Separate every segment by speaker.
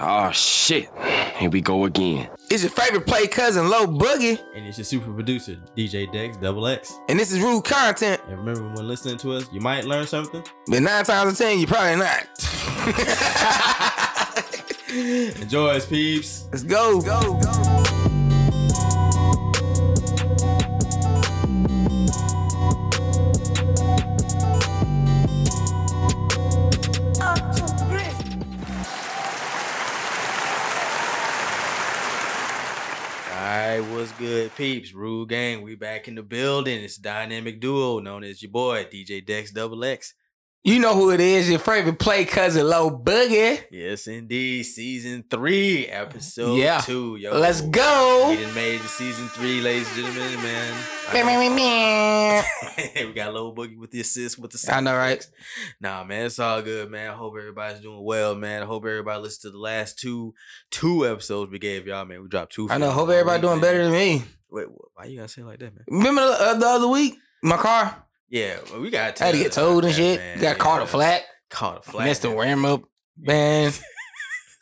Speaker 1: Oh shit. Here we go again.
Speaker 2: It's your favorite play cousin, Low Boogie,
Speaker 3: And it's your super producer, DJ Dex Double X.
Speaker 2: and this is rude content.
Speaker 3: And remember, when listening to us, you might learn something.
Speaker 2: But nine times out of ten, you probably not.
Speaker 3: Enjoy us, peeps.
Speaker 2: Let's go. go, go.
Speaker 3: Alright, what's good, peeps? Rule Gang, we back in the building. It's dynamic duo known as your boy, DJ Dex Double X.
Speaker 2: You know who it is, your favorite play cousin, Low Boogie.
Speaker 3: Yes, indeed. Season three, episode
Speaker 2: Yeah.
Speaker 3: two. Yo.
Speaker 2: Let's
Speaker 3: We
Speaker 2: go.
Speaker 3: done made it to season three, ladies and gentlemen, man. I
Speaker 2: Meh,
Speaker 3: know-
Speaker 2: meh, meh, meh.
Speaker 3: we got Lil Boogie with the assist with the
Speaker 2: I
Speaker 3: sound
Speaker 2: know, right?
Speaker 3: effects. Nah, man, it's all good, man. I hope everybody's doing well, man. I hope everybody listened to the last two two episodes we gave y'all, man. We dropped two.
Speaker 2: I
Speaker 3: for
Speaker 2: know.
Speaker 3: y'all
Speaker 2: Hope
Speaker 3: all
Speaker 2: everybody
Speaker 3: week,
Speaker 2: doing
Speaker 3: man.
Speaker 2: better than me.
Speaker 3: Wait, wh- why you gotta say it like that, man?
Speaker 2: Remember the, uh, the other week, my car?
Speaker 3: Yeah, well, we got.
Speaker 2: I had to get towed and shit. Got caught a flat.
Speaker 3: Caught a flat.
Speaker 2: Missed the
Speaker 3: man.
Speaker 2: warm up, man.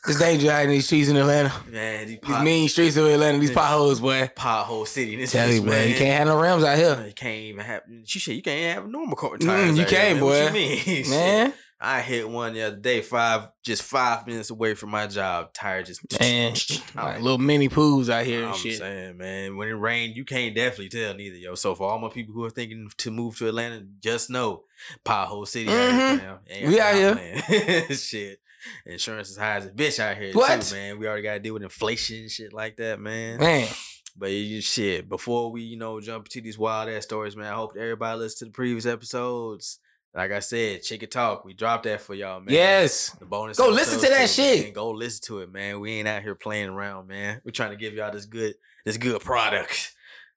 Speaker 2: it's dangerous out in these streets in Atlanta.
Speaker 3: Man, these,
Speaker 2: These
Speaker 3: pot,
Speaker 2: mean streets of Atlanta, these potholes, boy.
Speaker 3: pothole city. This
Speaker 2: Tell you,
Speaker 3: bitch,
Speaker 2: man, you can't have no rims out
Speaker 3: Uh,
Speaker 2: here,
Speaker 3: You can't even have. She said you can't even have normal car
Speaker 2: Mm,
Speaker 3: tires.
Speaker 2: you
Speaker 3: out here,
Speaker 2: can't,
Speaker 3: man. What
Speaker 2: boy.
Speaker 3: you mean? Shit.
Speaker 2: man.
Speaker 3: I hit one the other day, five just five minutes away from my job. Tire just
Speaker 2: Man,
Speaker 3: I'm
Speaker 2: like little mini poos out here
Speaker 3: I'm
Speaker 2: and shit.
Speaker 3: saying, man, when it rained, you can't definitely tell neither, yo. So for all my people who are thinking to move to Atlanta, just know pothole city.
Speaker 2: Mhm.
Speaker 3: Out here, fam.
Speaker 2: We
Speaker 3: Ain't out here. shit. Insurance is high as a bitch out here
Speaker 2: What?
Speaker 3: too, man. We already got to deal with inflation and shit like that, man.
Speaker 2: Man,
Speaker 3: But you, shit, before we, you know, jump to these wild ass stories, man, I hope everybody listens to the previous episodes. Like I said, Chicken Talk, we dropped that for y'all, man.
Speaker 2: yes,
Speaker 3: The bonus.
Speaker 2: Go listen to that
Speaker 3: episodes,
Speaker 2: shit.
Speaker 3: man. Go listen to it, man. We ain't out here playing around, man. We're trying to give y'all this good, this good product.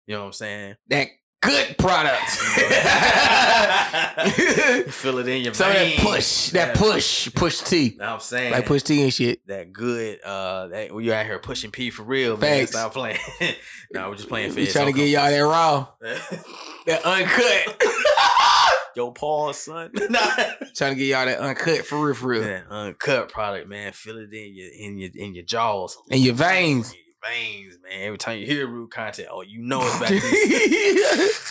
Speaker 3: You know what I'm saying?
Speaker 2: that good product.
Speaker 3: Feel it in your
Speaker 2: Some of that
Speaker 3: veins.
Speaker 2: push, that
Speaker 3: Yeah.
Speaker 2: push, push T,
Speaker 3: You know what I'm saying?
Speaker 2: like push T and shit.
Speaker 3: that good. Uh, that when you out here pushing P for real, man.
Speaker 2: Facts.
Speaker 3: Stop playing. nah, we're just playing.
Speaker 2: We
Speaker 3: feds.
Speaker 2: trying to
Speaker 3: Don't
Speaker 2: get y'all that raw,
Speaker 3: come-
Speaker 2: that uncut.
Speaker 3: Yo, pause, son.
Speaker 2: trying to get y'all that uncut for real, for real.
Speaker 3: That uncut product, man. Feel it in your in your in your jaws.
Speaker 2: In your veins.
Speaker 3: In your veins, man. Every time you hear rude content, oh, you know it's about to be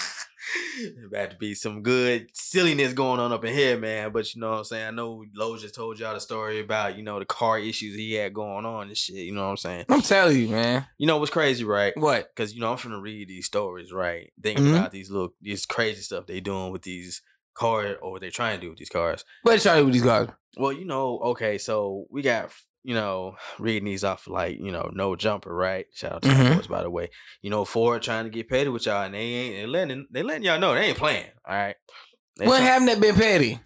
Speaker 3: It's about to be some good silliness going on up in here, man. But you know what I'm saying? I know Lowe's just told y'all the story about, you know, the car issues he had going on and shit. You know what I'm saying?
Speaker 2: I'm telling you, man.
Speaker 3: You know what's crazy, right?
Speaker 2: What?
Speaker 3: Because, you know, I'm finna read these stories, right? Thinking
Speaker 2: Mhm.
Speaker 3: about these little, this crazy stuff they doing with these cars or what they trying to do with these cars.
Speaker 2: What y'all do with these guys?
Speaker 3: Well, you know, okay, so we got you know reading these off like you know no jumper, right? Shout out to mm
Speaker 2: Mhm.
Speaker 3: by the way. You know, Ford trying to get petty with y'all, and they ain't they letting they letting y'all know they ain't playing. All right, They
Speaker 2: What
Speaker 3: try-
Speaker 2: haven't that been petty?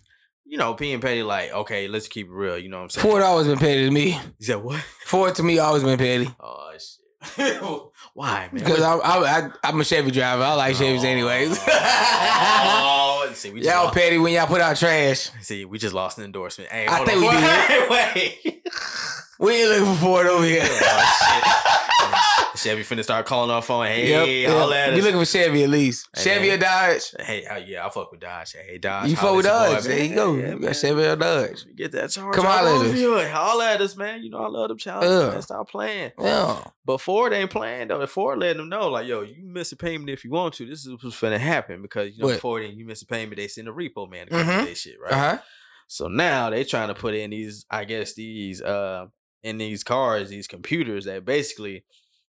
Speaker 3: You know, being petty like okay, let's keep it real. You know what I'm saying?
Speaker 2: Ford always been petty to me.
Speaker 3: He said what?
Speaker 2: Ford to me always been petty.
Speaker 3: Oh shit! Why man?
Speaker 2: Because I'm, I'm, I'm a Chevy driver. I like Chevys anyways.
Speaker 3: Oh, and see, we just
Speaker 2: y'all
Speaker 3: lost,
Speaker 2: petty when y'all put out trash.
Speaker 3: see, we just lost an endorsement. Hey,
Speaker 2: I
Speaker 3: hold
Speaker 2: think we
Speaker 3: on. Wait, wait.
Speaker 2: We ain't looking for Ford over here.
Speaker 3: Oh, shit. Chevy finna start calling our phone. Hey,
Speaker 2: Yep,
Speaker 3: all
Speaker 2: yep.
Speaker 3: that.
Speaker 2: You looking for Chevy at least.
Speaker 3: Hey,
Speaker 2: Chevy
Speaker 3: man.
Speaker 2: or Dodge?
Speaker 3: Hey, uh, yeah, I fuck with Dodge. Hey, Dodge.
Speaker 2: You fuck
Speaker 3: holla
Speaker 2: with
Speaker 3: at your boy,
Speaker 2: Dodge.
Speaker 3: man.
Speaker 2: There you go.
Speaker 3: Yeah,
Speaker 2: you
Speaker 3: man.
Speaker 2: got Chevy or Dodge.
Speaker 3: Get that charge.
Speaker 2: Come
Speaker 3: Come
Speaker 2: holla at
Speaker 3: on,
Speaker 2: us.
Speaker 3: holla at us, man. You know I love them challenges.
Speaker 2: Ugh.
Speaker 3: Man. Stop playing.
Speaker 2: Yeah.
Speaker 3: But Ford ain't playing though. Ford letting them know, like, yo, you miss a payment if you want to. This is what's finna happen because you know
Speaker 2: What?
Speaker 3: Ford and you miss a payment, they send a repo man to come
Speaker 2: Mhm.
Speaker 3: do that shit, right?
Speaker 2: Uh-huh.
Speaker 3: So now they trying to put in these, I guess these, uh, in these cars, these computers that basically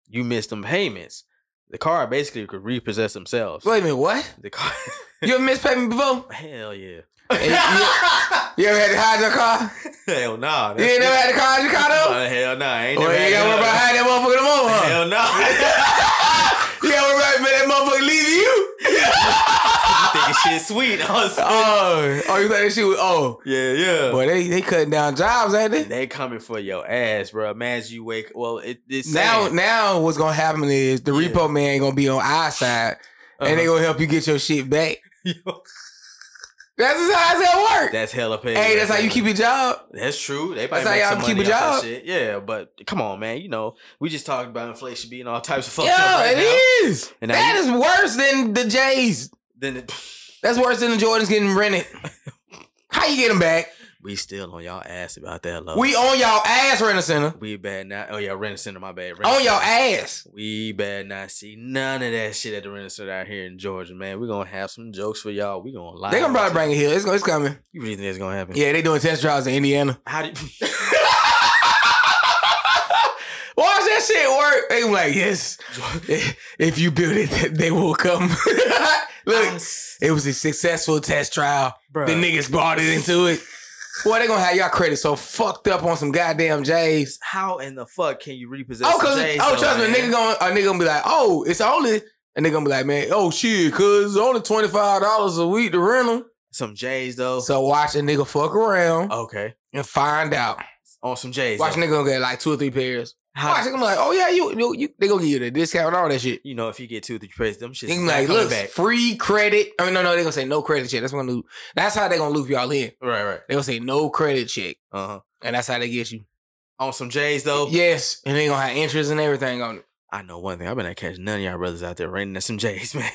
Speaker 3: you miss them payments. The car basically could repossess themselves.
Speaker 2: Wait a minute, what?
Speaker 3: The car,
Speaker 2: You ever missed payment before?
Speaker 3: hell yeah.
Speaker 2: Hey, yeah. You ever had to hide your car?
Speaker 3: Hell nah.
Speaker 2: You ain't never had to hide your car though?
Speaker 3: Uh, hell nah. I ain't
Speaker 2: Or
Speaker 3: never
Speaker 2: you ain't gotta worry about hiding that motherfucker no more, huh?
Speaker 3: Hell nah.
Speaker 2: You gotta worry about that motherfucker leaving you?
Speaker 3: you think shit sweet. huh?
Speaker 2: Oh, oh, you thought that shit was, oh.
Speaker 3: yeah, yeah.
Speaker 2: Boy, they, they cutting down jobs, ain't they?
Speaker 3: they coming for your ass, bro. Imagine you wake. Well, it, it's
Speaker 2: Now,
Speaker 3: sad.
Speaker 2: now, what's gonna happen is the
Speaker 3: Yeah.
Speaker 2: repo man gonna be on our side, and they
Speaker 3: Uh-huh.
Speaker 2: gonna help you get your shit back. That's just how it's gonna work.
Speaker 3: that's hella pay.
Speaker 2: hey, that's how you keep your job.
Speaker 3: That's true. They probably
Speaker 2: That's how
Speaker 3: make
Speaker 2: y'all
Speaker 3: some
Speaker 2: keep
Speaker 3: money
Speaker 2: a
Speaker 3: off
Speaker 2: job.
Speaker 3: that shit. Yeah, but come on, man. You know, we just talked about inflation being all types of fucked up
Speaker 2: Yeah,
Speaker 3: right
Speaker 2: it
Speaker 3: now.
Speaker 2: is.
Speaker 3: And now
Speaker 2: That
Speaker 3: you-
Speaker 2: is worse than the Jays.
Speaker 3: Then it,
Speaker 2: That's worse than the Jordans getting rented. How you get them back?
Speaker 3: We still on y'all ass about that love.
Speaker 2: We on y'all ass, Renner Center.
Speaker 3: we bad not. Oh yeah, rent center. My bad. Rent
Speaker 2: On
Speaker 3: Center.
Speaker 2: y'all ass.
Speaker 3: We bad not see none of that shit at the rent center out here in Georgia, man. We're gonna have some jokes for y'all. We gonna lie.
Speaker 2: They gonna probably
Speaker 3: about
Speaker 2: bring it here. It's, it's coming.
Speaker 3: you. You really think that's gonna happen?
Speaker 2: Yeah, they doing test drives in Indiana.
Speaker 3: How do you,
Speaker 2: Watch that shit work. They be like, yes, if you build it, they will come. Look, it was a successful test trial.
Speaker 3: bro?
Speaker 2: The niggas bought it into it. Boy, they gonna have y'all credit so fucked up on some goddamn J's.
Speaker 3: how in the fuck can you repossess?
Speaker 2: Oh, cause
Speaker 3: the J's
Speaker 2: oh,
Speaker 3: though,
Speaker 2: trust me, a
Speaker 3: man?
Speaker 2: nigga gonna a nigga gonna be like, oh, it's only and they gonna be like, man, oh shit, cause it's only twenty five dollars a week to rent them.
Speaker 3: Some J's though.
Speaker 2: So watch a nigga fuck around
Speaker 3: okay,
Speaker 2: and find out.
Speaker 3: on some J's.
Speaker 2: Watch a
Speaker 3: though.
Speaker 2: nigga gonna get like two or three pairs.
Speaker 3: How-
Speaker 2: Watch, I'm like, oh yeah, you, you, you they gonna give you the discount and all that shit.
Speaker 3: you know if you get two or three plays, them shit.
Speaker 2: They gonna be like, look, free credit. I mean, no, no, they gonna say no credit check. That's gonna loop. That's how they gonna loop y'all in.
Speaker 3: Right, right.
Speaker 2: They gonna say no credit check,
Speaker 3: Uh huh.
Speaker 2: and that's how they get you.
Speaker 3: On some J's though.
Speaker 2: Yes, and they gonna have interest and everything on it.
Speaker 3: I know one thing. I better not catch none of y'all brothers out there renting us some J's, man.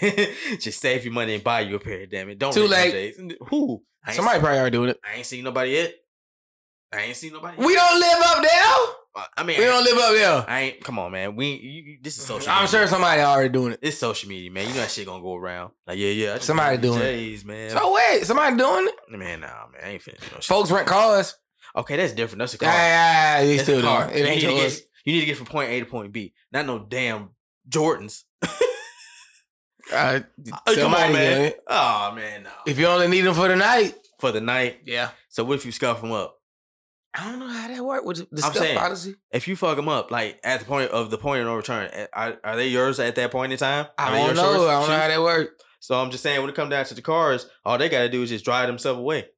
Speaker 3: Just save your money and buy you a pair. Damn it! Don't
Speaker 2: Too
Speaker 3: rent no
Speaker 2: late.
Speaker 3: J's. And Who? I ain't
Speaker 2: Somebody probably already doing it.
Speaker 3: I ain't seen nobody yet. I ain't seen nobody.
Speaker 2: We don't live up there.
Speaker 3: yet. I mean,
Speaker 2: We don't live up there.
Speaker 3: I ain't. Come on, man. We you, you- this is social.
Speaker 2: I'm
Speaker 3: media.
Speaker 2: sure somebody already doing it.
Speaker 3: it's social media, man. You know that shit gonna go around. Like yeah, yeah. I just
Speaker 2: Somebody
Speaker 3: rented
Speaker 2: doing it.
Speaker 3: J's, man.
Speaker 2: So wait, somebody doing it?
Speaker 3: man, nah, man. I ain't finna do no shit.
Speaker 2: Folks rent cars.
Speaker 3: Okay, that's different. That's a car.
Speaker 2: Yeah, yeah, yeah, you
Speaker 3: That's
Speaker 2: still
Speaker 3: a
Speaker 2: doing
Speaker 3: car.
Speaker 2: it.
Speaker 3: You
Speaker 2: It ain't
Speaker 3: need to
Speaker 2: yours.
Speaker 3: get- You need to get from point A to point B. Not no damn Jordans.
Speaker 2: Uh,
Speaker 3: Oh, come on,
Speaker 2: somebody doing
Speaker 3: man.
Speaker 2: it.
Speaker 3: Oh man, no.
Speaker 2: If you only need them for the night,
Speaker 3: For the night.
Speaker 2: yeah.
Speaker 3: So what if you scuff them up?
Speaker 2: I don't know how that worked with the
Speaker 3: I'm
Speaker 2: stuff
Speaker 3: saying-
Speaker 2: policy.
Speaker 3: If you fuck them up, like at the point of the point of no return, a- are, are they yours at that point in time?
Speaker 2: I
Speaker 3: Are they
Speaker 2: don't
Speaker 3: your
Speaker 2: know.
Speaker 3: shorts-
Speaker 2: I don't know
Speaker 3: shoes?
Speaker 2: how that worked.
Speaker 3: So I'm just saying, when it comes down to the cars, all they got to do is just drive themselves away,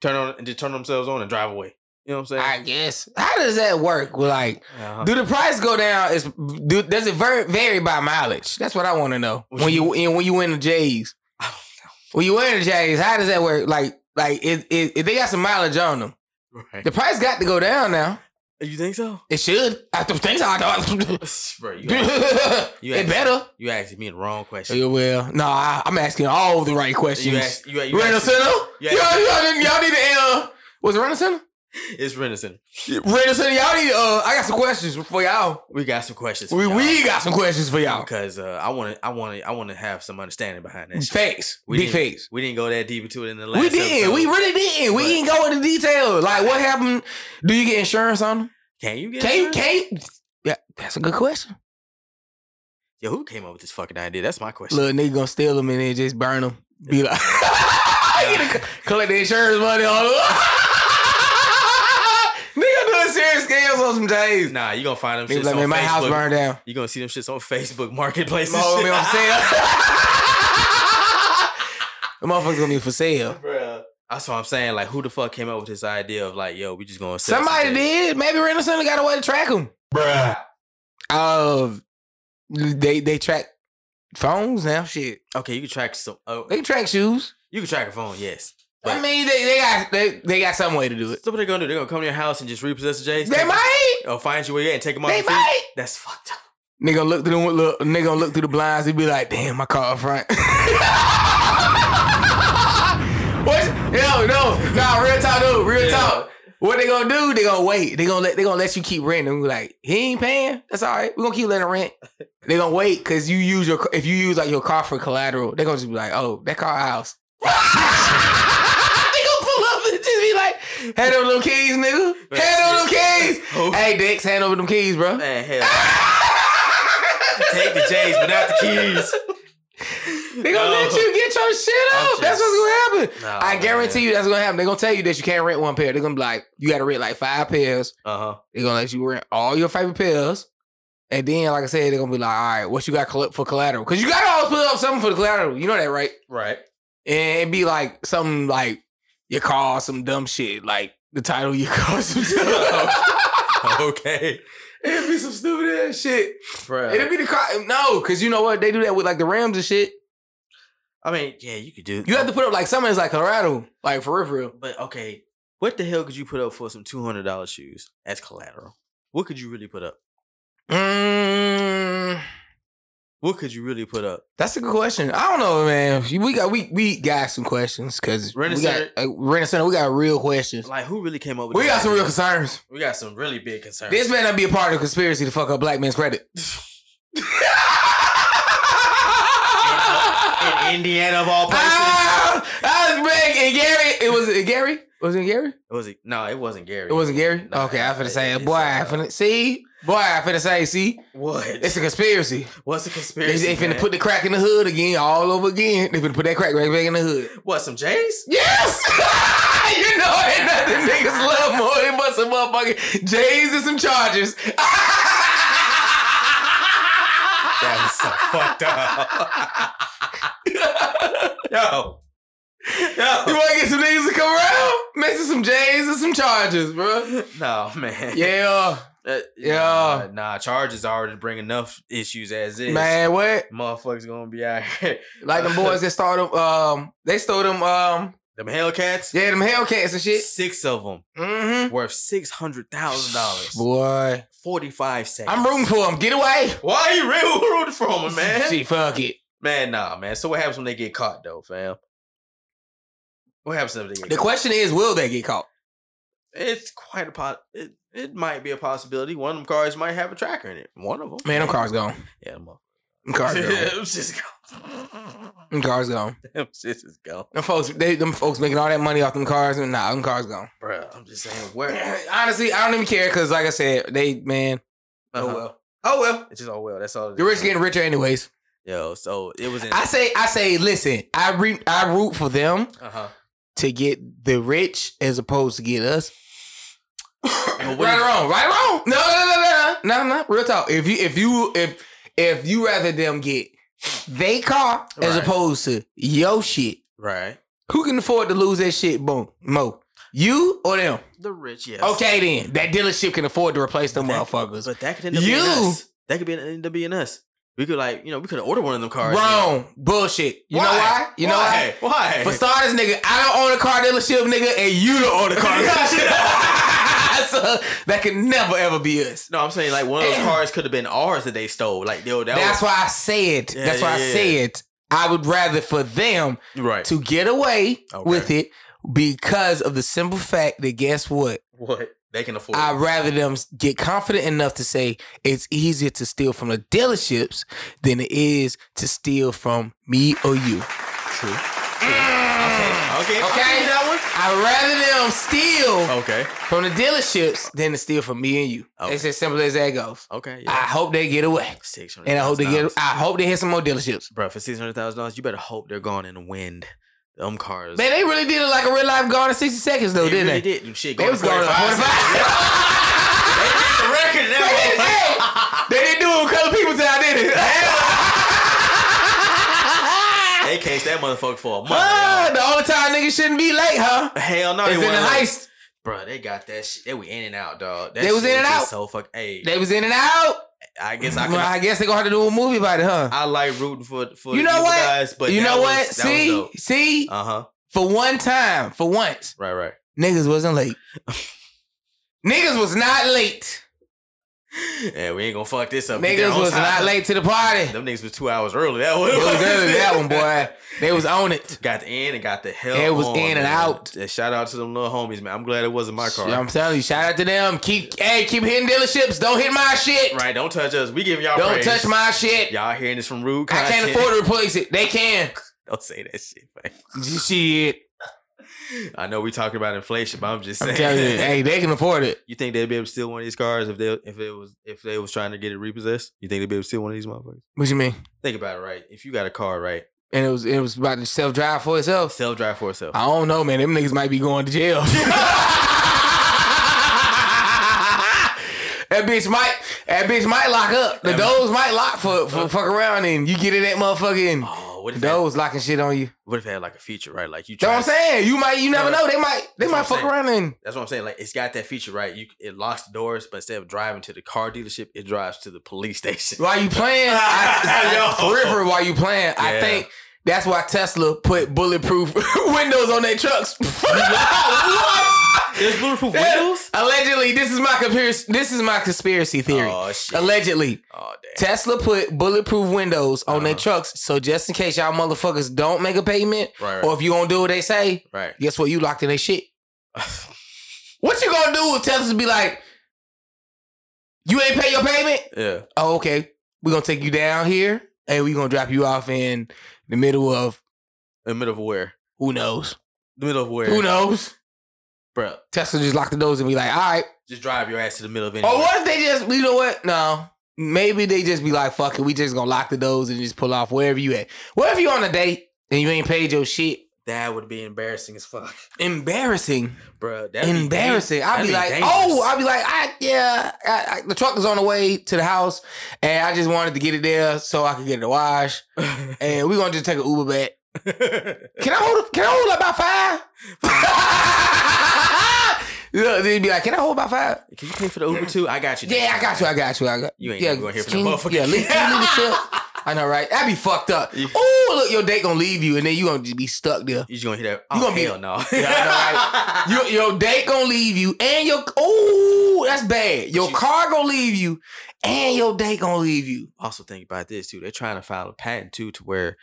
Speaker 3: turn on and just turn themselves on and drive away. You know what I'm saying?
Speaker 2: I guess. How does that work? Well, like,
Speaker 3: Uh-huh.
Speaker 2: do the price go down? Is do, does it vary, vary by mileage? That's what I want to know.
Speaker 3: What
Speaker 2: When
Speaker 3: you-
Speaker 2: you in when you in the J's,
Speaker 3: I don't
Speaker 2: when you in the J's, how does that work? Like, like it, it, if they got some mileage on them,
Speaker 3: know. Right.
Speaker 2: the price got to go down now.
Speaker 3: You think so?
Speaker 2: It should. I th- think so. I don't.
Speaker 3: Bro, you, ask- You
Speaker 2: it
Speaker 3: ask-
Speaker 2: better.
Speaker 3: you asking me the wrong question.
Speaker 2: Yeah, well, no, I, I'm asking all the right questions.
Speaker 3: You ask, you, you
Speaker 2: Renner
Speaker 3: ask-
Speaker 2: Center?
Speaker 3: you
Speaker 2: Y'all,
Speaker 3: ask-
Speaker 2: y'all, didn't- y'all need to, uh, was it Renner Center?
Speaker 3: It's Renison.
Speaker 2: Raider City, y'all need uh I got some questions for y'all.
Speaker 3: We got some questions. for
Speaker 2: We
Speaker 3: y'all.
Speaker 2: we got some questions for y'all.
Speaker 3: because uh, I want to, I want to, I want to have some understanding behind that. shit.
Speaker 2: Facts.
Speaker 3: We
Speaker 2: Big
Speaker 3: didn't-
Speaker 2: facts.
Speaker 3: We didn't go that deep into it in the last.
Speaker 2: We didn't. We
Speaker 3: episode.
Speaker 2: really didn't. We
Speaker 3: But-
Speaker 2: didn't go into detail. Like what happened? Do you get insurance on them?
Speaker 3: can you get
Speaker 2: Can you can
Speaker 3: insurance?
Speaker 2: you- yeah, that's a good question.
Speaker 3: Yo, who came up with this fucking idea? That's my question.
Speaker 2: Little nigga gonna steal them and then just burn them. Be like, Get a- collect the insurance money on them. nigga doing serious scams on some days.
Speaker 3: Nah, you gonna find them
Speaker 2: Nigga
Speaker 3: shits
Speaker 2: like,
Speaker 3: on
Speaker 2: man, my
Speaker 3: Facebook.
Speaker 2: house burned down.
Speaker 3: You gonna see them shits on Facebook Marketplace.
Speaker 2: My homie on sale. the motherfucker's gonna be for sale.
Speaker 3: Bruh. That's what I'm saying. Like, who the fuck came up with this idea of like, yo, we just gonna sell
Speaker 2: Somebody
Speaker 3: some J's?
Speaker 2: did. Maybe Randall Center got a way to track him. Bruh. Uh, they they track phones now. Shit,
Speaker 3: Okay, you can track some. Oh,
Speaker 2: they can track shoes.
Speaker 3: you can track a phone. Yes.
Speaker 2: I
Speaker 3: But-
Speaker 2: mean, they, they got they, they got some way to do it.
Speaker 3: So what they gonna do? They gonna come to your house and just repossess the J's?
Speaker 2: They
Speaker 3: take-
Speaker 2: might.
Speaker 3: Or find you where you at and take them off.
Speaker 2: They
Speaker 3: your feet?
Speaker 2: might.
Speaker 3: That's fucked up.
Speaker 2: Nigga gonna look through the look, nigga gonna look through the blinds. He be like, "Damn, my car up front." what? No, no, nah. Real talk, dude. Real
Speaker 3: Yeah.
Speaker 2: talk. What they gonna do? They gonna wait. They gonna let they gonna let you keep renting. We like, he ain't paying. That's all right. We gonna keep letting him rent. They gonna wait because you use your if you use like your car for collateral. They gonna just be like, "Oh, that car ours." they gonna pull up and just be like, "Hand over them keys, nigga. Hand over them keys."
Speaker 3: Oh,
Speaker 2: Hey, Dex, hand over them keys, bro.
Speaker 3: man, hell. Take the J's, but not the keys.
Speaker 2: They gonna let
Speaker 3: No.
Speaker 2: you get your shit
Speaker 3: I'm
Speaker 2: up. that's
Speaker 3: just- Oh,
Speaker 2: what's gonna happen.
Speaker 3: No,
Speaker 2: I guarantee you that's gonna happen. They're gonna tell you that you can't rent one pair. They're gonna be like, you gotta rent like five pairs.
Speaker 3: Uh huh.
Speaker 2: They're gonna let you rent all your favorite pairs. And then, like I said, they're gonna be like, all right, what you got coll- for collateral? Because you gotta always put up something for the collateral. You know that, right?
Speaker 3: Right.
Speaker 2: And it'd be like something like your car, some dumb shit, like the title of your car, some
Speaker 3: okay.
Speaker 2: It'd be some stupid ass shit. It'd
Speaker 3: Bruh.
Speaker 2: be the car. No, because you know what? They do that with like the Rams and shit.
Speaker 3: I mean, yeah, you could do. Oh,
Speaker 2: You have to put up like something's like Colorado, like for real, for real.
Speaker 3: But okay, what the hell could you put up for some two hundred dollars shoes as collateral? What could you really put up?
Speaker 2: Mm,
Speaker 3: What could you really put up?
Speaker 2: That's a good question. I don't know, man. We got we we got some questions because we
Speaker 3: Renner
Speaker 2: got
Speaker 3: Center.
Speaker 2: uh, Renner Center. We got real questions.
Speaker 3: Like who really came up with
Speaker 2: We
Speaker 3: that
Speaker 2: got some
Speaker 3: idea?
Speaker 2: real concerns.
Speaker 3: We got some really big concerns.
Speaker 2: This may not be a part of the conspiracy to fuck up black men's credit. ah,
Speaker 3: in Indiana of all places.
Speaker 2: that Ah, was big. And Gary, it was it Gary. Was it Gary?
Speaker 3: It was no, it wasn't Gary.
Speaker 2: It wasn't Gary.
Speaker 3: Nah,
Speaker 2: okay, I finna say,
Speaker 3: it's,
Speaker 2: boy, I
Speaker 3: uh,
Speaker 2: finna see, boy, I finna say, see,
Speaker 3: What?
Speaker 2: it's a conspiracy.
Speaker 3: What's the
Speaker 2: They,
Speaker 3: conspiracy?
Speaker 2: they finna
Speaker 3: man?
Speaker 2: put the crack in the hood again, all over again. They finna put that crack right back in the hood.
Speaker 3: what some J's?
Speaker 2: Yes! you know ain't nothing niggas love more than but some motherfucking J's and some Chargers.
Speaker 3: That was so fucked up. Yo.
Speaker 2: You
Speaker 3: Yo.
Speaker 2: wanna get some niggas to come around? Messing some J's and some Chargers, bro.
Speaker 3: No, man.
Speaker 2: Yeah.
Speaker 3: Uh,
Speaker 2: Yeah.
Speaker 3: Nah, nah, charges already bring enough issues as is.
Speaker 2: Man, what?
Speaker 3: Motherfuckers gonna be out here.
Speaker 2: Like them boys that stole them, um, they stole them, um,
Speaker 3: Them Hellcats,
Speaker 2: yeah, them Hellcats and shit.
Speaker 3: six of them
Speaker 2: Mm-hmm.
Speaker 3: worth $600,000.
Speaker 2: Boy.
Speaker 3: 45 seconds.
Speaker 2: I'm rooting for them. Get away.
Speaker 3: Why are you really rooting for them, man?
Speaker 2: See, fuck it.
Speaker 3: Man, nah, man. So what happens when they get caught, though, fam? What happens if they get
Speaker 2: The
Speaker 3: caught?
Speaker 2: question is, will they get caught?
Speaker 3: It's quite a pot. It, it might be a possibility. One of them cars might have a tracker in it. One of them.
Speaker 2: Man, them cars gone.
Speaker 3: Yeah, them up.
Speaker 2: Them cars gone.
Speaker 3: Them shits gone.
Speaker 2: Them cars gone.
Speaker 3: Them shits is gone.
Speaker 2: Them folks, they, them folks making all that money off them cars, and nah, them cars gone.
Speaker 3: Bruh, I'm just saying, where?
Speaker 2: Honestly, I don't even care because, like I said, they man,
Speaker 3: Uh-huh.
Speaker 2: oh well,
Speaker 3: Oh, well. It's just, oh, well. That's all. it
Speaker 2: the
Speaker 3: is.
Speaker 2: rich getting richer anyways.
Speaker 3: Yo, so it was in.
Speaker 2: I say, I say, listen, I re- I root for them
Speaker 3: uh-huh.
Speaker 2: to get the rich as opposed to get us.
Speaker 3: Yo, what
Speaker 2: right
Speaker 3: if-
Speaker 2: or wrong, right or wrong. No, no, no, no, no, no, no. Real talk. If you, if you, if if you rather them get they car as
Speaker 3: Right.
Speaker 2: opposed to yo shit,
Speaker 3: Right.
Speaker 2: who can afford to lose that shit? Boom, mo. You or them?
Speaker 3: The rich, yes.
Speaker 2: Okay, then that dealership can afford to replace them
Speaker 3: That-
Speaker 2: motherfuckers.
Speaker 3: But that could end up being
Speaker 2: You-
Speaker 3: us. That could be end up being us. We could like, you know, we could order one of them cars.
Speaker 2: Wrong, bullshit. You know why? You know why?
Speaker 3: why? Why?
Speaker 2: For starters, nigga, I don't own a car dealership, nigga, and you don't own a car dealership. so that can never ever be us.
Speaker 3: no, I'm saying like one of those cars could have been ours that they stole. Like, yo, that
Speaker 2: That's
Speaker 3: was,
Speaker 2: why I said.
Speaker 3: Yeah,
Speaker 2: That's why
Speaker 3: yeah,
Speaker 2: I
Speaker 3: yeah.
Speaker 2: said. I would rather for them
Speaker 3: right.
Speaker 2: to get away
Speaker 3: Okay.
Speaker 2: with it because of the simple fact that guess what?
Speaker 3: what they can afford.
Speaker 2: I'd rather them get confident enough to say it's easier to steal from the dealerships than it is to steal from me or you.
Speaker 3: True. Okay. Okay. I'll
Speaker 2: Okay.
Speaker 3: give you that
Speaker 2: I'd rather them steal
Speaker 3: one. Okay.
Speaker 2: from the dealerships than to steal from me and you.
Speaker 3: Okay.
Speaker 2: It's as simple as that goes.
Speaker 3: Okay.
Speaker 2: I
Speaker 3: Yeah.
Speaker 2: hope they get away,
Speaker 3: Six hundred.
Speaker 2: and I hope they get. I hope they hit some more dealerships.
Speaker 3: Bro, for six hundred thousand dollars, you better hope they're gone in the wind. Them cars.
Speaker 2: Man, they really did it like a real life gone in sixty seconds though,
Speaker 3: they
Speaker 2: didn't
Speaker 3: really
Speaker 2: they?
Speaker 3: did. Them shit
Speaker 2: They
Speaker 3: going
Speaker 2: was
Speaker 3: to
Speaker 2: going to
Speaker 3: 45. They
Speaker 2: forty-five.
Speaker 3: hit the record in
Speaker 2: They didn't-
Speaker 3: that
Speaker 2: they didn't do it with color people town, did it?
Speaker 3: motherfucker. They cased that motherfucker for a month.
Speaker 2: Ah,
Speaker 3: y'all.
Speaker 2: the only time niggas shouldn't be late, huh?
Speaker 3: Hell no,
Speaker 2: It's
Speaker 3: they
Speaker 2: in the
Speaker 3: weren't late.
Speaker 2: heist.
Speaker 3: Bro, they got that shit. They were in and out, dog. That
Speaker 2: They was
Speaker 3: shit
Speaker 2: in and
Speaker 3: just
Speaker 2: out.
Speaker 3: So fuck. Hey,
Speaker 2: They was in and out.
Speaker 3: I guess I
Speaker 2: I,
Speaker 3: could. I,
Speaker 2: guess they gonna have to do a movie about it, huh?
Speaker 3: like rooting for for
Speaker 2: You know what?
Speaker 3: guys, but
Speaker 2: you know what? see, see,
Speaker 3: Uh huh.
Speaker 2: for one time, for once,
Speaker 3: Right, right.
Speaker 2: niggas wasn't late. niggas was not late.
Speaker 3: Yeah, we ain't gonna fuck this up. Get there
Speaker 2: Niggas
Speaker 3: on
Speaker 2: was
Speaker 3: time.
Speaker 2: not late to the party.
Speaker 3: Them niggas was two hours early. That one.
Speaker 2: It was early, that one, boy. They was on it.
Speaker 3: Got the in and got the hell.
Speaker 2: It was
Speaker 3: on,
Speaker 2: in and
Speaker 3: man.
Speaker 2: out.
Speaker 3: Yeah, shout out to them little homies, man. I'm glad it wasn't my car.
Speaker 2: I'm telling you, shout out to them. Keep hey, keep hitting dealerships. Don't hit my shit.
Speaker 3: Right, don't touch us. We giving y'all
Speaker 2: Don't
Speaker 3: praise.
Speaker 2: touch my shit.
Speaker 3: Y'all hearing this from rude
Speaker 2: I
Speaker 3: content.
Speaker 2: can't afford to replace it. They can.
Speaker 3: Don't say that shit, man.
Speaker 2: Shit.
Speaker 3: I know we talking about inflation, but I'm just saying.
Speaker 2: I'm telling you, hey, they can afford it.
Speaker 3: You think they'd be able to steal one of these cars if they if it was if they was trying to get it repossessed? You think they'd be able to steal one of these motherfuckers?
Speaker 2: What you mean?
Speaker 3: Think about it, right? If you got a car, right,
Speaker 2: And it was it was about to self drive for itself.
Speaker 3: self drive for itself.
Speaker 2: I don't know, man. Them niggas might be going to jail. that bitch might that bitch might lock up. The
Speaker 3: That-
Speaker 2: doors might lock for, for fuck around and you get in that motherfucking
Speaker 3: Oh, what if it,
Speaker 2: doors locking shit on you.
Speaker 3: what if it had like a feature, right? Like you
Speaker 2: That's what
Speaker 3: try.
Speaker 2: I'm saying. You might you never know. They might they
Speaker 3: That's
Speaker 2: might fuck
Speaker 3: what I'm saying.
Speaker 2: around and
Speaker 3: That's what I'm saying. Like it's got that feature, right? You it locks the doors, but instead of driving to the car dealership, it drives to the police station.
Speaker 2: While you playing, I, I,
Speaker 3: Yo.
Speaker 2: forever while you playing, I
Speaker 3: Yeah.
Speaker 2: think that's why Tesla put bulletproof windows on their trucks.
Speaker 3: There's bulletproof windows.
Speaker 2: Allegedly, this is my conspiracy. This is my conspiracy theory.
Speaker 3: Oh shit.
Speaker 2: Allegedly,
Speaker 3: oh damn.
Speaker 2: Tesla put bulletproof windows on their
Speaker 3: Uh-huh.
Speaker 2: trucks, so just in case y'all motherfuckers don't make a payment,
Speaker 3: Right.
Speaker 2: or
Speaker 3: Right.
Speaker 2: if you don't do what they say,
Speaker 3: right.
Speaker 2: guess what? You locked in their shit. What you gonna do if Tesla be like, you ain't pay your payment?
Speaker 3: yeah.
Speaker 2: Oh, okay. We're gonna take you down here and we're gonna drop you off in the middle of
Speaker 3: In the middle of where?
Speaker 2: who knows?
Speaker 3: The middle of where?
Speaker 2: Who knows?
Speaker 3: Bro,
Speaker 2: Tesla just locked the doors and be like, all right.
Speaker 3: just drive your ass to the middle of anywhere.
Speaker 2: Or what if they just, you know what? No. Maybe they just be like, fuck it, we just gonna lock the doors and just pull off wherever you at. What if you on a date and you ain't paid your shit?
Speaker 3: That would be embarrassing as fuck,
Speaker 2: Embarrassing.
Speaker 3: bro. That'd be
Speaker 2: embarrassing. I'd
Speaker 3: that'd
Speaker 2: be,
Speaker 3: be
Speaker 2: like,
Speaker 3: dangerous.
Speaker 2: oh, I'd be like, I yeah, I, I, the truck is on the way to the house, and I just wanted to get it there so I could get it washed,
Speaker 3: dangerous.
Speaker 2: and we're gonna just take an Uber back. Can I hold? Can I hold up by five? Look, they'd be like, can I hold by five?
Speaker 3: Can you pay for the Uber too? I got you.
Speaker 2: Yeah, I got you, I got you, I got
Speaker 3: You ain't
Speaker 2: yeah,
Speaker 3: never gonna hear from
Speaker 2: can-
Speaker 3: that motherfucker.
Speaker 2: Yeah, leave, can you leave the tip? I know, right? That'd be fucked up.
Speaker 3: Yeah.
Speaker 2: Oh, look, your date gonna leave you, and then you gonna just be stuck there.
Speaker 3: You just gonna hear that?
Speaker 2: You
Speaker 3: Oh,
Speaker 2: gonna be-
Speaker 3: hell no.
Speaker 2: Yeah, I Your, your date gonna leave you and your oh that's bad. Your
Speaker 3: You-
Speaker 2: car gonna leave you and your date gonna leave you.
Speaker 3: also think about this too. They're trying to file a patent too, to where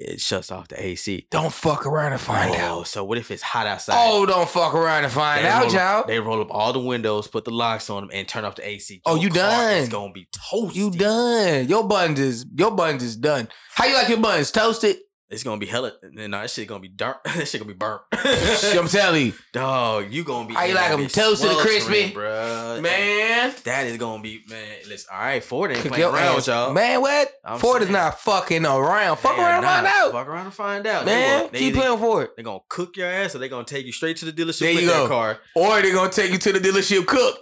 Speaker 3: it shuts off the AC.
Speaker 2: Don't fuck around and find out.
Speaker 3: Oh, so what if it's hot outside?
Speaker 2: Oh, don't fuck around and find
Speaker 3: They
Speaker 2: out,
Speaker 3: roll up-
Speaker 2: y'all.
Speaker 3: They roll up all the windows, put the locks on them, and turn off the AC.
Speaker 2: Oh,
Speaker 3: Your
Speaker 2: you
Speaker 3: car
Speaker 2: done.
Speaker 3: Is gonna be toasty.
Speaker 2: Oh, You done. Your buns is your buns is done. How you like your buns? Toasted?
Speaker 3: It's gonna be hella. No, that shit gonna be dark. that shit gonna be burnt.
Speaker 2: I'm telling you.
Speaker 3: Dog, you gonna be.
Speaker 2: How you
Speaker 3: in
Speaker 2: like
Speaker 3: that
Speaker 2: 'em
Speaker 3: bitch
Speaker 2: toasted and
Speaker 3: sweltering,
Speaker 2: crispy?
Speaker 3: bruh.
Speaker 2: Man.
Speaker 3: That is gonna be man. Listen, all right, Ford ain't
Speaker 2: Cook
Speaker 3: playing
Speaker 2: your
Speaker 3: around,
Speaker 2: ass.
Speaker 3: y'all.
Speaker 2: Man, what?
Speaker 3: I'm
Speaker 2: Ford is
Speaker 3: saying.
Speaker 2: not fucking around. Fuck
Speaker 3: They are
Speaker 2: around and find
Speaker 3: not.
Speaker 2: out.
Speaker 3: Fuck around and find out. They
Speaker 2: Man,
Speaker 3: gonna- they
Speaker 2: keep
Speaker 3: either-
Speaker 2: playing for it.
Speaker 3: They gonna cook your ass, or they gonna take you straight to the dealership
Speaker 2: There
Speaker 3: with
Speaker 2: you
Speaker 3: that
Speaker 2: go.
Speaker 3: car.
Speaker 2: Or they gonna take you to the dealership cook.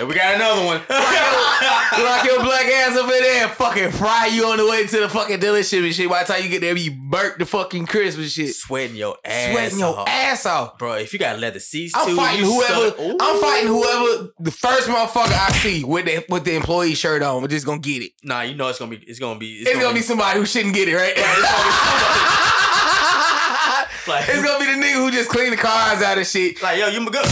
Speaker 3: And we got another one.
Speaker 2: Lock your black ass up in there and fucking fry you on the way to the fucking dealership and shit. By the time you get there, you burnt the fucking crisp and shit.
Speaker 3: Sweating your ass,
Speaker 2: Sweating your
Speaker 3: off.
Speaker 2: ass off.
Speaker 3: bro. If you got leather seats,
Speaker 2: I'm
Speaker 3: too,
Speaker 2: fighting
Speaker 3: you
Speaker 2: whoever.
Speaker 3: stuck- Ooh.
Speaker 2: I'm fighting whoever the first motherfucker I see with the with the employee shirt on. We're just gonna get it.
Speaker 3: Nah, you know it's gonna be. It's gonna be.
Speaker 2: It's, gonna, be, somebody who shouldn't get it, right?
Speaker 3: be like,
Speaker 2: it's gonna be the nigga who just clean the cars out and shit.
Speaker 3: like, yo, you my good.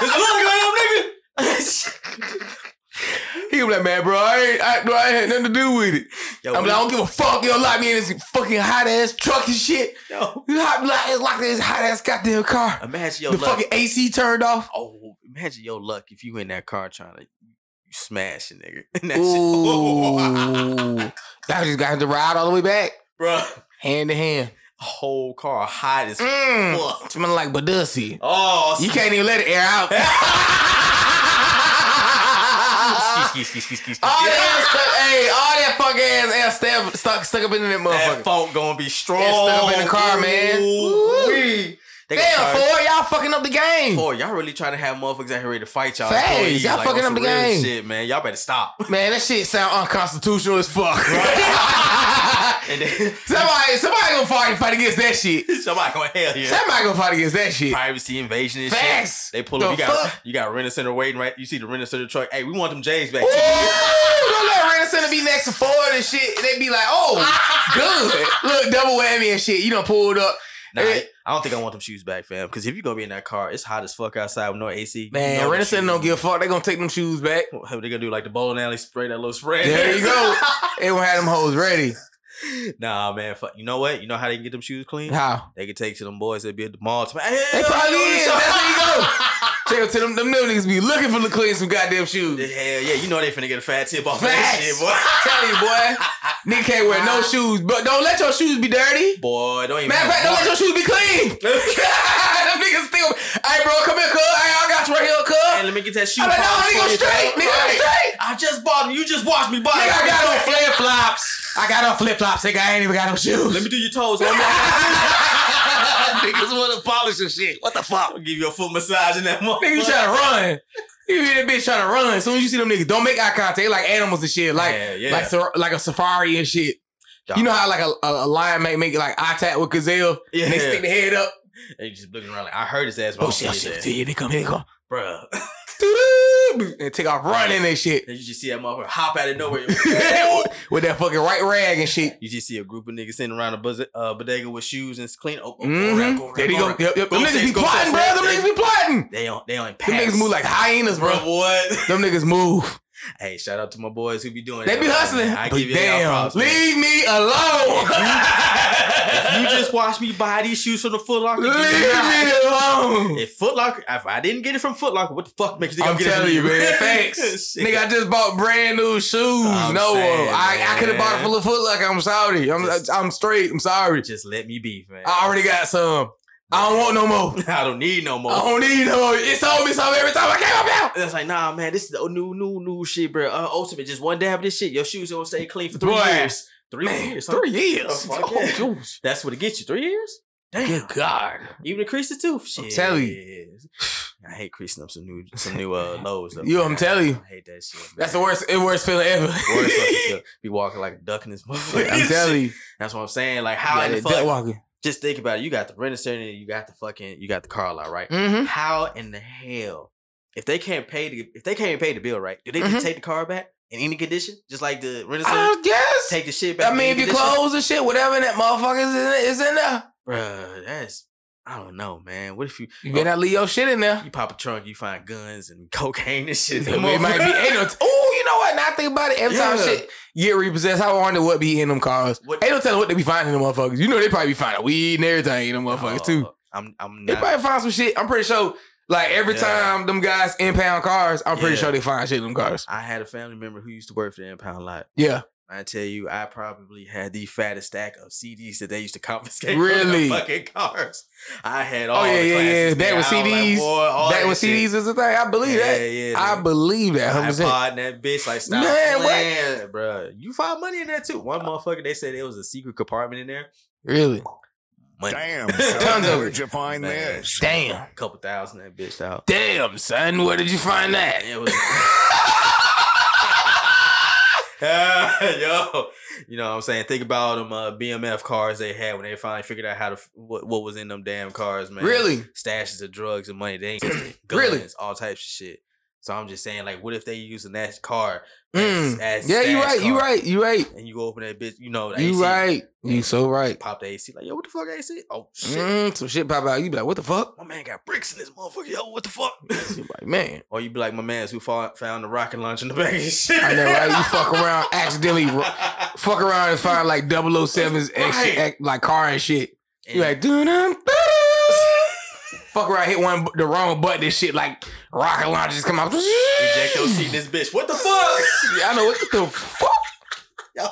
Speaker 3: There's a lot going on, nigga.
Speaker 2: He gonna be like, man, bro, I ain't, I, bro, I had nothing to do with it.
Speaker 3: Yo,
Speaker 2: I'm
Speaker 3: we-
Speaker 2: like, I don't give a fuck. You don't lock me in this fucking hot ass truck and shit.
Speaker 3: yo.
Speaker 2: You hot- lock- locked in this hot ass goddamn car.
Speaker 3: Imagine your
Speaker 2: the
Speaker 3: luck.
Speaker 2: fucking AC turned off.
Speaker 3: oh, imagine your luck if you in that car trying to you smash a nigga. And that
Speaker 2: Ooh.
Speaker 3: shit,
Speaker 2: I just got to ride all the way back,
Speaker 3: bro,
Speaker 2: hand to hand.
Speaker 3: whole car hot as
Speaker 2: Mm.
Speaker 3: fuck.
Speaker 2: Smelling like Badussi.
Speaker 3: Oh,
Speaker 2: You can't even let it air out.
Speaker 3: Ski,
Speaker 2: all
Speaker 3: ski, ski, ski, ski, ski.
Speaker 2: that ass stuck, hey, all that fucking ass ass stuck, stuck, stuck up in that
Speaker 3: That
Speaker 2: motherfucker.
Speaker 3: funk gonna be strong.
Speaker 2: It's stuck up in the car, man.
Speaker 3: Ooh-wee. They gonna
Speaker 2: Damn,
Speaker 3: charge-
Speaker 2: Ford, y'all fucking up the game.
Speaker 3: Boy, y'all really trying to have motherfuckers out here ready to fight y'all.
Speaker 2: Facts.
Speaker 3: employees,
Speaker 2: Y'all
Speaker 3: on
Speaker 2: fucking
Speaker 3: some
Speaker 2: up the
Speaker 3: real
Speaker 2: game.
Speaker 3: shit, man. Y'all better stop.
Speaker 2: Man, that shit sound unconstitutional as fuck.
Speaker 3: Right. and then
Speaker 2: somebody, somebody gonna fight, fight against that shit.
Speaker 3: somebody going hell yeah.
Speaker 2: Somebody gonna fight against that shit.
Speaker 3: Privacy invasion and shit.
Speaker 2: Facts.
Speaker 3: They pull
Speaker 2: The
Speaker 3: up. You got
Speaker 2: fuck?
Speaker 3: you got rent center waiting right. You see the rent center truck. Hey, we want them J's back.
Speaker 2: Ooh, don't let Rand Center be next to Ford and shit. They be like, oh, good. Look, double whammy and shit. You done pulled up.
Speaker 3: Nah,
Speaker 2: Eh.
Speaker 3: I don't think I want them shoes back, fam. Because if you gonna be in that car, it's hot as fuck outside with no AC. You
Speaker 2: Man,
Speaker 3: know
Speaker 2: Rand
Speaker 3: the
Speaker 2: Center don't
Speaker 3: shoes.
Speaker 2: give a fuck. They gonna take them shoes back.
Speaker 3: What are they gonna do? Like the bowling alley spray that little spray.
Speaker 2: There you go. They gonna have them hoes ready.
Speaker 3: Nah, man. Fuck. You know what? You know how they can get them shoes clean?
Speaker 2: How?
Speaker 3: They can take to them boys that be at the mall. To, hey,
Speaker 2: They probably is. That's where you go. Tell to them, them new niggas be looking for to clean some goddamn shoes.
Speaker 3: Hell yeah, you know they finna get a fat tip off that
Speaker 2: Facts.
Speaker 3: shit, boy.
Speaker 2: Tell you, boy. Nigga can't wear no shoes, but don't let your shoes be dirty.
Speaker 3: boy, don't even.
Speaker 2: Matter of fact, don't let your shoes be clean. Them niggas still. Hey, bro, come here, cuz. Hey, I got you right here,
Speaker 3: Hey,
Speaker 2: cuz.
Speaker 3: let me get that shoe.
Speaker 2: I'm like, no,
Speaker 3: polish
Speaker 2: nigga, I'm
Speaker 3: for you,
Speaker 2: straight.
Speaker 3: dog.
Speaker 2: Nigga, I'm
Speaker 3: Right.
Speaker 2: straight.
Speaker 3: I just bought them. You just watched me buy
Speaker 2: Nigga, I
Speaker 3: them.
Speaker 2: got on flip flops. I got on flip flops, nigga. I ain't even got no shoes.
Speaker 3: Let me do your toes one more time.
Speaker 2: niggas wanna polish your shit. What the fuck?
Speaker 3: I'll give you a foot massage in that motherfucker.
Speaker 2: Nigga, you trying to run. You hear that bitch trying to run. As soon as you see them niggas, don't make eye contact. They like animals and shit. Like,
Speaker 3: yeah, yeah.
Speaker 2: like, sa- like a safari and shit.
Speaker 3: Dog.
Speaker 2: You know how like a, a, a lion may make like eye contact with gazelle
Speaker 3: yeah.
Speaker 2: and they stick the head up.
Speaker 3: And you just looking around like I heard his ass. but I
Speaker 2: Oh
Speaker 3: don't
Speaker 2: shit!
Speaker 3: see
Speaker 2: Oh shit!
Speaker 3: his ass.
Speaker 2: Here they come! Here they come!
Speaker 3: Bruh.
Speaker 2: Doo-doo. and take off running and shit
Speaker 3: And you just see that motherfucker hop out of nowhere.
Speaker 2: with that fucking right rag and shit.
Speaker 3: you just see a group of niggas sitting around a buzz- uh, bodega with shoes and it's clean. Oh, oh, go
Speaker 2: Mm-hmm.
Speaker 3: around, go
Speaker 2: There
Speaker 3: around,
Speaker 2: you
Speaker 3: go
Speaker 2: go.
Speaker 3: around.
Speaker 2: Yep, yep. Them
Speaker 3: Go
Speaker 2: niggas
Speaker 3: six,
Speaker 2: be
Speaker 3: go
Speaker 2: plotting, bro.
Speaker 3: six,
Speaker 2: Them
Speaker 3: they-
Speaker 2: niggas be plotting.
Speaker 3: They on they on pass.
Speaker 2: Them niggas move like hyenas,
Speaker 3: bro.
Speaker 2: bro.
Speaker 3: What?
Speaker 2: Them niggas move.
Speaker 3: hey, shout out to my boys who be doing.
Speaker 2: They
Speaker 3: that,
Speaker 2: be
Speaker 3: man.
Speaker 2: hustling.
Speaker 3: I
Speaker 2: But
Speaker 3: give you
Speaker 2: damn,
Speaker 3: props. man.
Speaker 2: leave me alone.
Speaker 3: If you just watch me buy these shoes from the Foot Locker, you
Speaker 2: leave
Speaker 3: know,
Speaker 2: me alone.
Speaker 3: If Foot Locker, if I didn't get it from Foot Locker, what the fuck makes you think
Speaker 2: I'm
Speaker 3: I'm, getting
Speaker 2: telling
Speaker 3: it
Speaker 2: you,
Speaker 3: from
Speaker 2: man. Thanks,
Speaker 3: Shit.
Speaker 2: nigga. I just bought brand new shoes.
Speaker 3: I'm
Speaker 2: no,
Speaker 3: saying,
Speaker 2: I, I could have bought it
Speaker 3: man.
Speaker 2: for the foot like I'm sorry. I'm
Speaker 3: Just-
Speaker 2: I'm straight. I'm sorry.
Speaker 3: Just let me be, man.
Speaker 2: I already got some. I don't want no more.
Speaker 3: I don't need no more.
Speaker 2: I don't need no more. It's on me some every time I came up out.
Speaker 3: And it's like, nah, man, this is the new, new, new shit, bro. Uh, ultimate, just one dab of this shit. Your shoes gonna stay clean for three
Speaker 2: Boy.
Speaker 3: years. Three
Speaker 2: Man,
Speaker 3: years. huh?
Speaker 2: three years.
Speaker 3: The fuck,
Speaker 2: Oh,
Speaker 3: yeah.
Speaker 2: Jews.
Speaker 3: That's what it gets you. Three years?
Speaker 2: Good God.
Speaker 3: Even the creases too. Shit.
Speaker 2: telling
Speaker 3: I hate creasing up some new, some new uh, lows. Though.
Speaker 2: You, I'm telling you.
Speaker 3: I hate that shit. Man.
Speaker 2: That's the worst, the worst feeling ever.
Speaker 3: Worst fucking feel. Be walking like a duck in this motherfucker.
Speaker 2: I'm telling you.
Speaker 3: That's what I'm saying. Like, how in
Speaker 2: Yeah,
Speaker 3: the
Speaker 2: duck
Speaker 3: fuck?
Speaker 2: walking.
Speaker 3: Just think about it. You got the rent and you got the fucking, you got the car lot, right?
Speaker 2: Mm-hmm.
Speaker 3: How in the hell, if they can't pay the, if they can't pay the bill, right? Do they
Speaker 2: Mhm.
Speaker 3: just take the car back in any condition? Just like the rent
Speaker 2: I guess.
Speaker 3: take the shit back.
Speaker 2: I mean, if your clothes and shit, whatever in that motherfucker is in, is in there.
Speaker 3: Bruh, that's I don't know, man. What if you
Speaker 2: You better not leave your shit in there.
Speaker 3: you pop a trunk, you find guns and cocaine and shit?
Speaker 2: It might be ain't no. Oh, you know what? Now I think about it. Every time
Speaker 3: Yeah.
Speaker 2: shit get repossessed, I wonder what be in them cars.
Speaker 3: What-
Speaker 2: Ain't no telling what they be finding in them motherfuckers. You know they probably be finding weed and everything in them motherfuckers too.
Speaker 3: Oh, I'm I'm
Speaker 2: They
Speaker 3: not.
Speaker 2: probably find some shit. I'm pretty sure. Like every
Speaker 3: Yeah.
Speaker 2: time them guys impound cars, I'm pretty
Speaker 3: Yeah.
Speaker 2: sure they find shit in them cars.
Speaker 3: I had a family member who used to work for the impound lot.
Speaker 2: Yeah,
Speaker 3: I tell you, I probably had the fattest stack of CDs that they used to confiscate
Speaker 2: Really?
Speaker 3: from the fucking cars. I had
Speaker 2: Oh,
Speaker 3: all.
Speaker 2: yeah,
Speaker 3: the
Speaker 2: yeah, yeah.
Speaker 3: classics,
Speaker 2: Back
Speaker 3: man.
Speaker 2: with
Speaker 3: I was like,
Speaker 2: CDs.
Speaker 3: boy, all
Speaker 2: back
Speaker 3: that
Speaker 2: when
Speaker 3: shit.
Speaker 2: CDs is a thing, I believe
Speaker 3: yeah,
Speaker 2: that.
Speaker 3: Yeah,
Speaker 2: I
Speaker 3: nigga.
Speaker 2: believe that. Hundred percent.
Speaker 3: iPod and that bitch like stop
Speaker 2: Man, what?
Speaker 3: playing, bro. You find money in there too. One motherfucker they said there was a secret compartment in there.
Speaker 2: Really?
Speaker 3: Money.
Speaker 4: Damn,
Speaker 2: Tons
Speaker 4: son,
Speaker 2: of
Speaker 4: where'd
Speaker 2: it.
Speaker 4: you find
Speaker 3: Man.
Speaker 4: this?
Speaker 2: Damn.
Speaker 3: A couple thousand that bitch out.
Speaker 2: Damn, son. Where did you find that?
Speaker 3: It was yo, you know what I'm saying? Think about them uh, BMF cars they had when they finally figured out how to what, what was in them damn cars, man.
Speaker 2: Really?
Speaker 3: stashes of drugs and money. They ain't guns,
Speaker 2: Really?
Speaker 3: all types of shit. So I'm just saying, like, what if they using that car?
Speaker 2: Mm.
Speaker 3: as-
Speaker 2: Yeah, you
Speaker 3: stash
Speaker 2: right. You
Speaker 3: car,
Speaker 2: right. You right.
Speaker 3: And you go open that bitch, you know, the
Speaker 2: You
Speaker 3: AC,
Speaker 2: right. You so right.
Speaker 3: Pop the AC, like, yo, what the fuck AC? Oh shit,
Speaker 2: Mm, some shit pop out. You be like, what the fuck?
Speaker 3: my man got bricks in this motherfucker. Yo, what the fuck?
Speaker 2: You like, man,
Speaker 3: or you be like, my man's who fought, found the rocket launch in the bag of shit.
Speaker 2: I know, right? You fuck around, accidentally ro- fuck around and find like 007's ex-
Speaker 3: Right.
Speaker 2: ex- like car and shit. You like,
Speaker 3: And-
Speaker 2: dun dun dun. Fuck around, hit one bu- the wrong button. This shit like rocket launches come out.
Speaker 3: Eject your seat in this bitch. What the fuck?
Speaker 2: Yeah, I know what the fuck.
Speaker 3: Yo,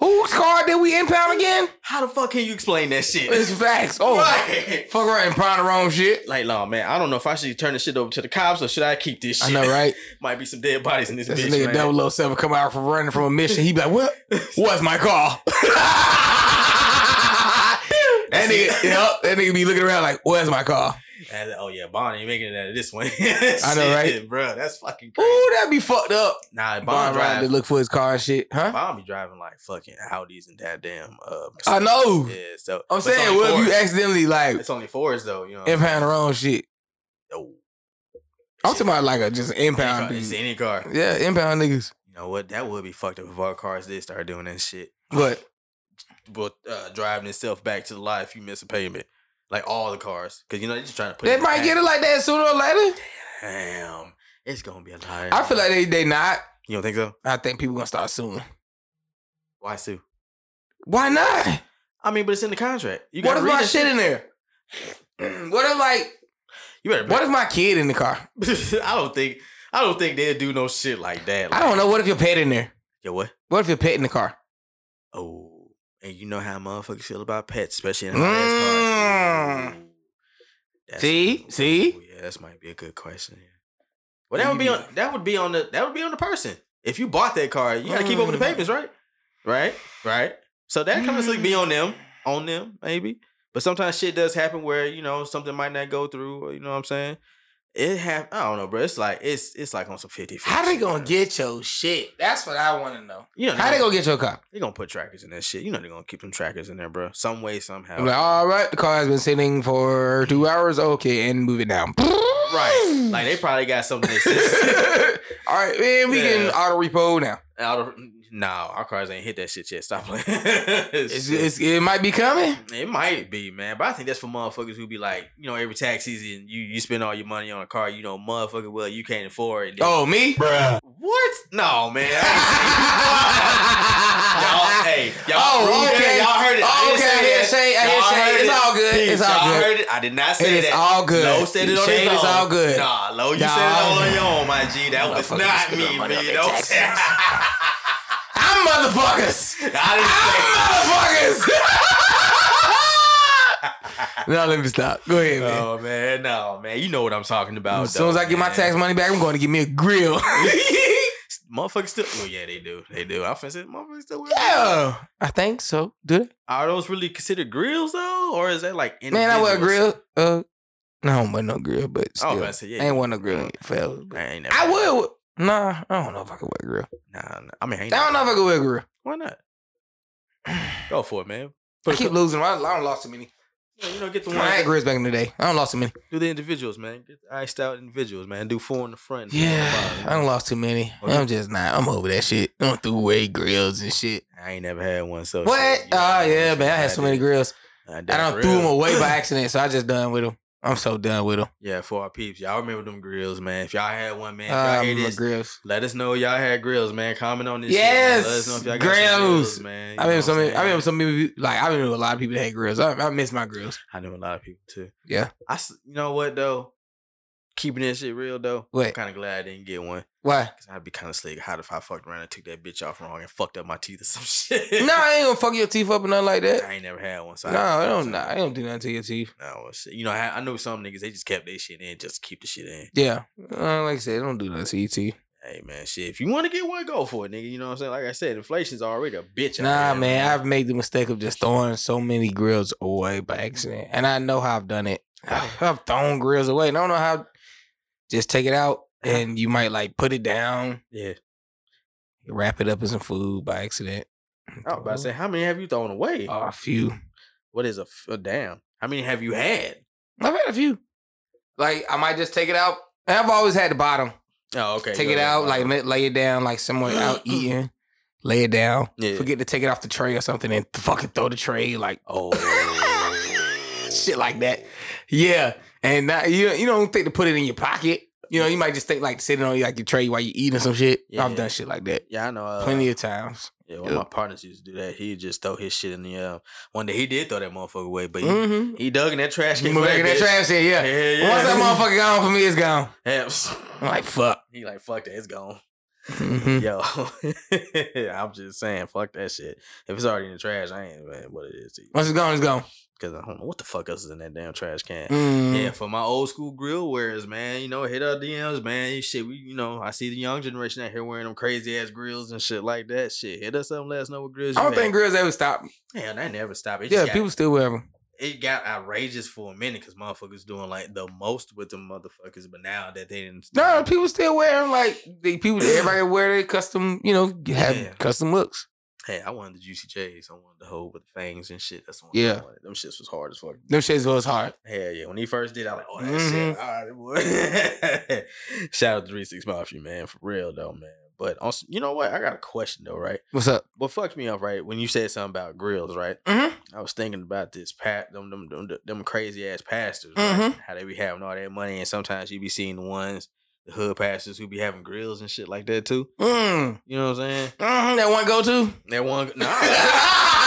Speaker 2: Whose car did we impound again?
Speaker 3: how the fuck can you explain that shit?
Speaker 2: It's facts. Oh,
Speaker 3: Right.
Speaker 2: fuck around and pound the wrong shit.
Speaker 3: Like, nah, man, I don't know if I should turn this shit over to the cops or should I keep this shit?
Speaker 2: I know, right?
Speaker 3: Might be some dead bodies in this
Speaker 2: This
Speaker 3: bitch.
Speaker 2: nigga
Speaker 3: man.
Speaker 2: 007 come out from running from a mission. He be like, what? What's my car? that nigga, yup, that nigga be looking around like, where's my car?
Speaker 3: And, oh yeah, Bond ain't making it out of this one.
Speaker 2: I know, right?
Speaker 3: bro? That's fucking crazy.
Speaker 2: Ooh, that'd be fucked up.
Speaker 3: Nah, Bond,
Speaker 2: Bond riding
Speaker 3: drive.
Speaker 2: to look for his car and shit, huh?
Speaker 3: Bond be driving like fucking Audis and that damn. Uh,
Speaker 2: I know.
Speaker 3: Yeah, so but
Speaker 2: I'm
Speaker 3: it's
Speaker 2: saying,
Speaker 3: only
Speaker 2: what if you
Speaker 3: fours.
Speaker 2: accidentally like
Speaker 3: It's only fours though. You know. what I'm
Speaker 2: impound the wrong shit?
Speaker 3: saying?
Speaker 2: I'm talking about like a just
Speaker 3: Oh,
Speaker 2: impound.
Speaker 3: it's
Speaker 2: dude.
Speaker 3: any car.
Speaker 2: Yeah, impound niggas.
Speaker 3: You know what? That would be fucked up if our cars did start doing that shit.
Speaker 2: But
Speaker 3: But uh, driving itself back to the life, you miss a payment. Like all the cars, because you know they're just trying to put.
Speaker 2: they
Speaker 3: in the
Speaker 2: might get it
Speaker 3: bank.
Speaker 2: like that sooner or later.
Speaker 3: Damn, it's gonna be a lot.
Speaker 2: I feel like they they not.
Speaker 3: you don't think so.
Speaker 2: I think people gonna start suing.
Speaker 3: Why sue?
Speaker 2: Why not?
Speaker 3: I mean, but it's in the contract. You
Speaker 2: what
Speaker 3: gotta
Speaker 2: if
Speaker 3: read
Speaker 2: my
Speaker 3: that
Speaker 2: shit in there? what if like
Speaker 3: You better.
Speaker 2: what if my kid in the car?
Speaker 3: I don't think. I don't think they'll do no shit like that.
Speaker 2: I
Speaker 3: Like,
Speaker 2: don't know. What if your pet in there?
Speaker 3: Yo, what?
Speaker 2: What if your pet in the car?
Speaker 3: Oh, and you know how motherfuckers feel about pets, especially in high-ass cars.
Speaker 2: Mm.
Speaker 3: Ooh. That's-
Speaker 2: See?
Speaker 3: ooh,
Speaker 2: See?
Speaker 3: yeah, that's might be a good question. yeah. Well, that would be on. That would be on the. That would be on the person. If you bought that car, you got to keep up with the
Speaker 2: Mm.
Speaker 3: payments, right? Right, right. So that comes like
Speaker 2: Mm.
Speaker 3: be on them, on them, maybe. But sometimes shit does happen where you know something might not go through. Or, you know what I'm saying? It have. I don't know, bro. It's like it's it's like on some fifty.
Speaker 2: How they gonna get your shit? That's what I want to know.
Speaker 3: You know
Speaker 2: How they gonna get your car?
Speaker 3: They gonna put trackers in that shit. You know they gonna keep them trackers in there, bro. Some way, somehow.
Speaker 2: I'm like, all right, the car has been sitting for two hours. Okay, and move it down.
Speaker 3: right. Like they probably got something they said.
Speaker 2: All right, man, we can
Speaker 3: Yeah.
Speaker 2: auto repo now.
Speaker 3: out of no, our cars ain't hit that shit yet. Stop playing. Shit.
Speaker 2: It's, it's, it might be coming.
Speaker 3: it might be, man, but I think that's for motherfuckers who be like, you know, every tax season you you spend all your money on a car, you know, motherfucker, well, you can't afford it.
Speaker 2: Oh, me?
Speaker 3: What? No, man. y'all, hey, y'all,
Speaker 2: Oh,
Speaker 3: yeah,
Speaker 2: okay.
Speaker 3: y'all heard it. I
Speaker 2: Oh,
Speaker 3: didn't
Speaker 2: okay. I
Speaker 3: say
Speaker 2: didn't
Speaker 3: that.
Speaker 2: say- I didn't
Speaker 3: Y'all
Speaker 2: say-
Speaker 3: heard
Speaker 2: it's
Speaker 3: it.
Speaker 2: all good. It's all
Speaker 3: y'all
Speaker 2: good.
Speaker 3: heard it. I did not say
Speaker 2: It
Speaker 3: that.
Speaker 2: is all good.
Speaker 3: No, said it on
Speaker 2: Shade
Speaker 3: his own.
Speaker 2: is all good.
Speaker 3: Nah, Lo, you
Speaker 2: Nah,
Speaker 3: said it all
Speaker 2: I-
Speaker 3: on your own, my G. That was
Speaker 2: Motherfuckers
Speaker 3: not
Speaker 2: spend
Speaker 3: me,
Speaker 2: their money on
Speaker 3: man.
Speaker 2: their
Speaker 3: Don't
Speaker 2: taxes.
Speaker 3: say I
Speaker 2: I'm motherfuckers.
Speaker 3: didn't
Speaker 2: I'm
Speaker 3: say
Speaker 2: motherfuckers. no, let me stop. Go ahead, man.
Speaker 3: Oh man, no man, you know what I'm talking about.
Speaker 2: as soon as I get my tax money back, I'm going to get me a grill.
Speaker 3: money, motherfuckers still. Oh yeah, they do, they do. I'm finna say, motherfuckers still. wear-
Speaker 2: yeah, I think so. Do they?
Speaker 3: Are those really considered grills though, or is that like
Speaker 2: Man, I wear a
Speaker 3: individuals?
Speaker 2: grill. Uh, no, I don't wear no grill, but still,
Speaker 3: I was about to say, yeah,
Speaker 2: I ain't
Speaker 3: you-
Speaker 2: wear no grill in forever. but-
Speaker 3: I ain't never.
Speaker 2: I would. Nah, I don't know if I could wear a grill.
Speaker 3: Nah, nah. I mean,
Speaker 2: I
Speaker 3: I, ain't
Speaker 2: don't know if I could wear a grill.
Speaker 3: Why not? Go for it,
Speaker 2: I
Speaker 3: man. Put a
Speaker 2: keep
Speaker 3: couple-
Speaker 2: losing. I I don't lost too many.
Speaker 3: you know, get the
Speaker 2: I had
Speaker 3: one.
Speaker 2: grills back in the day. I don't lost too many.
Speaker 3: Do the individuals, man. Get the iced out individuals, man. Do four in the front. four in the
Speaker 2: Yeah, Oh, I
Speaker 3: bottom.
Speaker 2: done lost too many.
Speaker 3: Okay.
Speaker 2: I'm just not. I'm over that shit. I'm through away grills and shit.
Speaker 3: I ain't never had one. So
Speaker 2: What? Oh yeah, man. I had so many grills.
Speaker 3: I,
Speaker 2: I done threw them away by accident, so I just done with them. I'm so done with them.
Speaker 3: Yeah, for our peeps, y'all remember them grills, man. If y'all had one, man. If y'all
Speaker 2: Um,
Speaker 3: hear this,
Speaker 2: grills.
Speaker 3: let us know y'all had grills, man. Comment on this.
Speaker 2: Yes,
Speaker 3: shit, man. Let us know if y'all got some
Speaker 2: grills.
Speaker 3: grills, man. You
Speaker 2: I
Speaker 3: know
Speaker 2: remember
Speaker 3: what
Speaker 2: some.
Speaker 3: I'm
Speaker 2: I
Speaker 3: saying?
Speaker 2: remember some people. Like I remember a lot of people that had grills. I, I miss my grills.
Speaker 3: I know a lot of people too.
Speaker 2: Yeah.
Speaker 3: I. s- You know what though? Keeping that shit real though. I'm
Speaker 2: What?
Speaker 3: kind of glad I didn't get one.
Speaker 2: Why?
Speaker 3: Cause I'd be kind of slick. How if I fucked around and took that bitch off wrong and fucked up my teeth or some shit?
Speaker 2: no, I ain't gonna fuck your teeth up or nothing like that.
Speaker 3: I ain't never had one. So
Speaker 2: No, I don't.
Speaker 3: so-
Speaker 2: I don't do nothing to your teeth.
Speaker 3: No, well, shit. you know, I, I know some niggas they just kept their shit in, just keep the shit in.
Speaker 2: Yeah, uh, like I said, I don't do nothing to your teeth.
Speaker 3: Hey man, shit. If you want to get one, go for it, nigga. You know what I'm saying? Like I said, inflation's already a bitch. out
Speaker 2: Nah,
Speaker 3: here,
Speaker 2: man, I've made the mistake of just throwing so many grills away
Speaker 3: Mm-hmm.
Speaker 2: by accident, and I know how I've done it. I've thrown grills away, and I don't know how. Just take it out, and you might like put it down,
Speaker 3: yeah.
Speaker 2: wrap it up in some food by accident.
Speaker 3: I was about to say, how many have you thrown away?
Speaker 2: Oh, a few.
Speaker 3: what is a, f- a damn? How many have you had?
Speaker 2: I've had a few. Like I might just take it out. And I've always had the bottom.
Speaker 3: Oh, okay.
Speaker 2: take
Speaker 3: you
Speaker 2: it
Speaker 3: know,
Speaker 2: out, like
Speaker 3: wow.
Speaker 2: lay, lay it down, like somewhere out eating. Lay it down.
Speaker 3: Yeah.
Speaker 2: Forget to take it off the tray or something, and fucking throw the tray like
Speaker 3: oh,
Speaker 2: shit like that. Yeah, and now, you you don't think to put it in your pocket. You know, you might just think like sitting on like your tray while you eating some shit.
Speaker 3: Yeah.
Speaker 2: I've done shit like that
Speaker 3: Yeah, I know. Uh,
Speaker 2: plenty of times.
Speaker 3: Yeah, one
Speaker 2: Yeah.
Speaker 3: of my partners used to do that. He'd just throw his shit in the uh, one day. He did throw that motherfucker away, but he,
Speaker 2: Mm-hmm.
Speaker 3: he dug in that trash can.
Speaker 2: Move
Speaker 3: for
Speaker 2: back in that
Speaker 3: bitch.
Speaker 2: trash can, yeah.
Speaker 3: Yeah, yeah.
Speaker 2: Once that motherfucker gone for me, it's gone.
Speaker 3: motherfucker,
Speaker 2: I'm like fuck.
Speaker 3: he like fuck that, it's gone.
Speaker 2: Mhm.
Speaker 3: Yo, I'm just saying, fuck that shit. If it's already in the trash, I ain't man, what it is to you.
Speaker 2: Once it's gone, it's gone.
Speaker 3: Because I don't know what the fuck else is in that damn trash can.
Speaker 2: Mm.
Speaker 3: Yeah, for my old school grill wearers, man, you know, hit our DMs, man. You Shit, we, you know, I see the young generation out here wearing them crazy ass grills and shit like that. Shit, hit us up, and let us know what grills.
Speaker 2: I don't
Speaker 3: you
Speaker 2: think grills ever stop.
Speaker 3: had. Hell, that never stopped. It
Speaker 2: Yeah,
Speaker 3: just got-
Speaker 2: people still wear them.
Speaker 3: it got outrageous for a minute because motherfuckers doing like the most with them motherfuckers, but now that they didn't.
Speaker 2: No, people still wear them. Like the people, everybody wear their custom. You know, have
Speaker 3: Yeah.
Speaker 2: custom looks.
Speaker 3: Hey, I wanted the juicy J's. I wanted the hoe with the fangs and shit. That's the one
Speaker 2: Yeah.
Speaker 3: I wanted. Them shits was hard as fuck.
Speaker 2: Them shades was hard.
Speaker 3: Hell yeah. When he first did, I was like, oh, that
Speaker 2: Mhm.
Speaker 3: shit. All right, boy. Shout out to 36 Mafia, man. For real, though, man. But also, you know what? I got a question, though, right?
Speaker 2: What's up?
Speaker 3: What fucked me up, right? When you said something about grills, right?
Speaker 2: Mm-hmm.
Speaker 3: I was thinking about this pat them them them, them crazy ass pastors, right?
Speaker 2: Mhm.
Speaker 3: how they be having all that money, and sometimes you be seeing the ones the hood pastors who be having grills and shit like that too.
Speaker 2: Mm.
Speaker 3: You know what I'm saying?
Speaker 2: Mm-hmm. That one go to.
Speaker 3: That one, nah,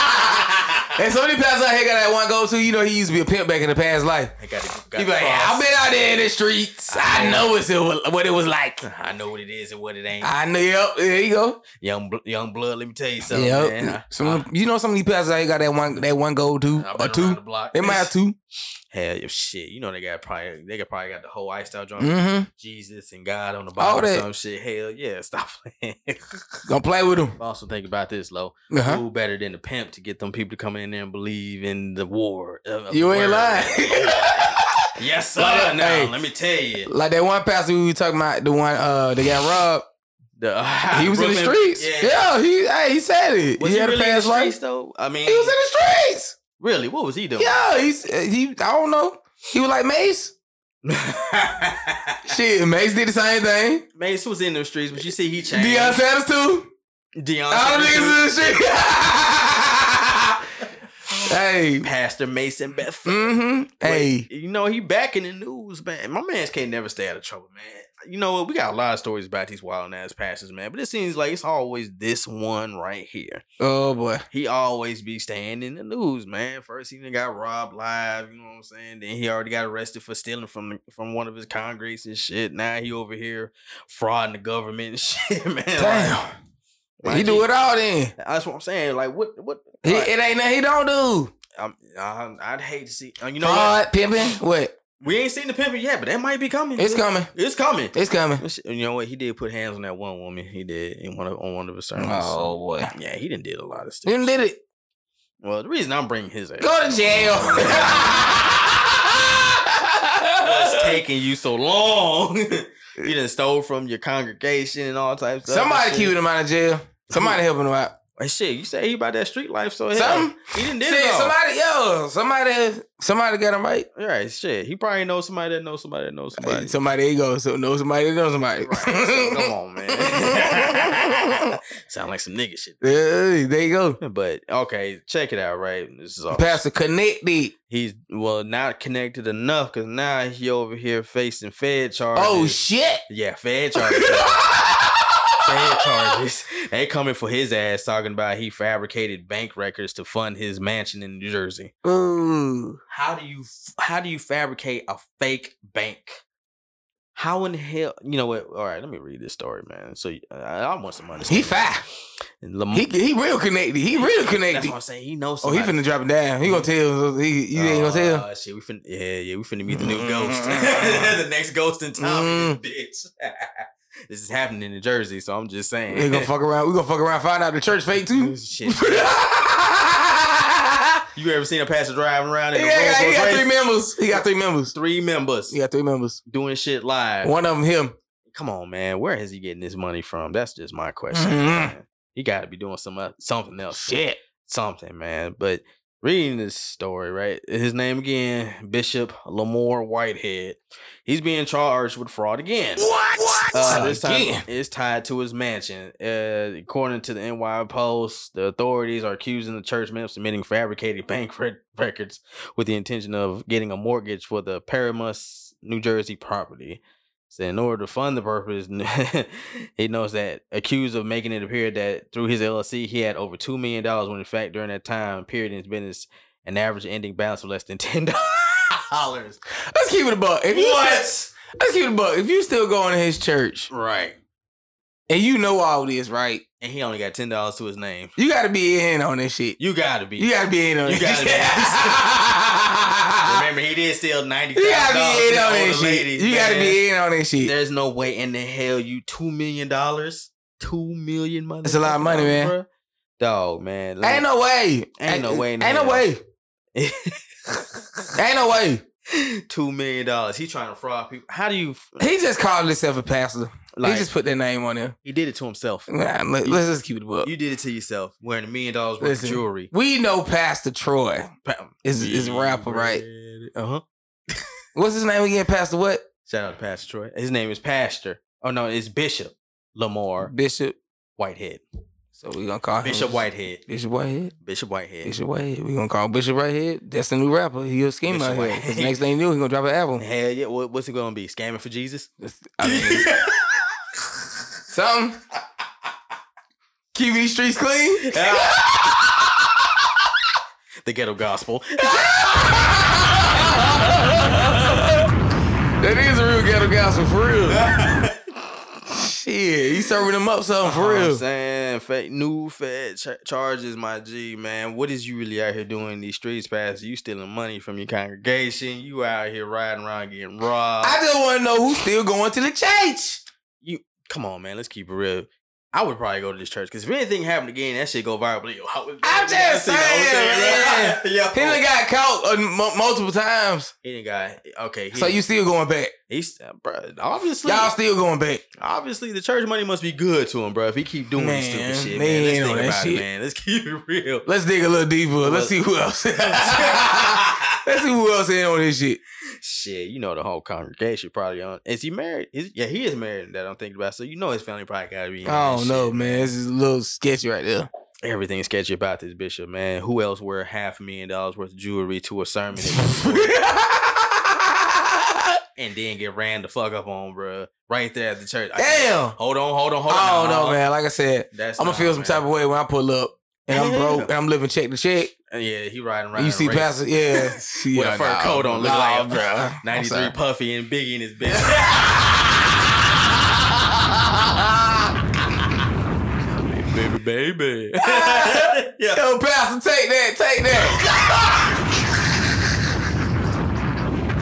Speaker 2: And so many pastors out here got that one go to. You know, he used to be a pimp back in the past life.
Speaker 3: I got to
Speaker 2: He be like, I've been out there in the streets. I know what's it, what it was like.
Speaker 3: I know what it is and what it ain't.
Speaker 2: I know. Yep. There you go.
Speaker 3: young bl- young blood, let me tell you something.
Speaker 2: yep.
Speaker 3: man. I-
Speaker 2: Some,
Speaker 3: I-
Speaker 2: of them- you know, some of these pastors out here got that one that one go to
Speaker 3: I've
Speaker 2: or
Speaker 3: been around
Speaker 2: two.
Speaker 3: the block.
Speaker 2: They might have two.
Speaker 3: Hell, if shit, you know they got probably they got probably got the whole ice out joint,
Speaker 2: Mm-hmm.
Speaker 3: Jesus and God on the bottom, or
Speaker 2: that.
Speaker 3: some shit. Hell yeah, stop playing.
Speaker 2: Gonna play with them.
Speaker 3: also think about this, low.
Speaker 2: Uh-huh.
Speaker 3: who better than the pimp to get them people to come in there and believe in the war? uh, of- of
Speaker 2: You
Speaker 3: the
Speaker 2: ain't
Speaker 3: word.
Speaker 2: lying.
Speaker 3: yes, sir.
Speaker 2: Like,
Speaker 3: now
Speaker 2: hey.
Speaker 3: let me tell you,
Speaker 2: like that one pastor we were talking about, the one uh that got robbed.
Speaker 3: the,
Speaker 2: He was in the
Speaker 3: Brooklyn-
Speaker 2: streets. Yeah, he hey, he said it.
Speaker 3: Was
Speaker 2: he,
Speaker 3: he,
Speaker 2: had
Speaker 3: really
Speaker 2: a past
Speaker 3: in the
Speaker 2: life.
Speaker 3: streets though? I mean,
Speaker 2: He was in the streets.
Speaker 3: really?
Speaker 2: uh,
Speaker 3: What was he doing?
Speaker 2: Yeah, he's he. I don't know. He was like Mace. Shit, Mace did the same thing.
Speaker 3: Mace was in the streets, but you see he changed.
Speaker 2: Deion Sanders too.
Speaker 3: Deion
Speaker 2: All them
Speaker 3: Sanders too.
Speaker 2: niggas in the street. hey.
Speaker 3: Pastor Mason Bethel.
Speaker 2: Mm-hmm. Hey.
Speaker 3: You know, he back in the news, man. My man's can't never stay out of trouble, man. You know what? We got a lot of stories about these wild ass passes, man. But it seems like it's always this one right here.
Speaker 2: Oh boy.
Speaker 3: He always be staying in the news, man. First he done got robbed live, you know what I'm saying? Then he already got arrested for stealing from from one of his congregates and shit. Now he over here frauding the government and shit, man. Like,
Speaker 2: Damn.
Speaker 3: like,
Speaker 2: he do it all then.
Speaker 3: That's what I'm saying. Like what what
Speaker 2: He,
Speaker 3: like,
Speaker 2: it ain't nothing he don't do.
Speaker 3: I'm, I, I'd hate to see. uh, you know
Speaker 2: Fraud,
Speaker 3: what?
Speaker 2: pimping, what?
Speaker 3: We ain't seen the pimping yet, but that might be coming.
Speaker 2: It's coming.
Speaker 3: It's coming.
Speaker 2: It's coming.
Speaker 3: And shit- and You know what? He did put hands on that one woman. He did in one of on one of his sermons.
Speaker 2: Oh boy.
Speaker 3: Yeah, he didn't did a lot of stuff.
Speaker 2: Then did it.
Speaker 3: Well, the reason I'm bringing his ass
Speaker 2: Go to jail.
Speaker 3: What's taking you so long. you done stole from your congregation and all types. of
Speaker 2: Somebody
Speaker 3: other shit.
Speaker 2: keeping him out of jail. Somebody helping him out.
Speaker 3: Hey, shit, you say he about that street life, so hell,
Speaker 2: Some-
Speaker 3: he didn't did
Speaker 2: Shit,
Speaker 3: it all.
Speaker 2: somebody, yo, somebody, somebody got him right.
Speaker 3: All right, shit, he probably knows somebody that knows somebody that knows somebody.
Speaker 2: Hey, somebody, there you go. So know somebody, that know somebody.
Speaker 3: Right, so come on, man. Sound like some nigga shit.
Speaker 2: Hey, there you go.
Speaker 3: But okay, check it out. Right, this is all.
Speaker 2: Pastor connected.
Speaker 3: He's well not connected enough because now he over here facing Fed charges.
Speaker 2: Oh shit.
Speaker 3: yeah, Fed charges. Fed charges. They coming for his ass talking about he fabricated bank records to fund his mansion in New Jersey.
Speaker 2: Ooh.
Speaker 3: How do you how do you fabricate a fake bank? How in the hell you know what? All right, let me read this story, man. So uh, I want some money.
Speaker 2: He fat.
Speaker 3: Lam-
Speaker 2: He he real connected. He real
Speaker 3: That's
Speaker 2: connected.
Speaker 3: what I'm saying. He knows.
Speaker 2: Oh, he
Speaker 3: somebody.
Speaker 2: finna drop it down. He gonna tell. He, you ain't gonna tell.
Speaker 3: Uh, shit, we finna, yeah, yeah, we finna meet the new ghost. the next ghost in town, this bitch. this is happening in New Jersey, so I'm just saying.
Speaker 2: They gonna fuck around. We gonna fuck around. Find out the church fake too.
Speaker 3: Shit.
Speaker 2: he
Speaker 3: You ever seen a pastor driving around in a
Speaker 2: got, he
Speaker 3: Rolls
Speaker 2: got
Speaker 3: Royce?
Speaker 2: three
Speaker 3: Three,
Speaker 2: members. He got three members.
Speaker 3: members
Speaker 2: He got three members.
Speaker 3: doing shit live.
Speaker 2: One of them him.
Speaker 3: Come on, man. Where is he getting this money from? That's just my question.
Speaker 2: Mhm.
Speaker 3: man. He got to be doing some oth- something else.
Speaker 2: Oh, Shit.
Speaker 3: something, man. But reading this story, right? His name again, Bishop Lamore Whitehead. He's being charged with fraud again.
Speaker 2: What? What?
Speaker 3: Uh, this time
Speaker 2: Again.
Speaker 3: it's tied to his mansion. Uh, according to the NY Post, the authorities are accusing the church member of submitting fabricated bank re- records with the intention of getting a mortgage for the Paramus, New Jersey property. So in order to fund the purpose, he knows that accused of making it appear that through his LLC he had over two million dollars when in fact during that time period in his business an average ending balance of less than ten dollars.
Speaker 2: Let's keep it a buck. If you let's keep it a buck. If you still going to his church
Speaker 3: Right.
Speaker 2: and you know all this, right?
Speaker 3: And he only got ten dollars to his name.
Speaker 2: You gotta be in on this shit.
Speaker 3: You gotta be.
Speaker 2: You gotta be in on
Speaker 3: You
Speaker 2: this
Speaker 3: gotta
Speaker 2: shit.
Speaker 3: be. Remember, he did steal ninety
Speaker 2: You
Speaker 3: thousand
Speaker 2: gotta be in on
Speaker 3: dollars
Speaker 2: this
Speaker 3: from the
Speaker 2: shit.
Speaker 3: ladies.
Speaker 2: You gotta
Speaker 3: man.
Speaker 2: be in on this shit.
Speaker 3: There's no way in the hell you two million dollars, two million money.
Speaker 2: That's a lot of money, man.
Speaker 3: Dog, man.
Speaker 2: Ain't no way.
Speaker 3: Ain't no way in
Speaker 2: Ain't no
Speaker 3: hell.
Speaker 2: way. Ain't no way.
Speaker 3: two million dollars. He trying to fraud people. How do you f-
Speaker 2: He just called himself a pastor.
Speaker 3: like?
Speaker 2: he
Speaker 3: He,
Speaker 2: just put that name on him.
Speaker 3: did it to himself.
Speaker 2: Nah, let, us just keep it up.
Speaker 3: You did it to yourself, wearing a million dollars worth
Speaker 2: Listen.
Speaker 3: of jewelry.
Speaker 2: We know Pastor Troy is is a rapper, right?
Speaker 3: Uh huh.
Speaker 2: What's his name again? Pastor what?
Speaker 3: Shout out to Pastor Troy. His name is Pastor. Oh no, it's Bishop Lamar
Speaker 2: Bishop.
Speaker 3: Whitehead.
Speaker 2: So we gonna call him
Speaker 3: Bishop Whitehead.
Speaker 2: Bishop Whitehead.
Speaker 3: Bishop Whitehead.
Speaker 2: Uh-huh. Bishop Whitehead. We gonna call Bishop Whitehead. That's the new rapper. He a scheme
Speaker 3: Bishop
Speaker 2: out here.
Speaker 3: Whitehead.
Speaker 2: 'Cause Next thing you know, he gonna drop an album.
Speaker 3: Hell yeah! What, what's it gonna be? Scamming for Jesus?
Speaker 2: I mean, something. Keep these streets clean.
Speaker 3: the ghetto gospel.
Speaker 2: That is a real ghetto gospel for real. Shit, he serving them up something for
Speaker 3: I'm
Speaker 2: real.
Speaker 3: saying fake new fed ch- charges, my G man. What is you really out here doing in these streets, Pastor? You stealing money from your congregation? You out here riding around getting robbed?
Speaker 2: I just want to know who's still going to the church.
Speaker 3: Come on, man. Let's keep it real. I would probably go to this church because if anything happened again, that shit go viral. But, yo, I would-
Speaker 2: I'm just
Speaker 3: I seen the whole
Speaker 2: saying,
Speaker 3: thing, right?
Speaker 2: He
Speaker 3: Yo.
Speaker 2: done got caught uh, mu- multiple times.
Speaker 3: He done got okay. He,
Speaker 2: So you still going back?
Speaker 3: he's bro, obviously
Speaker 2: Y'all still going back?
Speaker 3: Obviously, the church money must be good to him, bro. If he keep doing this
Speaker 2: Man,
Speaker 3: stupid
Speaker 2: they
Speaker 3: shit, man. Let's
Speaker 2: ain't
Speaker 3: think
Speaker 2: on that
Speaker 3: about
Speaker 2: shit.
Speaker 3: it, man. Let's keep it real.
Speaker 2: Let's dig a little deeper. Let's see who else. Let's see who else in on this shit.
Speaker 3: Shit, you know the whole congregation probably on. Is he married? Is, yeah, he is married. That I'm thinking about. So you know his family probably gotta be. in
Speaker 2: I
Speaker 3: that
Speaker 2: don't
Speaker 3: shit,
Speaker 2: know, Oh, man. This is a little sketchy right there.
Speaker 3: Everything sketchy about this bishop, man. Who else wear half a million dollars worth of jewelry to a sermon and-
Speaker 2: Damn.
Speaker 3: and then get ran the fuck up on, bruh? Right there at the church. I can't- Hold on, hold on, hold on.
Speaker 2: I don't
Speaker 3: Nah,
Speaker 2: know, man. Like I said,
Speaker 3: That's
Speaker 2: I'm gonna
Speaker 3: nah,
Speaker 2: feel some
Speaker 3: man.
Speaker 2: type of way when I pull up and I'm
Speaker 3: Yeah.
Speaker 2: broke and I'm living check to check.
Speaker 3: Yeah, he riding
Speaker 2: And
Speaker 3: around.
Speaker 2: you
Speaker 3: in
Speaker 2: see
Speaker 3: race
Speaker 2: Pastor, yeah, see,
Speaker 3: with a fur coat on, looking like a
Speaker 2: bruh.
Speaker 3: ninety three Puffy and Biggie in his bitch. baby, baby. yeah.
Speaker 2: Yo, Pastor, take that, take that.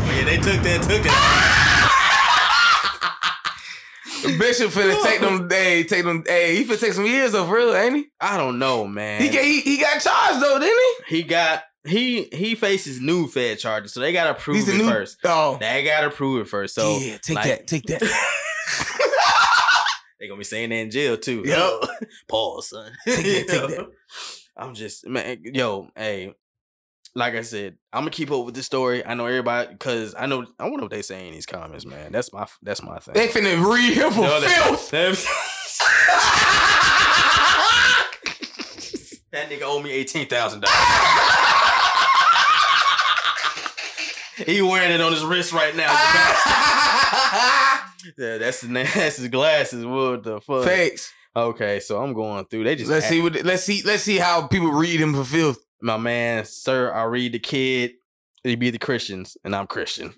Speaker 3: yeah, they took that, took that.
Speaker 2: Bishop finna take them, hey, take them, hey, he finna take some years off, real, ain't he?
Speaker 3: I don't know, man.
Speaker 2: He, get, he? he got charged though, didn't he?
Speaker 3: He got he he faces new Fed charges, so they gotta prove
Speaker 2: He's
Speaker 3: it
Speaker 2: a new.
Speaker 3: first.
Speaker 2: Oh,
Speaker 3: They gotta prove it first. So
Speaker 2: yeah, take
Speaker 3: like-
Speaker 2: that, take that.
Speaker 3: they gonna be saying that in jail too.
Speaker 2: Yup.
Speaker 3: Pause, son.
Speaker 2: Take that, take that.
Speaker 3: I'm just man, yo, hey. Like I said, I'm gonna keep up with the story. I know everybody because I know I wonder what they say in these comments, man. That's my that's my thing.
Speaker 2: They finna read him for
Speaker 3: No, they-
Speaker 2: filth.
Speaker 3: that nigga owed me eighteen thousand dollars. He wearing it on his wrist right now. yeah, that's his that's his glasses. What the fuck?
Speaker 2: Facts.
Speaker 3: Okay, so I'm going through. They just
Speaker 2: Let's
Speaker 3: act-
Speaker 2: see what. Let's see. Let's see how people read him for filth.
Speaker 3: my man, sir. I read the kid. He be the Christians, and I'm Christian.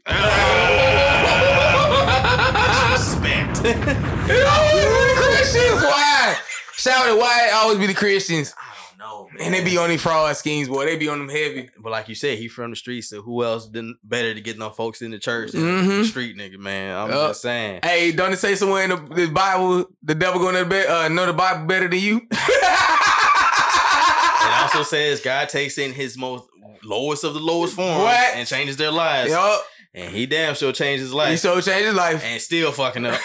Speaker 3: Respect.
Speaker 2: It always be the Christians. Why? Shout it. Why it always be the Christians?
Speaker 3: I don't know, man.
Speaker 2: And they be on these fraud schemes, boy. They be on them heavy.
Speaker 3: but like you said, he from the streets, so who else did better to get no folks in the church than
Speaker 2: Mhm.
Speaker 3: the street nigga, man? I'm
Speaker 2: Yup.
Speaker 3: just saying.
Speaker 2: Hey, don't it say somewhere in the, the Bible the devil gonna be, uh, know the Bible better than you?
Speaker 3: It also says God takes in his most lowest of the lowest forms
Speaker 2: What?
Speaker 3: and changes their lives.
Speaker 2: Yup.
Speaker 3: And he damn sure changed his
Speaker 2: He
Speaker 3: life
Speaker 2: so changed his life.
Speaker 3: and still fucking up.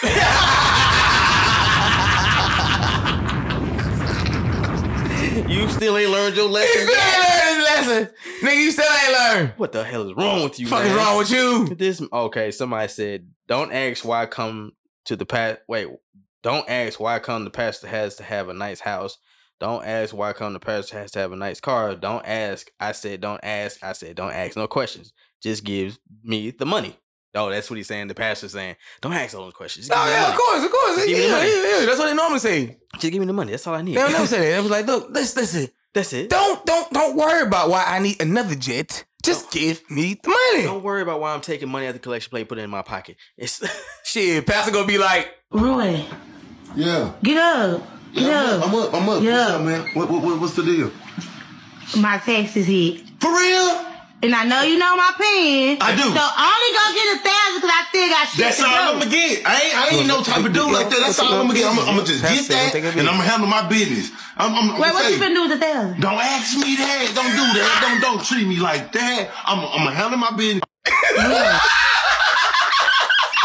Speaker 3: you still ain't learned your
Speaker 2: He
Speaker 3: lesson.
Speaker 2: still ain't
Speaker 3: yet.
Speaker 2: learned his lesson. Nigga, you still ain't learned.
Speaker 3: What the hell is wrong with you?
Speaker 2: Fuck is
Speaker 3: man?
Speaker 2: wrong with you?
Speaker 3: This okay? Somebody said, "Don't ask why come to the past." Wait, don't ask why come the pastor has to have a nice house. Don't ask why come the pastor has to have a nice car. Don't ask. I said, don't ask. I said, don't ask no questions. Just give me the money. Oh, that's what he's saying. The pastor's saying, don't ask all those questions. Just give,
Speaker 2: Oh
Speaker 3: me, the
Speaker 2: yeah, of
Speaker 3: money.
Speaker 2: course, of course.
Speaker 3: Just
Speaker 2: Yeah,
Speaker 3: give me the
Speaker 2: yeah,
Speaker 3: money.
Speaker 2: yeah, That's what they normally say.
Speaker 3: Just give me the money. That's all I need.
Speaker 2: They don't never say that. They was like, look, listen, listen.
Speaker 3: that's it.
Speaker 2: Don't don't don't worry about why I need another jet. Just give me the money.
Speaker 3: Don't worry about why I'm taking money out the collection plate, put it in my pocket. It's
Speaker 2: Shit, Pastor gonna be like,
Speaker 4: Roy,
Speaker 5: Yeah.
Speaker 4: get up. Get
Speaker 5: Yeah. I'm
Speaker 4: up.
Speaker 5: up. I'm up.
Speaker 4: Yeah.
Speaker 5: What's up, man? What, what, what, what's the deal?
Speaker 4: My taxes hit.
Speaker 5: For real?
Speaker 4: And I know you know my pen.
Speaker 5: I do.
Speaker 4: So I only gonna get a thousand because I still got shit
Speaker 5: That's
Speaker 4: to
Speaker 5: all I'm
Speaker 4: do.
Speaker 5: gonna get. I ain't, I ain't no type of dude like that. That's all I'm gonna get. I'm, I'm gonna just get that, and I'm gonna handle my business. I'm, I'm, I'm
Speaker 4: Wait, what
Speaker 5: saying,
Speaker 4: you been doing with the thousand?
Speaker 5: Don't ask me that. Don't do
Speaker 2: Ah.
Speaker 5: that. Don't don't treat me like that. I'm, I'm gonna handle my business.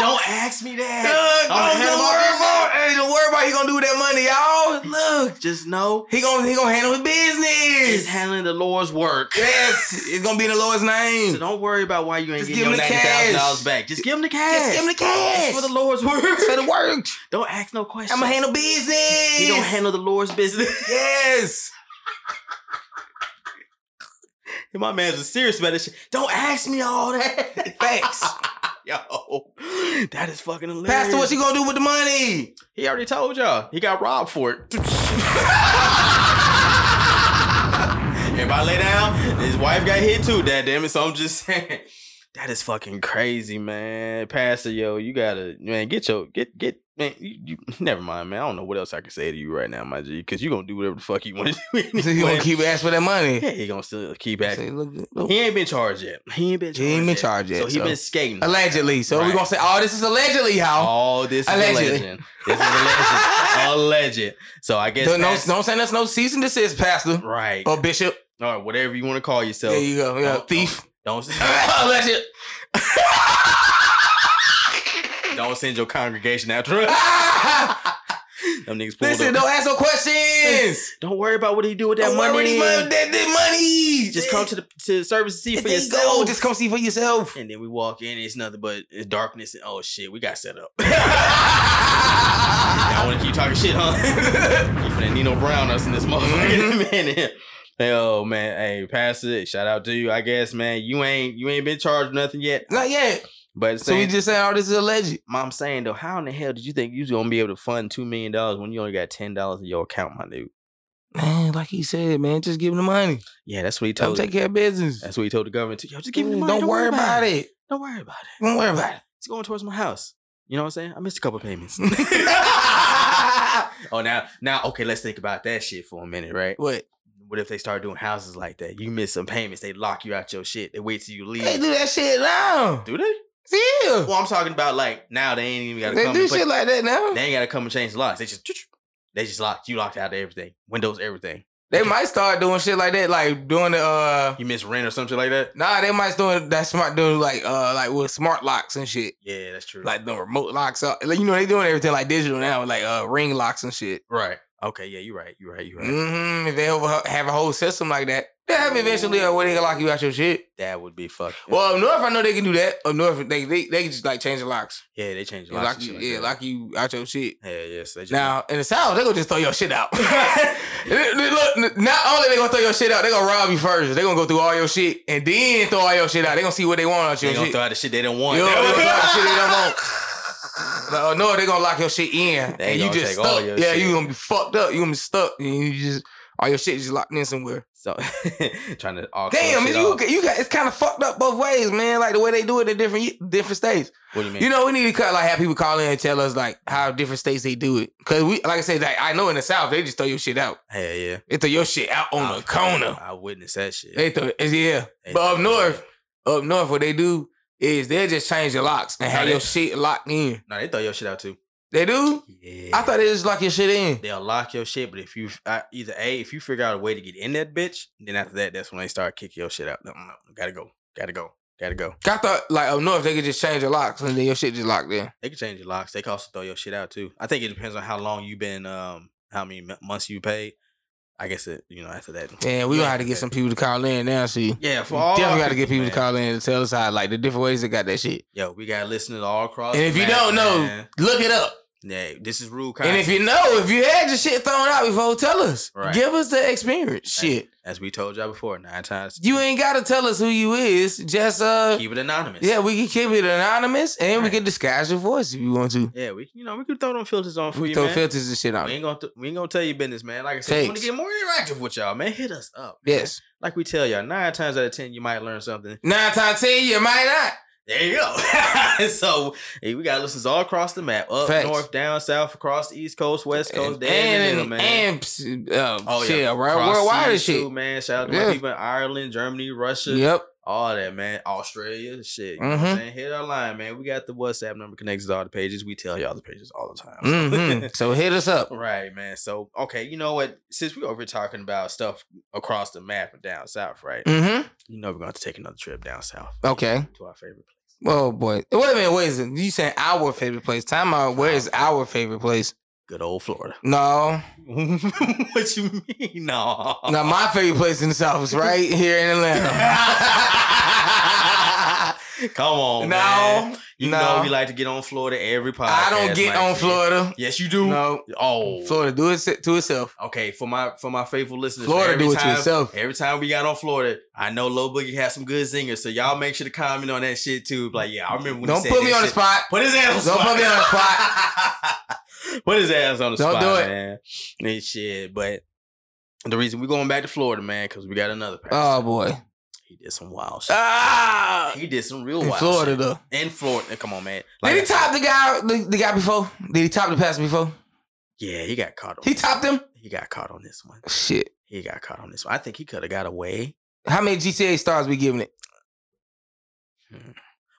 Speaker 3: don't ask me
Speaker 2: look,
Speaker 3: that.
Speaker 2: don't, "Uh,
Speaker 3: I'm
Speaker 2: don't,
Speaker 3: handle my
Speaker 2: worry
Speaker 3: business.
Speaker 2: about, hey, don't worry about what he gonna do with that money, y'all. Look,
Speaker 3: Just know
Speaker 2: he gonna he gonna handle his
Speaker 3: he's
Speaker 2: business.
Speaker 3: handling the Lord's work.
Speaker 2: Yes, it's gonna be in the Lord's
Speaker 3: So
Speaker 2: name.
Speaker 3: don't worry about why you ain't
Speaker 2: Hmm. Just
Speaker 3: getting
Speaker 2: give
Speaker 3: your
Speaker 2: him the
Speaker 3: ninety thousand
Speaker 2: cash.
Speaker 3: dollars back. Just give him the cash.
Speaker 2: Just give him the cash.
Speaker 3: It's for the Lord's work.
Speaker 2: It's for the work.
Speaker 3: Don't ask no questions.
Speaker 2: I'ma handle business.
Speaker 3: He don't handle the Lord's business.
Speaker 2: Yes.
Speaker 3: My man's was serious about this shit. Don't ask me all that.
Speaker 2: Thanks.
Speaker 3: Yo, that is fucking hilarious.
Speaker 2: Pastor, what you gonna do with the money?
Speaker 3: He already told y'all. He got robbed for it. Everybody lay down. His wife got hit too, dad damn it. So I'm just saying. That is fucking crazy, man. Pastor, yo, you gotta man, get your get get man, you, you never mind, man. I don't know what else I can say to you right now, my G, because you gonna do whatever the fuck you want to do.
Speaker 2: So he gonna
Speaker 3: anyway.
Speaker 2: keep asking for that money.
Speaker 3: yeah, he gonna still keep
Speaker 2: Say,
Speaker 3: acting.
Speaker 2: look, look.
Speaker 3: He ain't been charged yet. He ain't been charged.
Speaker 2: He ain't been
Speaker 3: yet.
Speaker 2: charged yet,
Speaker 3: So he
Speaker 2: so-
Speaker 3: been skating.
Speaker 2: Allegedly. So we
Speaker 3: Right.
Speaker 2: gonna say, oh, this is allegedly, y'all.
Speaker 3: Oh, this is a
Speaker 2: Allegedly.
Speaker 3: legend. This is a legend. a legend. So I guess
Speaker 2: Don't, no,
Speaker 3: Pastor-
Speaker 2: don't send us no cease and desist, Pastor
Speaker 3: Right.
Speaker 2: or Bishop.
Speaker 3: Or whatever you want to call yourself.
Speaker 2: there you go. Oh. Yeah,
Speaker 3: don't-
Speaker 2: thief. Oh,
Speaker 3: Don't
Speaker 2: Alleged.
Speaker 3: don't send your congregation after us.
Speaker 2: Ah!
Speaker 3: Them niggas pulled
Speaker 2: Listen,
Speaker 3: up.
Speaker 2: don't ask no questions.
Speaker 3: Don't worry about what he do with that
Speaker 2: Don't worry
Speaker 3: money.
Speaker 2: about That, that money.
Speaker 3: Just come to the to the service and see
Speaker 2: If
Speaker 3: for
Speaker 2: they
Speaker 3: yourself.
Speaker 2: Go, just come see for yourself.
Speaker 3: and then we walk in, it's nothing but it's darkness and oh shit, we got set up. Y'all wanna keep talking shit, huh? you finna Nino Brown us in this motherfucker in a
Speaker 2: Mm-hmm.
Speaker 3: minute. Hey, oh man, hey, pass it. Shout out to you. I guess, man, you ain't you ain't been charged nothing yet.
Speaker 2: Not yet.
Speaker 3: But
Speaker 2: So we
Speaker 3: saying,
Speaker 2: just saying all this is alleged.
Speaker 3: mom saying though, how in the hell did you think you was gonna be able to fund two million dollars when you only got ten dollars in your account, my dude?
Speaker 2: Man, like he said, man, just give him the money.
Speaker 3: Yeah, that's what he
Speaker 2: Don't
Speaker 3: told.
Speaker 2: take care of business.
Speaker 3: That's what he told the government. too. Yo, just give me the
Speaker 2: Mm,
Speaker 3: money.
Speaker 2: Don't, worry about it.
Speaker 3: Don't worry about it.
Speaker 2: Don't worry about it.
Speaker 3: It's going towards my house. You know what I'm saying? I missed a couple payments. oh, now, now, okay, let's think about that shit for a minute, right?
Speaker 2: What?
Speaker 3: What if they start doing houses like that? You miss some payments, they lock you out your shit. They wait till you leave.
Speaker 2: They do that shit now.
Speaker 3: do they?
Speaker 2: Yeah.
Speaker 3: Well, I'm talking about like now they ain't even gotta
Speaker 2: They
Speaker 3: come.
Speaker 2: do
Speaker 3: and put-
Speaker 2: shit like that now.
Speaker 3: they ain't gotta come and change the locks. They just they just locked you locked out of everything, windows, everything.
Speaker 2: They might start doing shit like that, like doing the uh
Speaker 3: You miss rent or something like that.
Speaker 2: nah, they might start that smart doing like uh like with smart locks and shit.
Speaker 3: Yeah, that's true.
Speaker 2: Like the remote locks up. Like, you know, they doing everything like digital now, like uh ring locks and shit.
Speaker 3: right. Okay. Yeah, you're right. You're right. You're right.
Speaker 2: hmm If they over, have a whole system like that, they have eventually a way they can lock you out your shit.
Speaker 3: That would be fucked.
Speaker 2: Well, up north, I know they can do that. Up north, they they, they can just like change the locks.
Speaker 3: yeah, they changed
Speaker 2: They
Speaker 3: locks.
Speaker 2: lock
Speaker 3: and
Speaker 2: you,
Speaker 3: shit like
Speaker 2: yeah,
Speaker 3: that.
Speaker 2: lock you out your shit.
Speaker 3: Yeah, yes. They just
Speaker 2: Now in the south, they gonna just throw your shit out. Look, not only they gonna throw your shit out, they gonna rob you first. They gonna go through all your shit and then throw all your shit out. They gonna see what they want out
Speaker 3: they
Speaker 2: your
Speaker 3: gonna
Speaker 2: shit.
Speaker 3: throw out the shit they don't want.
Speaker 2: Yo, they gonna throw out the shit they don't want. Like, oh, no, they gonna lock your shit in,
Speaker 3: They
Speaker 2: and you
Speaker 3: gonna
Speaker 2: just
Speaker 3: take all
Speaker 2: stuck.
Speaker 3: your
Speaker 2: Yeah,
Speaker 3: shit.
Speaker 2: you gonna be fucked up. You gonna be stuck, and you just all your shit just locked in somewhere.
Speaker 3: So trying to all
Speaker 2: Damn,
Speaker 3: shit
Speaker 2: you
Speaker 3: off.
Speaker 2: you got it's kind of fucked up both ways, man. Like the way they do it in different different states.
Speaker 3: What do you mean?
Speaker 2: You know, we need to cut like have people call in and tell us like how different states they do it. Cause we, like I said, like I know in the South they just throw your shit out.
Speaker 3: Hell yeah.
Speaker 2: They throw your shit out on
Speaker 3: I-
Speaker 2: the corner.
Speaker 3: I witnessed that shit.
Speaker 2: They throw it's- yeah.
Speaker 3: They
Speaker 2: But up
Speaker 3: throw-
Speaker 2: north, up north, what they do is they'll just change your locks and
Speaker 3: Nah,
Speaker 2: have
Speaker 3: they-
Speaker 2: your shit locked in.
Speaker 3: No, they throw your shit out too.
Speaker 2: They do.
Speaker 3: Yeah.
Speaker 2: I thought they just lock your shit in.
Speaker 3: they'll lock your shit, but if you I, either a if you figure out a way to get in that bitch, then after that, that's when they start kicking your shit out. No, no, no, gotta go, gotta go, gotta go.
Speaker 2: I thought like up north they could just change your locks and then your shit just locked in.
Speaker 3: They can change your locks. They can also throw your shit out too. I think it depends on how long you've been, um, how many m- months you paid. I guess it, you know, after that.
Speaker 2: Yeah, we gonna
Speaker 3: Yeah,
Speaker 2: have to get
Speaker 3: okay.
Speaker 2: some people to call in now. See,
Speaker 3: Yeah, for
Speaker 2: we
Speaker 3: all
Speaker 2: definitely
Speaker 3: our
Speaker 2: got to get people
Speaker 3: man.
Speaker 2: to call in and tell us how like the different ways they got that shit.
Speaker 3: Yo, we got listeners all across.
Speaker 2: And
Speaker 3: the
Speaker 2: if you
Speaker 3: map,
Speaker 2: don't know,
Speaker 3: Oh, man.
Speaker 2: look it up.
Speaker 3: yeah, this is rude.
Speaker 2: And if you know, if you had your shit thrown out before, tell us.
Speaker 3: Right.
Speaker 2: Give us the experience.
Speaker 3: Hey.
Speaker 2: Shit.
Speaker 3: as we told y'all before, nine times
Speaker 2: You ain't gotta tell us who you is. Just uh
Speaker 3: keep it anonymous.
Speaker 2: Yeah, we can keep it anonymous and we
Speaker 3: Right.
Speaker 2: can disguise your voice if you want to.
Speaker 3: yeah, we you know we could throw them filters on for
Speaker 2: We
Speaker 3: you,
Speaker 2: throw
Speaker 3: man.
Speaker 2: filters and shit on
Speaker 3: We
Speaker 2: it.
Speaker 3: ain't gonna th- we ain't gonna tell you business, man. Like I said, we want to
Speaker 2: Thanks.
Speaker 3: get more interactive with y'all, man. Hit us up. man.
Speaker 2: Yes.
Speaker 3: like we tell y'all, nine times out of ten, you might learn something.
Speaker 2: Nine times ten, you might not.
Speaker 3: There you go. so hey, we got listeners all across the map, up
Speaker 2: Facts.
Speaker 3: north, down south, across the east coast, west
Speaker 2: And,
Speaker 3: coast, down in the middle,
Speaker 2: and,
Speaker 3: man.
Speaker 2: and, uh,
Speaker 3: Oh
Speaker 2: shit,
Speaker 3: yeah,
Speaker 2: around
Speaker 3: Cross
Speaker 2: worldwide and
Speaker 3: seas,
Speaker 2: shit.
Speaker 3: too, man. Shout out to
Speaker 2: Yeah.
Speaker 3: my people in Ireland, Germany, Russia,
Speaker 2: Yep.
Speaker 3: all that, man. Australia, shit. You know what
Speaker 2: Mhm.
Speaker 3: I'm saying? Hit our line, man. We got the WhatsApp number connected to all the pages. We tell y'all the pages all the time.
Speaker 2: hmm so hit us up.
Speaker 3: Right, man. So, okay, you know what? Since we over here talking about stuff across the map and down south, right?
Speaker 2: Mm-hmm.
Speaker 3: You know we're going to take another trip down south.
Speaker 2: Okay.
Speaker 3: To our favorite place.
Speaker 2: Oh boy. Wait a minute, wait a second. You saying our favorite place. Time out. Where is our favorite place?
Speaker 3: Good old Florida.
Speaker 2: No.
Speaker 3: what you mean? No.
Speaker 2: Now my favorite place in the South is right here in Atlanta.
Speaker 3: Come on, Oh, man.
Speaker 2: no,
Speaker 3: You
Speaker 2: no.
Speaker 3: know we like to get on Florida every podcast.
Speaker 2: I don't get
Speaker 3: like
Speaker 2: on
Speaker 3: this.
Speaker 2: Florida.
Speaker 3: Yes, you do.
Speaker 2: No,
Speaker 3: Oh.
Speaker 2: Florida do it se- to itself.
Speaker 3: Okay, for my for my faithful listeners,
Speaker 2: Florida
Speaker 3: every
Speaker 2: do it to
Speaker 3: time,
Speaker 2: itself.
Speaker 3: Every time we got on Florida, I know Lil Boogie had some good zingers, so y'all make sure to comment on that shit too. Like, yeah, I remember when he
Speaker 2: Don't
Speaker 3: said
Speaker 2: put me
Speaker 3: that
Speaker 2: on the
Speaker 3: shit.
Speaker 2: spot.
Speaker 3: Put his ass on the
Speaker 2: Don't
Speaker 3: spot.
Speaker 2: put me on the
Speaker 3: spot. Put his ass on the
Speaker 2: Don't
Speaker 3: spot.
Speaker 2: do it.
Speaker 3: man. And shit. But the reason we're going back to Florida, man, because we got another person.
Speaker 2: Oh boy.
Speaker 3: he did some wild shit.
Speaker 2: Ah,
Speaker 3: he did some real
Speaker 2: in
Speaker 3: wild
Speaker 2: Florida
Speaker 3: shit.
Speaker 2: though.
Speaker 3: In Florida. Come on, man.
Speaker 2: Did
Speaker 3: Like
Speaker 2: he
Speaker 3: I said,
Speaker 2: top the guy? The, the guy before? Did he top the passer before?
Speaker 3: Yeah, he got caught on
Speaker 2: He
Speaker 3: this
Speaker 2: topped
Speaker 3: one.
Speaker 2: him.
Speaker 3: He got caught on this one.
Speaker 2: Shit.
Speaker 3: He got caught on this one. I think he could have got away.
Speaker 2: How many GTA stars we giving it?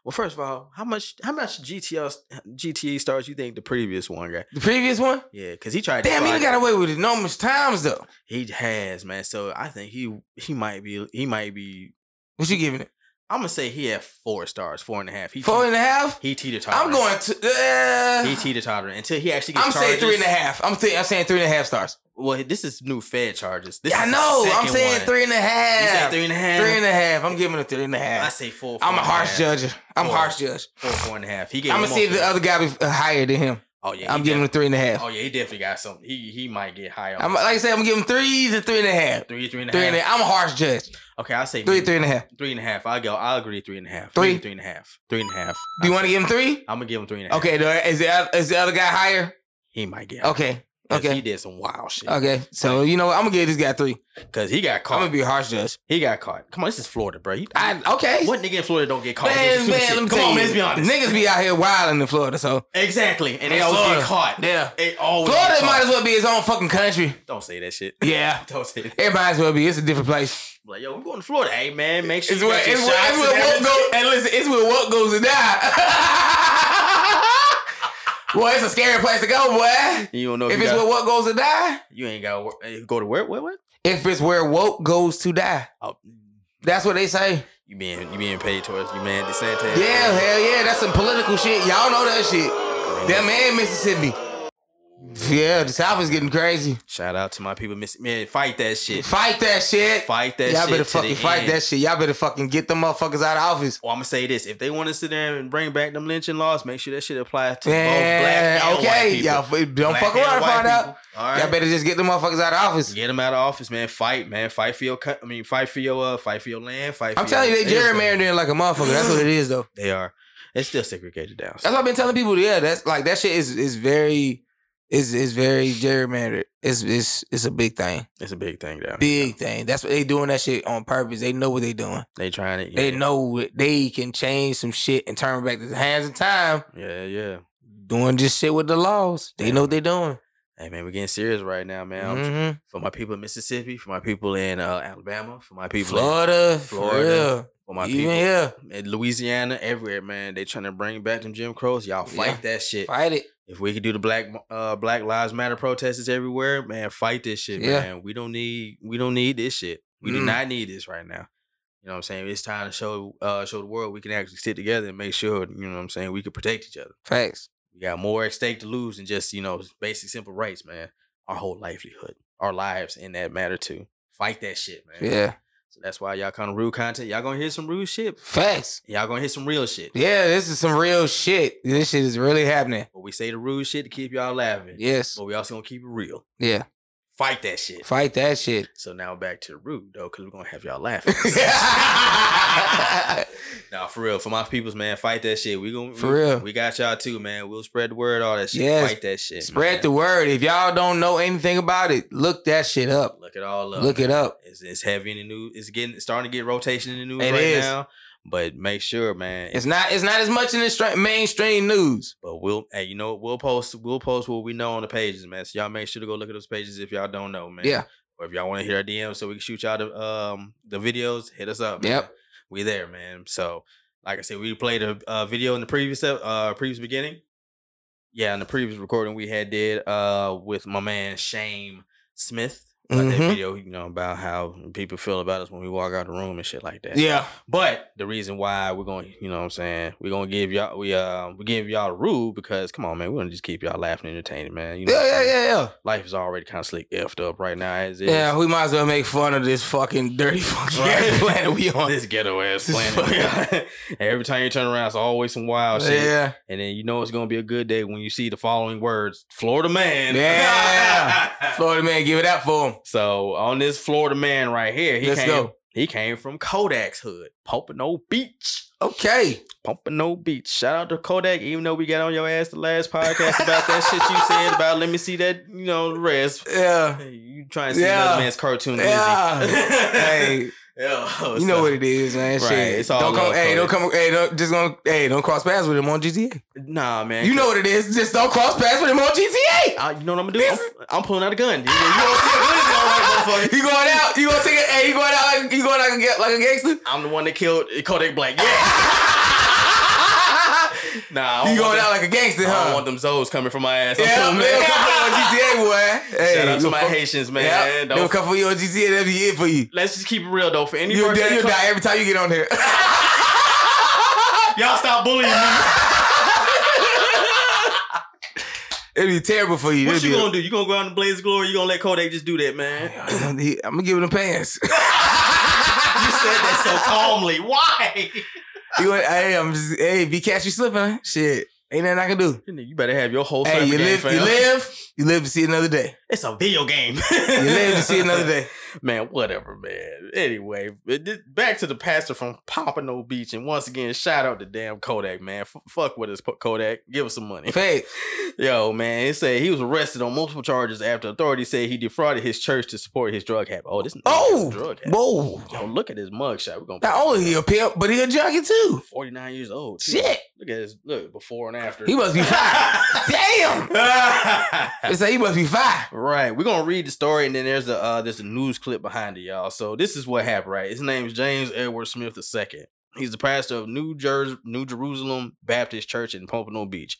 Speaker 3: Well, first of all, how much how much GTL
Speaker 2: E
Speaker 3: GTA stars you think the previous one got?
Speaker 2: The previous one?
Speaker 3: Yeah, because he tried.
Speaker 2: Damn,
Speaker 3: to
Speaker 2: he
Speaker 3: fly-
Speaker 2: done got away with it enormous times though.
Speaker 3: He has man. So I think he he might be he might be
Speaker 2: What you giving it?
Speaker 3: I'm gonna say he had four stars, four and a half. He
Speaker 2: Four
Speaker 3: te-
Speaker 2: and a half.
Speaker 3: he teeter tottering.
Speaker 2: I'm going to. Uh,
Speaker 3: He teeter tottering until he actually gets
Speaker 2: I'm
Speaker 3: charges.
Speaker 2: saying three and a half. I'm th- I'm saying three and a half stars.
Speaker 3: Well, this is new Fed charges. This
Speaker 2: Yeah, I
Speaker 3: is the
Speaker 2: know. I'm
Speaker 3: second
Speaker 2: saying
Speaker 3: one.
Speaker 2: three and a half.
Speaker 3: You say three and a half.
Speaker 2: Three and a half. I'm giving it a three and a
Speaker 3: I
Speaker 2: half.
Speaker 3: say four.
Speaker 2: I'm a
Speaker 3: four and
Speaker 2: harsh
Speaker 3: half.
Speaker 2: judge. I'm a
Speaker 3: Four.
Speaker 2: harsh judge.
Speaker 3: Four, four and a half. He gave.
Speaker 2: I'm gonna
Speaker 3: him
Speaker 2: see
Speaker 3: more
Speaker 2: if the
Speaker 3: than-
Speaker 2: other guy be uh, higher than him.
Speaker 3: Oh yeah,
Speaker 2: I'm
Speaker 3: he
Speaker 2: giving him three and a half.
Speaker 3: Definitely, oh yeah, he definitely got something. He he might get high on
Speaker 2: I'm, like I said, I'm gonna give him threes and three and a half.
Speaker 3: three, three and a
Speaker 2: Three
Speaker 3: half.
Speaker 2: and a, I'm a harsh judge.
Speaker 3: Okay, I'll say
Speaker 2: Three,
Speaker 3: maybe
Speaker 2: three and a half.
Speaker 3: three and a half. I'll go. I'll agree. Three and a half.
Speaker 2: Three?
Speaker 3: Maybe three and a half. Three and a half.
Speaker 2: Do you want to give him three?
Speaker 3: I'm gonna give him three and a half.
Speaker 2: Okay. The, is the oth- is the other guy higher?
Speaker 3: He might get. Okay.
Speaker 2: Okay.
Speaker 3: He
Speaker 2: Okay.
Speaker 3: did some wild shit.
Speaker 2: Okay. So you know what? I'm gonna give this guy three.
Speaker 3: Cause he got
Speaker 2: I'm
Speaker 3: caught.
Speaker 2: gonna be a harsh judge.
Speaker 3: he got caught. Come on, this is Florida, bro. You-
Speaker 2: I okay.
Speaker 3: what nigga in Florida don't get caught? This
Speaker 2: Man,
Speaker 3: is some
Speaker 2: man,
Speaker 3: shit.
Speaker 2: let me
Speaker 3: Come
Speaker 2: tell
Speaker 3: on,
Speaker 2: you,
Speaker 3: man, let's be honest.
Speaker 2: Niggas be out here wilding in Florida, so
Speaker 3: Exactly, and they
Speaker 2: In
Speaker 3: always
Speaker 2: Florida.
Speaker 3: get caught.
Speaker 2: Yeah.
Speaker 3: they always. get
Speaker 2: Florida
Speaker 3: caught.
Speaker 2: might as well be his own fucking country.
Speaker 3: Don't say that shit.
Speaker 2: Yeah.
Speaker 3: Don't say that.
Speaker 2: It might as well be. It's a different place.
Speaker 3: Like, yo, we're going to Florida. Hey, man, make sure
Speaker 2: It's
Speaker 3: you
Speaker 2: where
Speaker 3: got your
Speaker 2: it's where, it's where
Speaker 3: shots
Speaker 2: what
Speaker 3: and
Speaker 2: goes and listen, it's where what goes to die. boy, it's a scary place to go, boy.
Speaker 3: You don't know if,
Speaker 2: If
Speaker 3: you,
Speaker 2: it's
Speaker 3: got,
Speaker 2: where what goes to die,
Speaker 3: you ain't got to go to where? What? What?
Speaker 2: if it's where woke goes to die.
Speaker 3: Oh,
Speaker 2: That's what they say.
Speaker 3: you being you being paid towards you, man. DeSantis.
Speaker 2: Yeah, hell yeah, that's some political shit. Y'all know that shit. Them and Mississippi. Yeah, the South is getting crazy.
Speaker 3: Shout out to my people, miss man. Fight that shit.
Speaker 2: Fight that shit.
Speaker 3: Fight that.
Speaker 2: Y'all
Speaker 3: shit
Speaker 2: better
Speaker 3: to
Speaker 2: fucking
Speaker 3: the
Speaker 2: fight
Speaker 3: end.
Speaker 2: that shit. Y'all better fucking get them motherfuckers out of office.
Speaker 3: Well, I'm gonna say this: if they want to sit there and bring back them lynching laws, make sure that shit applies to both
Speaker 2: Yeah,
Speaker 3: black and white
Speaker 2: okay.
Speaker 3: people.
Speaker 2: Y'all f- don't
Speaker 3: Black
Speaker 2: fuck
Speaker 3: and
Speaker 2: around and
Speaker 3: white
Speaker 2: find out.
Speaker 3: people. All right.
Speaker 2: Y'all better just get them motherfuckers out of office.
Speaker 3: Get them out of office, man. Fight, man. Fight for your. co- I mean, fight for your. Uh, fight for your land. Fight.
Speaker 2: I'm
Speaker 3: for
Speaker 2: telling
Speaker 3: your
Speaker 2: you, they gerrymandering like a motherfucker. That's what it is, though.
Speaker 3: They are. It's still segregated down.
Speaker 2: That's what I've been telling people. Yeah, that's like that shit is is very is is very gerrymandered. It's it's it's a big thing,
Speaker 3: It's a big thing down.
Speaker 2: big thing. That's what they doing that shit on purpose. They know what they doing.
Speaker 3: They trying to.
Speaker 2: They know it. They can change some shit and turn back the hands of time.
Speaker 3: Yeah, yeah.
Speaker 2: Doing just shit with the laws. They know what they doing.
Speaker 3: Hey man, we're getting serious right now, man. I'm-
Speaker 2: Mhm.
Speaker 3: For my people in Mississippi, for my people in uh, Alabama, for my people, in,
Speaker 2: Florida, Florida,
Speaker 3: Florida, for my
Speaker 2: even
Speaker 3: people
Speaker 2: here,
Speaker 3: in Louisiana, everywhere, man. They trying to bring back them Jim Crows. Y'all fight that shit.
Speaker 2: fight it.
Speaker 3: If we could do the black uh, Black Lives Matter protests everywhere, man, fight this shit,
Speaker 2: Yeah.
Speaker 3: man. We don't need we don't need this shit. We do
Speaker 2: Mm.
Speaker 3: not need this right now. You know what I'm saying? It's time to show uh, show the world we can actually sit together and make sure, you know what I'm saying, we can protect each other.
Speaker 2: Facts.
Speaker 3: We got more at stake to lose than just, you know, basic simple rights, man. Our whole livelihood, our lives in that matter too. Fight that shit, man.
Speaker 2: Yeah,
Speaker 3: So that's why y'all kind of rude content. Y'all gonna hear some rude shit.
Speaker 2: facts.
Speaker 3: Y'all gonna hear some real shit.
Speaker 2: Yeah, this is some real shit. This shit is really happening.
Speaker 3: But we say the rude shit to keep y'all laughing.
Speaker 2: Yes.
Speaker 3: But we also gonna keep it real.
Speaker 2: Yeah.
Speaker 3: Fight that shit.
Speaker 2: Fight that shit.
Speaker 3: So now back to the rude though, because we're gonna have y'all laughing. nah, for real. For my peoples, man, fight that shit. We gonna
Speaker 2: For
Speaker 3: we-
Speaker 2: real.
Speaker 3: We got y'all too, man. We'll spread the word, all that shit.
Speaker 2: Yes.
Speaker 3: Fight that shit.
Speaker 2: Spread
Speaker 3: man.
Speaker 2: the word. If y'all don't know anything about it, look that shit up.
Speaker 3: Look it all up.
Speaker 2: Look it up.
Speaker 3: It's, it's heavy in the news. It's getting it's starting to get rotation in the news
Speaker 2: It
Speaker 3: right
Speaker 2: is.
Speaker 3: now. But make sure, man.
Speaker 2: It's not. It's not as much in the stra- mainstream news.
Speaker 3: but we'll hey, you know what? we'll post we'll post what we know on the pages, man. So y'all make sure to go look at those pages if y'all don't know, man.
Speaker 2: Yeah.
Speaker 3: Or if y'all want to hear our DMs so we can shoot y'all the um the videos, hit us up. man.
Speaker 2: Yep.
Speaker 3: We there, man. So like I said, we played a uh, video in the previous ep- uh previous beginning. Yeah, in the previous recording we had did uh with my man Shame Smith. About that
Speaker 2: Mhm.
Speaker 3: video, you know, about how people feel about us when we walk out the room and shit like that.
Speaker 2: Yeah.
Speaker 3: But the reason why we're going, to you know what I'm saying, we're going to give y'all, we uh, we give y'all a rule because, come on, man, we're going to just keep y'all laughing and entertaining, man. You know,
Speaker 2: Yeah.
Speaker 3: what I'm
Speaker 2: Yeah. Yeah.
Speaker 3: saying?
Speaker 2: Yeah.
Speaker 3: Life is already kind of slick effed up right now as is.
Speaker 2: Yeah. We might as well make fun of this fucking dirty fucking
Speaker 3: Right.
Speaker 2: planet we on.
Speaker 3: This ghetto ass
Speaker 2: This
Speaker 3: planet. Every time you turn around, it's always some wild oh, shit.
Speaker 2: yeah.
Speaker 3: And then you know it's gonna be a good day when you see the following words: Florida man.
Speaker 2: Yeah. Florida man, give it out for him.
Speaker 3: so on this Florida man right here, he
Speaker 2: Let's
Speaker 3: came.
Speaker 2: go.
Speaker 3: He came from Kodak's hood, Pompano Beach.
Speaker 2: Okay.
Speaker 3: Pompano Beach. Shout out to Kodak, even though we got on your ass the last podcast about that shit you said about let me see that, you know, the rest.
Speaker 2: Yeah.
Speaker 3: You trying to see
Speaker 2: Yeah.
Speaker 3: another man's cartoon
Speaker 2: Yeah.
Speaker 3: Lizzie.
Speaker 2: Hey,
Speaker 3: Yeah,
Speaker 2: you know what it is, man.
Speaker 3: Right,
Speaker 2: Shit.
Speaker 3: it's all
Speaker 2: don't come,
Speaker 3: love,
Speaker 2: hey, don't
Speaker 3: Cody.
Speaker 2: come, hey, don't just gonna, hey, don't cross paths with him on GTA.
Speaker 3: Nah, man.
Speaker 2: You know what it is. Just don't cross paths with him on GTA.
Speaker 3: I, you know what I'm gonna do? I'm,
Speaker 2: This-
Speaker 3: I'm pulling out a gun. You, know, you don't see a glizzy on that motherfucker.
Speaker 2: You going out? You gonna take it? Hey, you going out like you going out like a, ga- like a gangster?
Speaker 3: I'm the one that killed Kodak Black. Yeah. nah, I
Speaker 2: You going
Speaker 3: don't want them-
Speaker 2: out like a gangster,
Speaker 3: I don't
Speaker 2: huh?
Speaker 3: want them Zoes coming from my ass. I'm
Speaker 2: Yeah,
Speaker 3: cool,
Speaker 2: man. They'll come for you on
Speaker 3: man.
Speaker 2: GTA, boy. Hey,
Speaker 3: Shout out to
Speaker 2: you'll
Speaker 3: my
Speaker 2: fuck-
Speaker 3: Haitians, man.
Speaker 2: Yeah,
Speaker 3: Don't
Speaker 2: they'll come for you on GTA. That'll be it for you.
Speaker 3: let's just keep it real though. For any
Speaker 2: You'll,
Speaker 3: person
Speaker 2: die-
Speaker 3: that
Speaker 2: you'll
Speaker 3: come-
Speaker 2: die every time you get on here.
Speaker 3: Y'all stop bullying me.
Speaker 2: It'd be terrible for you.
Speaker 3: What
Speaker 2: It'd
Speaker 3: you
Speaker 2: be-
Speaker 3: gonna do? You gonna go out in blaze of glory? You gonna let Kodak just do that, man? you
Speaker 2: I'm gonna give him the pants.
Speaker 3: said that so calmly. Why?
Speaker 2: You went, hey, I'm just hey, be catch you slipping. Shit, ain't nothing I can do.
Speaker 3: You better have your whole
Speaker 2: hey,
Speaker 3: summer
Speaker 2: you
Speaker 3: game,
Speaker 2: live, you
Speaker 3: fam.
Speaker 2: live, you live to see another day.
Speaker 3: It's a video game.
Speaker 2: You live to see another day.
Speaker 3: Man, whatever, man. Anyway, but this- back to the pastor from Pompano Beach, and once again, shout out to damn Kodak, man. F- fuck with us, P- Kodak. Give us some money.
Speaker 2: Fact.
Speaker 3: Yo, man, it said he was arrested on multiple charges after authorities said he defrauded his church to support his drug habit. Oh, this nigga
Speaker 2: Oh,
Speaker 3: has a drug habit.
Speaker 2: whoa.
Speaker 3: Yo, look at his mugshot. We're gonna
Speaker 2: Not only he a pimp, but he a junkie too.
Speaker 3: 49 years old. too.
Speaker 2: Shit,
Speaker 3: Look at his look before and after.
Speaker 2: he must be fine. Damn, it's like he must be fine.
Speaker 3: Right. We're gonna read the story and then there's a uh there's a news clip behind it, y'all. So this is what happened, right? His name is James Edward Smith II. He's the pastor of New Jersey New Jerusalem Baptist Church in Pompano Beach.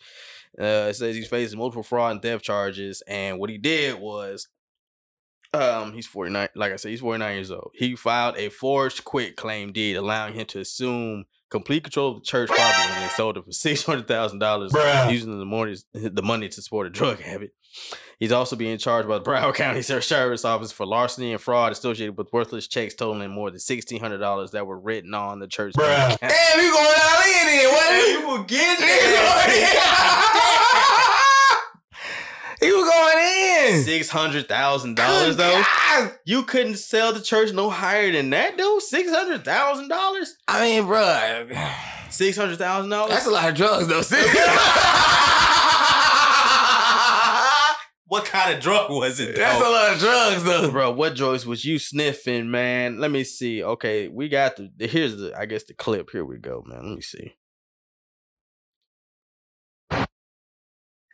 Speaker 3: Uh it says he's facing multiple fraud and theft charges, and what he did was um he's 49 like I said, he's 49 years old. He filed a forged quit claim deed, allowing him to assume complete control of the church property and then sold it for six hundred thousand dollars
Speaker 5: Bruh.
Speaker 3: using the money the money to support a drug habit. He's also being charged by the Broward County Sheriff's Office for larceny and fraud associated with worthless checks totaling more than sixteen hundred dollars that were written on the church.
Speaker 5: Bruh.
Speaker 3: account.
Speaker 2: Damn, you going all in here? What?
Speaker 3: You will get
Speaker 2: he was going in.
Speaker 3: Six hundred thousand dollars
Speaker 2: Good
Speaker 3: though.
Speaker 2: God.
Speaker 3: You couldn't sell the church no higher than that, dude. Six hundred thousand dollars.
Speaker 2: I mean, bruh,
Speaker 3: Six hundred thousand dollars.
Speaker 2: that's a lot of drugs though.
Speaker 3: What kind of drug was it?
Speaker 2: That's a lot of drugs though.
Speaker 3: Bro, what drugs was you sniffing, man? Let me see. Okay, we got the the- here's the I guess the clip. Here we go, man. Let me see.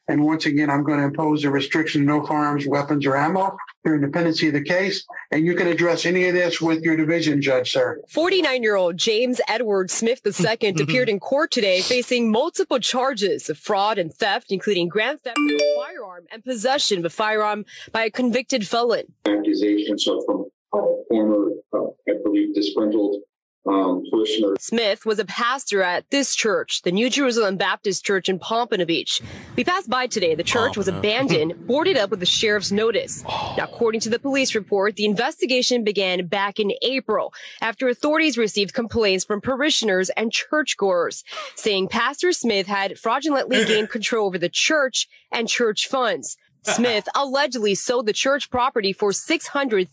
Speaker 6: And once again, I'm going to impose a restriction, no firearms, weapons, or ammo during the pendency of the case. And you can address any of this with your division judge, sir.
Speaker 7: 49 year old James Edward Smith II appeared in court today facing multiple charges of fraud and theft, including grand theft of a firearm and possession of a firearm by a convicted felon.
Speaker 8: accusations are from uh, former, uh, I believe, disgruntled um, parishioners.
Speaker 7: Smith was a pastor at this church, the New Jerusalem Baptist Church in Pompano Beach. We passed by today. The church was abandoned, boarded up with the sheriff's notice. Now, according to the police report, the investigation began back in April after authorities received complaints from parishioners and churchgoers saying Pastor Smith had fraudulently gained control over the church and church funds. Smith allegedly sold the church property for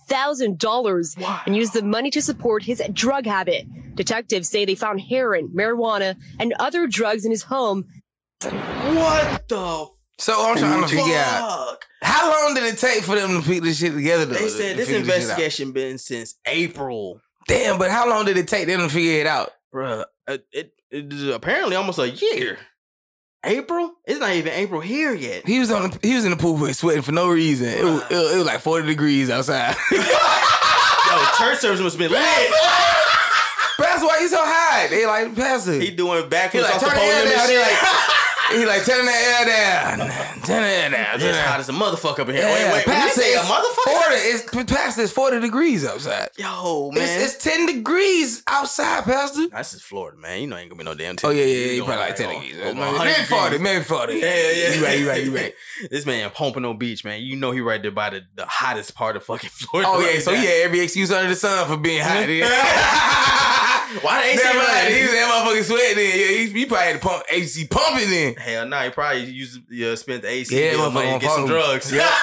Speaker 7: $600,000 and used the money to support his drug habit. Detectives say they found heroin, marijuana, and other drugs in his home
Speaker 3: What the
Speaker 2: So I'm trying to
Speaker 3: fuck?
Speaker 2: figure out how long did it take for them to put this shit together? Though,
Speaker 3: They
Speaker 2: to-
Speaker 3: said
Speaker 2: to
Speaker 3: this
Speaker 2: figure shit out?
Speaker 3: investigation been since April,
Speaker 2: Damn, but how long did it take them to figure it out?
Speaker 3: Bruh, It, it, it is apparently almost a year. April? It's not even April here yet.
Speaker 2: He was on. The, he was in the pool with sweating for no reason. It was, it was- it was like forty degrees outside.
Speaker 3: Yo, church service must been lit.
Speaker 2: But that's why he's so high. They like Pastor.
Speaker 3: He
Speaker 2: He,
Speaker 3: doing
Speaker 2: he
Speaker 3: backflips
Speaker 2: like
Speaker 3: off the
Speaker 2: turn the air
Speaker 3: podium
Speaker 2: down.
Speaker 3: and
Speaker 2: They
Speaker 3: shit.
Speaker 2: like he like turn the air down. Turn the air down. Turn
Speaker 3: it's
Speaker 2: the air
Speaker 3: hot
Speaker 2: down.
Speaker 3: as a motherfucker up in here.
Speaker 2: Yeah,
Speaker 3: wait, wait, when you
Speaker 2: Pastor
Speaker 3: say a
Speaker 2: is
Speaker 3: motherfucker?
Speaker 2: Forty. It's Pastor. It's forty degrees outside.
Speaker 3: Yo, man.
Speaker 2: It's, it's ten degrees outside, Pastor.
Speaker 3: Nah, this is Florida, man. You know, ain't gonna be no damn.
Speaker 2: Oh yeah, yeah,
Speaker 3: You
Speaker 2: yeah. He
Speaker 3: going
Speaker 2: probably like ten
Speaker 3: on-
Speaker 2: degrees.
Speaker 3: on
Speaker 2: Maybe
Speaker 3: 100
Speaker 2: forty.
Speaker 3: degrees.
Speaker 2: Maybe forty.
Speaker 3: Yeah, Oh, yeah, yeah.
Speaker 2: You right. You right. You right.
Speaker 3: This man in Pompano Beach, man. You know he right there by the, the hottest part of fucking Florida.
Speaker 2: Oh
Speaker 3: right
Speaker 2: yeah. So
Speaker 3: there.
Speaker 2: yeah, every excuse under the sun for being hot.
Speaker 3: Why they say
Speaker 2: Damn right. He
Speaker 3: that?
Speaker 2: was that motherfucking sweating. Yeah, he, he probably had to pump AC pumping in.
Speaker 3: Hell no, nah, he probably used uh, spent the AC
Speaker 2: Yeah,
Speaker 3: bill
Speaker 2: motherfucker
Speaker 3: money to
Speaker 2: on
Speaker 3: get some
Speaker 2: phone.
Speaker 3: drugs.
Speaker 2: Yep.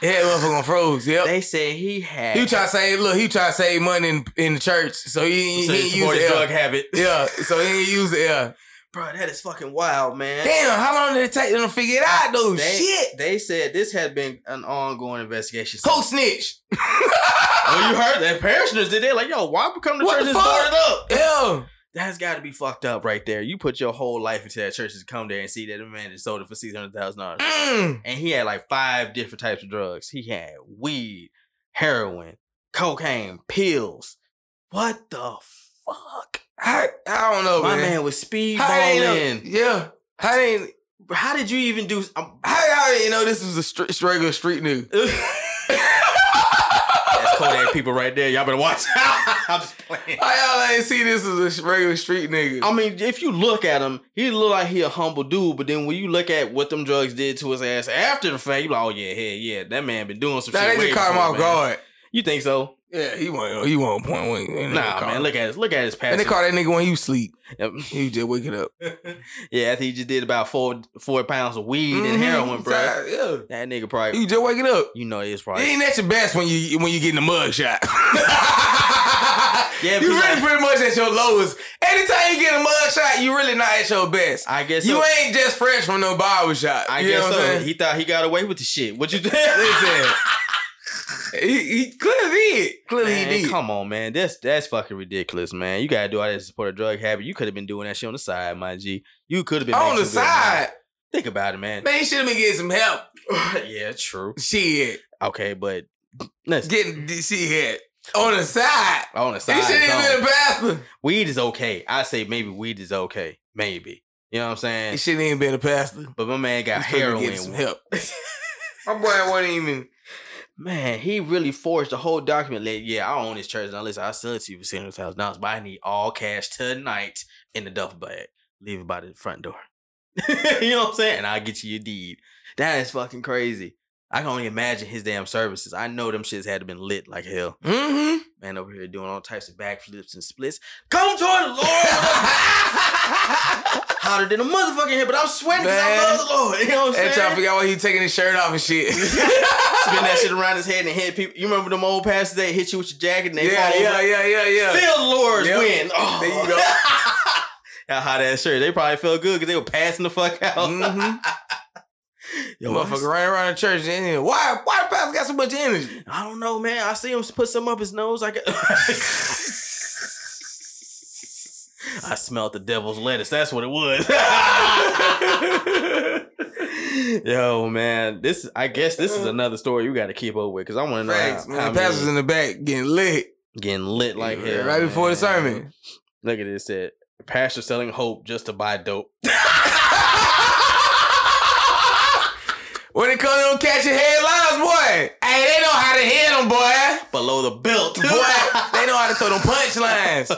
Speaker 2: Yeah, that motherfucker froze. Yep.
Speaker 3: they said he had
Speaker 2: He try to save. Look, he try to save money in, in the church, so he
Speaker 3: so
Speaker 2: he
Speaker 3: he
Speaker 2: ain't use
Speaker 3: support his
Speaker 2: the
Speaker 3: drug
Speaker 2: L.
Speaker 3: habit.
Speaker 2: Yeah, so he ain't use the L.
Speaker 3: bro, that is fucking wild, man.
Speaker 2: Damn, how long did it take them to figure it out, though?
Speaker 3: They,
Speaker 2: Shit,
Speaker 3: They said this had been an ongoing investigation.
Speaker 2: who snitch?
Speaker 3: Well, you heard that parishioners did. They're like, yo, why come the
Speaker 2: What
Speaker 3: church
Speaker 2: the
Speaker 3: is
Speaker 2: fuck?
Speaker 3: boarded up?
Speaker 2: Yeah,
Speaker 3: That's got to be fucked up right there. You put your whole life into that church to come there and see that a man is sold it for six hundred thousand dollars,
Speaker 2: mm.
Speaker 3: and he had like five different types of drugs. He had weed, heroin, cocaine, pills. What the fuck?
Speaker 2: I I don't know,
Speaker 3: My
Speaker 2: Oh, man.
Speaker 3: man was
Speaker 2: how they
Speaker 3: speedballing.
Speaker 2: ain't know? Yeah, how they ain't
Speaker 3: How did you even do? um, I'm,
Speaker 2: how y'all didn't know this was a str- regular street nigga?
Speaker 3: that's Kodak people right there. Y'all better watch out. I'm just playing.
Speaker 2: How y'all ain't see this as a sh- regular street nigga?
Speaker 3: I mean, if you look at him, he look like he a humble dude. But then when you look at what them drugs did to his ass after the fact, you like, oh yeah, hell yeah, that man been doing some
Speaker 2: nah,
Speaker 3: shit.
Speaker 2: they
Speaker 3: way
Speaker 2: just caught him
Speaker 3: before,
Speaker 2: off
Speaker 3: man.
Speaker 2: guard.
Speaker 3: You think so?
Speaker 2: Yeah, he won. He won point one. They
Speaker 3: Nah,
Speaker 2: caught
Speaker 3: man.
Speaker 2: him.
Speaker 3: Look at his look at his past.
Speaker 2: and they call that nigga when he was sleep.
Speaker 3: Yep.
Speaker 2: He just waking up.
Speaker 3: yeah, after he just did about four four pounds of weed and heroin,
Speaker 2: Mhm.
Speaker 3: bro.
Speaker 2: Yeah,
Speaker 3: That nigga probably,
Speaker 2: he just waking up.
Speaker 3: you know, it's
Speaker 2: It
Speaker 3: probably.
Speaker 2: ain't at your best when you when you getting a mug shot.
Speaker 3: Yeah,
Speaker 2: you
Speaker 3: but
Speaker 2: really
Speaker 3: like-
Speaker 2: pretty much at your lowest. Anytime you get a mug shot, you really not at your best.
Speaker 3: I guess
Speaker 2: you
Speaker 3: so.
Speaker 2: ain't just fresh from no barber shop.
Speaker 3: I
Speaker 2: you
Speaker 3: guess
Speaker 2: know what I'm
Speaker 3: so.
Speaker 2: saying?
Speaker 3: He thought he got away with the shit. What you think?
Speaker 2: Listen. he, he clearly did. Clearly he
Speaker 3: Man,
Speaker 2: did.
Speaker 3: come on, man. That's that's fucking ridiculous, man. You gotta do all that to support a drug habit. You could have been doing that shit on the side, my G. You could have been
Speaker 2: On
Speaker 3: making
Speaker 2: the
Speaker 3: some good money.
Speaker 2: side,
Speaker 3: Think about it, man.
Speaker 2: man, he should have been getting some help.
Speaker 3: yeah, true.
Speaker 2: Shit,
Speaker 3: Okay, but let's
Speaker 2: getting shit on the side.
Speaker 3: on the
Speaker 2: He
Speaker 3: side.
Speaker 2: should have
Speaker 3: zone.
Speaker 2: been a pastor.
Speaker 3: Weed is okay. I say maybe weed is okay. Maybe. You know what I'm
Speaker 2: He
Speaker 3: saying?
Speaker 2: shouldn't even been a pastor.
Speaker 3: But my man got
Speaker 2: He could've been getting some
Speaker 3: heroin.
Speaker 2: help. My boy wasn't even.
Speaker 3: Man, he really forged the whole document. Like, yeah, I own this church. Now listen, I sell it to you for six hundred thousand dollars, but I need all cash tonight in the duffel bag. Leave it by the front door. you know what I'm saying? And I'll get you your deed. That is fucking crazy. I can only imagine his damn services. I know them shits had to been lit like hell.
Speaker 2: Mm-hmm.
Speaker 3: Man over here doing all types of backflips and splits. Come join the Lord. with us. Hotter than a motherfucker here, but I'm sweating because I
Speaker 2: Man.
Speaker 3: love the Lord. You know what I'm
Speaker 2: And y'all
Speaker 3: saying?
Speaker 2: forgot why he taking his shirt off and shit.
Speaker 3: spin that shit around his head and hit people. You remember them old pastors that hit you with your jacket and they
Speaker 2: yeah,
Speaker 3: fall
Speaker 2: yeah,
Speaker 3: over?
Speaker 2: yeah, yeah, yeah.
Speaker 3: Feel the Lord's
Speaker 2: Yep.
Speaker 3: win. Oh.
Speaker 2: There you go.
Speaker 3: How hot that shirt. They probably felt good because they were passing the fuck out.
Speaker 2: Mhm.
Speaker 3: Yo,
Speaker 2: Motherfucker running around the church. And then, why? Why the pastor got so much energy?
Speaker 3: I don't know, man. I see him put some up his nose. I got. I smelled the devil's lettuce. That's what it was. Yo, man, this I guess this is another story we got to keep up with because I want to know how-
Speaker 2: Uh-huh. Facts,
Speaker 3: how
Speaker 2: man.
Speaker 3: many-
Speaker 2: Pastors in the back getting lit
Speaker 3: getting lit like hell
Speaker 2: right before the
Speaker 3: man.
Speaker 2: sermon.
Speaker 3: Look at this. Said pastor selling hope just to buy dope.
Speaker 2: When it comes to them catching headlines, boy, hey, they know how to hit them, boy.
Speaker 3: Below the belt.
Speaker 2: Boy, they know how to throw them punchlines.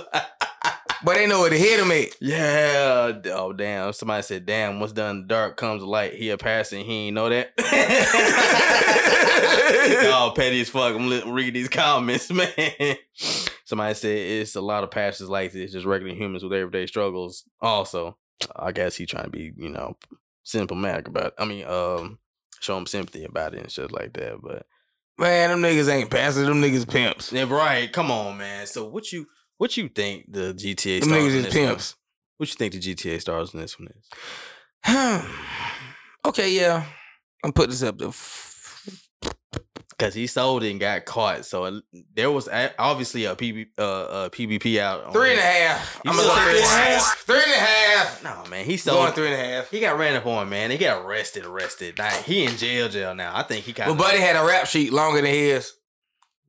Speaker 2: But they know where to hit them at.
Speaker 3: yeah. Oh damn. Somebody said, "Damn, what's done in the dark comes the light." He a pastor. And he ain't know that. oh, petty as fuck. I'm li- reading these comments, man. Somebody said it's a lot of pastors like this, just regular humans with everyday struggles. Also, I guess he trying to be, you know, symptomatic about. I mean, um, show him sympathy about it and shit like that. But
Speaker 2: Man, them niggas ain't pastors. Them niggas pimps.
Speaker 3: Yeah, right. Come on, man. So what you what you think the GTA
Speaker 2: Them
Speaker 3: stars in
Speaker 2: niggas
Speaker 3: this
Speaker 2: is pimps.
Speaker 3: One? What you think the GTA stars in this one is?
Speaker 2: okay, yeah. I'm putting this up to. f-
Speaker 3: Because he sold it and got caught. So it- there was a- obviously a, PB, uh, a PvP out. On
Speaker 2: Three and a half.
Speaker 3: You
Speaker 2: I'm
Speaker 3: still
Speaker 2: gonna
Speaker 3: think
Speaker 2: say
Speaker 3: it's half?
Speaker 2: Three and a half.
Speaker 3: No, man. He
Speaker 2: Going
Speaker 3: sold.
Speaker 2: three and a half.
Speaker 3: He got ran up on, man. He got arrested, arrested. Like he in jail, jail now. I think he got.
Speaker 2: But Buddy had a rap sheet longer than his.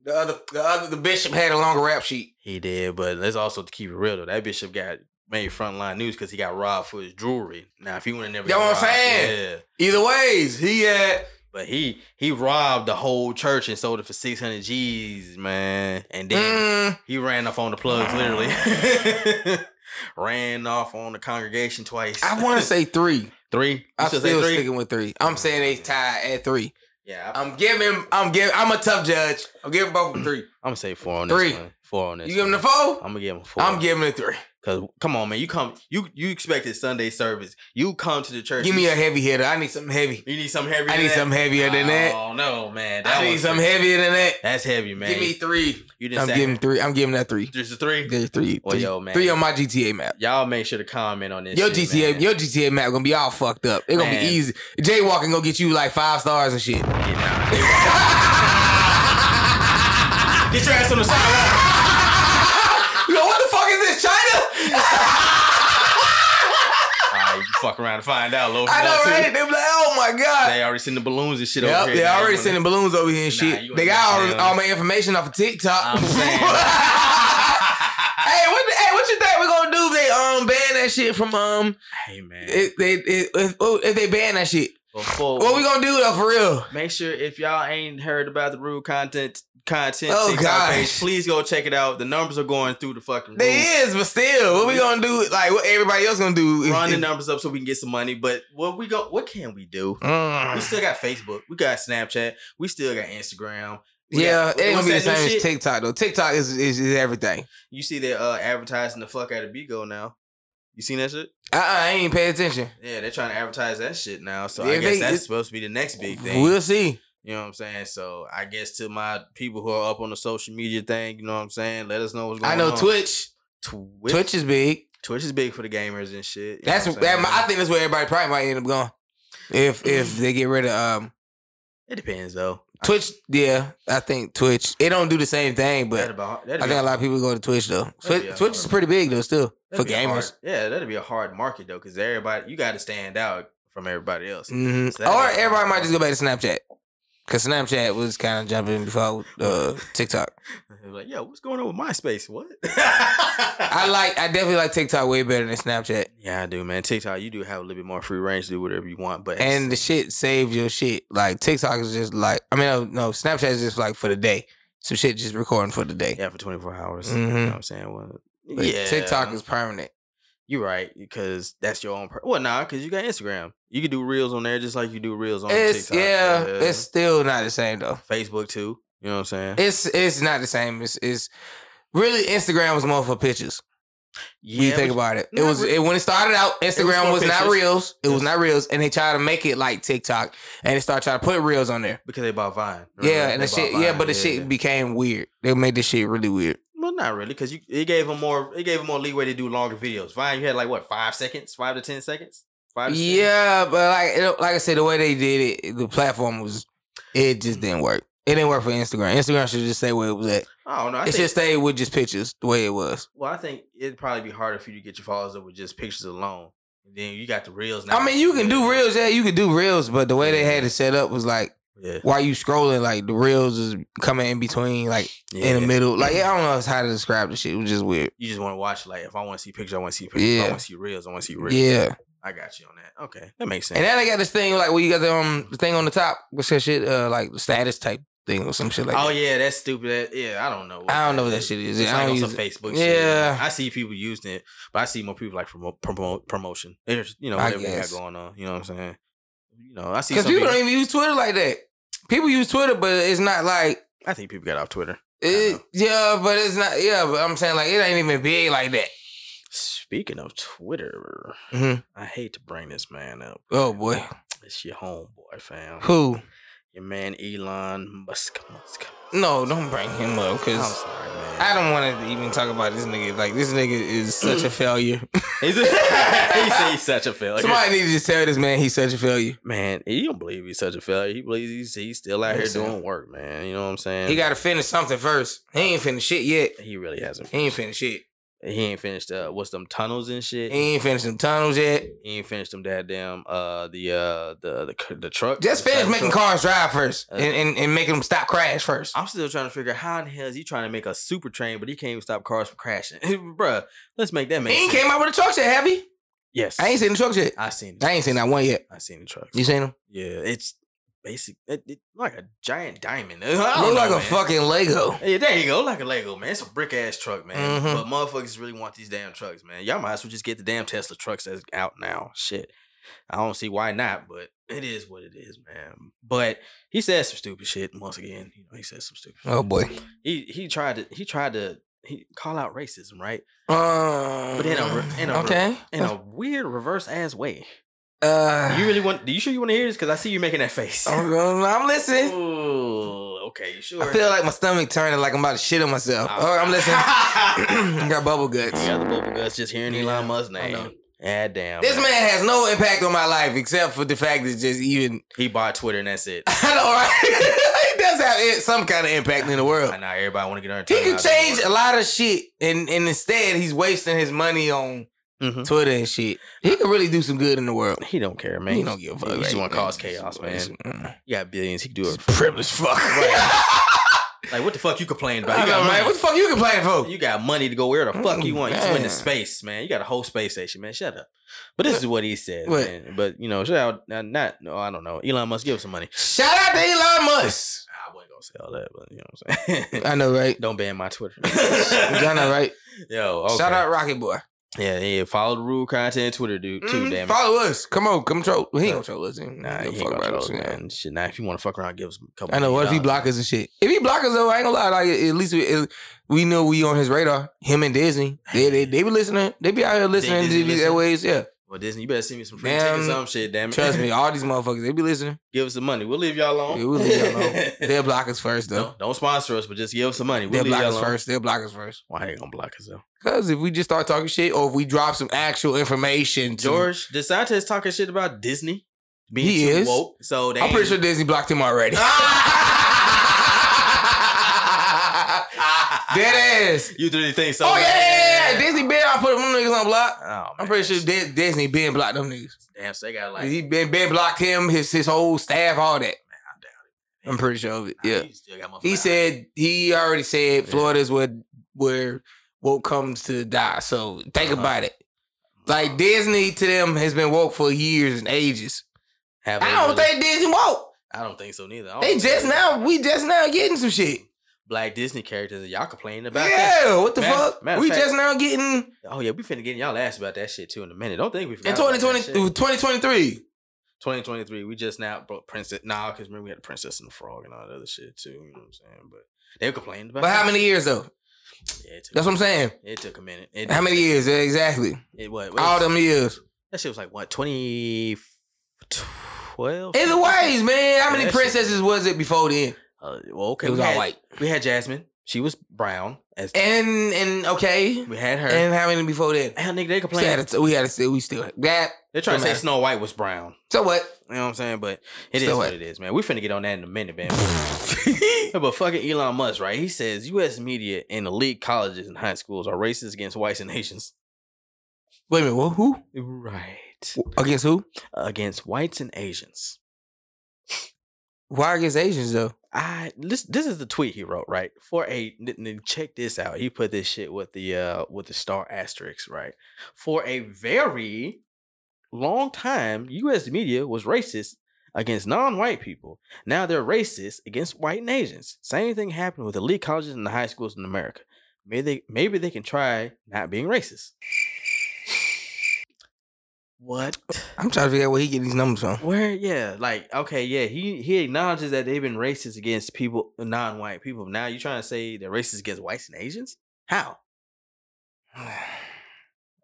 Speaker 2: The other, the other, the bishop had a longer rap sheet.
Speaker 3: He did, but let's also keep it real though. That bishop got made frontline news because he got robbed for his jewelry. Now if he would have never,
Speaker 2: You know
Speaker 3: got
Speaker 2: what I'm
Speaker 3: robbed,
Speaker 2: saying?
Speaker 3: yeah.
Speaker 2: Either ways, he had.
Speaker 3: But he he robbed the whole church and sold it for six hundred G's, man. And then
Speaker 2: Mm,
Speaker 3: he ran off on the plugs, literally. ran off on the congregation twice.
Speaker 2: I want to say three.
Speaker 3: three. You
Speaker 2: I'm
Speaker 3: should
Speaker 2: still
Speaker 3: say three.
Speaker 2: sticking with three. I'm saying they tied at three.
Speaker 3: Yeah, I, am
Speaker 2: I'm giving. I'm giving. I'm a tough judge. I'm giving both of three.
Speaker 3: gonna say four on
Speaker 2: Three.
Speaker 3: this one. Four on this.
Speaker 2: You give him the
Speaker 3: one.
Speaker 2: four.
Speaker 3: I'm gonna give him a four.
Speaker 2: I'm giving it three.
Speaker 3: Cause come on, man, you come, you you expected Sunday service. You come to the church.
Speaker 2: Give me
Speaker 3: you,
Speaker 2: a heavy hitter. I need something heavy.
Speaker 3: You need something heavier.
Speaker 2: I
Speaker 3: than
Speaker 2: need
Speaker 3: that?
Speaker 2: something heavier than that.
Speaker 3: Oh no, man, that
Speaker 2: I need
Speaker 3: one's-
Speaker 2: something heavier than that.
Speaker 3: That's heavy, man.
Speaker 2: Give me three.
Speaker 3: you didn't.
Speaker 2: I'm
Speaker 3: say
Speaker 2: giving three. I'm giving that three.
Speaker 3: just a three.
Speaker 2: There's three.
Speaker 3: Well,
Speaker 2: three,
Speaker 3: yo, man.
Speaker 2: three on my GTA map.
Speaker 3: Y'all make sure to comment on this.
Speaker 2: Your
Speaker 3: shit,
Speaker 2: GTA,
Speaker 3: man.
Speaker 2: your GTA map gonna be all fucked up. It's gonna be
Speaker 3: Man.
Speaker 2: easy. Jaywalking gonna get you like five stars and shit.
Speaker 3: Get down. Get your ass on the sidewalk.
Speaker 2: Yo, what the fuck is this, China?
Speaker 3: All right, you fuck around and find out, Low.
Speaker 2: I know, right? They be like, oh my god.
Speaker 3: They already sending balloons and shit
Speaker 2: Yep,
Speaker 3: over here.
Speaker 2: they
Speaker 3: Now you
Speaker 2: already
Speaker 3: wanna-
Speaker 2: sending balloons over here and shit.
Speaker 3: you
Speaker 2: they
Speaker 3: ain't
Speaker 2: got all,
Speaker 3: saying.
Speaker 2: all my information off of TikTok.
Speaker 3: I'm saying.
Speaker 2: hey, what? the- Hey, what you think we gonna do? If they um ban that shit from um.
Speaker 3: hey man.
Speaker 2: If they if, if, oh, if they ban that shit,
Speaker 3: Before,
Speaker 2: what we gonna do though for real?
Speaker 3: make sure if y'all ain't heard about the rude content content
Speaker 2: Oh,
Speaker 3: TikTok
Speaker 2: gosh.
Speaker 3: page. Please go check it out. The numbers are going through the fucking
Speaker 2: They
Speaker 3: roof.
Speaker 2: is, but still, what we gonna do? Like what everybody else gonna do? is-
Speaker 3: Run the
Speaker 2: is-
Speaker 3: numbers up so we can get some money. But what we go? What can we do? We
Speaker 2: Mm.
Speaker 3: still got Facebook. We got Snapchat. We still got Instagram. We
Speaker 2: Yeah,
Speaker 3: got-
Speaker 2: it ain't
Speaker 3: what's
Speaker 2: gonna be the
Speaker 3: that
Speaker 2: same
Speaker 3: new shit?
Speaker 2: as TikTok though. TikTok is is, is everything.
Speaker 3: You see they're uh, advertising the fuck out of Bigo now. You seen that shit?
Speaker 2: Uh, I ain't pay attention.
Speaker 3: Yeah, they're trying to advertise that shit now. So I
Speaker 2: Yeah,
Speaker 3: guess
Speaker 2: they-
Speaker 3: that's
Speaker 2: it's-
Speaker 3: supposed to be the next big thing.
Speaker 2: We'll see.
Speaker 3: You know what I'm saying? So I guess to my people who are up on the social media thing, you know what I'm saying? Let us know what's going
Speaker 2: I
Speaker 3: on.
Speaker 2: know Twitch.
Speaker 3: Twitch.
Speaker 2: Twitch. is big.
Speaker 3: Twitch is big for the gamers and shit. you know
Speaker 2: That's
Speaker 3: what I'm
Speaker 2: that,
Speaker 3: saying?
Speaker 2: I think that's where everybody probably might end up going. If if they get rid of um
Speaker 3: it depends though.
Speaker 2: Twitch, yeah, I think Twitch. It don't do the same thing,
Speaker 3: That
Speaker 2: but
Speaker 3: about
Speaker 2: I
Speaker 3: that'd be
Speaker 2: think a lot of people go to Twitch though.
Speaker 3: be a
Speaker 2: Twitch, Twitch is
Speaker 3: hard-
Speaker 2: pretty big though, still
Speaker 3: that'd
Speaker 2: for
Speaker 3: be a hard-
Speaker 2: gamers.
Speaker 3: yeah, that'd be a hard market though, because everybody you got to stand out from everybody else.
Speaker 2: hmm
Speaker 3: So that'd
Speaker 2: or
Speaker 3: be a
Speaker 2: everybody
Speaker 3: hard
Speaker 2: might just go back to Snapchat because Snapchat was kind of jumping before uh, TikTok.
Speaker 3: like, yo, what's going on with MySpace? What?
Speaker 2: I like, I definitely like TikTok way better than Snapchat.
Speaker 3: Yeah, I do, man. TikTok, you do have a little bit more free range to do whatever you want, but
Speaker 2: And the shit saves your shit. Like TikTok is just like, I mean, no, no, Snapchat is just like for the day. Some shit just recording for the day.
Speaker 3: yeah, for twenty four hours. You
Speaker 2: Mhm.
Speaker 3: know what I'm saying? Well,
Speaker 2: But
Speaker 3: yeah,
Speaker 2: TikTok is permanent.
Speaker 3: You're right because that's your own. Per- well, nah, because you got Instagram. You can do reels on there just like you do reels on
Speaker 2: It's
Speaker 3: TikTok.
Speaker 2: yeah, it's still not the same though.
Speaker 3: Facebook too. You know what I'm saying?
Speaker 2: It's it's not the same. It's, it's really Instagram was more for pictures. when you
Speaker 3: Yeah,
Speaker 2: think
Speaker 3: but-
Speaker 2: about it. It
Speaker 3: not
Speaker 2: was
Speaker 3: re-
Speaker 2: it when it started out, Instagram
Speaker 3: more
Speaker 2: was, not
Speaker 3: pictures.
Speaker 2: reels. It was
Speaker 3: Yes.
Speaker 2: not reels, and they tried to make it like TikTok, and they started trying to put reels on there.
Speaker 3: because they bought Vine.
Speaker 2: yeah,
Speaker 3: Remember?
Speaker 2: and
Speaker 3: They
Speaker 2: the shit.
Speaker 3: bought
Speaker 2: Yeah,
Speaker 3: Vine,
Speaker 2: but the shit
Speaker 3: yeah.
Speaker 2: became weird. They made this shit really weird.
Speaker 3: well, not really because you it gave them more. It gave them more leeway to do longer videos. Vine, you had like what five seconds, five to ten seconds, five. To
Speaker 2: Yeah, but like it- like I said, the way they did it, the platform was it just didn't work. It didn't work for Instagram. Instagram should just stay where it was at.
Speaker 3: I don't know. I
Speaker 2: it
Speaker 3: think,
Speaker 2: should stay with just pictures the way it was.
Speaker 3: well, I think it'd probably be harder for you to get your followers up with just pictures alone. And then you got the reels now.
Speaker 2: I mean, you can do reels, yeah, you can do reels, but the way they had it set up was like
Speaker 3: Yeah,
Speaker 2: while you scrolling, like the reels is coming in between, like
Speaker 3: yeah.
Speaker 2: in the middle. Like I don't know how to describe the shit. It was just weird.
Speaker 3: you just want to watch. Like, if I want to see pictures, I want to see pictures. If I
Speaker 2: Yeah.
Speaker 3: want to see reels. I want to see reels.
Speaker 2: Yeah,
Speaker 3: I got you on that. Okay, that makes sense.
Speaker 2: and then they got this thing like where you got the um the thing on the top, what's that shit? Uh, like the status type thing or some shit like
Speaker 3: oh
Speaker 2: that.
Speaker 3: yeah, that's stupid. That, yeah, I don't know.
Speaker 2: I don't know what that shit is.
Speaker 3: It's
Speaker 2: I
Speaker 3: like
Speaker 2: don't
Speaker 3: on some
Speaker 2: use
Speaker 3: Facebook.
Speaker 2: Yeah.
Speaker 3: shit. I see people using it, but I see more people like promote, promote promotion. There's you know
Speaker 2: I
Speaker 3: whatever they got
Speaker 2: guess.
Speaker 3: going on. You know what I'm saying? You know, I see
Speaker 2: Because
Speaker 3: some
Speaker 2: people
Speaker 3: people.
Speaker 2: don't even use Twitter like that. People use Twitter, but it's not like
Speaker 3: I think people got off Twitter.
Speaker 2: it. Yeah, but it's not. Yeah, but I'm saying like it ain't even big like that.
Speaker 3: Speaking of Twitter,
Speaker 2: Mhm.
Speaker 3: I hate to bring this man up.
Speaker 2: Oh boy,
Speaker 3: It's your homeboy, fam.
Speaker 2: who?
Speaker 3: Your man Elon Musk. Musk.
Speaker 2: No, don't bring him up
Speaker 3: I'm
Speaker 2: because.
Speaker 3: sorry, man.
Speaker 2: I don't want to even talk about this nigga. Like this nigga is such a failure.
Speaker 3: He's, a, he's, he's such a failure.
Speaker 2: Somebody need to just tell this man he's such a failure.
Speaker 3: Man, he don't believe he's such a failure. He believes he's, he's still out here
Speaker 2: Listen.
Speaker 3: doing work, man. You know what I'm saying?
Speaker 2: He got to finish something first. He ain't finished shit yet.
Speaker 3: he really hasn't.
Speaker 2: He ain't finished shit.
Speaker 3: He ain't finished. Uh, what's them tunnels and shit?
Speaker 2: He ain't finished them tunnels yet.
Speaker 3: He ain't finished them goddamn uh the uh the the, c- the truck.
Speaker 2: Just
Speaker 3: the
Speaker 2: finish
Speaker 3: cyber
Speaker 2: making
Speaker 3: truck.
Speaker 2: cars drive first and, and, and making them stop crash first.
Speaker 3: I'm still trying to figure out how in the hell is he trying to make a super train, but he can't even stop cars from crashing, Bruh, Let's make that
Speaker 2: He
Speaker 3: make
Speaker 2: ain't
Speaker 3: sense.
Speaker 2: came out with a truck yet, have he?
Speaker 3: Yes,
Speaker 2: I ain't seen the truck yet.
Speaker 3: I seen. The
Speaker 2: I ain't seen that one yet.
Speaker 3: I seen the truck.
Speaker 2: You seen him?
Speaker 3: Yeah, it's basic. It, it, like a giant diamond. I don't
Speaker 2: Look
Speaker 3: know,
Speaker 2: like a
Speaker 3: man.
Speaker 2: fucking Lego.
Speaker 3: Yeah, there you go, like a Lego, man. It's a brick ass truck, man.
Speaker 2: Mhm.
Speaker 3: But motherfuckers really want these damn trucks, man. Y'all might as well just get the damn Tesla trucks that's out now. Shit. I don't see why not, but it is what it is, man. But he said some stupid shit once again. You know, he said some stupid
Speaker 2: Oh boy.
Speaker 3: He he tried to he tried to he call out racism, right?
Speaker 2: Um,
Speaker 3: But in a re- in a re-
Speaker 2: okay.
Speaker 3: In a weird reverse ass way.
Speaker 2: uh,
Speaker 3: You really want you sure you want to hear this? Cause I see you making that face.
Speaker 2: I'm, I'm listening.
Speaker 3: Ooh, okay, sure.
Speaker 2: Oh, I feel like my stomach turning like I'm about to shit on myself.
Speaker 3: Oh.
Speaker 2: Oh, I'm listening. I got bubble guts.
Speaker 3: Yeah, the bubble guts just hearing Elon Musk's
Speaker 2: know.
Speaker 3: name. Ah, damn.
Speaker 2: This man has no impact on my life except for the fact that just even
Speaker 3: He bought Twitter and that's it.
Speaker 2: I know, right? he does have it- some kind of impact in the world.
Speaker 3: I know everybody want to get on.
Speaker 2: He could change a lot of shit, and, and instead he's wasting his money on
Speaker 3: Mm-hmm.
Speaker 2: Twitter and shit. He could really do some good in the world.
Speaker 3: He don't care, man.
Speaker 2: He don't give a fuck.
Speaker 3: He just
Speaker 2: right?
Speaker 3: want to cause chaos, man.
Speaker 2: Mm.
Speaker 3: You got billions. He can do it.
Speaker 2: Privileged fuck.
Speaker 3: Like what the fuck you complaining about?
Speaker 2: I
Speaker 3: You
Speaker 2: know,
Speaker 3: got
Speaker 2: man.
Speaker 3: money.
Speaker 2: What the fuck you complaining for?
Speaker 3: You got money to go where the fuck you want. You just went to
Speaker 2: Man.
Speaker 3: space, man. You got a whole space station, man. Shut up. But this is what he said,
Speaker 2: What?
Speaker 3: man. But you know, shout out, uh, not no, I don't know. Elon Musk, give us some money.
Speaker 2: Shout out to Elon Musk.
Speaker 3: I wasn't gonna gonna say all that, but you know what I'm saying.
Speaker 2: I know, right?
Speaker 3: Don't ban my Twitter.
Speaker 2: I know, right?
Speaker 3: Yo, okay.
Speaker 2: Shout out Rocket Boy.
Speaker 3: Yeah, yeah. Follow the rule content Twitter, dude. Too
Speaker 2: Mm,
Speaker 3: damn it.
Speaker 2: Follow us. Come on, come troll. He ain't gonna troll us. He ain't
Speaker 3: Nah,
Speaker 2: gonna
Speaker 3: he
Speaker 2: fuck
Speaker 3: ain't
Speaker 2: about
Speaker 3: gonna
Speaker 2: us,
Speaker 3: troll,
Speaker 2: man.
Speaker 3: man. Shit, nah, if you want to fuck around, give us a couple.
Speaker 2: I know. What if he
Speaker 3: million
Speaker 2: block us and shit? If he block us though, I ain't gonna lie. Like at least we at- we know we on his radar. Him and Disney, they they, they be listening. They be out here listening
Speaker 3: Disney
Speaker 2: to these
Speaker 3: listen?
Speaker 2: airways. Yeah,
Speaker 3: dollars? Well, Disney, you better send me some free
Speaker 2: Damn.
Speaker 3: tickets, some shit. Damn it.
Speaker 2: trust me, all these motherfuckers, they be listening.
Speaker 3: give us the money. We'll leave y'all alone.
Speaker 2: Yeah, we'll leave y'all alone. They'll block us first though.
Speaker 3: don't, don't sponsor us, but just give us some money.
Speaker 2: They'll
Speaker 3: We'll leave
Speaker 2: block
Speaker 3: y'all
Speaker 2: us
Speaker 3: alone.
Speaker 2: first. They'll block us first.
Speaker 3: Why ain't gonna block us though?
Speaker 2: Cause if we just start talking shit, or if we drop some actual information, to,
Speaker 3: George DeSantis talking shit about Disney being
Speaker 2: He
Speaker 3: too
Speaker 2: is.
Speaker 3: woke. So they
Speaker 2: I'm pretty
Speaker 3: ain't-
Speaker 2: sure Disney blocked him already. Dead ass.
Speaker 3: you really think so?
Speaker 2: Oh
Speaker 3: man?
Speaker 2: yeah, yeah, yeah, yeah. Disney been I put them niggas on block.
Speaker 3: Oh, man.
Speaker 2: I'm pretty sure Di- Disney been blocked them niggas.
Speaker 3: Damn, so they got like.
Speaker 2: He been been blocked him, his his whole staff, all that. I'm pretty sure of it. Yeah.
Speaker 3: You still got motherfuckers
Speaker 2: He
Speaker 3: out.
Speaker 2: said he already said
Speaker 3: Yeah.
Speaker 2: Florida's where where woke comes to die. So think
Speaker 3: Uh-huh.
Speaker 2: about it. Like Disney to them has been woke for years and ages.
Speaker 3: Have
Speaker 2: I
Speaker 3: they
Speaker 2: don't
Speaker 3: really? Oh,
Speaker 2: think Disney woke.
Speaker 3: I don't think so neither. I don't
Speaker 2: They
Speaker 3: think
Speaker 2: just
Speaker 3: so.
Speaker 2: now we just now getting some shit.
Speaker 3: black Disney characters. and Y'all complaining about that?
Speaker 2: Yeah, what the
Speaker 3: Matter-
Speaker 2: fuck?
Speaker 3: matter of
Speaker 2: we
Speaker 3: fact-
Speaker 2: just now getting
Speaker 3: Oh yeah, we finna get in y'all ass about that shit too in a minute. Don't think we forgot.
Speaker 2: in
Speaker 3: about that
Speaker 2: 2020,
Speaker 3: shit.
Speaker 2: 2023.
Speaker 3: 2023, we just now brought Princess. Nah, because remember we had the Princess and the Frog and all that other shit too. You know what I'm saying? But they were complaining about.
Speaker 2: But how
Speaker 3: that.
Speaker 2: many years though?
Speaker 3: Yeah, it took,
Speaker 2: That's what I'm saying.
Speaker 3: it took a minute. It,
Speaker 2: How many years? Yeah, exactly.
Speaker 3: It what?
Speaker 2: All
Speaker 3: All
Speaker 2: them years.
Speaker 3: that shit was like what 2012?
Speaker 2: Either ways, man. How
Speaker 3: Yeah,
Speaker 2: many
Speaker 3: that shit-
Speaker 2: princesses was it before then?
Speaker 3: Uh, well, okay,
Speaker 2: It was
Speaker 3: we
Speaker 2: all
Speaker 3: had,
Speaker 2: white.
Speaker 3: We had Jasmine. She was brown. As
Speaker 2: And and okay.
Speaker 3: we had her. And,
Speaker 2: And how many before then?
Speaker 3: nigga, they
Speaker 2: We had
Speaker 3: complaining.
Speaker 2: to, we had to still we still that.
Speaker 3: They're trying to
Speaker 2: don't
Speaker 3: say
Speaker 2: matter.
Speaker 3: Snow White was brown.
Speaker 2: So what?
Speaker 3: You know what I'm saying? But it is
Speaker 2: Still
Speaker 3: what
Speaker 2: what?
Speaker 3: it is, man. We finna get on that in a minute, man. but fucking Elon Musk, right? He says U.S. media and elite colleges and high schools are racist against whites and Asians.
Speaker 2: Wait a minute. Well, who
Speaker 3: Right.
Speaker 2: against who?
Speaker 3: Against whites and Asians.
Speaker 2: Why against Asians though?
Speaker 3: I this this is the tweet he wrote right for a n- n- check this out he put this shit with the uh with the star asterisk right for a very long time U.S. media was racist against non-white people now they're racist against white and Asians same thing happened with elite colleges and the high schools in America maybe they maybe they can try not being racist what
Speaker 2: I'm trying to figure out where he get these numbers from.
Speaker 3: where yeah, like okay, yeah, he he acknowledges that they've been racist against people, non-white people. Now you trying to say they're racist against whites and Asians? How?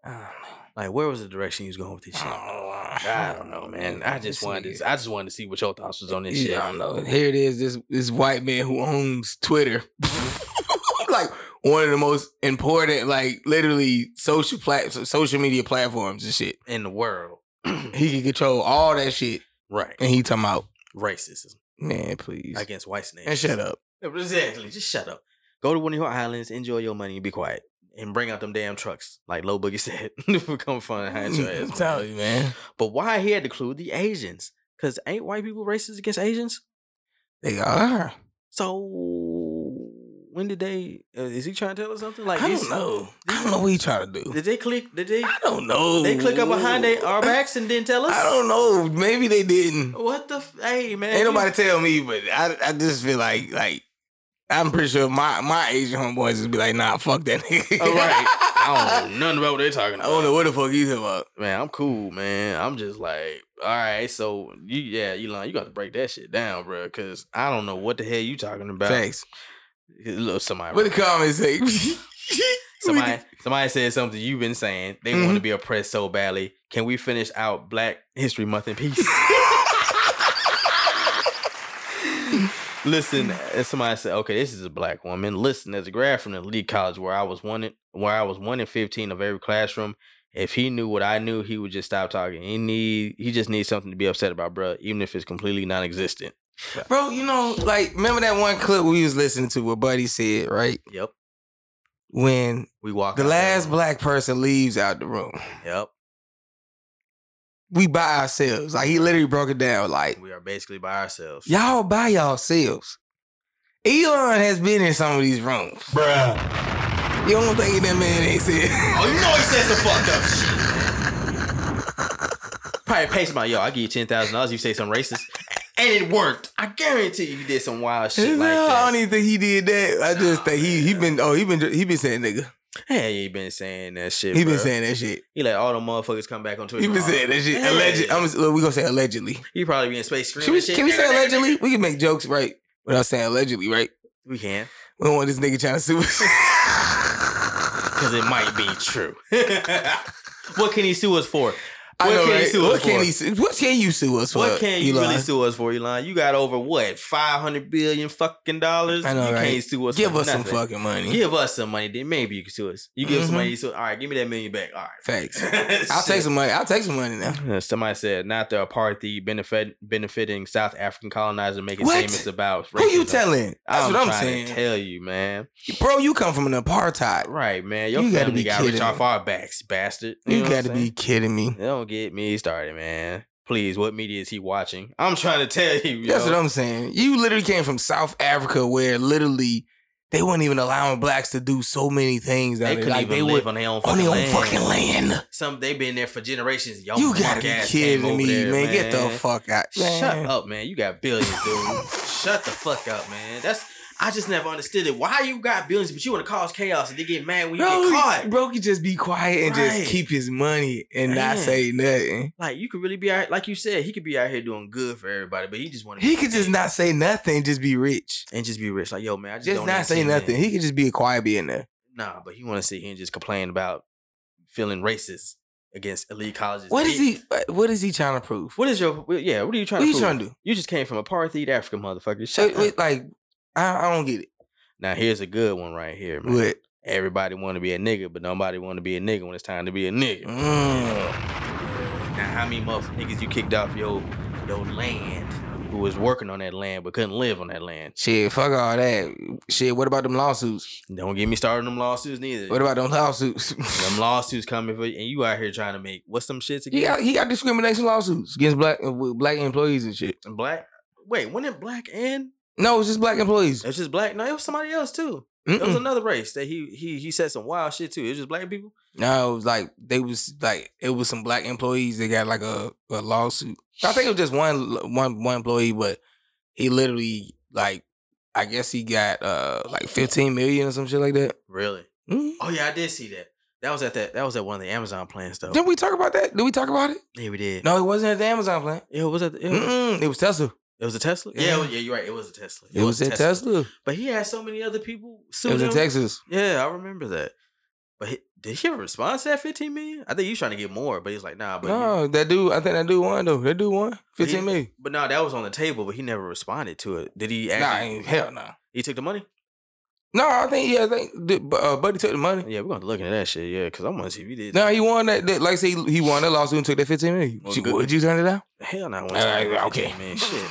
Speaker 3: Ah, Like where was the direction he was going with this shit? oh, I don't know, man. I just wanted to, I just wanted to see what your thoughts was on this shit.
Speaker 2: Yeah, I don't know. Here it is, this this white man who owns Twitter. like one of the most important, like literally social plat- social media platforms and shit.
Speaker 3: In the world,
Speaker 2: He can control all that shit.
Speaker 3: right?
Speaker 2: And he talking about,
Speaker 3: Racism
Speaker 2: man, please.
Speaker 3: against whites and Asians.
Speaker 2: And shut up.
Speaker 3: Yeah, Exactly. Just shut up. Go to one of your islands, enjoy your money, and be quiet, and bring out them damn trucks, like Low Boogie said. Come find hide your ass.
Speaker 2: Mm, I'm
Speaker 3: man.
Speaker 2: telling you, man.
Speaker 3: But why he had to include the Asians? Because ain't white people racist against Asians?
Speaker 2: They are.
Speaker 3: So when did they? Uh, is he trying to tell us something? Like
Speaker 2: I
Speaker 3: is-
Speaker 2: don't know. I don't know what he trying to do.
Speaker 3: Did they click? Did they?
Speaker 2: I don't know.
Speaker 3: They click up behind they our backs and didn't tell us.
Speaker 2: I don't know. Maybe they didn't.
Speaker 3: What the? F- hey man,
Speaker 2: Ain't
Speaker 3: you-
Speaker 2: nobody tell me, but I I just feel like like I'm pretty sure my my Asian homeboys just be like, nah, fuck that nigga.
Speaker 3: All Oh, right. I don't know nothing about what they're talking
Speaker 2: I
Speaker 3: about.
Speaker 2: don't know what the fuck he's about.
Speaker 3: Man, I'm cool, man. I'm just like, all right. So you, yeah, Elon, you got to break that shit down, bro, because I don't know what the hell you talking about.
Speaker 2: Thanks.
Speaker 3: Look, somebody.
Speaker 2: What the comments say?
Speaker 3: Somebody, somebody said something you've been saying. They want to
Speaker 2: Mhm.
Speaker 3: be oppressed so badly. Can we finish out Black History Month in peace? Listen, and somebody said, okay, this is a black woman. Listen, there's a graph from the Lee College where I was one in, where I was one in fifteen of every classroom. If he knew what I knew, he would just stop talking. He need he just needs something to be upset about, bro, even if it's completely non-existent.
Speaker 2: Bro, you know, like remember that one clip we was listening to where Buddy said, right?
Speaker 3: Yep,
Speaker 2: When
Speaker 3: we walk
Speaker 2: the
Speaker 3: out that
Speaker 2: last
Speaker 3: room.
Speaker 2: black person leaves out the room,
Speaker 3: Yep,
Speaker 2: we by ourselves. Like he literally broke it down. Like
Speaker 3: we are basically by ourselves.
Speaker 2: y'all by yourselves. Elon has been in some of these rooms.
Speaker 5: Bruh.
Speaker 2: You don't think that man ain't said.
Speaker 5: Oh, you know he said some fucked up shit.
Speaker 3: Probably pay somebody, yo, I give you ten thousand dollars. You say something racist, and it worked. I guarantee you, he did some wild shit like
Speaker 2: I
Speaker 3: that.
Speaker 2: don't even think he did that. I just think he he been oh he been he been saying nigga.
Speaker 3: Hey, he been saying that shit.
Speaker 2: He been
Speaker 3: bruh.
Speaker 2: saying that shit.
Speaker 3: He let all the motherfuckers come back on Twitter.
Speaker 2: He been
Speaker 3: Oh,
Speaker 2: saying that shit.
Speaker 3: yeah.
Speaker 2: Alleged. I'm just- look, we gonna say allegedly.
Speaker 3: He probably be in space screaming
Speaker 2: Should we,
Speaker 3: shit.
Speaker 2: can we say allegedly? We can make jokes right without saying allegedly, right?
Speaker 3: We can,
Speaker 2: We don't want this nigga trying to sue us.
Speaker 3: because it might be true. what can he sue us for?
Speaker 2: I
Speaker 3: What
Speaker 2: know,
Speaker 3: can he
Speaker 2: right?
Speaker 3: sue us
Speaker 2: what can
Speaker 3: for?
Speaker 2: he sue? What can you sue us for?
Speaker 3: What can you
Speaker 2: Elon?
Speaker 3: really sue us for, Elon? You got over what five hundred billion fucking dollars.
Speaker 2: I know,
Speaker 3: you
Speaker 2: right?
Speaker 3: can't sue us.
Speaker 2: Give
Speaker 3: for
Speaker 2: us
Speaker 3: nothing.
Speaker 2: some fucking money.
Speaker 3: Give us some money, then maybe you can sue us. You give us some
Speaker 2: Mhm.
Speaker 3: money, you sue. All right, give me that million back. All right,
Speaker 2: Facts. I'll take
Speaker 3: Shit.
Speaker 2: some money. I'll take some money now.
Speaker 3: Uh, Somebody said not the apartheid benefit benefiting South African colonizer making
Speaker 2: What?
Speaker 3: statements about
Speaker 2: Who you
Speaker 3: racism.
Speaker 2: telling? That's
Speaker 3: I'm
Speaker 2: what I'm
Speaker 3: trying
Speaker 2: saying.
Speaker 3: to tell you, man.
Speaker 2: Bro, you come from an apartheid.
Speaker 3: Right, man. Your
Speaker 2: You gotta
Speaker 3: family
Speaker 2: be
Speaker 3: got rich
Speaker 2: kidding
Speaker 3: off
Speaker 2: me.
Speaker 3: our backs, bastard.
Speaker 2: You,
Speaker 3: know what I'm
Speaker 2: gotta be
Speaker 3: saying?
Speaker 2: kidding me.
Speaker 3: Don't get me started, man. Please, what media is he watching? I'm trying to tell you.
Speaker 2: That's
Speaker 3: yo.
Speaker 2: what I'm saying. You literally came from South Africa where literally they weren't even allowing blacks to do so many things
Speaker 3: They
Speaker 2: that
Speaker 3: couldn't
Speaker 2: like
Speaker 3: even
Speaker 2: they would
Speaker 3: live on their own
Speaker 2: on
Speaker 3: fucking
Speaker 2: their own
Speaker 3: land.
Speaker 2: fucking land.
Speaker 3: Some they've been there for generations. Y'all
Speaker 2: You
Speaker 3: punk
Speaker 2: gotta be
Speaker 3: ass came
Speaker 2: kidding
Speaker 3: over
Speaker 2: me,
Speaker 3: there,
Speaker 2: man. Get the
Speaker 3: man.
Speaker 2: fuck out.
Speaker 3: Shut
Speaker 2: man.
Speaker 3: up, man. You got billions, dude. Shut the fuck up, man. That's I just never understood it. Why you got billions, but you want to cause chaos and they get mad when you
Speaker 2: Bro,
Speaker 3: get caught?
Speaker 2: bro could just be quiet and
Speaker 3: Right.
Speaker 2: just keep his money and not
Speaker 3: Man.
Speaker 2: say nothing.
Speaker 3: Like you could really be out, like you said, he could be out here doing good for everybody, but he just want to
Speaker 2: He could just not say nothing, just be rich.
Speaker 3: and just be rich. Like yo, man, I just,
Speaker 2: Just
Speaker 3: don't
Speaker 2: not
Speaker 3: even
Speaker 2: say
Speaker 3: see
Speaker 2: nothing.
Speaker 3: that.
Speaker 2: He could just be a quiet billionaire.
Speaker 3: Nah, but he want to sit here and just complain about feeling racist against elite colleges.
Speaker 2: What is he? What is he trying to prove?
Speaker 3: What is your? what- Yeah, what are you trying
Speaker 2: What
Speaker 3: to?
Speaker 2: you
Speaker 3: prove?
Speaker 2: trying to do?
Speaker 3: You just came from apartheid Africa, motherfucker. Shut
Speaker 2: Wait,
Speaker 3: up.
Speaker 2: wait, like, I, I don't get it.
Speaker 3: Now here's a good one right here, man.
Speaker 2: But
Speaker 3: Everybody want to be a nigga, but nobody want to be a nigga when it's time to be a nigga.
Speaker 2: mm,
Speaker 3: Now, how many motherfuckers you kicked off your your land who was working on that land but couldn't live on that land?
Speaker 2: shit, fuck all that. Shit, what about them lawsuits?
Speaker 3: Don't get me started on them lawsuits neither.
Speaker 2: What about them lawsuits?
Speaker 3: them lawsuits coming for you, and you out here trying to make what's some shits
Speaker 2: he
Speaker 3: again?
Speaker 2: got he got discrimination lawsuits against black uh, with black employees and shit.
Speaker 3: Black. Wait, wasn't it black and
Speaker 2: No, it's just black employees.
Speaker 3: it was just black? No, it was somebody else too. It was
Speaker 2: Mm-mm.
Speaker 3: another race that he he he said some wild shit too. It was just black people.
Speaker 2: No, it was like they was like it was some black employees that got like a, a lawsuit. I think it was just one one one employee, but he literally like I guess he got uh like fifteen million or some shit like that.
Speaker 3: Really?
Speaker 2: Mhm.
Speaker 3: Oh yeah, I did see that. That was at that that was at one of the Amazon plants though.
Speaker 2: Didn't we talk about that? Did we talk about it?
Speaker 3: Yeah, we did.
Speaker 2: No, it wasn't at the Amazon plant.
Speaker 3: Yeah, it was at the, it, was,
Speaker 2: Mm-mm, it was Tesla.
Speaker 3: it was a Tesla. Yeah,
Speaker 2: Yeah.
Speaker 3: it was- yeah, you're right. It was a Tesla.
Speaker 2: It, was,
Speaker 3: a
Speaker 2: at Tesla.
Speaker 3: But he had so many other people
Speaker 2: It was
Speaker 3: suing
Speaker 2: in
Speaker 3: him.
Speaker 2: Texas.
Speaker 3: Yeah, I remember that. But he, did he ever respond to that 15 million? I think he was trying to get more, but he's like, nah, but you-
Speaker 2: no, that dude. I think that dude won though. That dude won
Speaker 3: but he-
Speaker 2: fifteen million.
Speaker 3: But no, that was on the table, but he never responded to it. Did he
Speaker 2: Nah,
Speaker 3: actually?
Speaker 2: ain't- hell no.
Speaker 3: He took the money?
Speaker 2: No, I think yeah, I think the- uh, Buddy took the money.
Speaker 3: Yeah, we're going to look into that shit, yeah, because I want to see if he did.
Speaker 2: No, he won that. that like I say, he won that lawsuit and took that fifteen million.
Speaker 3: Well,
Speaker 2: She-
Speaker 3: good.
Speaker 2: Would you turn it down?
Speaker 3: Hell no, I want
Speaker 2: All
Speaker 3: to
Speaker 2: right,
Speaker 3: Okay.
Speaker 2: Uh, okay.
Speaker 3: Man, shit.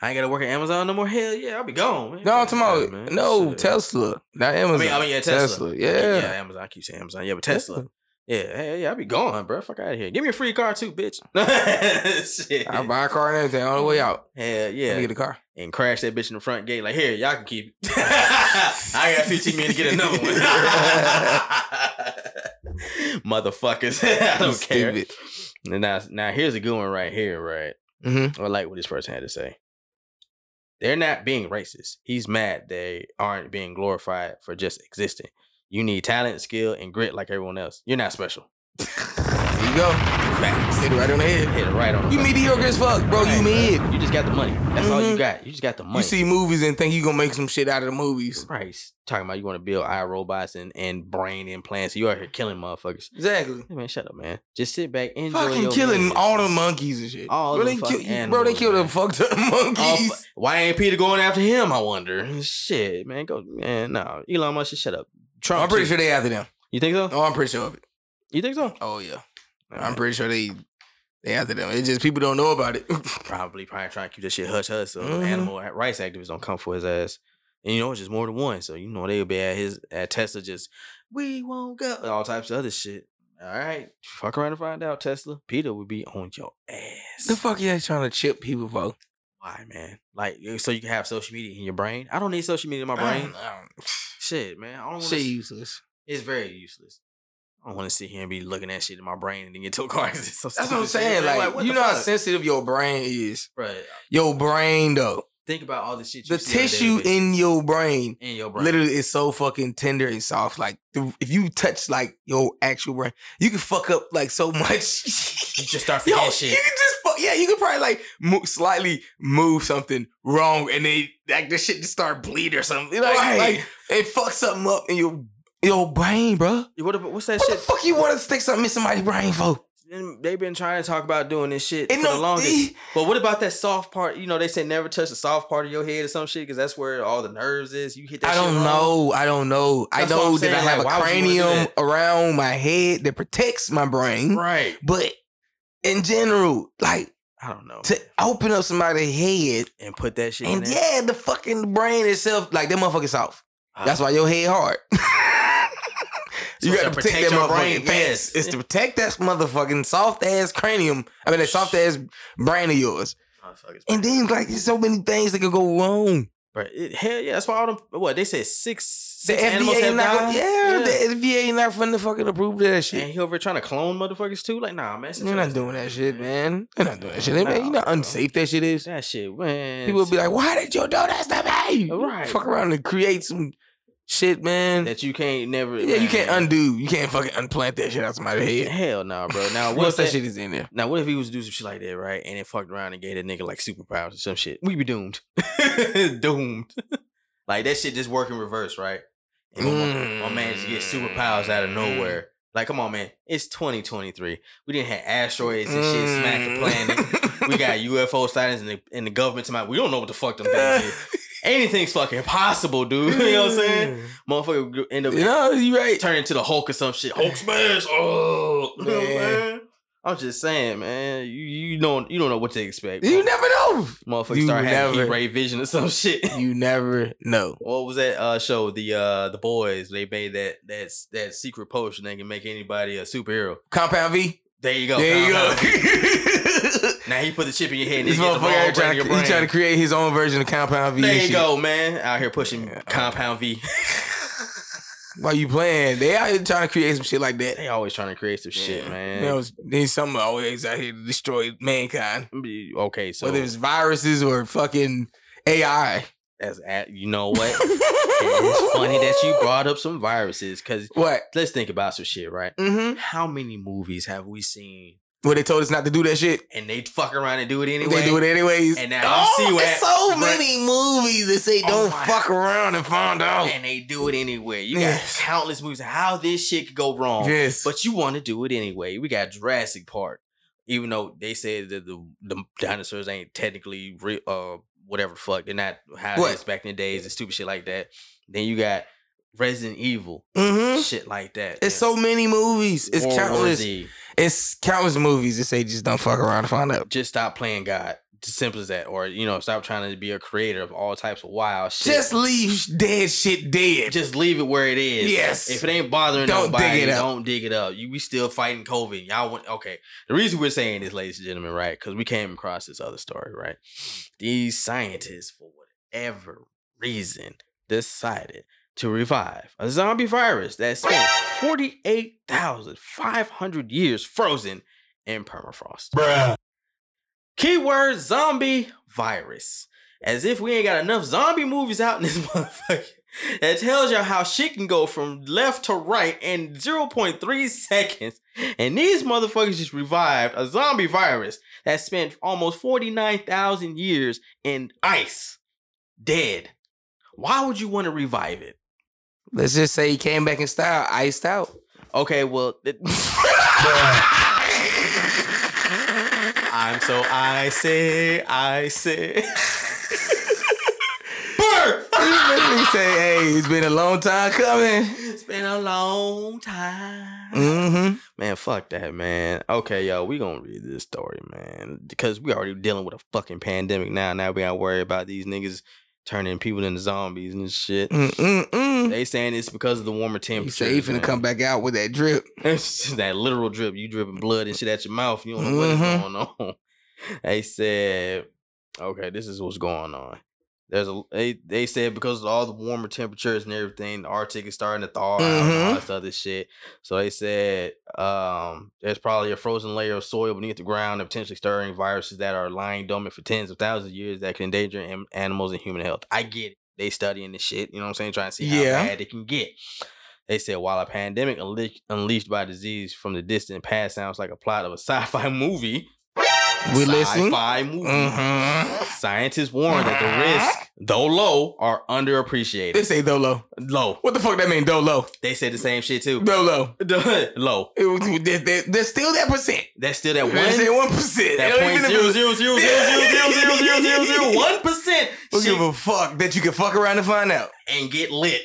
Speaker 3: I ain't got to work at Amazon no more. Hell yeah, I'll be gone, man.
Speaker 2: No, I'm
Speaker 3: Fuck
Speaker 2: talking
Speaker 3: that,
Speaker 2: about no
Speaker 3: Shit.
Speaker 2: Tesla, not Amazon.
Speaker 3: I mean, I mean, yeah, Tesla.
Speaker 2: Yeah.
Speaker 3: yeah, Amazon. I keep saying Amazon. Yeah, but Tesla. Yeah, hey, yeah, I'll be gone, bro. Fuck out of here. Give me a free car too, bitch. Shit.
Speaker 2: I buy a car and everything on the way out.
Speaker 3: Hell
Speaker 2: Let me
Speaker 3: Mm-hmm. yeah.
Speaker 2: get a car.
Speaker 3: And crash that bitch in the front gate. Like, here, y'all can keep it. I got 15 minutes to get another one. Motherfuckers. I don't care. And now, now here's a good one right here, right?
Speaker 2: hmm
Speaker 3: I like what this person had to say. They're not being racist. He's mad they aren't being glorified for just existing. You need talent, skill, and grit like everyone else. You're not special.
Speaker 2: There you go. Hit it right on the head.
Speaker 3: Hit it right on. the
Speaker 2: You
Speaker 3: fucking-
Speaker 2: mediocre as fuck, bro. You mid.
Speaker 3: You just got the money. That's all you
Speaker 2: Mhm.
Speaker 3: got. You just got the money.
Speaker 2: You see movies and think you gonna make some shit out of the movies.
Speaker 3: Price talking about you want to build eye robots and, and brain implants. You out here killing motherfuckers.
Speaker 2: Exactly.
Speaker 3: Hey, man, shut up, man. Just sit back, enjoy
Speaker 2: Fucking
Speaker 3: your
Speaker 2: killing
Speaker 3: meals.
Speaker 2: all the monkeys and shit.
Speaker 3: All
Speaker 2: bro,
Speaker 3: the
Speaker 2: they
Speaker 3: fuck
Speaker 2: kill, bro, they
Speaker 3: animals,
Speaker 2: killed
Speaker 3: man.
Speaker 2: a fuck ton of
Speaker 3: All
Speaker 2: monkeys.
Speaker 3: fu- Why ain't Peter going after him? I wonder. Shit, man, go, man. No, Elon Musk, just shut up. Trump,
Speaker 2: I'm pretty
Speaker 3: too.
Speaker 2: sure they after them.
Speaker 3: You think so?
Speaker 2: Oh, I'm pretty sure of it.
Speaker 3: You think so?
Speaker 2: Oh yeah, I'm
Speaker 3: Alright.
Speaker 2: pretty sure they they after them. It's just people don't know about it.
Speaker 3: probably probably trying to keep this shit hush hush so
Speaker 2: Mhm.
Speaker 3: animal rights activists don't come for his ass. And you know, it's just more than one. So you know they'll be at his at Tesla just we won't go and all types of other shit. All right. Fuck around and find out, Tesla. Peter would be on your ass.
Speaker 2: the fuck yeah, trying to chip people for?
Speaker 3: Why, man? Like so you can have social media in your brain. I don't need social media in my
Speaker 2: I don't-
Speaker 3: brain.
Speaker 2: I don't-
Speaker 3: shit, man. I don't want
Speaker 2: Shit
Speaker 3: to
Speaker 2: useless.
Speaker 3: it's very useless. I don't want to sit here and be looking at shit in my brain and then get to a car accident. So
Speaker 2: That's
Speaker 3: stupid
Speaker 2: what I'm
Speaker 3: shit.
Speaker 2: saying. Like,
Speaker 3: what
Speaker 2: you
Speaker 3: the
Speaker 2: know how
Speaker 3: fuck?
Speaker 2: sensitive your brain is.
Speaker 3: Bruh,
Speaker 2: Your brain, though.
Speaker 3: think about all the shit. You
Speaker 2: The
Speaker 3: see on a daily
Speaker 2: tissue
Speaker 3: basis
Speaker 2: in your brain,
Speaker 3: in your brain.
Speaker 2: literally is so fucking tender and soft. Like, the, if you touch like your actual brain, you can fuck up like so much.
Speaker 3: you just start
Speaker 2: Yo,
Speaker 3: forgetting
Speaker 2: you
Speaker 3: shit.
Speaker 2: can just fuck. Yeah, you can probably like mo- slightly move something wrong, and then like the shit just start bleeding or something. Like,
Speaker 3: Right.
Speaker 2: like it fucks something up in your your brain, bro.
Speaker 3: What about, what's that
Speaker 2: What the
Speaker 3: shit?
Speaker 2: fuck you want to stick something in somebody's brain for?
Speaker 3: And They've been trying to talk about doing this shit
Speaker 2: Ain't
Speaker 3: for
Speaker 2: no-
Speaker 3: the longest. But what about that soft part? You know, they say never touch the soft part of your head or some shit because that's where all the nerves is. You hit that.
Speaker 2: I don't
Speaker 3: shit wrong.
Speaker 2: know. I don't know. I
Speaker 3: That's what
Speaker 2: know
Speaker 3: I'm
Speaker 2: that I
Speaker 3: saying,
Speaker 2: have
Speaker 3: like,
Speaker 2: a
Speaker 3: why would you wanna do
Speaker 2: cranium
Speaker 3: that?
Speaker 2: around my head that protects my brain,
Speaker 3: Right.
Speaker 2: but in general, like
Speaker 3: I don't know.
Speaker 2: to open up somebody's head
Speaker 3: and put that shit in
Speaker 2: and
Speaker 3: there.
Speaker 2: yeah, the fucking brain itself, like that motherfucker's soft.
Speaker 3: Ah.
Speaker 2: That's why your head hard.
Speaker 3: So
Speaker 2: you
Speaker 3: it's
Speaker 2: gotta
Speaker 3: to
Speaker 2: protect,
Speaker 3: protect
Speaker 2: that
Speaker 3: your
Speaker 2: brain.
Speaker 3: brain,
Speaker 2: Yes,
Speaker 3: yes.
Speaker 2: it's to protect that motherfucking soft ass cranium. I mean, that soft ass brain of yours.
Speaker 3: Oh, fuck, it's
Speaker 2: And
Speaker 3: bad.
Speaker 2: then like, there's so many things that could go wrong.
Speaker 3: Bruh, it- hell yeah, that's why all them. What they said six
Speaker 2: The
Speaker 3: six animals
Speaker 2: FDA
Speaker 3: have
Speaker 2: not, gonna-
Speaker 3: died.
Speaker 2: yeah, the FDA not finna fucking approve that shit.
Speaker 3: And he over trying to clone motherfuckers too. Like nah, man, sit
Speaker 2: You're
Speaker 3: your
Speaker 2: not
Speaker 3: ass
Speaker 2: doing
Speaker 3: down,
Speaker 2: that shit, man. You're not doing that shit. man. You know
Speaker 3: Nah,
Speaker 2: how
Speaker 3: bro.
Speaker 2: unsafe that shit is.
Speaker 3: That shit, man.
Speaker 2: People be like, "Why did you do that to me?"
Speaker 3: Right.
Speaker 2: Fuck around and create some shit, man.
Speaker 3: that you can't never.
Speaker 2: yeah, you can't
Speaker 3: man.
Speaker 2: undo. You can't fucking unplant that shit out somebody's head.
Speaker 3: Hell nah, bro. Now
Speaker 2: Once
Speaker 3: what if
Speaker 2: that
Speaker 3: that
Speaker 2: shit is in there?
Speaker 3: Now, what if he was to do some shit like that, right? And it fucked around and gave that nigga like superpowers or some shit? We be doomed. doomed. like that shit just work in reverse, right? And my- my, my man just get superpowers out of
Speaker 2: Mm.
Speaker 3: nowhere. Like, come on, man. It's 2023. We didn't have asteroids and shit smack
Speaker 2: Mm.
Speaker 3: the planet. We got UFO sightings and the, and the government tonight. We don't know what the fuck them things is. Anything's fucking possible, dude. you know what I'm saying? Motherfucker end up
Speaker 2: Mm. You know, you right.
Speaker 3: turn into the Hulk or some shit. Hulk smash. Oh, you know what I'm
Speaker 2: Man.
Speaker 3: saying? I'm just saying, man. You you don't you don't know what to expect.
Speaker 2: You never know.
Speaker 3: motherfuckers
Speaker 2: you
Speaker 3: start having
Speaker 2: never-
Speaker 3: heat ray vision or some shit.
Speaker 2: You never know.
Speaker 3: what was that uh, show? The uh the boys they made that that that secret potion that can make anybody a superhero.
Speaker 2: Compound V.
Speaker 3: There you go.
Speaker 2: there you go.
Speaker 3: Compound. Now he put the chip in your head. And
Speaker 2: this
Speaker 3: it gets the wrong
Speaker 2: motherfucker
Speaker 3: brain in
Speaker 2: trying
Speaker 3: your
Speaker 2: to, he trying to
Speaker 3: brain.
Speaker 2: create his own version of Compound V. and
Speaker 3: There you
Speaker 2: shit.
Speaker 3: go, man. Out here pushing
Speaker 2: Yeah.
Speaker 3: Compound V.
Speaker 2: Why you playing? They out here trying to create some shit like that.
Speaker 3: they always trying to create some shit,
Speaker 2: Yeah.
Speaker 3: man.
Speaker 2: You know, there's something always out here to destroy mankind,
Speaker 3: okay, so
Speaker 2: whether it's viruses or fucking AI.
Speaker 3: That's at, you know what? it's funny that you brought up some viruses because
Speaker 2: What?
Speaker 3: let's think about some shit, right?
Speaker 2: Mm-hmm.
Speaker 3: How many movies have we seen
Speaker 2: Well, they told us not to do that shit.
Speaker 3: and they fuck around and do it anyway?
Speaker 2: They do it anyways.
Speaker 3: And now you see what-
Speaker 2: it's Oh, so
Speaker 3: but-
Speaker 2: many movies that say
Speaker 3: Oh
Speaker 2: don't
Speaker 3: my-
Speaker 2: fuck around and find out.
Speaker 3: And they do it anyway. You
Speaker 2: Yes.
Speaker 3: got countless movies. How this shit could go wrong?
Speaker 2: Yes.
Speaker 3: But you want to do it anyway. We got Jurassic Park, even though they said that the, the dinosaurs ain't technically real, uh, whatever the fuck. They're not how
Speaker 2: What?
Speaker 3: it is back in the days and stupid shit like that. Then you got Resident Evil,
Speaker 2: mm-hmm.
Speaker 3: shit like that.
Speaker 2: It's
Speaker 3: Yeah.
Speaker 2: so many movies. It's
Speaker 3: World War
Speaker 2: countless.
Speaker 3: Z.
Speaker 2: It's countless movies that say just don't fuck around and find out.
Speaker 3: Just stop playing God. Just simple as that. Or, you know, stop trying to be a creator of all types of wild shit.
Speaker 2: Just leave dead shit dead.
Speaker 3: Just leave it where it is.
Speaker 2: Yes.
Speaker 3: If it ain't bothering
Speaker 2: Don't dig
Speaker 3: nobody,
Speaker 2: it up.
Speaker 3: don't dig it up. You, we still fighting COVID. Y'all want okay. The reason we're saying this, ladies and gentlemen, right? Because we came across this other story, right? These scientists, for whatever reason, decided to revive a zombie virus that spent forty eight thousand five hundred years frozen in permafrost.
Speaker 5: Bruh.
Speaker 3: Keyword zombie virus. As if we ain't got enough zombie movies out in this motherfucker that tells you how shit can go from left to right in 0.3 seconds. And these motherfuckers just revived a zombie virus that spent almost 49,000 years in ice, dead. Why would you want to revive it?
Speaker 2: Let's just say he came back in style, iced out.
Speaker 3: Okay, well, it- I'm so I say, I say. Burr!
Speaker 2: he say, "Hey, it's been a long time coming."
Speaker 3: It's been a long time.
Speaker 2: Mm-hmm.
Speaker 3: Mm. Man, fuck that, man. Okay, yo, we gonna read this story, man, because we already dealing with a fucking pandemic now. Now we gotta worry about these niggas turning people into zombies and shit.
Speaker 2: Mm-mm-mm.
Speaker 3: They saying it's because of the warmer
Speaker 2: You
Speaker 3: temperatures.
Speaker 2: say he finna
Speaker 3: man.
Speaker 2: come back out with that drip.
Speaker 3: It's just that literal drip. You dripping blood and shit at your mouth. You don't know what is
Speaker 2: Mhm.
Speaker 3: going on. They said, okay, this is what's going on. There's a they they said because of all the warmer temperatures and everything, the Arctic is starting to thaw out and all
Speaker 2: Mhm.
Speaker 3: this other shit. So they said um, there's probably a frozen layer of soil beneath the ground and potentially stirring viruses that are lying dormant for tens of thousands of years that can endanger am- animals and human health. I get it. They studying this shit, you know what I'm saying, trying to see how
Speaker 2: Yeah.
Speaker 3: bad it can get. They said while a pandemic unleash- unleashed by disease from the distant past sounds like a plot of a sci-fi movie.
Speaker 2: We listening?
Speaker 3: Sci-fi movie.
Speaker 2: Mhm.
Speaker 3: Scientists warn that the risks, though low, are underappreciated.
Speaker 2: They say Dolo.
Speaker 3: low.
Speaker 2: What the fuck that mean, Dolo?
Speaker 3: They said the same shit too.
Speaker 2: Dolo.
Speaker 3: low.
Speaker 2: It was, there- there- there's still that percent.
Speaker 3: That's still that
Speaker 2: One,
Speaker 3: one.
Speaker 2: they say
Speaker 3: That
Speaker 2: one percent. They don't
Speaker 3: point
Speaker 2: even-
Speaker 3: zero zero zero zero zero zero zero zero zero zero one percent
Speaker 2: Who give a fuck that you can fuck around and find out?
Speaker 3: and get lit.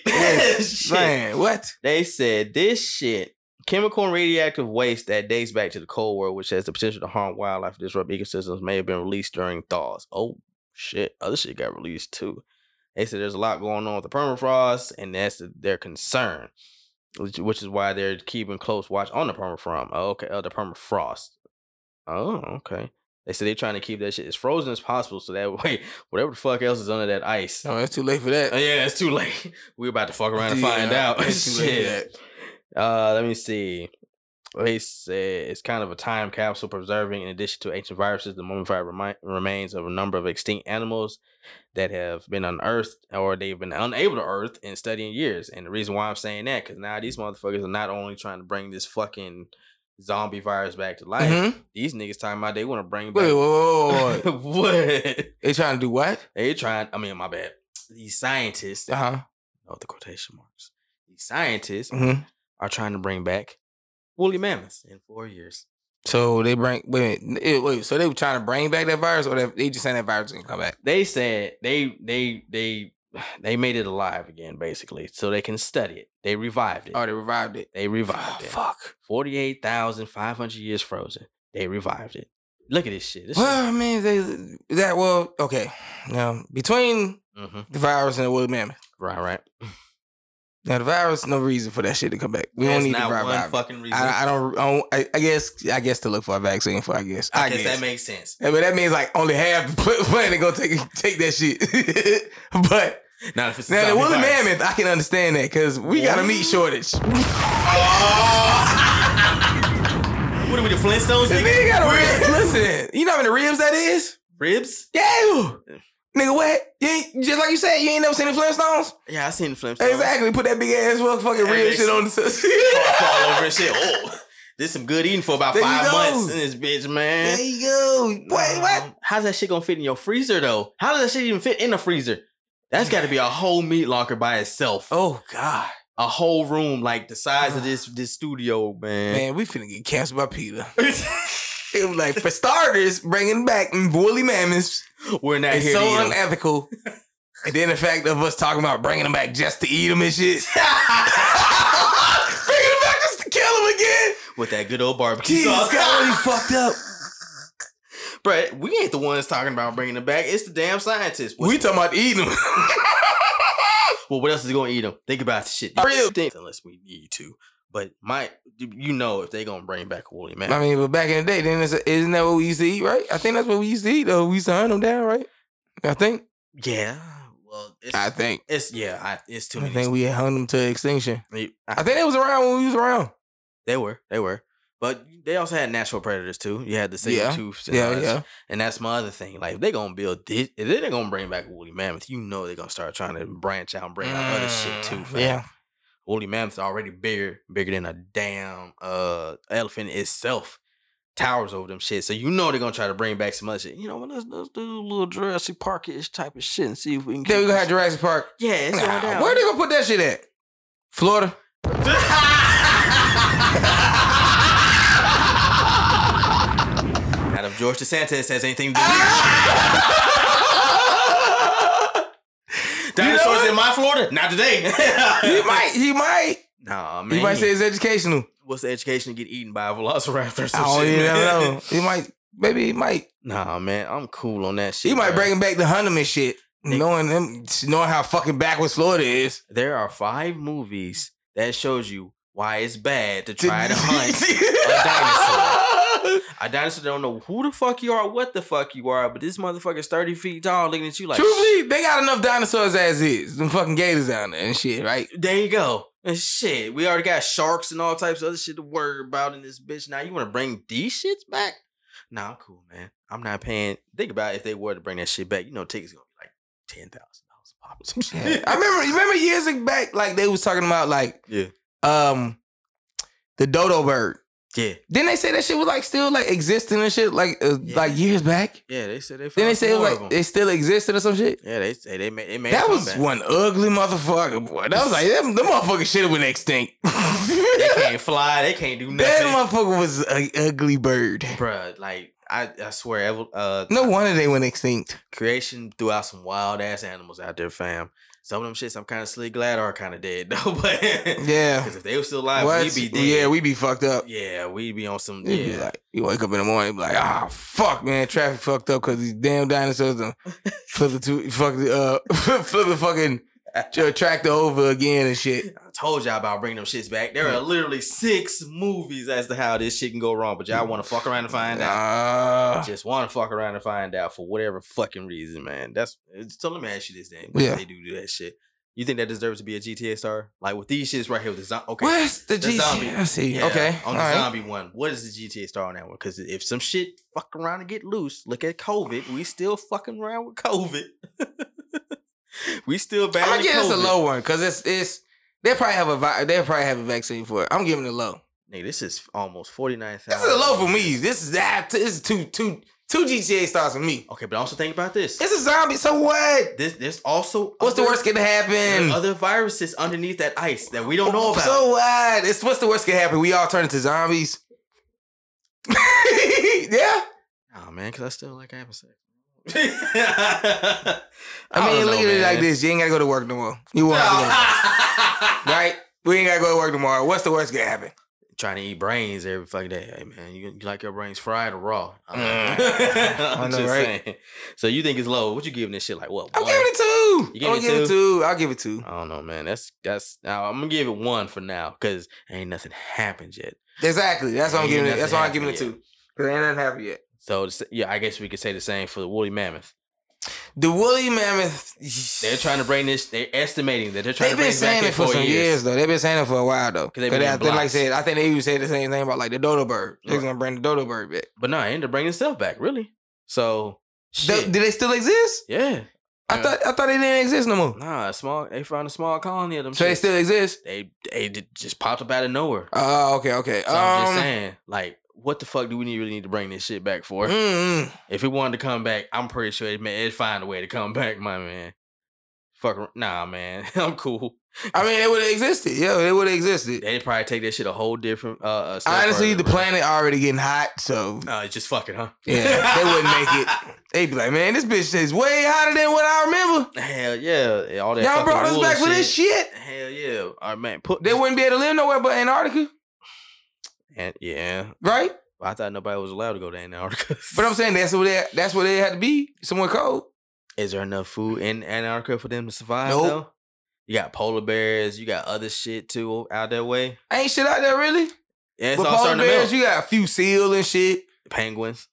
Speaker 3: Shit.
Speaker 2: Man, what?
Speaker 3: They said this shit. Chemical and radioactive waste that dates back to the Cold War, which has the potential to harm wildlife and disrupt ecosystems, may have been released during thaws. Oh shit, other shit got released too. They said there's a lot going on with the permafrost, and that's the- their concern, which, which is why they're keeping close watch on the permafrost. Oh, okay, oh, the permafrost. Oh, okay. They said they're trying to keep that shit as frozen as possible, so that way, whatever the fuck else is under that ice,
Speaker 2: No, it's too late for that.
Speaker 3: uh, yeah, it's too late. We're about to fuck around and
Speaker 2: Yeah,
Speaker 3: find out.
Speaker 2: it's too late for
Speaker 3: Shit. Uh, let me see. They said it's kind of a time capsule preserving, in addition to ancient viruses, the mummified remi- remains of a number of extinct animals that have been unearthed or they've been unable to earth and study in years. And the reason why I'm saying that, because now these motherfuckers are not only trying to bring this fucking zombie virus back to life,
Speaker 2: Mhm.
Speaker 3: these niggas talking about they want to bring
Speaker 2: Wait, whoa,
Speaker 3: back.
Speaker 2: whoa, whoa, whoa.
Speaker 3: what?
Speaker 2: They trying to do what?
Speaker 3: They trying, I mean, my bad. These scientists,
Speaker 2: Uh huh.
Speaker 3: Oh, the quotation marks. These scientists
Speaker 2: Mhm.
Speaker 3: are trying to bring back woolly mammoths in four years.
Speaker 2: So they bring wait, a minute. Eh, wait. So they were trying to bring back that virus, or they, they just saying that virus is gonna come back?
Speaker 3: They said they they they they made it alive again, basically, so they can study it. They revived it.
Speaker 2: Oh, they revived it.
Speaker 3: They revived it.
Speaker 2: fuck.
Speaker 3: Forty-eight thousand five hundred years frozen. They revived it. Look at this shit. This
Speaker 2: Well, I mean, they that well, okay. Now between
Speaker 3: hmm
Speaker 2: the virus and the woolly mammoth.
Speaker 3: Right, right.
Speaker 2: Now the virus, no reason for that shit to come back. We
Speaker 3: That's
Speaker 2: don't need the
Speaker 3: not
Speaker 2: virus.
Speaker 3: one
Speaker 2: virus.
Speaker 3: fucking reason.
Speaker 2: I, I don't. I, don't I, I guess. I guess to look for a vaccine for. I guess. I,
Speaker 3: I guess
Speaker 2: guess.
Speaker 3: that makes sense.
Speaker 2: I mean, that means like only half the pl- planet gonna take take that shit. but
Speaker 3: Not if it's a
Speaker 2: now the
Speaker 3: zombie
Speaker 2: woolly
Speaker 3: virus.
Speaker 2: mammoth, I can understand that because we got a meat shortage.
Speaker 3: What are we, the Flintstones? Nigga?
Speaker 2: Nigga got a rib. Listen, you know how many ribs that is?
Speaker 3: Ribs?
Speaker 2: Yeah. Nigga, what? You ain't, just like you said, you ain't never seen the Flintstones?
Speaker 3: Yeah, I seen the Flintstones.
Speaker 2: Exactly. Put that big ass fuck- fucking
Speaker 3: That
Speaker 2: rib
Speaker 3: makes
Speaker 2: shit on the
Speaker 3: fall-
Speaker 2: There
Speaker 3: fall over and shit. Oh, this some good eating for about
Speaker 2: There you
Speaker 3: five
Speaker 2: go.
Speaker 3: months in this bitch, man.
Speaker 2: you go. Wait, what?
Speaker 3: Um, How's that shit gonna fit in your freezer though? How does that shit even fit in the freezer? That's got to be a whole meat locker by itself.
Speaker 2: Oh, God.
Speaker 3: A whole room like the size of this this studio, man.
Speaker 2: Man, we finna get canceled by Peter. It was like, for starters, bringing back woolly mammoths
Speaker 3: We're not
Speaker 2: is
Speaker 3: here. to
Speaker 2: so
Speaker 3: eat 'em.
Speaker 2: unethical. and then the fact of us talking about bringing them back just to eat them and shit. bringing them back just to kill them again.
Speaker 3: With that good old barbecue
Speaker 2: Jesus,
Speaker 3: sauce,
Speaker 2: got really fucked up.
Speaker 3: Bruh, We ain't the ones talking about bringing it back. It's the damn scientists. What-
Speaker 2: We talking about eating them.
Speaker 3: Well, what else is gonna eat them? Think about the shit.
Speaker 2: Real.
Speaker 3: Think- unless we need to. But my, you know, if they gonna bring back woolly man,
Speaker 2: I mean, but back in the day, then it's, isn't that what we used to eat, right? I think that's what we used to eat, though. We used to hunt them down, right? I think.
Speaker 3: Yeah. Well, it's,
Speaker 2: I think.
Speaker 3: it's yeah. I, it's too
Speaker 2: I
Speaker 3: many.
Speaker 2: think we had hung them to extinction.
Speaker 3: we,
Speaker 2: I think it was around when we was around.
Speaker 3: they were. They were. But they also had natural predators too. You had the saber
Speaker 2: Yeah,
Speaker 3: tooths. And all
Speaker 2: Yeah,
Speaker 3: that
Speaker 2: yeah.
Speaker 3: shit. And that's my other thing. Like if they gonna build, this, if they're gonna bring back woolly mammoth, you know they're gonna start trying to branch out and bring out other shit too.
Speaker 2: Mm,
Speaker 3: Fam.
Speaker 2: Yeah.
Speaker 3: woolly mammoth's already bigger, bigger than a damn uh elephant itself. Towers over them shit, so you know they're gonna try to bring back some other shit. You know what? Let's, let's do a little Jurassic Park-ish type of shit and see if we can.
Speaker 2: Then
Speaker 3: keep
Speaker 2: we gonna
Speaker 3: this-
Speaker 2: have Jurassic Park.
Speaker 3: yeah, it's
Speaker 2: Nah,
Speaker 3: going down.
Speaker 2: where they gonna put that shit at? Florida.
Speaker 3: Not if George DeSantis has anything to do with it.
Speaker 2: You know
Speaker 3: Dinosaurs
Speaker 2: what?
Speaker 3: in my Florida? Not today.
Speaker 2: He might. He might.
Speaker 3: Nah, man.
Speaker 2: He might say it's educational.
Speaker 3: What's the education to get eaten by a velociraptor or some
Speaker 2: I don't
Speaker 3: shit?
Speaker 2: even
Speaker 3: man?
Speaker 2: know. He might. Maybe he might.
Speaker 3: Nah, man. I'm cool on that shit.
Speaker 2: He might
Speaker 3: bro.
Speaker 2: bring him back to hunt him and shit.
Speaker 3: Nigga.
Speaker 2: Knowing them, knowing how fucking backwards Florida is.
Speaker 3: There are five movies that shows you why it's bad to try to hunt a dinosaur. I honestly don't know who the fuck you are, what the fuck you are, but this motherfucker's 30 feet tall looking at you like,
Speaker 2: Truthfully, they got enough dinosaurs as is. Them fucking gators down there and shit, right?
Speaker 3: there you go. And shit, we already got sharks and all types of other shit to worry about in this bitch. Now you want to bring these shits back? Nah, I'm cool, man. I'm not paying. Think about if they were to bring that shit back, you know, tickets gonna be like ten thousand dollars a pop or some shit.
Speaker 2: I remember remember years back, like they was talking about like
Speaker 3: Yeah.
Speaker 2: um the dodo bird.
Speaker 3: Yeah,
Speaker 2: Then they say that shit was like still like existing and shit like uh,
Speaker 3: Yeah.
Speaker 2: like years back.
Speaker 3: yeah. They said they.
Speaker 2: Then they
Speaker 3: found
Speaker 2: say it
Speaker 3: four
Speaker 2: was
Speaker 3: of 'em.
Speaker 2: like it still existed or some shit.
Speaker 3: yeah, they say they made. They made a
Speaker 2: That was
Speaker 3: comeback.
Speaker 2: one ugly motherfucker, boy. That was like them, them motherfuckers should have went extinct.
Speaker 3: They
Speaker 2: that
Speaker 3: can't fly. They can't do nothing,
Speaker 2: motherfucker was an ugly bird.
Speaker 3: Bruh, Like I, I swear, evol- uh,
Speaker 2: No wonder they went extinct.
Speaker 3: creation threw out some wild ass animals out there, fam. Some of them shits I'm kind of slick glad are kind of dead though, but
Speaker 2: Yeah.
Speaker 3: because if they were still alive,
Speaker 2: What?
Speaker 3: we'd be dead.
Speaker 2: Yeah, we be fucked up.
Speaker 3: Yeah, we be on
Speaker 2: You
Speaker 3: some.
Speaker 2: Uh, be
Speaker 3: Yeah,
Speaker 2: like, you wake up in the morning, be like, ah, fuck, man, traffic fucked up because these damn dinosaurs done flip the two, fuck the, uh, flip the fucking tra- tractor over again and shit.
Speaker 3: I told y'all about bringing them shits back. There are literally six movies as to how this shit can go wrong, but y'all want to fuck around and find out.
Speaker 2: Ah,
Speaker 3: Just want to fuck around and find out for whatever fucking reason, man. That's it's- so. Let me ask you this, then. What
Speaker 2: Yeah.
Speaker 3: if they do do that shit? You think that deserves to be a GTA star? Like with these shits right here with the zombie. Okay,
Speaker 2: where's the
Speaker 3: The
Speaker 2: G? E?
Speaker 3: zombie.
Speaker 2: I see.
Speaker 3: Yeah,
Speaker 2: okay, all
Speaker 3: On the
Speaker 2: right.
Speaker 3: zombie one, what is the GTA star on that one? Because if some shit fuck around and get loose, look at COVID. We still fucking around with COVID. we still
Speaker 2: I'm
Speaker 3: battling
Speaker 2: gonna give this a
Speaker 3: COVID.
Speaker 2: low one because it's it's they probably have a vi- they probably have a vaccine for it. I'm giving it a low.
Speaker 3: Nigga, this is almost forty nine
Speaker 2: This
Speaker 3: thousand.
Speaker 2: is a low for me. This is that. This is two two two GTA stars for me.
Speaker 3: Okay, but also think about this.
Speaker 2: It's a zombie, so what?
Speaker 3: This there's also
Speaker 2: What's the
Speaker 3: other-
Speaker 2: worst that can
Speaker 3: there are
Speaker 2: happen?
Speaker 3: Other viruses underneath that ice that we don't know about.
Speaker 2: So what? It's what's the worst can happen? We all turn into zombies. yeah.
Speaker 3: oh man, because I still like having sex.
Speaker 2: I, mean, look at it like this. You ain't gotta go to work no more. You won't have to go. Right? We ain't gotta go to work tomorrow. What's the worst can happen?
Speaker 3: Trying to eat brains every fucking day. Hey man, you, you like your brains fried or raw? I'm
Speaker 2: I know, right?
Speaker 3: saying. So you think it's low? What you giving this shit like? What?
Speaker 2: I'm
Speaker 3: one?
Speaker 2: giving it
Speaker 3: You
Speaker 2: two.
Speaker 3: giving
Speaker 2: I'm
Speaker 3: it Oh.
Speaker 2: giving it two. I'll give it two.
Speaker 3: I don't know, man. That's that's. Now I'm gonna give it one for now because ain't nothing happened yet.
Speaker 2: Exactly. That's what I'm
Speaker 3: Ain't
Speaker 2: giving it.
Speaker 3: nothing
Speaker 2: That's why I'm
Speaker 3: happened
Speaker 2: giving it
Speaker 3: yet.
Speaker 2: two. Cause ain't nothing happened yet.
Speaker 3: So it's- yeah, I guess we could say the same for the woolly mammoth.
Speaker 2: The woolly mammoth.
Speaker 3: They're trying to bring this. They're estimating that they're trying
Speaker 2: They've
Speaker 3: to
Speaker 2: been
Speaker 3: bring it back
Speaker 2: saying
Speaker 3: in
Speaker 2: it for
Speaker 3: four
Speaker 2: some years.
Speaker 3: years.
Speaker 2: though. They've been saying it for a while though.
Speaker 3: 'Cause they've
Speaker 2: Because
Speaker 3: been in
Speaker 2: I think, like I
Speaker 3: blocks.
Speaker 2: said, I think they even said the same thing about like the dodo bird. They're
Speaker 3: Right.
Speaker 2: gonna bring the dodo bird back.
Speaker 3: But nah, and they're bringing itself back really. So
Speaker 2: Do,
Speaker 3: shit.
Speaker 2: do they still exist?
Speaker 3: yeah,
Speaker 2: I
Speaker 3: Yeah.
Speaker 2: thought I thought they didn't exist no more.
Speaker 3: nah. A small. They found a small colony of them.
Speaker 2: So they
Speaker 3: shits.
Speaker 2: still exist.
Speaker 3: They they did- just popped up out of nowhere.
Speaker 2: Oh, okay, okay.
Speaker 3: So I'm just
Speaker 2: um,
Speaker 3: saying, like, what the fuck do we need, really need to bring this shit back for?
Speaker 2: mm, mm.
Speaker 3: If it wanted to come back, I'm pretty sure it, ma- it'd find a way to come back, my man. Fuck, ar- nah, man, I'm cool.
Speaker 2: I mean, they would have existed. Yeah, they would have existed.
Speaker 3: They'd probably take that shit a whole different. uh, uh step
Speaker 2: Honestly,
Speaker 3: further,
Speaker 2: the
Speaker 3: bro.
Speaker 2: planet already getting hot, so
Speaker 3: No, it's just fucking, huh?
Speaker 2: yeah, they wouldn't make it. They'd be like, man, this bitch is way hotter than what I remember.
Speaker 3: Hell yeah, all that.
Speaker 2: Y'all
Speaker 3: fucking
Speaker 2: brought us
Speaker 3: wool and
Speaker 2: back for this shit.
Speaker 3: Hell yeah, all right, man. Put
Speaker 2: They
Speaker 3: this-
Speaker 2: wouldn't be able to live nowhere but Antarctica,
Speaker 3: And- yeah,
Speaker 2: right?
Speaker 3: I thought nobody was allowed to go to Antarctica.
Speaker 2: But I'm saying that's where they that's where they had to be somewhere cold.
Speaker 3: Is there enough food in Antarctica for them to survive?
Speaker 2: Nope.
Speaker 3: Though? You got polar bears. You got other shit too out that way.
Speaker 2: Ain't shit out there really.
Speaker 3: Yeah, it's
Speaker 2: But
Speaker 3: all
Speaker 2: polar
Speaker 3: starting to
Speaker 2: bears,
Speaker 3: melt.
Speaker 2: you got a few seal and shit,
Speaker 3: Penguins.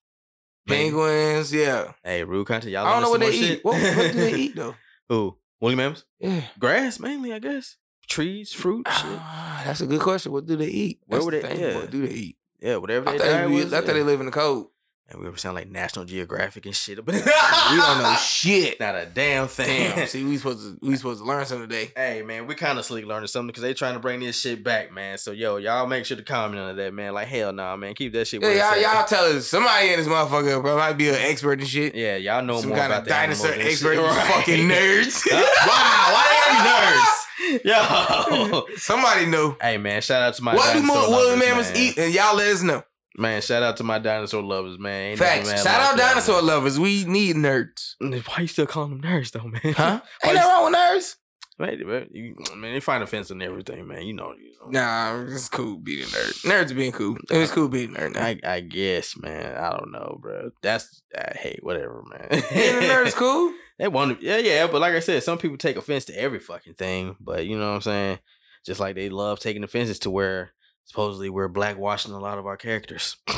Speaker 3: Maybe.
Speaker 2: penguins. Yeah,
Speaker 3: Hey, rude country. Y'all.
Speaker 2: I don't know what
Speaker 3: learning
Speaker 2: they
Speaker 3: some more
Speaker 2: eat.
Speaker 3: shit?
Speaker 2: What, what do they eat though?
Speaker 3: Who? Woolly mammoths.
Speaker 2: Yeah.
Speaker 3: Grass mainly, I guess. Trees, fruit, shit.
Speaker 2: Ah, that's a good question. What do they eat?
Speaker 3: Where
Speaker 2: That's
Speaker 3: would
Speaker 2: the
Speaker 3: they-
Speaker 2: thing.
Speaker 3: yeah.
Speaker 2: What do they eat?
Speaker 3: Yeah, whatever
Speaker 2: I
Speaker 3: they
Speaker 2: thought,
Speaker 3: diet
Speaker 2: they,
Speaker 3: was.
Speaker 2: I thought
Speaker 3: yeah.
Speaker 2: they live in the cold.
Speaker 3: and we ever sound like National Geographic and shit. But we
Speaker 2: We don't
Speaker 3: don't
Speaker 2: know shit.
Speaker 3: Not a damn thing.
Speaker 2: Damn. See, we supposed to we supposed to learn something today.
Speaker 3: Hey man, we kind of sleep learning something because they trying to bring this shit back, man. So yo, y'all make sure to comment on that, man. Like hell nah, man, keep that shit. where
Speaker 2: Yeah,
Speaker 3: it's
Speaker 2: y'all,
Speaker 3: at.
Speaker 2: y'all tell us. Somebody in this motherfucker bro, might be an expert in shit.
Speaker 3: Yeah, y'all know
Speaker 2: Some
Speaker 3: more
Speaker 2: kind
Speaker 3: about
Speaker 2: of
Speaker 3: the animals
Speaker 2: dinosaur
Speaker 3: and shit.
Speaker 2: expert. you
Speaker 3: Right.
Speaker 2: Fucking nerds.
Speaker 3: Uh, wow, why they nerds? Yo,
Speaker 2: Somebody know.
Speaker 3: hey man, shout out to my
Speaker 2: What do
Speaker 3: dinosaur
Speaker 2: more woolly
Speaker 3: lovers,
Speaker 2: mammoths
Speaker 3: man.
Speaker 2: eat? And y'all let us know.
Speaker 3: Man, shout out to my dinosaur lovers, man. Ain't nothing
Speaker 2: Facts.
Speaker 3: mad
Speaker 2: Shout
Speaker 3: like
Speaker 2: out
Speaker 3: that,
Speaker 2: dinosaur lovers. We need nerds.
Speaker 3: man. Why you still calling them nerds though, man?
Speaker 2: Huh?
Speaker 3: Why
Speaker 2: Ain't
Speaker 3: you-
Speaker 2: that wrong with nerds?
Speaker 3: Right, right. You, man, they find offense in everything, man. You know. You know.
Speaker 2: Nah, it's cool being a nerd. Nerds being cool. It's cool being a nerd. Now.
Speaker 3: I, I guess, man. I don't know, bro. That's I hate whatever, man.
Speaker 2: Being a nerd is cool.
Speaker 3: They want to, yeah, yeah. But like I said, some people take offense to every fucking thing. But you know what I'm saying? Just like they love taking offenses to where supposedly we're blackwashing a lot of our characters.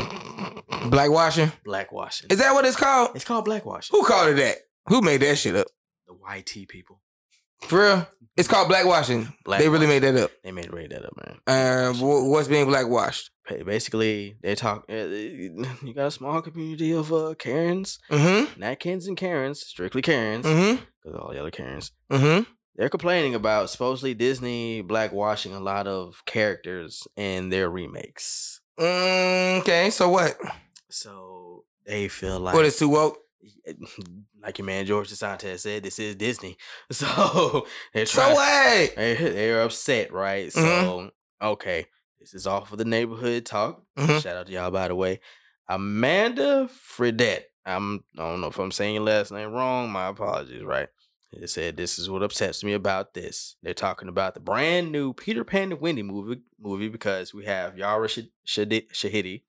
Speaker 2: Blackwashing.
Speaker 3: blackwashing.
Speaker 2: Is that what it's called?
Speaker 3: It's called blackwashing.
Speaker 2: Who called it that? Who made that shit up?
Speaker 3: The YT people.
Speaker 2: For real? It's called blackwashing.
Speaker 3: Black
Speaker 2: they really made that up.
Speaker 3: They made rate that up, man.
Speaker 2: Uh, wh- what's being blackwashed?
Speaker 3: Ba- Basically, they talk. uh, You got a small community of uh, Karens,
Speaker 2: Mm-hmm.
Speaker 3: not Kens and Karens, strictly Karens, because
Speaker 2: Mm-hmm.
Speaker 3: all the other Karens.
Speaker 2: Mm-hmm.
Speaker 3: They're complaining about supposedly Disney blackwashing a lot of characters in their remakes.
Speaker 2: Mm, Okay, so what?
Speaker 3: So they feel like
Speaker 2: What is too woke?
Speaker 3: like your man George DeSantis said, this is Disney. So they're
Speaker 2: So
Speaker 3: trying.
Speaker 2: what?
Speaker 3: They're, they're upset, right? So okay, this is all for the neighborhood talk.
Speaker 2: Mhm.
Speaker 3: Shout out to y'all, by the way. Amanda Fredette. I'm I don't know if I'm saying your last name wrong. My apologies, right? It said this is what upsets me about this. They're talking about the brand new Peter Pan and Wendy movie movie because we have Yara Sh- Shadi- Shahidi.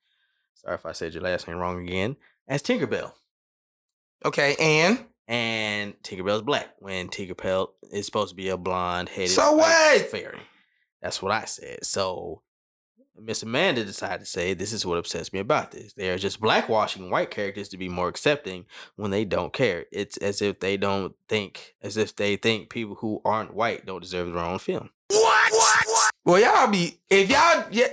Speaker 3: Sorry if I said your last name wrong again. As Tinkerbell
Speaker 2: Okay, and
Speaker 3: and Tinkerbell's black when Tinkerbell is supposed to be a blonde headed
Speaker 2: So what?
Speaker 3: fairy. That's what I said. So Miss Amanda decided to say this is what upsets me about this. They are just blackwashing white characters to be more accepting when they don't care. It's as if they don't think as if they think people who aren't white don't deserve their own film.
Speaker 2: what? What? Well, y'all be if y'all yeah,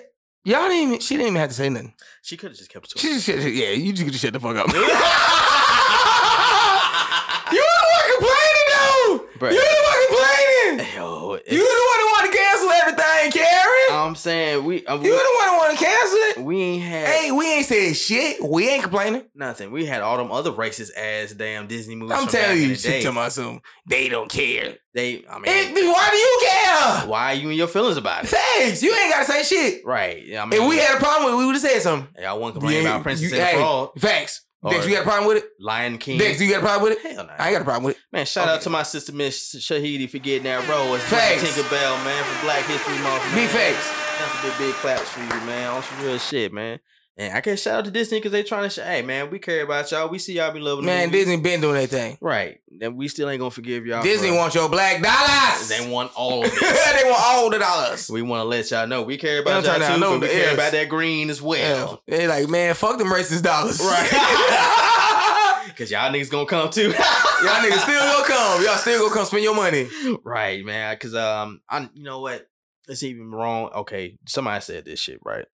Speaker 2: y'all didn't. Even, she didn't even have to say nothing.
Speaker 3: She could have just kept it
Speaker 2: She
Speaker 3: to
Speaker 2: just, yeah, you just get to shut the fuck up.
Speaker 3: herself.
Speaker 2: You the one complaining, though.
Speaker 3: Bruh.
Speaker 2: You the one complaining.
Speaker 3: Yo,
Speaker 2: You the
Speaker 3: it's- Um,
Speaker 2: one who want to cancel everything, Karen.
Speaker 3: I'm saying we uh,
Speaker 2: You the one who want to cancel
Speaker 3: we,
Speaker 2: it.
Speaker 3: we ain't had
Speaker 2: Hey, we ain't said shit. We ain't complaining.
Speaker 3: Nothing. We had all them other racist ass damn Disney movies.
Speaker 2: I'm
Speaker 3: from back
Speaker 2: telling
Speaker 3: in
Speaker 2: you,
Speaker 3: the
Speaker 2: shit
Speaker 3: day.
Speaker 2: to my son. They don't care.
Speaker 3: They, I
Speaker 2: It,
Speaker 3: mean,
Speaker 2: why do you care?
Speaker 3: why are you in your feelings about it?
Speaker 2: Thanks. You ain't gotta say shit.
Speaker 3: Right. Yeah, I mean,
Speaker 2: If we had a problem with it, we would have said something.
Speaker 3: y'all one complain
Speaker 2: Yeah,
Speaker 3: about Princess
Speaker 2: you-
Speaker 3: and the
Speaker 2: hey,
Speaker 3: Frog,
Speaker 2: Facts.
Speaker 3: Or-
Speaker 2: Dex, you got a problem with it?
Speaker 3: Lion King.
Speaker 2: Dex, you got a problem with it?
Speaker 3: Hell no.
Speaker 2: I ain't got a problem with it.
Speaker 3: Man, shout out
Speaker 2: Okay.
Speaker 3: to my sister Miss Shahidi for getting that role as Black
Speaker 2: Facts.
Speaker 3: Tinkerbell, man, for Black History Month. man.
Speaker 2: Big facts.
Speaker 3: Nothing but big claps for you, man. On some real shit, man. And I can't shout out to Disney because they trying to say, hey, man, we care about y'all. We see y'all be loving the
Speaker 2: Man,
Speaker 3: movies.
Speaker 2: Disney been doing that thing.
Speaker 3: Right. And we still ain't going to forgive y'all.
Speaker 2: Disney
Speaker 3: for-
Speaker 2: wants your black dollars.
Speaker 3: Oh, They want all of it.
Speaker 2: they want all the dollars.
Speaker 3: We want to let y'all know we care about
Speaker 2: Don't
Speaker 3: y'all
Speaker 2: turn down
Speaker 3: too,
Speaker 2: no
Speaker 3: but we care
Speaker 2: yes.
Speaker 3: about that green as
Speaker 2: Yeah.
Speaker 3: well.
Speaker 2: They like, man, fuck them racist dollars.
Speaker 3: Right. Cause y'all niggas gonna come too.
Speaker 2: Y'all niggas still gonna come. Y'all still gonna come spend your money.
Speaker 3: right, man. Cause um, I you know what? It's even wrong. Okay, somebody said this shit right.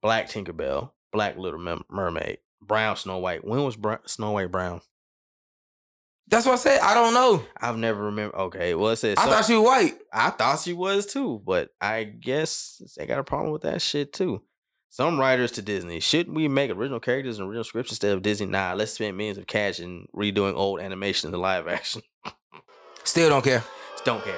Speaker 3: Black Tinkerbell, Black Little Mer- Mermaid, Brown Snow White. When was Br- Snow White brown?
Speaker 2: That's what I said. I don't know.
Speaker 3: I've never remember. Okay, well it says
Speaker 2: I thought she was white.
Speaker 3: I thought she was too, but I guess they got a problem with that shit too. Some writers to Disney, shouldn't we make original characters and original scripts instead of Disney? Nah, let's spend millions of cash in redoing old animation into live action.
Speaker 2: Still don't care.
Speaker 3: Just don't care.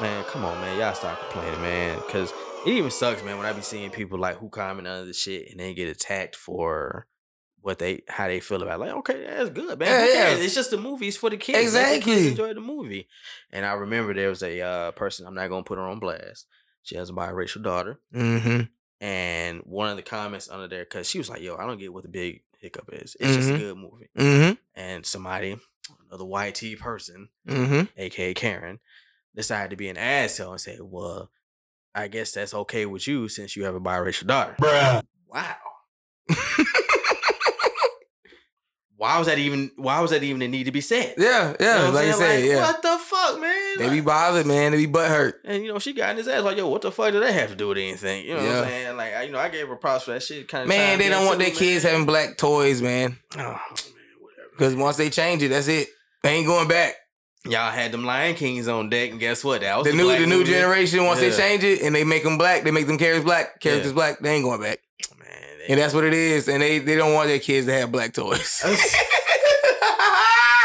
Speaker 3: Man, come on, man. Y'all stop complaining, man. Cause it even sucks, man, when I be seeing people like who comment on this shit and they get attacked for what they how they feel about it. like okay that's good man
Speaker 2: Yeah,
Speaker 3: Who
Speaker 2: yeah.
Speaker 3: cares? it's just the movie it's for the kids Let the kids
Speaker 2: Exactly.
Speaker 3: enjoy the movie and I remember there was a uh, person I'm not gonna put her on blast she has a biracial daughter
Speaker 2: Mm-hmm.
Speaker 3: and one of the comments under there because she was like yo I don't get what the big hiccup is it's just a
Speaker 2: Mhm.
Speaker 3: good movie
Speaker 2: Mm-hmm.
Speaker 3: and somebody another YT person
Speaker 2: Mm-hmm.
Speaker 3: aka Karen, decided to be an asshole and say, "Well, I guess that's okay with you since you have a biracial daughter."
Speaker 5: Bruh.
Speaker 3: Wow. why was that even? Why was that even a need to be said?
Speaker 2: Yeah,
Speaker 3: You
Speaker 2: yeah.
Speaker 3: know what
Speaker 2: like
Speaker 3: I'm
Speaker 2: you
Speaker 3: saying?
Speaker 2: said, yeah.
Speaker 3: What the fuck, man?
Speaker 2: They be
Speaker 3: Like-
Speaker 2: bothered, man. They be butt hurt.
Speaker 3: and you know she got in his ass like, yo, what the fuck did that have to do with anything? You know what I'm
Speaker 2: Yeah.
Speaker 3: saying? Like, I, you know, I gave her props for that shit. Kind of
Speaker 2: Man, they don't want their kids having black toys, man.
Speaker 3: Oh, man, whatever.
Speaker 2: Because once they change it, that's it. They ain't going back.
Speaker 3: Y'all had them Lion Kings on deck, and guess what? That was
Speaker 2: The new,
Speaker 3: black
Speaker 2: the new
Speaker 3: movie.
Speaker 2: generation. Once
Speaker 3: Yeah.
Speaker 2: they change it and they make them black, they make them characters black. Characters
Speaker 3: Yeah.
Speaker 2: black. They ain't going back.
Speaker 3: Man, they-
Speaker 2: And that's what it is. And they, they don't want their kids to have black toys.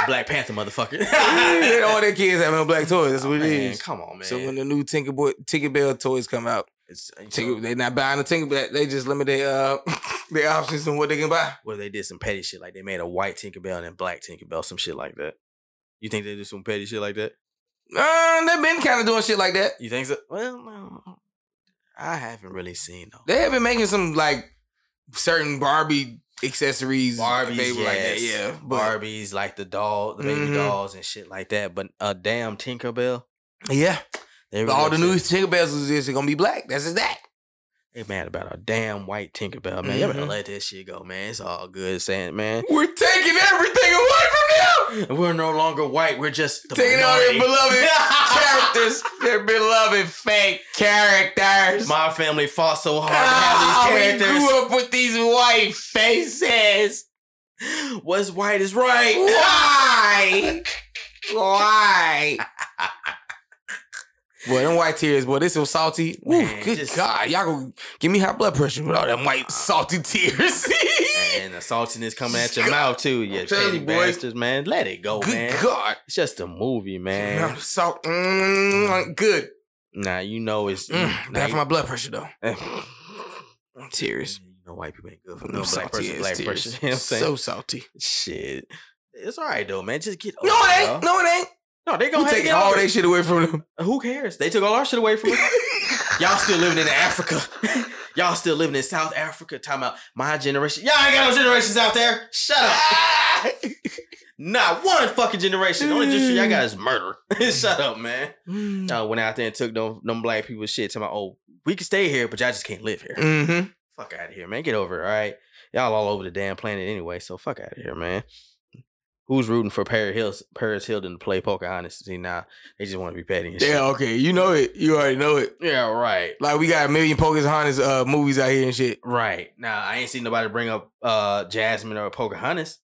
Speaker 3: Black Panther, motherfucker.
Speaker 2: they don't want their kids having black toys. That's what
Speaker 3: Oh, man,
Speaker 2: it is.
Speaker 3: Come on, man.
Speaker 2: So when the new Tinker Boy, Tinkerbell toys come out,
Speaker 3: it's,
Speaker 2: Tinker, they not buying the Tinkerbell. They just limit their uh, their options on what they can buy.
Speaker 3: well, they did some petty shit, like they made a white Tinkerbell and a black Tinkerbell, some shit like that. You think they do some petty shit like that?
Speaker 2: Uh, they've been kind of doing shit like that.
Speaker 3: You think so? Well, no, I haven't really seen though.
Speaker 2: They have been making some like certain Barbie accessories.
Speaker 3: Barbies,
Speaker 2: they were like that,
Speaker 3: yes.
Speaker 2: yeah. But
Speaker 3: Barbies, like the doll, the baby
Speaker 2: Mhm.
Speaker 3: dolls and shit like that. But a damn Tinkerbell,
Speaker 2: yeah,
Speaker 3: they
Speaker 2: all the
Speaker 3: really
Speaker 2: new
Speaker 3: upset.
Speaker 2: Tinkerbells is just gonna be black. That's just that.
Speaker 3: They mad about a damn white Tinkerbell, man. You better
Speaker 2: Mhm.
Speaker 3: let that shit go, man. It's all good, saying, man.
Speaker 2: We're taking everything away from them.
Speaker 3: We're no longer white. We're just the
Speaker 2: Taking all their
Speaker 3: minority.
Speaker 2: beloved characters, their beloved fake characters.
Speaker 3: My family fought so hard
Speaker 2: Ah,
Speaker 3: to have these
Speaker 2: We
Speaker 3: characters.
Speaker 2: grew up with these white faces.
Speaker 3: What's white is right.
Speaker 2: Why? Why? Boy, them white tears, boy, this so salty. Ooh,
Speaker 3: Man,
Speaker 2: good
Speaker 3: just-
Speaker 2: God, y'all gonna give me high blood pressure with all them white salty tears.
Speaker 3: and the saltiness coming at your mouth too. You
Speaker 2: I'm telling
Speaker 3: petty
Speaker 2: you, boy.
Speaker 3: bastards, man. Let it go,
Speaker 2: good
Speaker 3: man.
Speaker 2: God,
Speaker 3: It's just a movie, man.
Speaker 2: Now, salt, mm, good.
Speaker 3: Nah, you know it's
Speaker 2: Mm,
Speaker 3: nah,
Speaker 2: bad for
Speaker 3: you-
Speaker 2: my blood pressure though. Tears.
Speaker 3: You know white people ain't good for
Speaker 2: Them
Speaker 3: no black
Speaker 2: salty
Speaker 3: person.
Speaker 2: ass
Speaker 3: Black
Speaker 2: tears.
Speaker 3: person. You know what I'm saying?
Speaker 2: So salty.
Speaker 3: shit. It's all right though, man. Just get.
Speaker 2: No,
Speaker 3: over
Speaker 2: it ain't.
Speaker 3: bro.
Speaker 2: No, it ain't.
Speaker 3: no. They
Speaker 2: You
Speaker 3: gonna
Speaker 2: taking
Speaker 3: take
Speaker 2: all that shit away from them.
Speaker 3: Who cares? They took all our shit away from us. Y'all still living in Africa. Y'all still living in South Africa. Time out. My generation. Y'all ain't got no generations out there. Shut up. Not one fucking generation. The only generation y'all got is murder. Shut up, man.
Speaker 2: Mm.
Speaker 3: Y'all went out there and took them, them black people's shit. Talking about, oh, we can stay here, but y'all just can't live here.
Speaker 2: Mm-hmm.
Speaker 3: Fuck out of here, man. Get over it, all right? Y'all all over the damn planet anyway, so fuck out of here, man. Who's rooting for Paris Hills, Paris Hilton to play Pocahontas? See, nah, they just want to be petty and
Speaker 2: Yeah, okay. You know it. You already know it.
Speaker 3: shit. Yeah, right.
Speaker 2: Like we got a million Pocahontas uh, movies out here and shit.
Speaker 3: Right. Now, I ain't seen nobody bring up uh Jasmine or Pocahontas,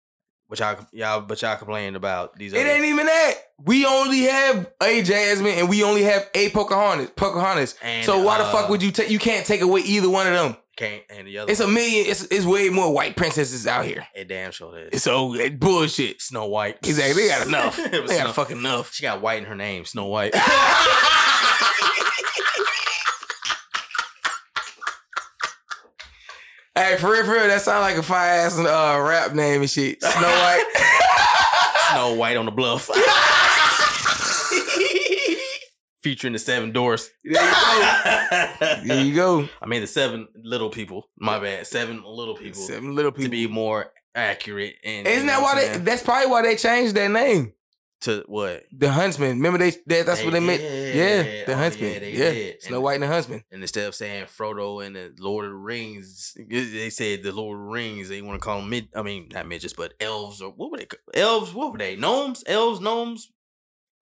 Speaker 3: which y'all, y'all but y'all complained about these
Speaker 2: It
Speaker 3: other-
Speaker 2: ain't even that. We only have a Jasmine and we only have a Pocahontas. Pocahontas.
Speaker 3: And,
Speaker 2: so why the
Speaker 3: uh,
Speaker 2: fuck would you take? You can't take away either one of them.
Speaker 3: can't and the other
Speaker 2: It's a million. It's it's way more white princesses out here.
Speaker 3: it damn sure is.
Speaker 2: So it's eh, bullshit.
Speaker 3: Snow White.
Speaker 2: Exactly. They got enough.
Speaker 3: It
Speaker 2: They
Speaker 3: was
Speaker 2: got
Speaker 3: Snow-
Speaker 2: fucking enough.
Speaker 3: She got white in her name, Snow White.
Speaker 2: Hey, for real, for real, that sound like a fire ass uh, rap name and shit. Snow White.
Speaker 3: Snow White on the bluff. Featuring the seven doors.
Speaker 2: there you go. There
Speaker 3: I
Speaker 2: you go.
Speaker 3: mean the seven little people. My bad. Seven little people.
Speaker 2: Seven little
Speaker 3: To
Speaker 2: people.
Speaker 3: be more accurate and
Speaker 2: Isn't
Speaker 3: you
Speaker 2: that
Speaker 3: know what
Speaker 2: why
Speaker 3: I'm
Speaker 2: they? That's probably why they changed their name,
Speaker 3: saying? to what?
Speaker 2: the Huntsman. Remember they? they that's what they meant. Yeah,
Speaker 3: did.
Speaker 2: the
Speaker 3: Oh,
Speaker 2: Huntsman.
Speaker 3: they
Speaker 2: Yeah,
Speaker 3: did.
Speaker 2: Snow
Speaker 3: And-
Speaker 2: White and the Huntsman.
Speaker 3: And instead of saying Frodo and the Lord of the Rings, they said the Lord of the Rings. They want to call them mid. I mean, not midgets, but elves or what were they? ca- Elves? What were they? Gnomes? Elves? Gnomes?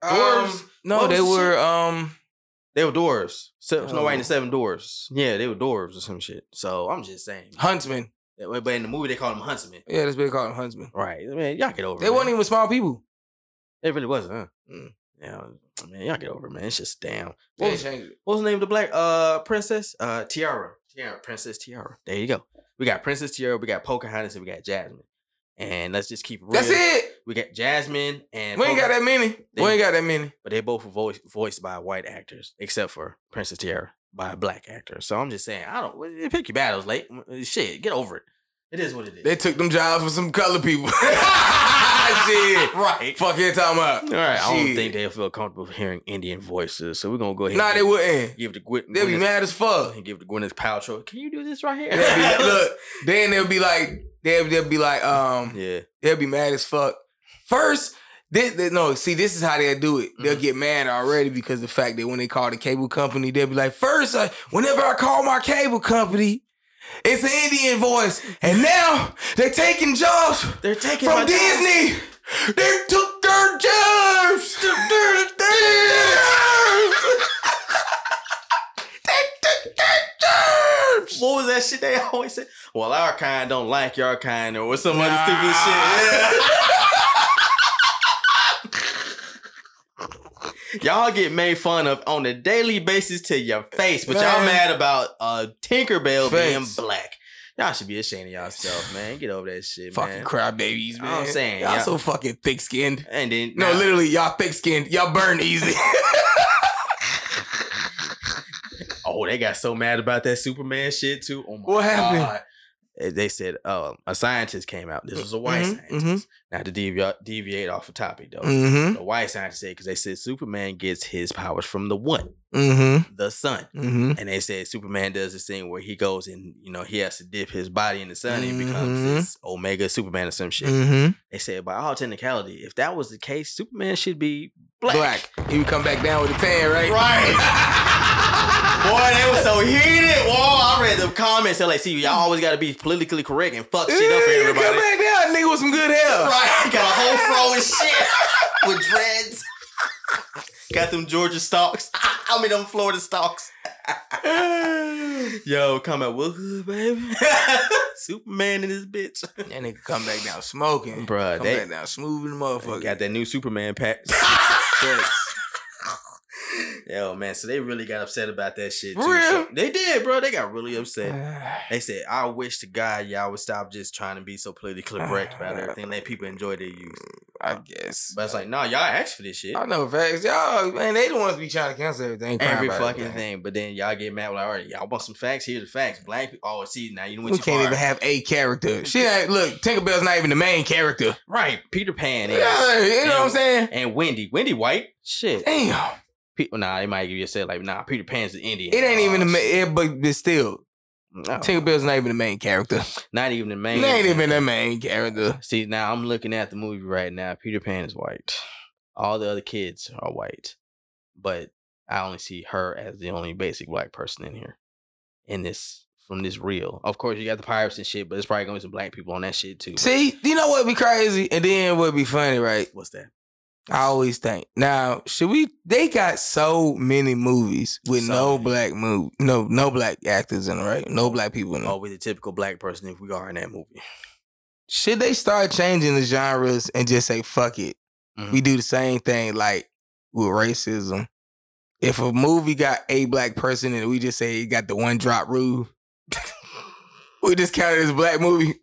Speaker 3: Dwarves?
Speaker 2: No,
Speaker 3: Um, what
Speaker 2: they
Speaker 3: was the
Speaker 2: were. Um,
Speaker 3: They were dwarves. So, Snow White and
Speaker 2: Oh.
Speaker 3: the Seven Dwarves. Yeah, they were dwarves or some shit. So I'm just saying.
Speaker 2: Huntsman.
Speaker 3: But but in the movie, they called them huntsmen.
Speaker 2: Yeah, that's what they call them, Huntsman.
Speaker 3: Right. I mean, y'all get over
Speaker 2: They
Speaker 3: it. man.
Speaker 2: weren't even small people.
Speaker 3: It really wasn't, huh?
Speaker 2: Mm.
Speaker 3: Yeah. Man, y'all get over it, man. It's just damn. What
Speaker 2: They
Speaker 3: was,
Speaker 2: changed it.
Speaker 3: what was the name of the black uh princess? Uh Tiara. Tiara, Princess Tiara. There you go. We got Princess Tiara, we got Pocahontas, and we got Jasmine. And let's just keep it real.
Speaker 2: That's it.
Speaker 3: We got Jasmine and
Speaker 2: We ain't got
Speaker 3: Pocah-
Speaker 2: that many. We ain't got that many.
Speaker 3: but they both were voice, voiced by white actors, except for Princess Tiara by a black actor. So I'm just saying, I don't well, pick your battles, late uh, shit. Get over it. It is what it is.
Speaker 2: They took them jobs from some color people. Shit.
Speaker 3: right.
Speaker 2: Fuck you talking about.
Speaker 3: All right. I don't
Speaker 2: Shit.
Speaker 3: think they'll feel comfortable hearing Indian voices, so we're gonna go ahead.
Speaker 2: Nah,
Speaker 3: and
Speaker 2: they wouldn't.
Speaker 3: give the Gwyn-
Speaker 2: They'll be
Speaker 3: Gwyneth-
Speaker 2: mad as fuck.
Speaker 3: and give the Gwyneth Paltrow. Can you do this right here?
Speaker 2: They'll be, look, then they'll be like, they'll, they'll be like, um,
Speaker 3: yeah.
Speaker 2: they'll be mad as fuck. First, this, th- no, see, this is how they'll do it. They'll
Speaker 3: Mm.
Speaker 2: get mad already because the fact that when they call the cable company, they'll be like, first, uh, whenever I call my cable company, it's an Indian voice, and now they're taking jobs
Speaker 3: They're taking
Speaker 2: from
Speaker 3: my jobs.
Speaker 2: Disney. They took their jobs. They took their jobs.
Speaker 3: What was that shit they always said? Well, our kind don't like your kind, or some other stupid
Speaker 2: Nah.
Speaker 3: shit. Yeah. y'all get made fun of on a daily basis to your face, but y'all
Speaker 2: Man.
Speaker 3: mad about uh Tinkerbell
Speaker 2: Face.
Speaker 3: being black. Y'all should be ashamed of yourself, man. Get over that shit,
Speaker 2: Fucking
Speaker 3: man.
Speaker 2: crybabies,
Speaker 3: I'm
Speaker 2: man.
Speaker 3: saying,
Speaker 2: y'all
Speaker 3: yeah.
Speaker 2: so fucking thick skinned.
Speaker 3: and then
Speaker 2: No,
Speaker 3: now-
Speaker 2: literally, y'all thick skinned. Y'all burn easy.
Speaker 3: Oh, they got so mad about that Superman shit too. Oh my
Speaker 2: What happened?
Speaker 3: God. Eh, They said um, a scientist came out. This was a white
Speaker 2: Mhm,
Speaker 3: scientist. Not to devi- deviate off the topic though.
Speaker 2: mm-hmm.
Speaker 3: The white scientist said because they said Superman gets his powers from the what?
Speaker 2: Mm-hmm.
Speaker 3: The sun.
Speaker 2: Mm-hmm.
Speaker 3: And they said Superman does this thing where he goes and you know he has to dip his body in the sun and he becomes
Speaker 2: Mhm.
Speaker 3: this Omega Superman or some shit.
Speaker 2: Mm-hmm.
Speaker 3: They said by all technicality, if that was the case, Superman should be black.
Speaker 2: Black. You come back down with a tan, right?
Speaker 3: Right. Boy, they was so heated. Whoa, I read the comments. They're like, see, y'all always got to be politically correct and fuck shit up for
Speaker 2: you come
Speaker 3: everybody.
Speaker 2: back down, nigga, with some good hair.
Speaker 3: Right, got a whole fro and shit with dreads. Got them Georgia stalks. I mean, them Florida stalks. Yo, come at Will Hood, baby. Superman in this bitch.
Speaker 2: That nigga come back down smoking.
Speaker 3: Bruh,
Speaker 2: come
Speaker 3: they-
Speaker 2: back down smoothing the motherfucker.
Speaker 3: Got that new Superman pack.
Speaker 2: Facts.
Speaker 3: Yo, man, so they really got upset about that shit. Too.
Speaker 2: For real?
Speaker 3: So- they did, bro. They got really upset.
Speaker 2: Uh,
Speaker 3: They said, I wish to God y'all would stop just trying to be so politically correct about everything. Let people enjoy their youth.
Speaker 2: I guess.
Speaker 3: But it's like, nah, y'all asked for this shit.
Speaker 2: I know facts. Y'all, man, they the ones be trying to cancel everything. crying
Speaker 3: Every
Speaker 2: about
Speaker 3: fucking
Speaker 2: everything.
Speaker 3: thing. But then y'all get mad, like, all right, y'all want some facts? Here's the facts. Black people. Oh, see, now you know what
Speaker 2: We
Speaker 3: you
Speaker 2: can't even have a character. She ain't, look, Tinkerbell's not even the main character.
Speaker 3: Right. Peter Pan is.
Speaker 2: Yeah, you know what I'm
Speaker 3: And-
Speaker 2: saying?
Speaker 3: And Wendy. Wendy White? Shit.
Speaker 2: Damn.
Speaker 3: People, nah, they might give you a set like, nah, Peter Pan's an Indian.
Speaker 2: It ain't even the
Speaker 3: Oh,
Speaker 2: main, it, but, but still,
Speaker 3: no,
Speaker 2: Tinkerbell's not even the main character.
Speaker 3: not even the main.
Speaker 2: It ain't even the main character.
Speaker 3: See, now I'm looking at the movie right now. Peter Pan is white. All the other kids are white. But I only see her as the only basic black person in here. In this from this reel. Of course you got the pirates and shit, but it's probably gonna be some black people on that shit too.
Speaker 2: See, you know what would be crazy? And then what would be funny, right?
Speaker 3: What's that?
Speaker 2: I always think. Now, should we? They got so many movies with
Speaker 3: So
Speaker 2: no
Speaker 3: many.
Speaker 2: black move, no no black actors in them, right? No black people in them.
Speaker 3: Oh, we the typical black person if we are in that movie.
Speaker 2: Should they start changing the genres and just say fuck it?
Speaker 3: Mhm.
Speaker 2: We do the same thing like with racism. If a movie got a black person and we just say it got the one drop rule, we just count it as a black movie.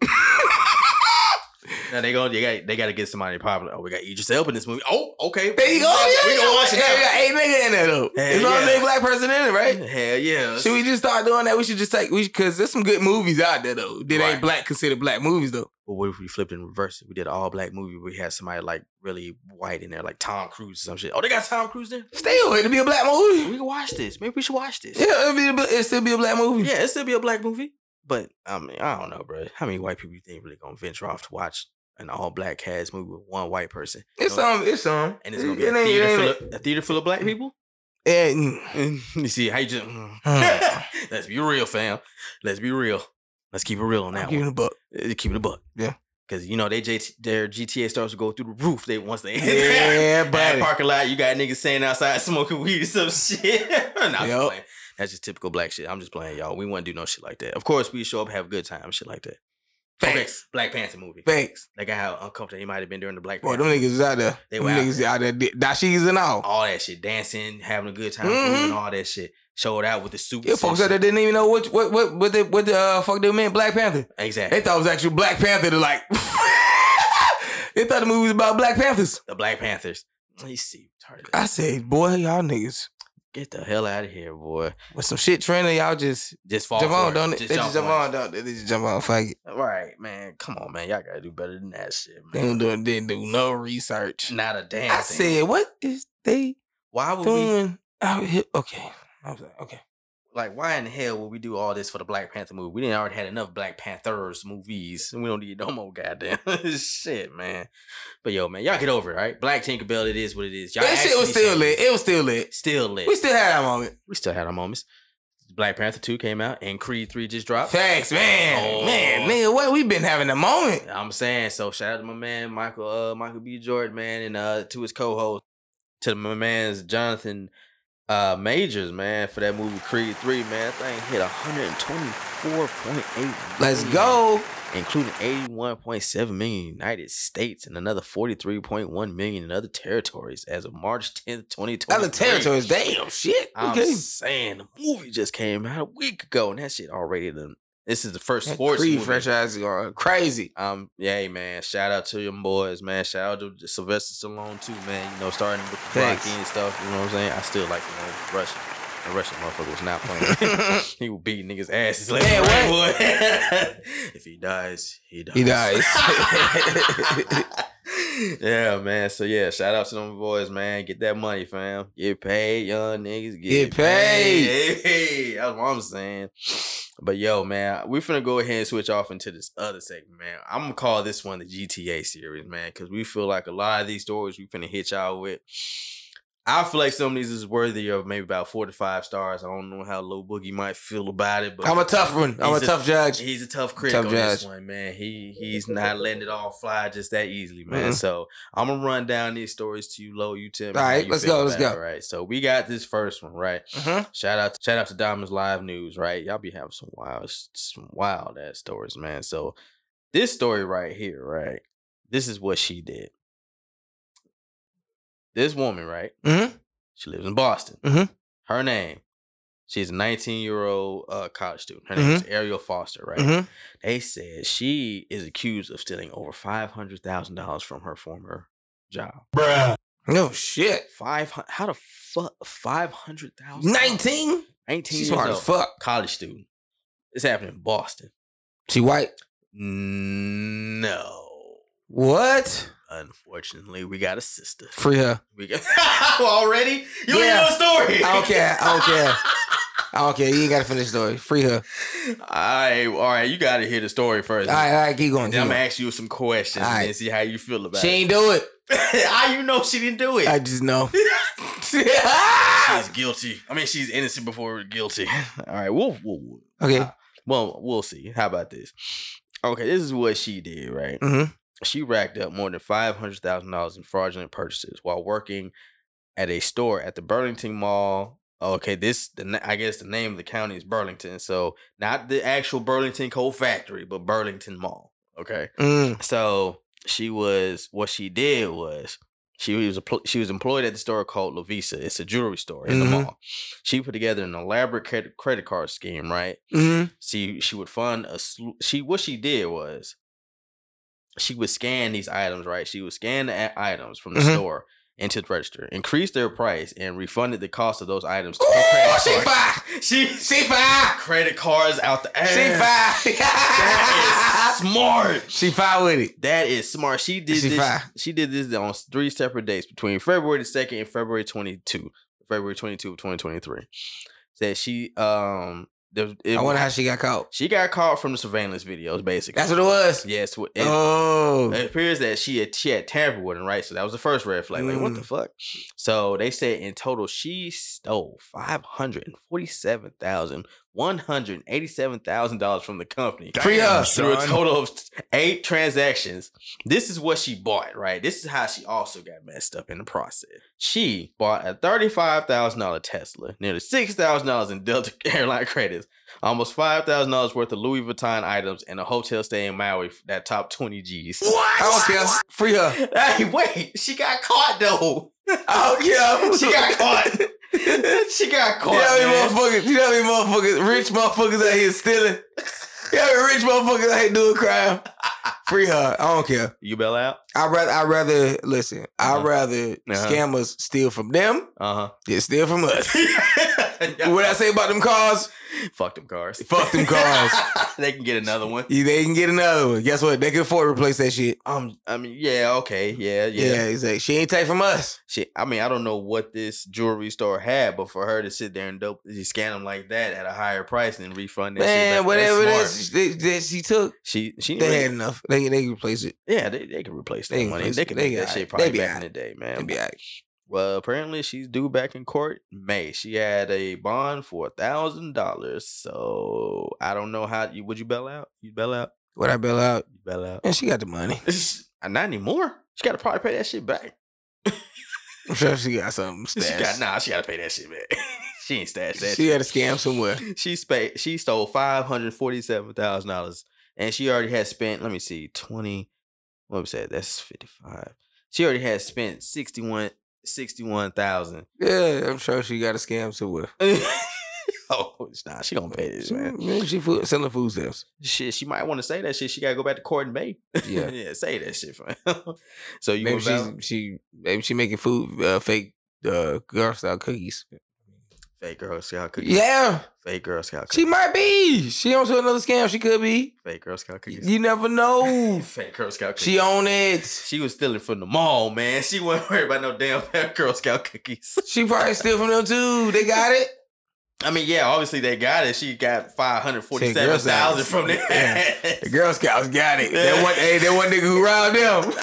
Speaker 3: Now they go they got they gotta get somebody popular. Oh, we got Idris Elba in this movie. Oh, okay.
Speaker 2: there you go. Yeah,
Speaker 3: we
Speaker 2: yeah,
Speaker 3: gonna watch it
Speaker 2: yeah,
Speaker 3: now.
Speaker 2: yeah, ain't nigga in there though.
Speaker 3: Hey,
Speaker 2: as long as
Speaker 3: yeah.
Speaker 2: they black person in it, right?
Speaker 3: Hell yeah.
Speaker 2: Should we just start doing that? We should just take we because there's some good movies out there though. That
Speaker 3: Right.
Speaker 2: ain't black considered black movies though.
Speaker 3: But what if we flipped and reversed it? We did an all black movie. We had somebody like really white in there, like Tom Cruise or some shit. Oh, they got Tom Cruise there.
Speaker 2: Still, it'd be a black movie.
Speaker 3: We can watch this. Maybe we should watch this. Yeah,
Speaker 2: Yeah, it'd be a, it'd still be a black movie.
Speaker 3: it still be a black movie. But I mean, I don't know, bro. How many white people you think really gonna venture off to watch an all black cast movie with one white person?
Speaker 2: It's
Speaker 3: You know,
Speaker 2: some, it's some,
Speaker 3: and it's gonna be a
Speaker 2: It ain't- it
Speaker 3: theater,
Speaker 2: ain't-
Speaker 3: full of, a theater full of black people.
Speaker 2: And
Speaker 3: you see how you just
Speaker 2: Hmm.
Speaker 3: let's be real, fam. Let's be real. Let's keep it real on that
Speaker 2: give
Speaker 3: one.
Speaker 2: it a buck.
Speaker 3: Uh, keep it a buck.
Speaker 2: Yeah.
Speaker 3: Because you know they J- their GTA stars will go through the roof. They once they hit that-
Speaker 2: Yeah,
Speaker 3: that
Speaker 2: buddy.
Speaker 3: parking lot, you got niggas standing outside smoking weed or some shit. nah, I'm just
Speaker 2: Yup.
Speaker 3: playing. That's just typical black shit. I'm just playing, y'all. We wouldn't do no shit like that. Of course, we show up, have a good time, shit like that. Okay,
Speaker 2: Facts,
Speaker 3: Black Panther movie.
Speaker 2: facts.
Speaker 3: Like how uncomfortable he might have been during the Black
Speaker 2: Boy,
Speaker 3: Panther.
Speaker 2: them niggas is out there.
Speaker 3: They
Speaker 2: them
Speaker 3: were out
Speaker 2: niggas
Speaker 3: there.
Speaker 2: out there, di- dashikis and all.
Speaker 3: all that shit, dancing, having a good time,
Speaker 2: Mhm.
Speaker 3: moving, all that shit. Showed out with the suits.
Speaker 2: Yeah,
Speaker 3: and
Speaker 2: folks out there
Speaker 3: shit.
Speaker 2: didn't even know what what what what the, what the uh, fuck they meant Black Panther.
Speaker 3: Exactly.
Speaker 2: They thought it was actually Black Panther. They're like, they thought the movie was about Black Panthers.
Speaker 3: the Black Panthers. You see, retarded.
Speaker 2: I said, boy, y'all niggas
Speaker 3: Get the hell out of here, boy.
Speaker 2: with some shit trending, y'all just
Speaker 3: Just fall
Speaker 2: jump
Speaker 3: for
Speaker 2: on,
Speaker 3: it.
Speaker 2: don't it? They just jump
Speaker 3: for it.
Speaker 2: on, don't they? They just jump on, fuck it.
Speaker 3: Right, man. Come on, man. Y'all gotta do better than that shit,
Speaker 2: They
Speaker 3: man.
Speaker 2: don't do, they didn't do no research.
Speaker 3: Not a damn
Speaker 2: Mm. I
Speaker 3: thing.
Speaker 2: said, what is they
Speaker 3: why would Oh, we
Speaker 2: doing out here? Okay. I was like, okay.
Speaker 3: like why in the hell would we do all this for the Black Panther movie? We didn't already had enough Black Panthers movies. and We don't need no more goddamn shit, man. But yo, man, y'all get over it, right? Black Tinkerbell, it is what it is. Y'all
Speaker 2: That shit was
Speaker 3: actually
Speaker 2: still
Speaker 3: said
Speaker 2: lit.
Speaker 3: this.
Speaker 2: It was still lit.
Speaker 3: Still lit.
Speaker 2: We still had that moment.
Speaker 3: We still had our moments. Black Panther 2 came out and Creed 3 just dropped.
Speaker 2: Facts, man.
Speaker 3: Oh.
Speaker 2: Man, nigga, what? we been having a moment.
Speaker 3: I'm saying so. Shout out to my man Michael, uh, Michael B. Jordan, man, and uh, to his co-host, to my man's Jonathan uh, Majors, man, for that movie Creed Three, man. That thing hit 124.8.
Speaker 2: Let's
Speaker 3: million,
Speaker 2: go.
Speaker 3: including 81.7 million in the United States and another 43.1 million in other territories as of March 10th, 2020.
Speaker 2: Other territories. Damn, shit.
Speaker 3: I'm
Speaker 2: Okay.
Speaker 3: saying the movie just came out a week ago, and that shit already done. This is the first
Speaker 2: That
Speaker 3: sports
Speaker 2: Creed
Speaker 3: movie.
Speaker 2: franchise is going crazy.
Speaker 3: Um, yeah, man. Shout out to them boys, man. Shout out to Sylvester Stallone too, man. You know, starting with the
Speaker 2: Thanks.
Speaker 3: Rocky and stuff. You know what I'm saying? I still like the one with Russian. The Russian motherfucker was not playing. he would beat niggas' asses left
Speaker 2: Man,
Speaker 3: and right, boy. if he dies, he dies.
Speaker 2: He dies.
Speaker 3: yeah, man. So yeah, shout out to them boys, man. Get that money, fam. Get paid, young niggas. Get,
Speaker 2: Get paid.
Speaker 3: Hey, that's what I'm saying. But yo, man, we finna go ahead and switch off into this other segment, man. I'm gonna call this one the GTA series, man, because we feel like a lot of these stories we finna hit y'all with I feel like some of these is worthy of maybe about four to five stars. I don't know how Low Boogie might feel about it, but
Speaker 2: I'm a tough one. I'm a
Speaker 3: He's a-
Speaker 2: tough judge.
Speaker 3: He's a tough critic
Speaker 2: Tough
Speaker 3: on this
Speaker 2: judge.
Speaker 3: one, man. He he's not letting it all fly just that easily, man. So I'm gonna run down these stories to you, low. You tell me.
Speaker 2: Mm-hmm. All
Speaker 3: how
Speaker 2: right,
Speaker 3: you
Speaker 2: let's
Speaker 3: feel
Speaker 2: go, let's
Speaker 3: about it,
Speaker 2: go.
Speaker 3: Right. So we got this first one, right?
Speaker 2: Mhm.
Speaker 3: Shout out, shout out to Diamonds Live News, right? Y'all be having some wild, some wild ass stories, man. So this story right here, right? This is what she did. This woman, right?
Speaker 2: Mhm.
Speaker 3: She lives in Boston.
Speaker 2: Mhm.
Speaker 3: Her name. She's a 19 year old uh, college student. Her name
Speaker 2: Mm-hmm.
Speaker 3: is Ariel Foster, right?
Speaker 2: Mhm.
Speaker 3: They said she is accused of stealing over five hundred thousand dollars from her former job.
Speaker 2: No shit.
Speaker 3: Five hundred? How the fuck? Five hundred thousand?
Speaker 2: Nineteen.
Speaker 3: Nineteen.
Speaker 2: She's
Speaker 3: years
Speaker 2: smart as
Speaker 3: old.
Speaker 2: fuck.
Speaker 3: College student. It's happening in Boston.
Speaker 2: She white.
Speaker 3: No.
Speaker 2: What?
Speaker 3: Unfortunately, we got a sister.
Speaker 2: Free her.
Speaker 3: We got already. You
Speaker 2: Yeah.
Speaker 3: ain't know the story.
Speaker 2: I don't care. I don't care. I don't care. You ain't gotta finish the story. Free her.
Speaker 3: All right, all right. You got to hear the story first.
Speaker 2: All right, all right, keep going.
Speaker 3: Then I'm
Speaker 2: keep
Speaker 3: gonna
Speaker 2: going.
Speaker 3: ask you some questions
Speaker 2: All
Speaker 3: and
Speaker 2: right.
Speaker 3: then see how you feel about
Speaker 2: She
Speaker 3: it.
Speaker 2: ain't do it.
Speaker 3: how you know she didn't do it?
Speaker 2: I just know.
Speaker 3: she's guilty. I mean, she's innocent before guilty. All right, we'll we'll
Speaker 2: okay.
Speaker 3: well we'll see. How about this? Okay, this is what she did. Right,
Speaker 2: Mhm.
Speaker 3: she racked up more than five hundred thousand dollars in fraudulent purchases while working at a store at the Burlington Mall. Okay, this the na- I guess the name of the county is Burlington, so not the actual Burlington Coal Factory, but Burlington Mall. Okay,
Speaker 2: Mm.
Speaker 3: so she was what she did was she was empl- she was employed at the store called Lavisa. It's a jewelry store in
Speaker 2: Mhm.
Speaker 3: the mall. She put together an elaborate credit credit card scheme, right?
Speaker 2: Mm.
Speaker 3: She she would fund a sl- she what she did was she would scan these items, right? She would scan the a- items from the
Speaker 2: Mhm.
Speaker 3: store into the register, increase their price, and refunded the cost of those items to
Speaker 2: Ooh,
Speaker 3: her
Speaker 2: she
Speaker 3: credit card.
Speaker 2: fine.
Speaker 3: She
Speaker 2: She fine.
Speaker 3: credit cards out the ass.
Speaker 2: She fine.
Speaker 3: That is smart.
Speaker 2: She fine with it.
Speaker 3: That is smart. She did
Speaker 2: She
Speaker 3: this.
Speaker 2: fine.
Speaker 3: She did this on three separate dates between February the second and February twenty two, February twenty two of twenty twenty three. That she um, there, was- it,
Speaker 2: I wonder how she got caught.
Speaker 3: she got caught from the surveillance videos. Basically,
Speaker 2: That's what it was.
Speaker 3: yes. It,
Speaker 2: Oh.
Speaker 3: it appears that she had she had tampered with him, right? So that was the first red flag. Like, what the fuck? So they said in total she stole five hundred and forty seven thousand one hundred eighty seven thousand dollars from the company
Speaker 2: Free her.
Speaker 3: through a total of eight transactions. This is what she bought, right? This is how she also got messed up in the process. She bought a thirty-five thousand dollar Tesla, nearly six thousand dollars in Delta Airline credits, almost five thousand dollars worth of Louis Vuitton items, and a hotel stay in Maui that top twenty G's.
Speaker 2: I don't care. Free her.
Speaker 3: Hey, wait! She got caught though.
Speaker 2: I don't care.
Speaker 3: She got caught. she got
Speaker 2: You know how many
Speaker 3: caught. man.
Speaker 2: motherfuckers, you know how many motherfuckers, rich motherfuckers out here stealing? You know how many rich motherfuckers out here doing crime? Free her. I don't care.
Speaker 3: You bail out.
Speaker 2: I'd rather, I'd rather, listen,
Speaker 3: Uh-huh.
Speaker 2: I'd rather scammers steal from them
Speaker 3: Uh
Speaker 2: than steal from us.
Speaker 3: huh.
Speaker 2: What I say about them cars,
Speaker 3: Fuck them cars.
Speaker 2: Fuck them cars.
Speaker 3: they can get another one.
Speaker 2: yeah, they can get another one. Guess what? They can afford to replace that shit.
Speaker 3: Um, I mean, yeah, okay, yeah,
Speaker 2: Yeah,
Speaker 3: yeah.
Speaker 2: he's like, she ain't take from us.
Speaker 3: She, I mean, I don't know what this jewelry store had, but for her to sit there and dope, you scan them like that at a higher price and refund that shit,
Speaker 2: Man,
Speaker 3: like,
Speaker 2: whatever it
Speaker 3: that's
Speaker 2: is that that she took,
Speaker 3: she she
Speaker 2: they
Speaker 3: really-
Speaker 2: had enough. They, they can replace it.
Speaker 3: yeah, they, they could replace
Speaker 2: They
Speaker 3: that
Speaker 2: can
Speaker 3: money.
Speaker 2: replace
Speaker 3: They
Speaker 2: it.
Speaker 3: could
Speaker 2: They
Speaker 3: make that
Speaker 2: got
Speaker 3: shit
Speaker 2: it.
Speaker 3: probably
Speaker 2: They be
Speaker 3: back in
Speaker 2: alright.
Speaker 3: the day,
Speaker 2: It'd
Speaker 3: man.
Speaker 2: be all right.
Speaker 3: Well, apparently she's due back in court in May. She had a bond for a thousand dollars, so I don't know how you would you bail out? You bail out?
Speaker 2: What I bail out?
Speaker 3: You bail out? Uh,
Speaker 2: And she got the money.
Speaker 3: Not anymore. She got to probably pay that shit back.
Speaker 2: I'm sure she got something
Speaker 3: She got
Speaker 2: stashed.
Speaker 3: nah. She gotta pay that shit back. she ain't stashed that.
Speaker 2: She
Speaker 3: shit.
Speaker 2: had a scam somewhere.
Speaker 3: She spa- She stole five hundred forty-seven thousand dollars, and she already had spent. Let me see, twenty. What was that? That's fifty-five. She already had spent sixty-one. Sixty-one thousand.
Speaker 2: Yeah, I'm sure she got a scam somewhere.
Speaker 3: oh, nah, she gonna pay this,
Speaker 2: She,
Speaker 3: man.
Speaker 2: man, she food, selling food stamps.
Speaker 3: Shit, she might want to say that shit. She gotta go back to court in May.
Speaker 2: Yeah.
Speaker 3: yeah, say that shit, fam. so you
Speaker 2: maybe she's
Speaker 3: want to
Speaker 2: she maybe she making food uh, fake uh, girl style cookies.
Speaker 3: fake Girl Scout cookies?
Speaker 2: Yeah,
Speaker 3: fake Girl Scout
Speaker 2: she
Speaker 3: cookies.
Speaker 2: might be. She on to another scam. She could be.
Speaker 3: fake Girl Scout cookies.
Speaker 2: You never know.
Speaker 3: fake Girl Scout cookies.
Speaker 2: she on it.
Speaker 3: She was stealing from the mall, man. She wasn't worried about no damn Girl Scout cookies.
Speaker 2: She probably steal from them too. They got it.
Speaker 3: I mean, yeah, obviously they got it. She got five hundred forty-seven thousand from that.
Speaker 2: The Girl Scouts got it. That one, hey, that one nigga who robbed them.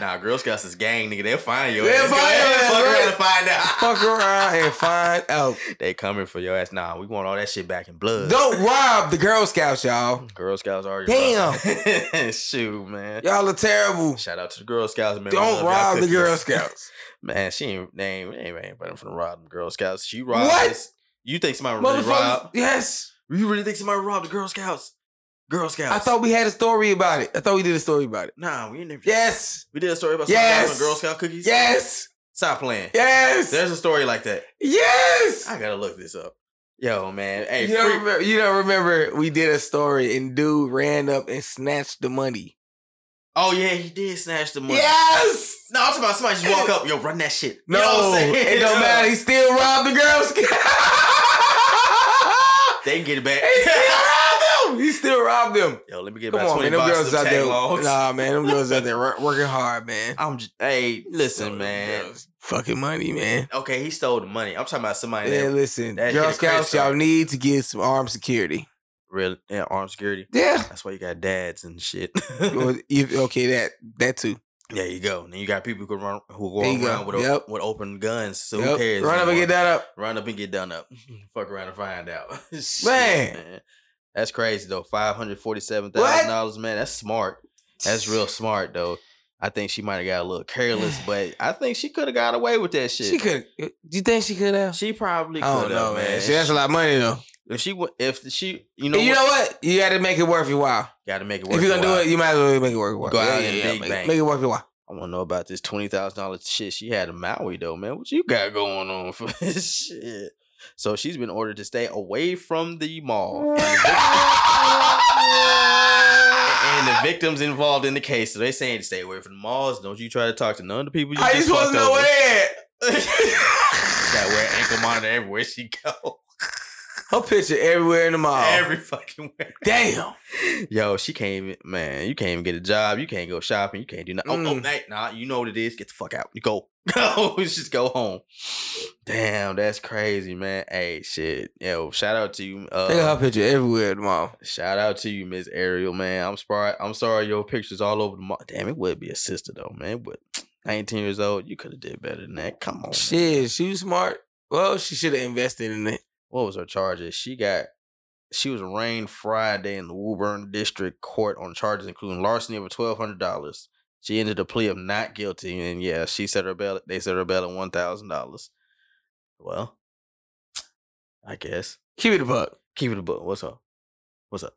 Speaker 3: Nah, Girl Scouts is gang, nigga. They'll find your
Speaker 2: They'll
Speaker 3: ass.
Speaker 2: find
Speaker 3: Go ahead,
Speaker 2: your ass,
Speaker 3: fuck
Speaker 2: right?
Speaker 3: around and find out.
Speaker 2: Fuck around and find out.
Speaker 3: they coming for your ass. Nah, we want all that shit back in blood.
Speaker 2: Don't rob the Girl Scouts, y'all.
Speaker 3: Girl Scouts are your
Speaker 2: Damn.
Speaker 3: brother. Shoot, man.
Speaker 2: Y'all are terrible.
Speaker 3: Shout out to the Girl Scouts, man. We love
Speaker 2: Don't
Speaker 3: y'all
Speaker 2: rob the
Speaker 3: cookies.
Speaker 2: Girl Scouts.
Speaker 3: Man, she ain't they ain't they ain't running from the rob them Girl Scouts. She robbed
Speaker 2: What?
Speaker 3: this- You think somebody really
Speaker 2: Motherfuckers.
Speaker 3: robbed?
Speaker 2: Yes.
Speaker 3: You really think somebody robbed the Girl Scouts? Girl Scouts.
Speaker 2: I thought we had a story about it. I thought we did a story about it.
Speaker 3: Nah, we never.
Speaker 2: Yes.
Speaker 3: We did a story about
Speaker 2: Yes.
Speaker 3: yes. Girl Scout cookies.
Speaker 2: Yes.
Speaker 3: Stop playing.
Speaker 2: Yes.
Speaker 3: There's a story like that.
Speaker 2: yes.
Speaker 3: I gotta look this up. Yo, man. Hey,
Speaker 2: you, don't
Speaker 3: free-
Speaker 2: remember, you don't remember we did a story and dude ran up and snatched the money.
Speaker 3: Oh yeah, he did snatch the money.
Speaker 2: Yes.
Speaker 3: No, I'm talking about somebody just walk up. Yo, run that shit.
Speaker 2: No,
Speaker 3: you know what I'm saying?
Speaker 2: it don't
Speaker 3: Yo,
Speaker 2: matter. He still robbed the Girl Scouts.
Speaker 3: They can get it
Speaker 2: he still
Speaker 3: back.
Speaker 2: robbed them. He still robbed them.
Speaker 3: Yo, let me get
Speaker 2: Come
Speaker 3: about
Speaker 2: on, man.
Speaker 3: twenty
Speaker 2: Them
Speaker 3: bucks
Speaker 2: girls
Speaker 3: of
Speaker 2: out there.
Speaker 3: taglongs.
Speaker 2: Nah, man. Them girls out there wor- working hard, man.
Speaker 3: I'm just, hey, listen, man.
Speaker 2: Fucking money, man.
Speaker 3: Okay, he stole the money. I'm talking about somebody
Speaker 2: Yeah,
Speaker 3: that
Speaker 2: listen,
Speaker 3: that
Speaker 2: Girl
Speaker 3: hit a credit
Speaker 2: Scouts,
Speaker 3: card.
Speaker 2: y'all need to get some armed security.
Speaker 3: really yeah, armed security.
Speaker 2: Yeah.
Speaker 3: That's why you got dads and shit.
Speaker 2: Well, if- okay, that that too.
Speaker 3: there you go. Then you got people who can run who go
Speaker 2: There you go.
Speaker 3: around with, o-
Speaker 2: Yep.
Speaker 3: with open guns. So who
Speaker 2: Yep.
Speaker 3: cares?
Speaker 2: Run up and
Speaker 3: anymore?
Speaker 2: get that up.
Speaker 3: Run up and get done up. Fuck around and find out. Shit,
Speaker 2: Man.
Speaker 3: That's crazy though. Five hundred forty-seven thousand dollars, man. That's smart. That's real smart though. I think she might have got a little careless, but I think she could have got away with that shit.
Speaker 2: She could. Do you think she could have?
Speaker 3: She probably
Speaker 2: I
Speaker 3: could
Speaker 2: don't know,
Speaker 3: have, man.
Speaker 2: man. See, that's a lot of money though.
Speaker 3: If she, wa- if she, you know,
Speaker 2: And you
Speaker 3: what?
Speaker 2: know what? You got to make it worth your while.
Speaker 3: got to make it work.
Speaker 2: If you're gonna do it, you might as well make it worth your while.
Speaker 3: Go out
Speaker 2: yeah,
Speaker 3: and
Speaker 2: yeah,
Speaker 3: big
Speaker 2: make,
Speaker 3: bang.
Speaker 2: make it worth your while.
Speaker 3: I want to know about this twenty thousand dollars shit she had in Maui though, man. What you got going on for this shit? So she's been ordered to stay away from the mall. And the, victims, and the victims involved in the case, so they saying to stay away from the malls. Don't you try to talk to none of the people you
Speaker 2: How you
Speaker 3: just
Speaker 2: supposed to
Speaker 3: fucked
Speaker 2: know
Speaker 3: over.
Speaker 2: where? they
Speaker 3: Gotta wear ankle monitor everywhere she go,
Speaker 2: at? Her picture everywhere in the mall.
Speaker 3: every fucking way.
Speaker 2: Oh. Damn.
Speaker 3: Yo, she can't even, man, you can't even get a job. You can't go shopping. You can't do nothing. Oh, oh,
Speaker 2: Mm.
Speaker 3: nah, nah, you know what it is. Get the fuck out. You go. Go. Just go home. Damn, that's crazy, man. Hey, shit. Yo, shout out to you.
Speaker 2: They got
Speaker 3: Uh,
Speaker 2: her picture everywhere in the mall.
Speaker 3: shout out to you, Miss Ariel, man. I'm sorry. I'm sorry your picture's all over the mall. Damn, it would be a sister, though, man. But 19 years old, you could have did better than that. Come on. man.
Speaker 2: Shit, she was smart. Well, she should have invested in it.
Speaker 3: What was her charges? She got. She was arraigned Friday in the Woburn District Court on charges including larceny over twelve hundred dollars. She ended a plea of not guilty, and yeah, she set her bail. They set her bail at one thousand dollars. Well, I guess
Speaker 2: Keep it a buck.
Speaker 3: keep it a book. What's up? What's up?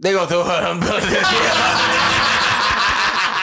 Speaker 2: They gonna throw her on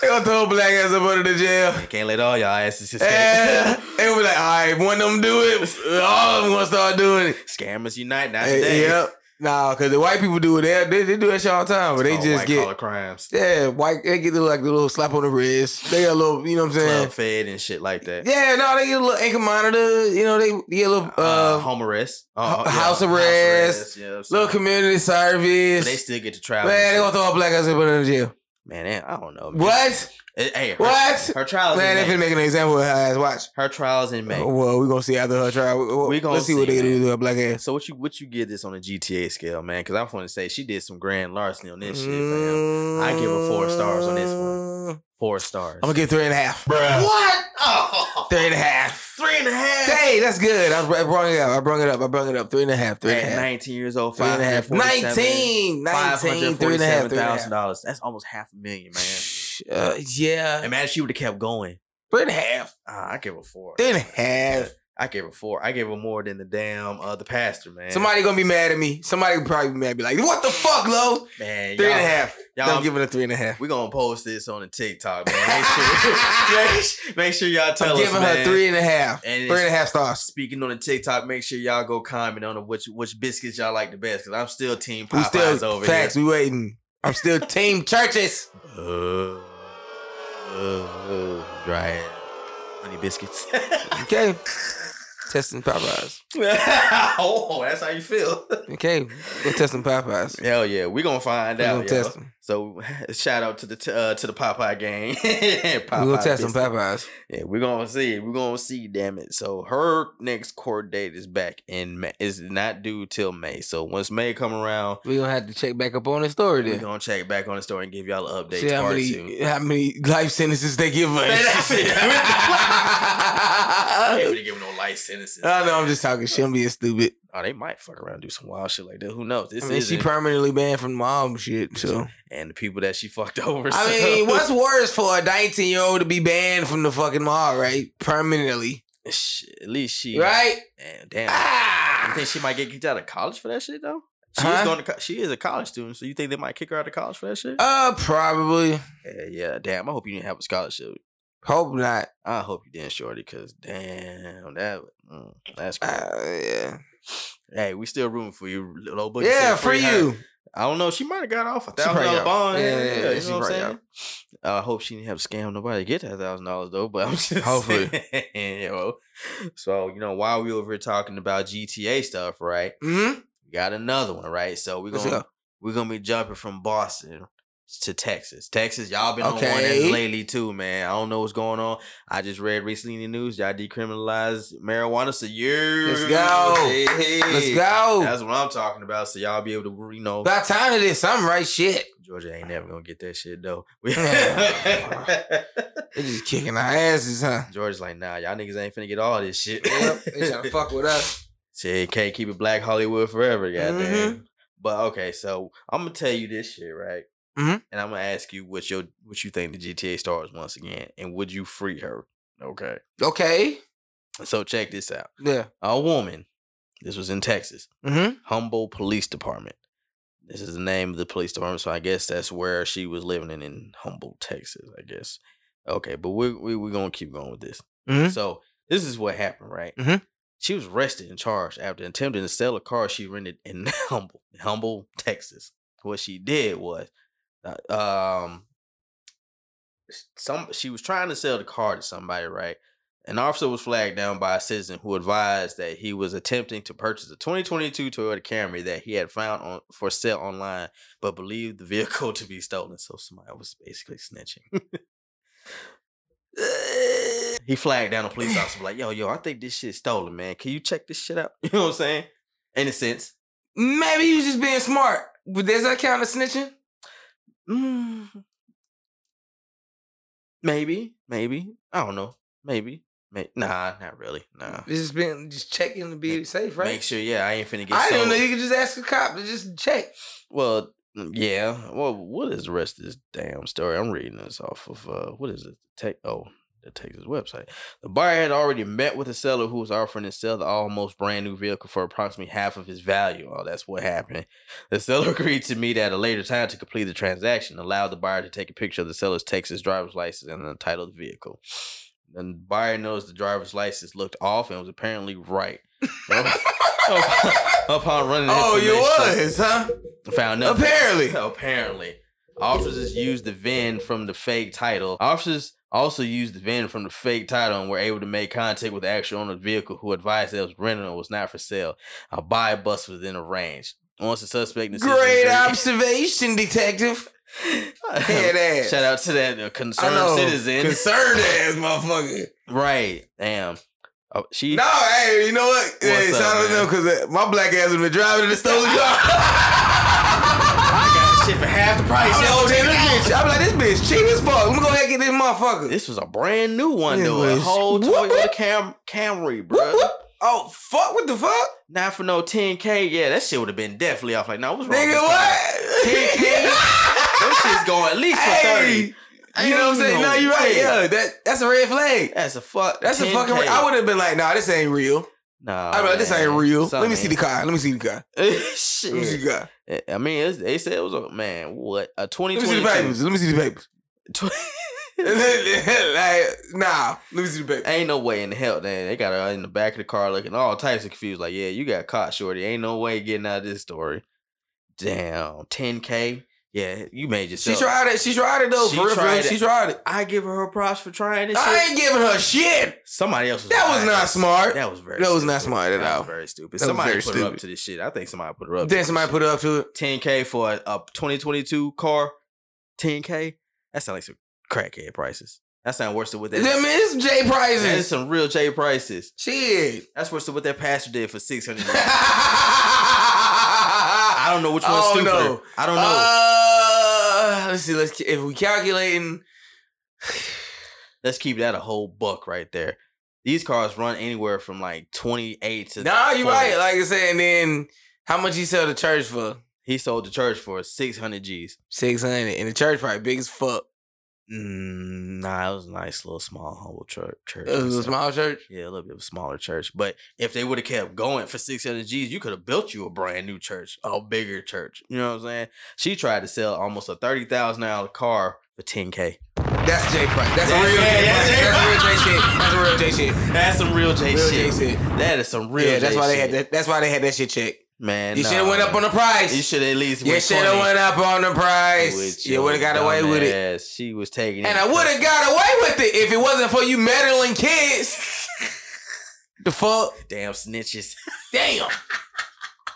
Speaker 2: They gonna throw her black ass up under the jail.
Speaker 3: I can't let all y'all asses escape.
Speaker 2: Yeah, they gonna be like, all right, one of them do it, all of them gonna start doing it.
Speaker 3: Scammers unite! Not
Speaker 2: Hey,
Speaker 3: today.
Speaker 2: Yep. Nah, cause the white people do it. They, they, they do that shit all the time, but
Speaker 3: It's
Speaker 2: they
Speaker 3: called
Speaker 2: just
Speaker 3: white
Speaker 2: get
Speaker 3: collar crimes,
Speaker 2: yeah, white. They get the, like the little slap on the wrist. They got a little, you know what I'm saying?
Speaker 3: club fed, and shit like that.
Speaker 2: Yeah, no, they get a little ankle monitor. You know, they get a little uh,
Speaker 3: uh, home arrest,
Speaker 2: ho- house arrest,
Speaker 3: yeah, so-
Speaker 2: little community
Speaker 3: but they
Speaker 2: service.
Speaker 3: still get to travel.
Speaker 2: Man,
Speaker 3: and
Speaker 2: they gonna
Speaker 3: shit.
Speaker 2: throw a black ass up under the jail.
Speaker 3: man, eh, I don't know. man.
Speaker 2: What?
Speaker 3: Eh, Hey, her,
Speaker 2: What?
Speaker 3: Her trials
Speaker 2: Man,
Speaker 3: in
Speaker 2: they finna
Speaker 3: May.
Speaker 2: make an example of her ass. Watch.
Speaker 3: Her trials in May.
Speaker 2: Oh, well, we gonna see after her trial. We,
Speaker 3: We gonna
Speaker 2: gonna let's see, what
Speaker 3: see,
Speaker 2: they gonna
Speaker 3: man.
Speaker 2: do to her black ass.
Speaker 3: So what you what you get this on a GTA scale, man? Because I want to say she did some grand larceny on this shit,
Speaker 2: Mm.
Speaker 3: fam. I give her four stars on this one. Four stars.
Speaker 2: I'm gonna give three and a half.
Speaker 3: what? Oh,
Speaker 2: Three and a half.
Speaker 3: three and a half.
Speaker 2: Hey, that's good. I br- I brought it up. I brought it up. I brought it up. Three and a half. Three and a
Speaker 3: At
Speaker 2: half.
Speaker 3: 19 years old,
Speaker 2: Three and a half. 19. 19. Three and a half. Three and a half.
Speaker 3: dollars. That's almost half a million, man.
Speaker 2: Uh, yeah.
Speaker 3: Imagine she would have kept going.
Speaker 2: Three and a half.
Speaker 3: Ah, I give her four.
Speaker 2: Three and a half.
Speaker 3: I gave her four. I gave her more than the damn uh, the pastor, man.
Speaker 2: Somebody gonna be mad at me. Somebody gonna probably be mad. Be like, what the fuck, Lo?
Speaker 3: man,
Speaker 2: Three and a
Speaker 3: y'all-
Speaker 2: half.
Speaker 3: Y'all,
Speaker 2: Don't give it a three and a half.
Speaker 3: we gonna post this on the TikTok, man. Make sure, make sure- make sure y'all tell
Speaker 2: I'm
Speaker 3: us,
Speaker 2: giving her
Speaker 3: man.
Speaker 2: three and a half.
Speaker 3: And
Speaker 2: Three and a
Speaker 3: it's-
Speaker 2: half stars.
Speaker 3: Speaking on the TikTok, make sure y'all go comment on the which which biscuits y'all like the best, because I'm still team
Speaker 2: We
Speaker 3: Popeyes
Speaker 2: still
Speaker 3: over
Speaker 2: facts.
Speaker 3: here.
Speaker 2: We waiting. I'm still team churches.
Speaker 3: Uh, uh, uh, dry ass. honey biscuits.
Speaker 2: Okay. Testing Popeyes.
Speaker 3: oh, that's how you feel.
Speaker 2: Okay. We're testing Popeyes.
Speaker 3: Hell yeah, we gonna find
Speaker 2: We're
Speaker 3: out.
Speaker 2: gonna
Speaker 3: yo.
Speaker 2: test them.
Speaker 3: So shout out to the t- uh, to the Popeye gang.
Speaker 2: we gonna
Speaker 3: Popeye
Speaker 2: test some
Speaker 3: business.
Speaker 2: Popeyes.
Speaker 3: Yeah, we're gonna see. We're gonna see. Damn it! So her next court date is back in May. Is not due till May. So once May come around,
Speaker 2: We gonna have to check back up on the story
Speaker 3: we're
Speaker 2: then.
Speaker 3: gonna check back on the story and give y'all an update.
Speaker 2: See how
Speaker 3: part
Speaker 2: many
Speaker 3: two.
Speaker 2: how many life sentences they give us.
Speaker 3: I ain't
Speaker 2: I
Speaker 3: really giving no life sentences.
Speaker 2: know I'm just talking shit. I'm being stupid.
Speaker 3: Oh, they might fuck around and do some wild shit like that. Who knows? This
Speaker 2: I mean,
Speaker 3: is
Speaker 2: she permanently banned from mom shit. So
Speaker 3: and the people that she fucked over.
Speaker 2: I
Speaker 3: so-
Speaker 2: mean, what's worse for a 19 year old to be banned from the fucking mall, right? Permanently,
Speaker 3: Shit, at least she
Speaker 2: right?
Speaker 3: Man, damn. You
Speaker 2: Ah!
Speaker 3: think she might get kicked out of college for that shit though? She is
Speaker 2: Huh?
Speaker 3: going to co- she is a college student, so you think they might kick her out of college for that shit?
Speaker 2: Uh, probably.
Speaker 3: yeah, yeah, damn. I hope you didn't have a scholarship.
Speaker 2: Hope not.
Speaker 3: I hope you didn't, shorty, because damn, that mm, that's crazy.
Speaker 2: Uh, yeah,
Speaker 3: hey, we still rooting for you, little boogie.
Speaker 2: yeah,
Speaker 3: said
Speaker 2: for
Speaker 3: her.
Speaker 2: you.
Speaker 3: I don't know. She might have got off a
Speaker 2: She
Speaker 3: thousand
Speaker 2: probably
Speaker 3: dollar
Speaker 2: got-
Speaker 3: bond.
Speaker 2: yeah,
Speaker 3: Yeah,
Speaker 2: yeah,
Speaker 3: yeah,
Speaker 2: yeah,
Speaker 3: you
Speaker 2: she
Speaker 3: know what I'm
Speaker 2: probably
Speaker 3: saying. I hope she didn't have to scam nobody to get that thousand dollars though. But I'm just
Speaker 2: Hopefully.
Speaker 3: saying, you know. So you know, while we over here talking about GTA stuff, right?
Speaker 2: Mm-hmm.
Speaker 3: We got another one, right? So we're
Speaker 2: Let's
Speaker 3: gonna
Speaker 2: go.
Speaker 3: we're gonna be jumping from Boston to Texas. Texas, y'all been on one
Speaker 2: Okay.
Speaker 3: end lately too, man. I don't know what's going on. I just read recently in the news y'all decriminalized marijuana. So you
Speaker 2: Let's go. Let's go.
Speaker 3: That's what I'm talking about. So y'all be able to, you know,
Speaker 2: By the time of this, I'm right shit.
Speaker 3: Georgia ain't never gonna get that shit though.
Speaker 2: They just kicking our asses, huh?
Speaker 3: Georgia's like, nah, y'all niggas ain't finna get all this shit.
Speaker 2: Yep, they trying to fuck with us.
Speaker 3: Shit, can't keep it black Hollywood forever, goddamn.
Speaker 2: Mhm.
Speaker 3: But okay, so I'm gonna tell you this shit, right?
Speaker 2: Mhm.
Speaker 3: And I'm gonna ask you what your what you think the GTA stars once again, and would you free her? Okay.
Speaker 2: Okay.
Speaker 3: So check this out.
Speaker 2: Yeah.
Speaker 3: A woman, this was in Texas,
Speaker 2: Mm-hmm.
Speaker 3: Humboldt Police Department. This is the name of the police department, so I guess that's where she was living in, in Humboldt, Texas. I guess. Okay, but we're we, we're gonna keep going with this.
Speaker 2: Mhm.
Speaker 3: So this is what happened, right?
Speaker 2: Mhm.
Speaker 3: She was arrested and charged after attempting to sell a car she rented in Humble, Humble, Texas. What she did was, uh, um, some she was trying to sell the car to somebody, right? An officer was flagged down by a citizen who advised that he was attempting to purchase a 2022 Toyota Camry that he had found on for sale online, but believed the vehicle to be stolen. So somebody was basically snitching. he flagged down a police officer, like, "Yo, yo, I think this shit's stolen, man. Can you check this shit out?" You know what I'm saying? In a sense,
Speaker 2: Maybe you just being smart. But does that count as snitching?
Speaker 3: Mm. maybe, maybe I don't know. Maybe, may- nah, not really. Nah.
Speaker 2: Just being just checking to be
Speaker 3: Make-
Speaker 2: safe, right?
Speaker 3: Make sure, yeah, I ain't finna get.
Speaker 2: I
Speaker 3: sold.
Speaker 2: didn't know you could just ask a cop to just check.
Speaker 3: Well, mm, yeah. Well, what is the rest of this damn story? I'm reading this off of uh, what is it? Tech? Oh, the Texas website. The buyer had already met with the seller who was offering to sell the almost brand new vehicle for approximately half of its value. Oh, that's what happened. The seller agreed to meet at a later time to complete the transaction, allowed the buyer to take a picture of the seller's Texas driver's license and the title of the vehicle. Then the buyer noticed the driver's license looked off and was apparently right. Upon running, the
Speaker 2: oh, you
Speaker 3: information-
Speaker 2: was, huh?
Speaker 3: found nothing.
Speaker 2: Apparently.
Speaker 3: apparently, officers used the VIN from the fake title. Officers also used the VIN from the fake title and were able to make contact with the actual owner of the vehicle, who advised that it was rented and was not for sale. A buy bus was in the range. Once the suspect insisted-
Speaker 2: Great observation, detective. Head ass.
Speaker 3: Shout out to that uh,
Speaker 2: I know.
Speaker 3: concerned citizen.
Speaker 2: Concerned ass motherfucker.
Speaker 3: right. Damn. Oh, she.
Speaker 2: No, hey, you know what? hey,
Speaker 3: up,
Speaker 2: shout out to
Speaker 3: man?
Speaker 2: them because my black ass has been driving in the stolen car.
Speaker 3: I got this shit for half the price.
Speaker 2: I'm like,
Speaker 3: yo.
Speaker 2: oh, damn, this bitch. I'm like, this bitch cheap as fuck. Let me go ahead and get this motherfucker.
Speaker 3: This was a brand new one,
Speaker 2: It
Speaker 3: though. A
Speaker 2: was-
Speaker 3: whole
Speaker 2: Whoop,
Speaker 3: Toyota
Speaker 2: whoop.
Speaker 3: Cam- Camry, bro.
Speaker 2: Whoop, whoop. Oh, fuck, what the fuck?
Speaker 3: Not for no 10K. Yeah, that shit would have been definitely off. Like, nah, what's wrong with
Speaker 2: Nigga,
Speaker 3: this car?
Speaker 2: what?
Speaker 3: 10K? Them shit's going at least for 30.
Speaker 2: hey, you know what I'm saying?
Speaker 3: Ain't
Speaker 2: No, you're right.
Speaker 3: way.
Speaker 2: Yeah, that, that's a red flag.
Speaker 3: That's a fuck.
Speaker 2: That's a
Speaker 3: 10K.
Speaker 2: fucking. Red, I would have been like, nah, this ain't real.
Speaker 3: Nah.
Speaker 2: I would be like, this ain't real. Let me see the
Speaker 3: car.
Speaker 2: car. Let me see the car. Let me see
Speaker 3: shit. Eh,
Speaker 2: the car.
Speaker 3: I mean, it's, they said it was a, man, what? A
Speaker 2: Let me see the
Speaker 3: 2022.
Speaker 2: papers. Let me see the papers. like, nah, let me see the papers.
Speaker 3: Ain't no way in hell, man. They got her in the back of the car looking all types of confused. Like, yeah, you got caught, shorty. Ain't no way getting out of this story. Damn, 10K. Yeah, you made
Speaker 2: She
Speaker 3: yourself.
Speaker 2: tried it. She tried it though.
Speaker 3: She
Speaker 2: for real, for
Speaker 3: tried
Speaker 2: real.
Speaker 3: it.
Speaker 2: She tried it.
Speaker 3: I give her her props for trying this. shit.
Speaker 2: I ain't giving her shit.
Speaker 3: Somebody else. Was
Speaker 2: That was
Speaker 3: behind
Speaker 2: not
Speaker 3: this.
Speaker 2: smart.
Speaker 3: That was very.
Speaker 2: That was
Speaker 3: stupid.
Speaker 2: not smart at
Speaker 3: That was
Speaker 2: all.
Speaker 3: very stupid.
Speaker 2: That was
Speaker 3: somebody
Speaker 2: very
Speaker 3: put her up
Speaker 2: stupid.
Speaker 3: to this shit. I think somebody put her up.
Speaker 2: Then somebody put her up to it.
Speaker 3: ten k for a, a 2022 car. 10K, that sounds like some crackhead prices. That sounds worse than what that.
Speaker 2: Them is J
Speaker 3: That is
Speaker 2: prices.
Speaker 3: some real J prices.
Speaker 2: Shit.
Speaker 3: That's worse than what that pastor did for 600.
Speaker 2: I
Speaker 3: I don't know which one's
Speaker 2: Oh,
Speaker 3: stupider.
Speaker 2: no.
Speaker 3: I don't know.
Speaker 2: Uh, let's see. Let's if we calculating.
Speaker 3: Let's keep that a whole buck right there. These cars run anywhere from like 28 to
Speaker 2: Nah, you
Speaker 3: 40.
Speaker 2: right. Like I said, and then how much he sell the church for?
Speaker 3: He sold the church for 600 G's.
Speaker 2: Six hundred. And the church probably big as fuck.
Speaker 3: Mm, nah, it was a nice little small humble church. church
Speaker 2: It was a
Speaker 3: So,
Speaker 2: small church.
Speaker 3: Yeah, a little bit of a smaller church. But if they would have kept going for 600 G's, you could have built you a brand new church, a bigger church. You know what I'm saying? She tried to sell almost a $30,000 car for 10K.
Speaker 2: That's J price. That's,
Speaker 3: That's-
Speaker 2: a real
Speaker 3: yeah,
Speaker 2: J
Speaker 3: that's
Speaker 2: price.
Speaker 3: J-
Speaker 2: That's a real J shit. That's a real J shit. Real
Speaker 3: That's some real J
Speaker 2: J
Speaker 3: shit.
Speaker 2: shit.
Speaker 3: That is some real
Speaker 2: yeah, that's
Speaker 3: J
Speaker 2: why they
Speaker 3: shit.
Speaker 2: had that. That's why they had that shit checked.
Speaker 3: Man,
Speaker 2: You should have
Speaker 3: nah,
Speaker 2: went up
Speaker 3: man.
Speaker 2: on the price.
Speaker 3: You should at least
Speaker 2: You
Speaker 3: went
Speaker 2: should have
Speaker 3: 20
Speaker 2: went up on the
Speaker 3: with
Speaker 2: price. You
Speaker 3: your
Speaker 2: would have got away with it.
Speaker 3: dumbass. She was taking
Speaker 2: And
Speaker 3: it.
Speaker 2: I would have got away with it if it wasn't for you meddling kids. the fuck?
Speaker 3: Damn snitches
Speaker 2: Damn.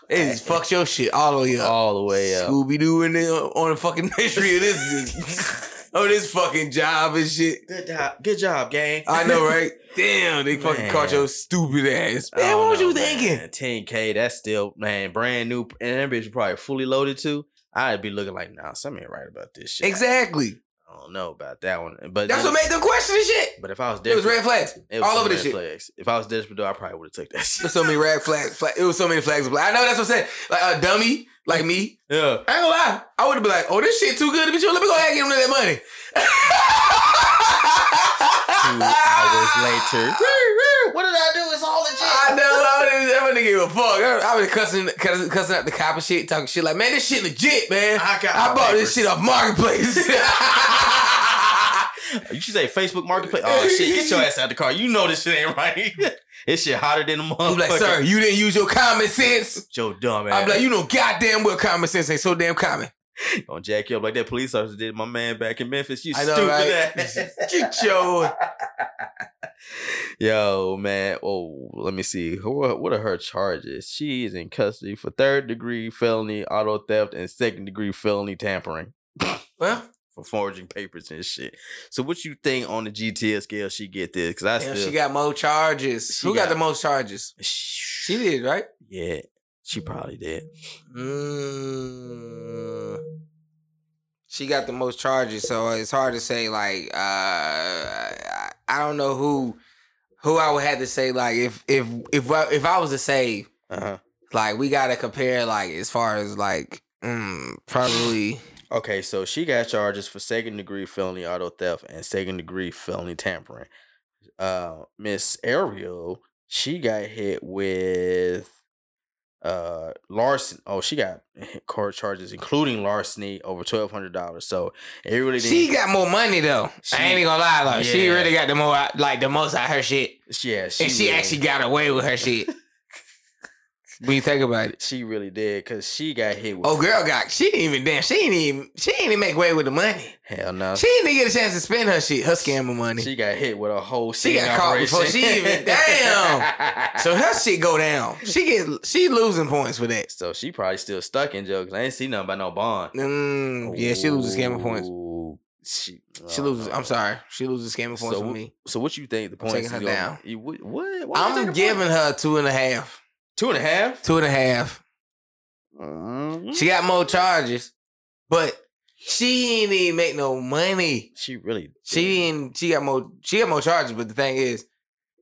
Speaker 2: It just fucks your shit all the way up.
Speaker 3: all the way up.
Speaker 2: Scooby Doo in there on the fucking history of this, of this fucking job and shit.
Speaker 3: Good job, good job, gang.
Speaker 2: I know, right? Damn, they fucking
Speaker 3: Man.
Speaker 2: caught your stupid ass.
Speaker 3: I
Speaker 2: Man,
Speaker 3: don't
Speaker 2: what was
Speaker 3: know,
Speaker 2: you
Speaker 3: man.
Speaker 2: thinking?
Speaker 3: 10K, that's still, man, brand new. And that bitch probably fully loaded too. I'd be looking like, nah, something ain't right about this shit.
Speaker 2: Exactly.
Speaker 3: I don't know about that one. But
Speaker 2: That's
Speaker 3: then-
Speaker 2: what made them question the shit.
Speaker 3: But if I was
Speaker 2: It was
Speaker 3: desperate,
Speaker 2: red flags.
Speaker 3: it was
Speaker 2: all
Speaker 3: some
Speaker 2: over
Speaker 3: red
Speaker 2: this shit.
Speaker 3: flags. If I was desperate, though, I probably would have took that shit.
Speaker 2: There's so many red flags. Flag, it was so many flags. of black. I know that's what I'm saying. Like a dummy, like me.
Speaker 3: yeah.
Speaker 2: I ain't gonna lie. I would have been like, oh, this shit too good to be true. Let me go ahead and get him that money.
Speaker 3: Two hours later.
Speaker 2: What did I do? It's all legit. I know. I wouldn't, I wouldn't give a fuck. I, I was cussing, cussing, cussing out the cop and shit, talking shit like, man, this shit legit, man.
Speaker 3: I got
Speaker 2: I
Speaker 3: my
Speaker 2: bought
Speaker 3: papers.
Speaker 2: this shit off marketplace.
Speaker 3: You should say Facebook Marketplace. Oh shit, get your ass out the car. You know this shit ain't right. this shit hotter than a motherfucker.
Speaker 2: I'm like, sir, you didn't use your common sense.
Speaker 3: Joe dumb ass.
Speaker 2: I'm like, you know, goddamn well common sense ain't so damn common.
Speaker 3: gonna jack you up like that police officer did my man back in Memphis. You
Speaker 2: I know,
Speaker 3: stupid
Speaker 2: right?
Speaker 3: ass.
Speaker 2: Get your
Speaker 3: Yo, man. Oh, let me see. What what are her charges? She is in custody for third degree felony auto theft and second degree felony tampering
Speaker 2: well.
Speaker 3: for forging papers and shit. So what you think on the GTS scale she get this? Cause I
Speaker 2: Damn,
Speaker 3: still
Speaker 2: she got more charges.
Speaker 3: She
Speaker 2: Who got,
Speaker 3: got-
Speaker 2: the most charges? She did, right?
Speaker 3: Yeah, she probably did.
Speaker 2: Mm. She got the most charges, so it's hard to say. Like, uh, I I don't know who who I would have to say. Like, if if if I, if I was to say,
Speaker 3: Uh-huh.
Speaker 2: like, we gotta compare, like, as far as like, mm, probably.
Speaker 3: Okay, so she got charges for second degree felony auto theft and second degree felony tampering. Uh, Miss Ariel, she got hit with uh larceny. Oh, she got court charges including larceny over twelve hundred dollars. So it really didn't.
Speaker 2: She got more money though.
Speaker 3: She-
Speaker 2: I ain't gonna lie, like she
Speaker 3: Yeah.
Speaker 2: really got the more, out- like the most out her shit,
Speaker 3: yeah, she
Speaker 2: and she
Speaker 3: really-
Speaker 2: actually got away with her shit. when you think about it.
Speaker 3: she really did because she got hit with.
Speaker 2: Oh, girl got she didn't even damn. She didn't even she didn't even make way with the money.
Speaker 3: hell no.
Speaker 2: She didn't even get a chance to spend her shit, her scammer money.
Speaker 3: Uh, She got hit with a whole.
Speaker 2: She
Speaker 3: sting
Speaker 2: got caught before
Speaker 3: operation.
Speaker 2: she even- damn. so her shit go down. She get she losing points for that.
Speaker 3: So she probably still stuck in jail because I ain't seen nothing about no bond.
Speaker 2: Mm, yeah, she loses scammer points.
Speaker 3: Ooh, She,
Speaker 2: She
Speaker 3: oh,
Speaker 2: loses.
Speaker 3: no.
Speaker 2: I'm sorry, she loses scammer points
Speaker 3: So
Speaker 2: for
Speaker 3: wh-
Speaker 2: me.
Speaker 3: So what you think the
Speaker 2: I'm
Speaker 3: points?
Speaker 2: taking
Speaker 3: is
Speaker 2: her
Speaker 3: gonna-
Speaker 2: down.
Speaker 3: You- What? what? Why would you take
Speaker 2: I'm
Speaker 3: a
Speaker 2: giving
Speaker 3: point?
Speaker 2: her two and a half.
Speaker 3: two and a half.
Speaker 2: Two and a half.
Speaker 3: Mm,
Speaker 2: She got more charges, but she ain't even make no money.
Speaker 3: She really.
Speaker 2: She didn't. She got more. She got more charges, but the thing is,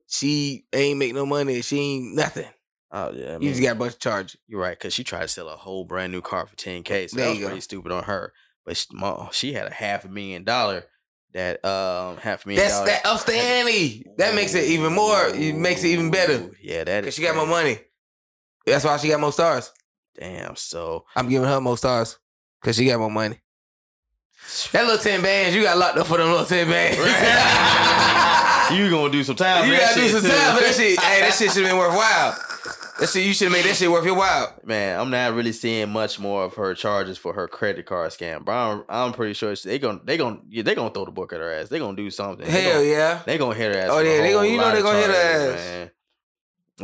Speaker 2: she ain't make no money. She ain't nothing.
Speaker 3: Oh yeah. I
Speaker 2: You
Speaker 3: mean,
Speaker 2: just got a bunch of charges.
Speaker 3: you're right because she tried to sell a whole brand new car for 10k. So
Speaker 2: There
Speaker 3: that
Speaker 2: you
Speaker 3: was
Speaker 2: go.
Speaker 3: pretty stupid on her. But she, ma- she had a half a million dollar. That um half a million.
Speaker 2: That's
Speaker 3: dollar-
Speaker 2: that ups the ante. That makes it even more. It makes it even better
Speaker 3: Ooh, Yeah, that
Speaker 2: because
Speaker 3: is.
Speaker 2: she got more
Speaker 3: crazy.
Speaker 2: money. That's why she got more stars.
Speaker 3: Damn. So
Speaker 2: I'm giving her more stars because she got more money. That little ten bands you got locked up for them little ten bands. you
Speaker 3: you gonna do some time? for that
Speaker 2: gotta do
Speaker 3: shit,
Speaker 2: some
Speaker 3: too.
Speaker 2: time for that shit. Hey, that shit should have been worthwhile. That shit you should have made that shit worth your while.
Speaker 3: Man, I'm not really seeing much more of her charges for her credit card scam, but I'm, I'm pretty sure she- they gonna they gonna yeah, they gonna throw the book at her ass. They gonna do something. they
Speaker 2: Hell
Speaker 3: gonna,
Speaker 2: yeah.
Speaker 3: They gonna hit her ass.
Speaker 2: Oh,
Speaker 3: with a
Speaker 2: yeah, they gonna-
Speaker 3: whole
Speaker 2: you know
Speaker 3: lot
Speaker 2: they
Speaker 3: of
Speaker 2: gonna hit her
Speaker 3: charges,
Speaker 2: ass.
Speaker 3: man.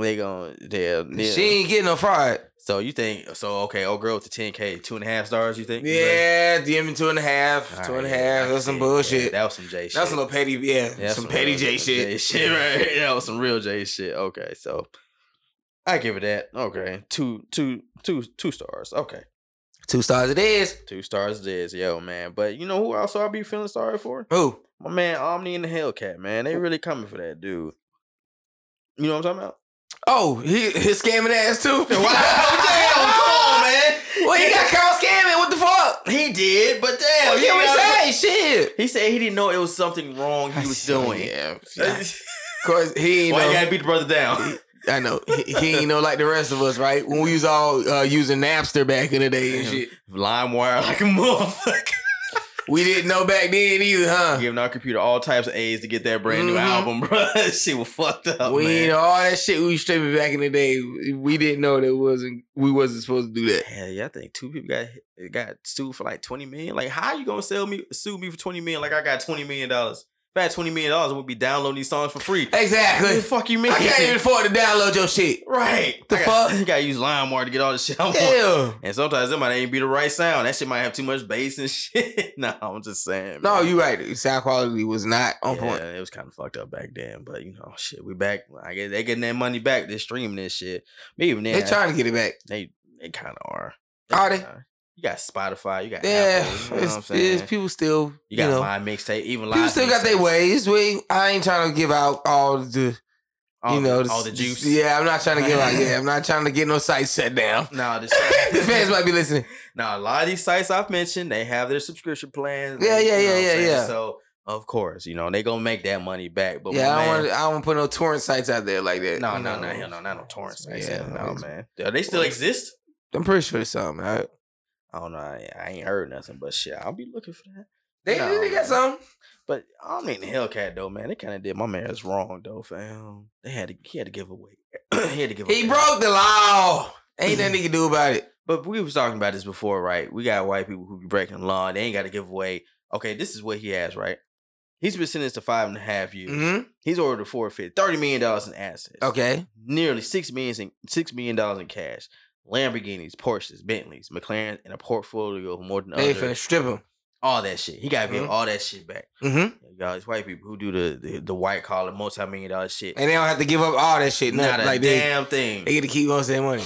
Speaker 3: They gonna yeah, yeah.
Speaker 2: She ain't getting no fraud.
Speaker 3: So you think so? Okay, old girl with the ten k, two and a half stars. You think?
Speaker 2: Yeah, DM two and a half,
Speaker 3: All
Speaker 2: two and a half.
Speaker 3: right, I
Speaker 2: That's some
Speaker 3: see it. Yeah,
Speaker 2: bullshit.
Speaker 3: that was some J shit.
Speaker 2: That's a little petty, yeah.
Speaker 3: Yeah, that's
Speaker 2: some petty
Speaker 3: real
Speaker 2: J shit.
Speaker 3: right? here. That was some real J shit. Okay, so I give it that. Okay, two, two, two, two stars. Okay,
Speaker 2: Two stars it is.
Speaker 3: two stars. This yo man, but you know who else I be feeling sorry for?
Speaker 2: Who?
Speaker 3: My man Omni and the Hellcat. Man, they really coming for that dude. You know what I'm talking about?
Speaker 2: Oh, he, his scamming ass too.
Speaker 3: damn, come on, man.
Speaker 2: Well, he got Carl scamming. What the fuck?
Speaker 3: He did, but damn,
Speaker 2: Oh,
Speaker 3: you
Speaker 2: yeah,
Speaker 3: know what I'm saying?
Speaker 2: we say shit.
Speaker 3: He said he didn't know it was something wrong he was doing.
Speaker 2: Yeah, yeah. Cause he ain't
Speaker 3: Why you
Speaker 2: know.
Speaker 3: gotta beat the brother down?
Speaker 2: I know he, he ain't know like the rest of us, right? When we was all uh, using Napster back in the day and shit,
Speaker 3: LimeWire like a motherfucker.
Speaker 2: we didn't know back then either, huh?
Speaker 3: Giving our computer all types of A's to get that brand new
Speaker 2: Mhm.
Speaker 3: album, bro. That shit was fucked up,
Speaker 2: we
Speaker 3: man.
Speaker 2: ain't know all that shit we was streaming back in the day. We didn't know that wasn't we wasn't supposed to do that.
Speaker 3: Hell yeah, I think two people got hit- got sued for like twenty million. Like, how you gonna sell me sue me for twenty million? Like, I got twenty million dollars. If I had twenty million dollars, I would be downloading these songs for free. What the
Speaker 2: Exactly.
Speaker 3: fuck you mean?
Speaker 2: I can't even afford to download your shit.
Speaker 3: Right.
Speaker 2: The
Speaker 3: I got-
Speaker 2: fuck?
Speaker 3: You gotta use LimeWire to get all the shit I want.
Speaker 2: Yeah.
Speaker 3: And sometimes it might ain't be the right sound. That shit might have too much bass and shit. no, I'm just saying.
Speaker 2: No,
Speaker 3: man.
Speaker 2: you right. The Sound quality was not on
Speaker 3: yeah,
Speaker 2: point.
Speaker 3: It was kind of fucked up back then, but you know, shit, we back. I guess they getting that money back. They streaming this shit. But even then,
Speaker 2: They trying to get it back.
Speaker 3: they they kind of are.
Speaker 2: Are
Speaker 3: kinda
Speaker 2: they?
Speaker 3: You got Spotify. You got
Speaker 2: Yeah,
Speaker 3: Apple. You know what I'm
Speaker 2: it's,
Speaker 3: saying?
Speaker 2: it's people still.
Speaker 3: you
Speaker 2: You,
Speaker 3: got
Speaker 2: know,
Speaker 3: live mixtape. Even
Speaker 2: people
Speaker 3: live
Speaker 2: still got their
Speaker 3: mixtapes.
Speaker 2: ways. We, I ain't trying to give out all the,
Speaker 3: All,
Speaker 2: you know,
Speaker 3: the, all the
Speaker 2: s-
Speaker 3: juice.
Speaker 2: yeah, I'm not trying to give out. Yeah, I'm not trying to get no site shut down.
Speaker 3: Nah, this
Speaker 2: the fans might be listening.
Speaker 3: Now, a lot of these sites I've mentioned, they have their subscription plans.
Speaker 2: Yeah,
Speaker 3: they-
Speaker 2: yeah,
Speaker 3: you
Speaker 2: yeah,
Speaker 3: know what I'm
Speaker 2: yeah,
Speaker 3: saying?
Speaker 2: yeah.
Speaker 3: So, of course, you know, they going to make that money back. But
Speaker 2: yeah, I
Speaker 3: my
Speaker 2: don't
Speaker 3: man,
Speaker 2: want. I don't want to put no torrent sites out there like that.
Speaker 3: No,
Speaker 2: you
Speaker 3: no,
Speaker 2: know.
Speaker 3: no, hell no, not on torrent sites.
Speaker 2: Yeah,
Speaker 3: hell no,
Speaker 2: it's-
Speaker 3: man. Do they still
Speaker 2: well,
Speaker 3: exist?
Speaker 2: I'm pretty sure it's something. Right?
Speaker 3: I don't know. I, I ain't heard nothing, but shit, I'll be looking for that.
Speaker 2: They,
Speaker 3: No,
Speaker 2: they
Speaker 3: man.
Speaker 2: got some.
Speaker 3: But I don't mean the Hellcat though, man. They kind of did my man's wrong though, fam. They had to, he had to give away. he had to give.
Speaker 2: He
Speaker 3: away.
Speaker 2: broke the law. Ain't nothing he can do about it.
Speaker 3: But we was talking about this before, right? We got white people who be breaking the law. They ain't got to give away. Okay, this is what he has, right? He's been sentenced to five and a half years.
Speaker 2: hmm
Speaker 3: He's ordered to forfeit thirty million dollars in assets.
Speaker 2: Okay.
Speaker 3: nearly six million in six million dollars in cash, Lamborghinis, Porsches, Bentleys, McLaren, and a portfolio of more than
Speaker 2: They
Speaker 3: other,
Speaker 2: finna strip him.
Speaker 3: all that shit. He got to give
Speaker 2: Mhm.
Speaker 3: all that shit back.
Speaker 2: hmm And
Speaker 3: Y'all, these white people who do the the, the white collar multi million dollar shit,
Speaker 2: they don't have to give up all that shit.
Speaker 3: not
Speaker 2: Not
Speaker 3: a
Speaker 2: like they,
Speaker 3: damn thing.
Speaker 2: they get to keep on saying money.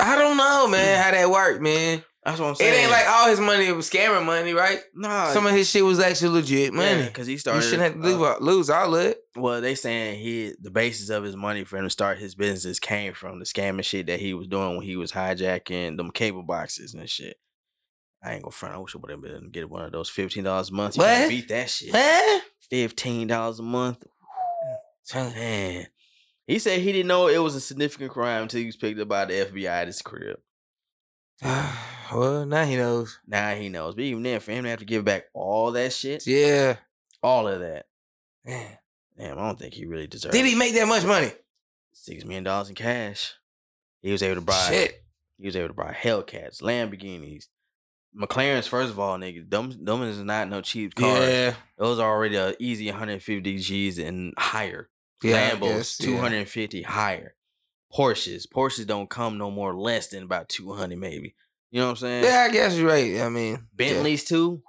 Speaker 2: I don't know, man, how that worked, man.
Speaker 3: That's what I'm
Speaker 2: It
Speaker 3: saying.
Speaker 2: ain't like all his money was scammer money, right?
Speaker 3: nah,
Speaker 2: Some of his shit was actually legit money.
Speaker 3: because he
Speaker 2: you
Speaker 3: Uh, started.
Speaker 2: shouldn't have to
Speaker 3: uh,
Speaker 2: lose, all- lose all of it.
Speaker 3: Well, they saying he the basis of his money for him to start his business came from the scamming shit that he was doing when he was hijacking them cable boxes and shit. I ain't gonna front. I wish I would have been able to get one of those fifteen dollars a month. You can't
Speaker 2: What?
Speaker 3: beat that shit.
Speaker 2: Huh?
Speaker 3: Fifteen dollars a month.
Speaker 2: Tryna-
Speaker 3: Man, he said he didn't know it was a significant crime until he was picked up by the FBI at his crib.
Speaker 2: well, now he knows.
Speaker 3: Now he knows. But even then, for him to have to give back all that shit,
Speaker 2: Yeah.
Speaker 3: all of that,
Speaker 2: Man.
Speaker 3: damn, I don't think he really deserved.
Speaker 2: Did he make that much money?
Speaker 3: six million dollars in cash? He was able to buy.
Speaker 2: Shit.
Speaker 3: He was able to buy Hellcats, Lamborghinis, McLarens. First of all, nigga, them, them is not no cheap cars.
Speaker 2: Yeah.
Speaker 3: Those are already a easy 150 G's and higher.
Speaker 2: Yeah, I
Speaker 3: Lambos
Speaker 2: guess, yeah.
Speaker 3: 250 higher. Porsches, Porsches don't come no more less than about 200 maybe. You know what I'm saying?
Speaker 2: Yeah, I guess you're right. I mean,
Speaker 3: Bentleys too.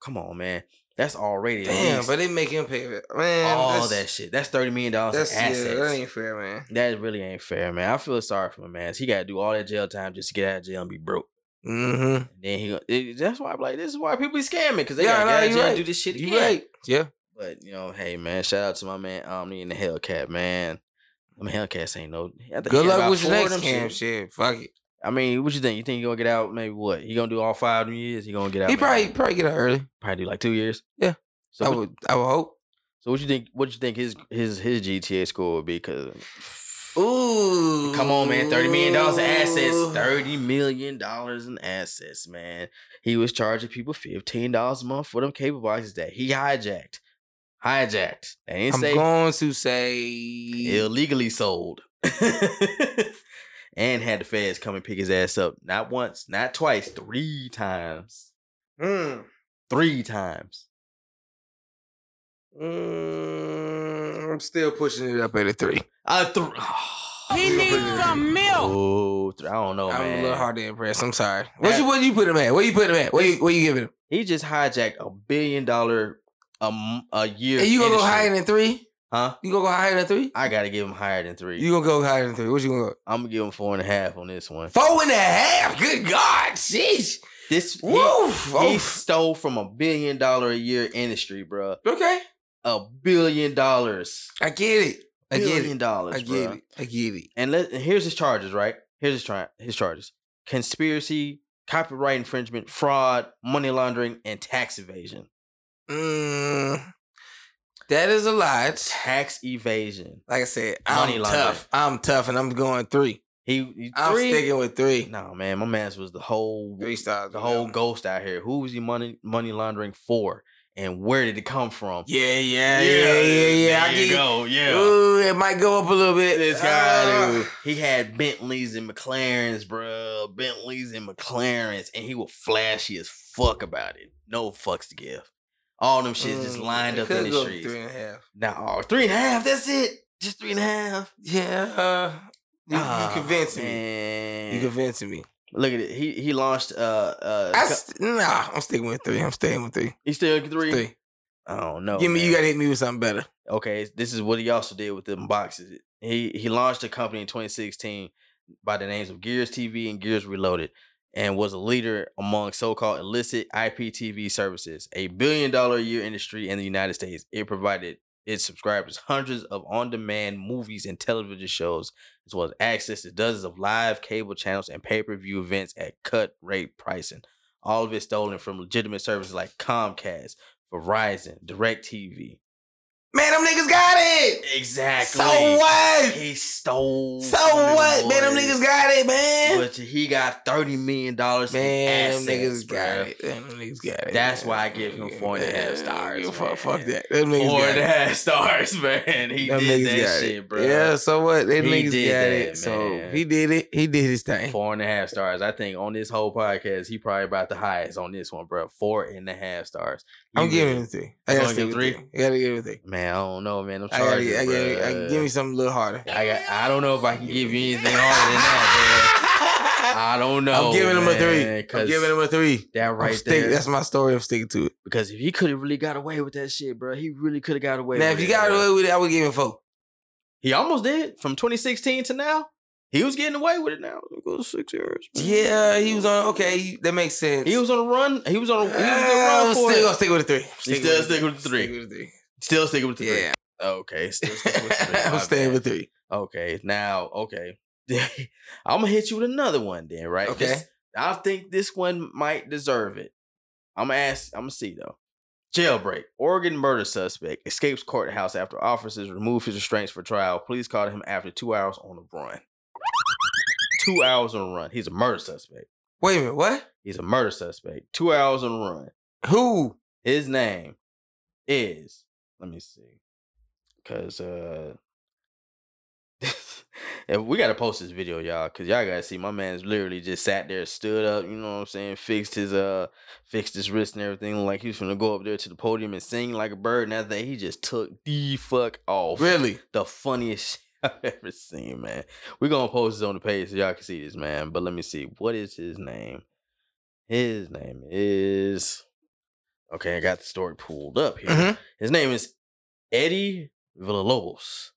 Speaker 3: Come on, man. That's already
Speaker 2: Yeah.
Speaker 3: at
Speaker 2: Damn,
Speaker 3: least
Speaker 2: but they make him pay for it. Man,
Speaker 3: all
Speaker 2: that's-
Speaker 3: that shit. That's 30 million dollars in
Speaker 2: That's,
Speaker 3: assets.
Speaker 2: yeah, that ain't fair, man.
Speaker 3: that really ain't fair, man. I feel sorry for my man. He got to do all that jail time just to get out of jail and be broke.
Speaker 2: Mm-hmm.
Speaker 3: And then he, go- it, that's why I'm like, this is why people be scamming because they
Speaker 2: Yeah,
Speaker 3: got to
Speaker 2: no,
Speaker 3: get out of
Speaker 2: you
Speaker 3: jail and
Speaker 2: right.
Speaker 3: do this shit again.
Speaker 2: You right. Yeah.
Speaker 3: But you know, hey man, shout out to my man Omni and the Hellcat man. I mean, Hellcats ain't no. I think
Speaker 2: Good
Speaker 3: he had
Speaker 2: luck
Speaker 3: about
Speaker 2: with your
Speaker 3: four of
Speaker 2: next
Speaker 3: them
Speaker 2: scam
Speaker 3: shit.
Speaker 2: shit. Fuck it.
Speaker 3: I mean, what you think? You think he gonna get out? Maybe what? He gonna do all five of them years? He gonna get out?
Speaker 2: He
Speaker 3: maybe
Speaker 2: probably probably get out early.
Speaker 3: probably do like two years.
Speaker 2: Yeah.
Speaker 3: So
Speaker 2: I
Speaker 3: what,
Speaker 2: would I would hope.
Speaker 3: so what you think? What you think his his his GTA score would be? Because
Speaker 2: Ooh.
Speaker 3: come on, man, thirty million dollars in assets. Thirty million dollars in assets, man. He was charging people fifteen dollars a month for them cable boxes that he hijacked. Hijacked. They ain't
Speaker 2: I'm
Speaker 3: say
Speaker 2: going to say
Speaker 3: illegally sold and had the feds come and pick his ass up not once not twice three times
Speaker 2: Mm,
Speaker 3: three times
Speaker 2: mm, I'm still pushing it up at a three.
Speaker 3: i th-
Speaker 9: He needs some milk.
Speaker 3: Oh, I don't know,
Speaker 2: I'm a
Speaker 3: man.
Speaker 2: little hard to impress. I'm sorry. What
Speaker 3: That-
Speaker 2: you what you put him at? Where you put him at? Where you, where you giving him?
Speaker 3: He just hijacked a billion dollar a, m- a year.
Speaker 2: And you gonna go
Speaker 3: industry.
Speaker 2: higher than three?
Speaker 3: Huh?
Speaker 2: You gonna go higher than three?
Speaker 3: I gotta give him higher than three.
Speaker 2: You gonna go higher than three? What you gonna go?
Speaker 3: I'm gonna give him four and a half on this one.
Speaker 2: Four and a half. Good God, jeez.
Speaker 3: This he,
Speaker 2: Woof. Oh,
Speaker 3: he
Speaker 2: Oof.
Speaker 3: stole from a billion dollar a year industry, bruh.
Speaker 2: Okay,
Speaker 3: A billion dollars.
Speaker 2: I get it. I get
Speaker 3: Billion
Speaker 2: it.
Speaker 3: dollars,
Speaker 2: I get
Speaker 3: bruh.
Speaker 2: it. I get it.
Speaker 3: And let and here's his charges, right? Here's his tri- his charges: conspiracy, copyright infringement, fraud, money laundering, and tax evasion.
Speaker 2: Mm, that is a lot.
Speaker 3: Tax evasion.
Speaker 2: Like I said,
Speaker 3: Money
Speaker 2: I'm
Speaker 3: laundering.
Speaker 2: tough. I'm tough, and I'm going three.
Speaker 3: He, he
Speaker 2: I'm
Speaker 3: three.
Speaker 2: sticking with three.
Speaker 3: Nah, man, my man's was the whole
Speaker 2: Three stars.
Speaker 3: the
Speaker 2: man.
Speaker 3: whole ghost out here. Who was he money money laundering for, and where did it come from?
Speaker 2: Yeah, yeah, yeah, yeah, yeah. I
Speaker 3: There
Speaker 2: get
Speaker 3: you go. Yeah.
Speaker 2: Ooh, it might go up a little bit.
Speaker 3: This guy,
Speaker 2: Uh,
Speaker 3: dude, he had Bentleys and McLarens, bro. Bentleys and McLarens, and he was flashy as fuck about it. No fucks to give. All them shit just
Speaker 2: mm,
Speaker 3: lined
Speaker 2: it
Speaker 3: up in
Speaker 2: could
Speaker 3: the
Speaker 2: go up
Speaker 3: streets.
Speaker 2: Three and a half.
Speaker 3: Now, oh, three and a half. That's it. Just three and a half. Ah,
Speaker 2: Yeah, uh, you, you convincing me. You convincing me.
Speaker 3: Look at it. He he launched. Uh, uh.
Speaker 2: I
Speaker 3: co-
Speaker 2: st- nah, I'm sticking with three. I'm staying with three.
Speaker 3: he still at three.
Speaker 2: Three.
Speaker 3: I don't know.
Speaker 2: Give me.
Speaker 3: man.
Speaker 2: You gotta hit me with something better.
Speaker 3: okay, this is what he also did with them boxes. He he launched a company in 2016 by the names of Gears TV and Gears Reloaded, and was a leader among so-called illicit IPTV services, a billion-dollar a year industry in the United States. It provided its subscribers hundreds of on-demand movies and television shows, as well as access to dozens of live cable channels and pay-per-view events at cut-rate pricing. All of it stolen from legitimate services like Comcast, Verizon, DirecTV.
Speaker 2: Man, them niggas got it.
Speaker 3: Exactly.
Speaker 2: So what?
Speaker 3: He stole.
Speaker 2: So
Speaker 3: from them
Speaker 2: what? Man, them
Speaker 3: boys,
Speaker 2: niggas got it, man.
Speaker 3: But he got thirty million dollars.
Speaker 2: Man,
Speaker 3: Man,
Speaker 2: them
Speaker 3: assets,
Speaker 2: niggas got
Speaker 3: bruh.
Speaker 2: it. Them niggas got it.
Speaker 3: That's
Speaker 2: man.
Speaker 3: why I give him four and a half
Speaker 2: Yeah,
Speaker 3: stars,
Speaker 2: Fuck, fuck
Speaker 3: man.
Speaker 2: that. Them niggas
Speaker 3: Four
Speaker 2: got
Speaker 3: and
Speaker 2: it.
Speaker 3: a half stars, man. He
Speaker 2: Them
Speaker 3: did
Speaker 2: niggas
Speaker 3: that
Speaker 2: got
Speaker 3: shit,
Speaker 2: it.
Speaker 3: bro.
Speaker 2: Yeah, so what? They
Speaker 3: He
Speaker 2: niggas
Speaker 3: did
Speaker 2: got
Speaker 3: that,
Speaker 2: it. So
Speaker 3: man.
Speaker 2: he did it. He did his thing.
Speaker 3: Four and a half stars. I think on this whole podcast, he probably about the highest on this one, bro. Four and a half stars.
Speaker 2: I'm
Speaker 3: You
Speaker 2: giving
Speaker 3: good.
Speaker 2: him three. I
Speaker 3: You
Speaker 2: gotta
Speaker 3: gonna
Speaker 2: stick
Speaker 3: give
Speaker 2: with
Speaker 3: three?
Speaker 2: three. I gotta give him three.
Speaker 3: Man, I don't know, man. I'm
Speaker 2: I gotta,
Speaker 3: charging.
Speaker 2: I gotta, I give me something a little harder.
Speaker 3: I got. I don't know if I can give you anything harder than that, man. I don't know.
Speaker 2: I'm giving him a
Speaker 3: man,
Speaker 2: three. I'm
Speaker 3: 'cause
Speaker 2: giving him a three.
Speaker 3: that
Speaker 2: Right
Speaker 3: right
Speaker 2: stick,
Speaker 3: there.
Speaker 2: That's my story. I'm sticking to it.
Speaker 3: Because if he could have really got away with that shit, bro, he really could have got away.
Speaker 2: now, if
Speaker 3: with
Speaker 2: you
Speaker 3: it,
Speaker 2: got
Speaker 3: bro.
Speaker 2: away with it, I would give him four.
Speaker 3: he almost did from 2016 to now. He was getting away with it now. It goes six years.
Speaker 2: Yeah, he was on. Okay, that makes sense.
Speaker 3: He was on a run. He was on. A, he was
Speaker 2: Uh,
Speaker 3: on a
Speaker 2: I'm
Speaker 3: good run
Speaker 2: still
Speaker 3: for
Speaker 2: gonna
Speaker 3: it.
Speaker 2: stick with a three.
Speaker 3: You
Speaker 2: Stick
Speaker 3: still
Speaker 2: with a
Speaker 3: stick with the three.
Speaker 2: Stick with the three.
Speaker 3: Still sticking with the three.
Speaker 2: Yeah,
Speaker 3: Okay, still sticking with the three.
Speaker 2: I'm
Speaker 3: My
Speaker 2: staying
Speaker 3: bad.
Speaker 2: with three.
Speaker 3: Okay, now okay. I'm gonna hit you with another one then, right?
Speaker 2: Okay.
Speaker 3: This- I think this one might deserve it. I'm gonna ask. I'm gonna see though. Jailbreak. Oregon murder suspect escapes courthouse after officers remove his restraints for trial. Police caught him after two hours on the run. two hours on the run. He's a murder suspect.
Speaker 2: Wait a minute. What?
Speaker 3: He's a murder suspect. Two hours on the run.
Speaker 2: Who?
Speaker 3: His name is. Let me see. Cause uh and we gotta post this video, y'all, cause y'all gotta see my man's literally just sat there, stood up, you know what I'm saying, fixed his uh fixed his wrist and everything, like he was gonna go up there to the podium and sing like a bird and that thing he just took the Oh, fuck off.
Speaker 2: Really?
Speaker 3: The funniest shit I've ever seen, man. We're gonna post this on the page so y'all can see this, man. But let me see. What is his name? His name is Okay, I got the story pulled up here.
Speaker 2: Mhm.
Speaker 3: His name is Eddie Villalobos.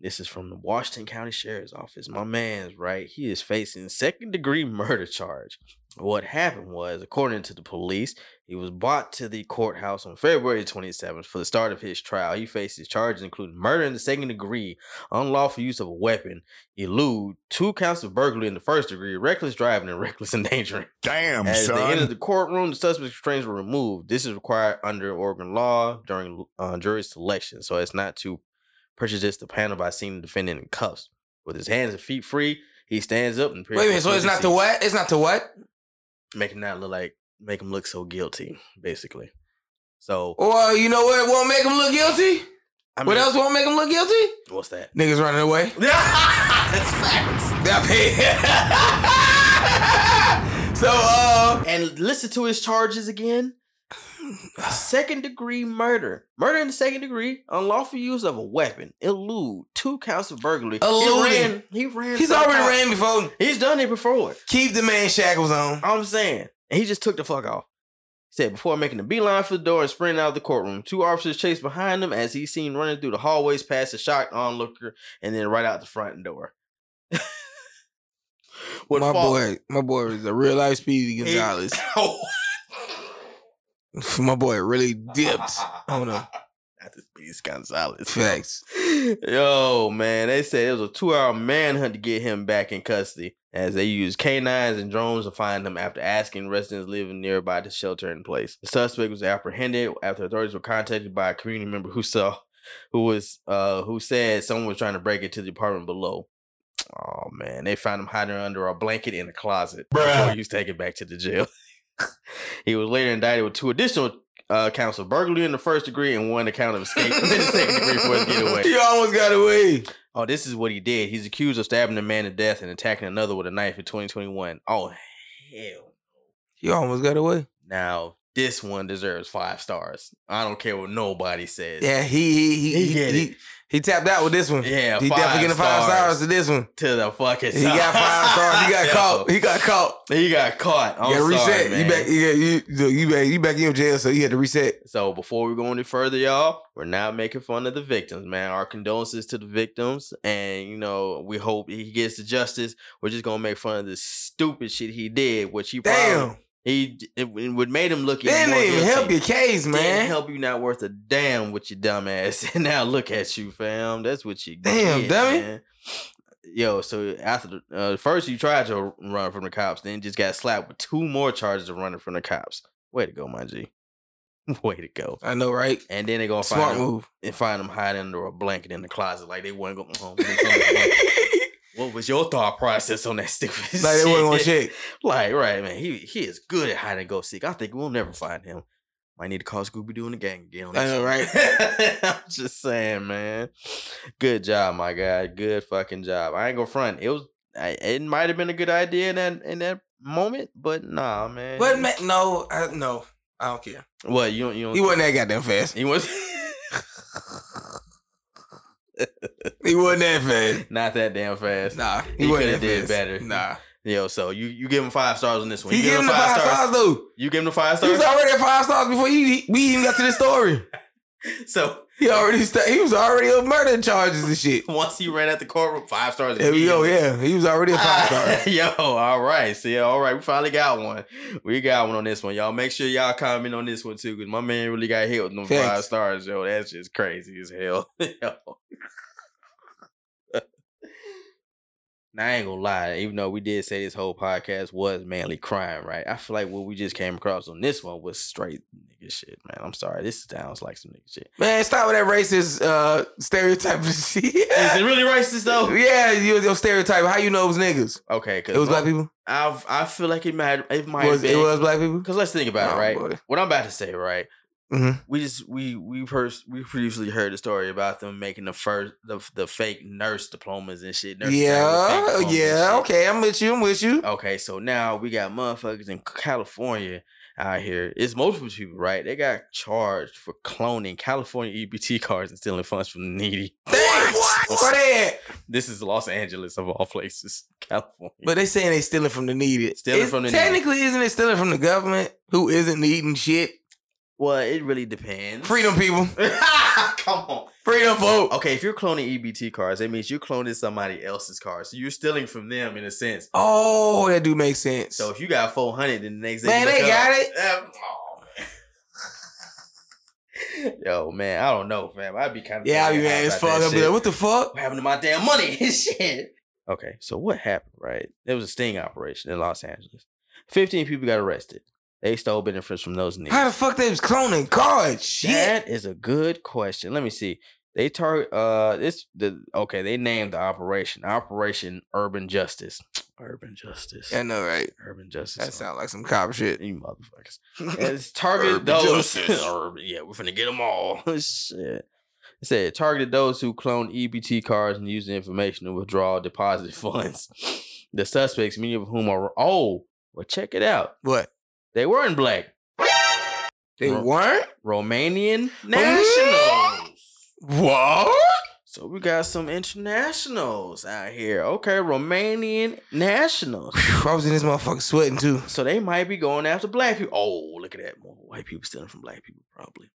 Speaker 3: This is from the Washington County Sheriff's Office. My man's right. He is facing second degree murder charge. What happened was, according to the police, he was brought to the courthouse on February 27th for the start of his trial. He faces charges including murder in the second degree, unlawful use of a weapon, elude, two counts of burglary in the first degree, reckless driving, and reckless endangering.
Speaker 5: Damn,
Speaker 3: As they entered the courtroom, the suspect's restraints were removed. This is required under Oregon law during uh, jury selection, so it's not to prejudice the panel by seeing the defendant in cuffs. With his hands and feet free, he stands up and
Speaker 2: Wait a minute. So it's not the
Speaker 3: what
Speaker 2: what? It's not the what?
Speaker 3: make him not look like make him look so guilty, basically. So
Speaker 2: Well, you know what won't make him look guilty?
Speaker 3: I
Speaker 2: what
Speaker 3: mean,
Speaker 2: else won't make him look guilty?
Speaker 3: What's that?
Speaker 2: Niggas running away.
Speaker 3: That's facts.
Speaker 2: That pay- so, uh,
Speaker 3: And listen to his charges again. second degree murder, murder in the second degree, unlawful use of a weapon, elude, two counts of burglary. He
Speaker 2: Eluding.
Speaker 3: ran- He ran.
Speaker 2: He's
Speaker 3: from
Speaker 2: already
Speaker 3: cops.
Speaker 2: ran before.
Speaker 3: He's done it before.
Speaker 2: Keep the man shackles on.
Speaker 3: I'm saying. And he just took the fuck off. He said, before making a beeline for the door and sprinting out of the courtroom, two officers chased behind him as he's seen running through the hallways past a shocked onlooker and then right out the front door. Would
Speaker 2: my
Speaker 3: fall-
Speaker 2: boy, my boy is a real life Speedy
Speaker 3: He-
Speaker 2: Gonzalez. my boy really dipped on him.
Speaker 3: Not this beast Gonzalez.
Speaker 2: Facts.
Speaker 3: Yo, man, they said it was a two-hour manhunt to get him back in custody, as they used canines and drones to find him after asking residents living nearby to shelter in place. The suspect was apprehended after authorities were contacted by a community member who saw, who was, uh, who said someone was trying to break into the apartment below. Oh man, they found him hiding under a blanket in a closet before he was taken back to the jail. he was later indicted with two additional uh, counts of burglary in the first degree and one account of escape in the second degree for his getaway.
Speaker 2: He almost got away.
Speaker 3: Oh, this is what he did. He's accused of stabbing a man to death and attacking another with a knife in 2021. Oh, hell.
Speaker 2: He almost got away.
Speaker 3: Now, this one deserves five stars. I don't care what nobody says.
Speaker 2: Yeah, he he he
Speaker 3: He
Speaker 2: he,
Speaker 3: get
Speaker 2: he,
Speaker 3: it.
Speaker 2: he tapped out with this one.
Speaker 3: Yeah,
Speaker 2: he
Speaker 3: five
Speaker 2: definitely getting five
Speaker 3: stars.
Speaker 2: stars to this one.
Speaker 3: To the fucking
Speaker 2: He got five stars. He got caught. He got caught.
Speaker 3: He got caught. I'm
Speaker 2: yeah,
Speaker 3: sorry,
Speaker 2: reset.
Speaker 3: man.
Speaker 2: You back? Yeah, you look, you back? You back in jail? So you had to reset.
Speaker 3: So before we go any further, y'all, we're not making fun of the victims, man. Our condolences to the victims, and you know we hope he gets the justice. We're just gonna make fun of this stupid shit he did, which he
Speaker 2: Damn,
Speaker 3: probably he it, it would made him look.
Speaker 2: they
Speaker 3: even
Speaker 2: didn't
Speaker 3: more
Speaker 2: even help
Speaker 3: guilty.
Speaker 2: your case, man.
Speaker 3: Didn't help you not worth a damn with your dumb ass. And now look at you, fam. That's what you
Speaker 2: Damn,
Speaker 3: get,
Speaker 2: dummy.
Speaker 3: man. Yo, so after the uh, first you tried to run from the cops, then just got slapped with two more charges of running from the cops. Way to go, my G. Way to go.
Speaker 2: I know, right?
Speaker 3: And then they gonna
Speaker 2: Smart
Speaker 3: find him,
Speaker 2: move.
Speaker 3: and find him hiding under a blanket in the closet, like they weren't going home. They couldn't- what was your thought process on that stupid?
Speaker 2: Like they
Speaker 3: shit?
Speaker 2: wasn't gonna check.
Speaker 3: Like, right, man. He he is good at hide and go seek. I think we'll never find him. Might need to call Scooby Doo and the gang again. on
Speaker 2: I
Speaker 3: this
Speaker 2: know,
Speaker 3: one.
Speaker 2: right?
Speaker 3: I'm just saying, man. Good job, my guy. Good fucking job. I ain't gonna front. It was. I, it might have been a good idea in that in that moment, but nah, man.
Speaker 2: But man, no, I, no, I don't care.
Speaker 3: What you don't you don't
Speaker 2: He wasn't that goddamn fast.
Speaker 3: he was
Speaker 2: He wasn't that fast.
Speaker 3: not that damn fast.
Speaker 2: Nah, he,
Speaker 3: He
Speaker 2: wasn't that
Speaker 3: coulda did
Speaker 2: fast.
Speaker 3: better.
Speaker 2: Nah,
Speaker 3: Yo, so you you give him five stars on this one.
Speaker 2: he
Speaker 3: You
Speaker 2: gave him the five stars though.
Speaker 3: You give him the five
Speaker 2: He
Speaker 3: stars.
Speaker 2: was already at five stars before he, we even got to the story.
Speaker 3: so
Speaker 2: He already sta he was already on murder charges and shit.
Speaker 3: once he ran out the courtroom, five stars.
Speaker 2: There we go.
Speaker 3: immediately.
Speaker 2: Yeah, he was already a five star.
Speaker 3: Ah. Yo, all right. See, all right. We finally got one. We got one on this one, y'all. Make sure y'all comment on this one too, because my man really got hit with them
Speaker 2: Thanks.
Speaker 3: five stars, yo. That's just crazy as hell. yo. Now, I ain't gonna lie, even though we did say this whole podcast was manly crime, right? I feel like what we just came across on this one was straight nigga shit, man. I'm sorry. This sounds like some nigga shit.
Speaker 2: Man, stop with that racist uh, stereotype and shit.
Speaker 3: Is it really racist though?
Speaker 2: yeah, you your stereotype. How you know it was niggas?
Speaker 3: Okay, because
Speaker 2: It was black people.
Speaker 3: I've, I feel like it might it might
Speaker 2: Was
Speaker 3: be.
Speaker 2: it was black people?
Speaker 3: Because let's think about
Speaker 2: Nah,
Speaker 3: it, right?
Speaker 2: buddy.
Speaker 3: What I'm about to say, right?
Speaker 2: Mhm.
Speaker 3: We just we we pers- we previously heard the story about them making the first the, the fake nurse diplomas and shit. nurse salary fake
Speaker 2: Yeah,
Speaker 3: diplomas and
Speaker 2: yeah.
Speaker 3: shit.
Speaker 2: Okay, I'm with you. I'm with you.
Speaker 3: Okay, so now we got motherfuckers in California out here. It's multiple people, right? They got charged for cloning California EBT cards and stealing funds from the needy.
Speaker 2: What? What? Where they at?
Speaker 3: This is Los Angeles of all places, California.
Speaker 2: But they saying they stealing from the needed.
Speaker 3: Stealing
Speaker 2: It's-
Speaker 3: from the needed.
Speaker 2: technically, isn't it stealing from the government who isn't needing shit?
Speaker 3: well, it really depends.
Speaker 2: Freedom, people.
Speaker 3: Come on.
Speaker 2: Freedom vote.
Speaker 3: Okay, if you're cloning EBT cards, that means you're cloning somebody else's cards. So you're stealing from them in a sense.
Speaker 2: Oh, that do make sense.
Speaker 3: So if you got 400, then the next day.
Speaker 2: Man,
Speaker 3: you look
Speaker 2: they
Speaker 3: up-
Speaker 2: got it.
Speaker 3: Um, aw, man. Yo, man, I don't know, fam. I'd be kind of.
Speaker 2: yeah, I be mad as fuck. I'll be like, what the fuck?
Speaker 3: what happened to my damn money? Shit. Okay, so what happened, right? There was a sting operation in Los Angeles. 15 people got arrested. They stole benefits from those niggas.
Speaker 2: How the fuck they was cloning cards? Shit.
Speaker 3: That is a good question. Let me see. They target uh this the okay, they named the operation Operation Urban Justice. Urban Justice.
Speaker 2: I know, right?
Speaker 3: Urban Justice.
Speaker 2: That sound like some cop shit.
Speaker 3: you motherfuckers. It's targeted
Speaker 2: Urban
Speaker 3: those
Speaker 2: Justice.
Speaker 3: Urban- yeah, we're finna get them all. Shit. It said it targeted those who cloned EBT cards and used the information to withdraw deposit funds. The suspects, many of whom are oh, well check it out.
Speaker 2: What?
Speaker 3: They weren't black.
Speaker 2: They
Speaker 3: Ro-
Speaker 2: weren't?
Speaker 3: Romanian nationals.
Speaker 2: What?
Speaker 3: So we got some internationals out here. Okay, Romanian nationals.
Speaker 2: I was in this motherfucker sweating too.
Speaker 3: So they might be going after black people. Oh, look at that. More white people stealing from black people, probably.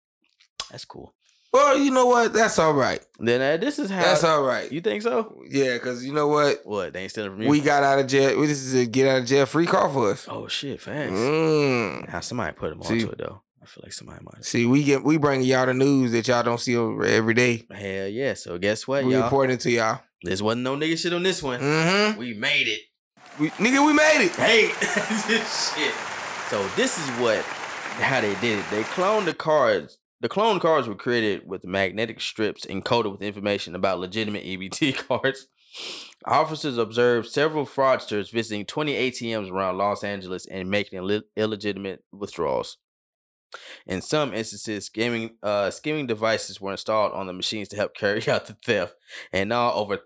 Speaker 3: That's cool.
Speaker 2: Well, you know what? That's all right.
Speaker 3: Then uh, this is how.
Speaker 2: That's all right.
Speaker 3: You think so?
Speaker 2: Yeah, because you know what?
Speaker 3: What? They ain't stealing from you?
Speaker 2: We got out of jail. This is a get out of jail free call for us.
Speaker 3: oh, shit. Facts.
Speaker 2: Mm.
Speaker 3: Now, somebody put them
Speaker 2: See-
Speaker 3: onto it, though. I feel like somebody might.
Speaker 2: See, we get we bringing y'all the news that y'all don't see over every day.
Speaker 3: Hell yeah. So guess what,
Speaker 2: We
Speaker 3: y'all?
Speaker 2: reporting to y'all.
Speaker 3: This wasn't no nigga shit on this one.
Speaker 2: Mm-hmm.
Speaker 3: We made it.
Speaker 2: We, nigga, we made it.
Speaker 3: Hey, shit. So this is what how they did it. They cloned the cards. The clone cards were created with magnetic strips encoded with information about legitimate EBT cards. Officers observed several fraudsters visiting 20 ATMs around Los Angeles and making Ill- illegitimate withdrawals. In some instances, skimming, uh, skimming devices were installed on the machines to help carry out the theft, and now over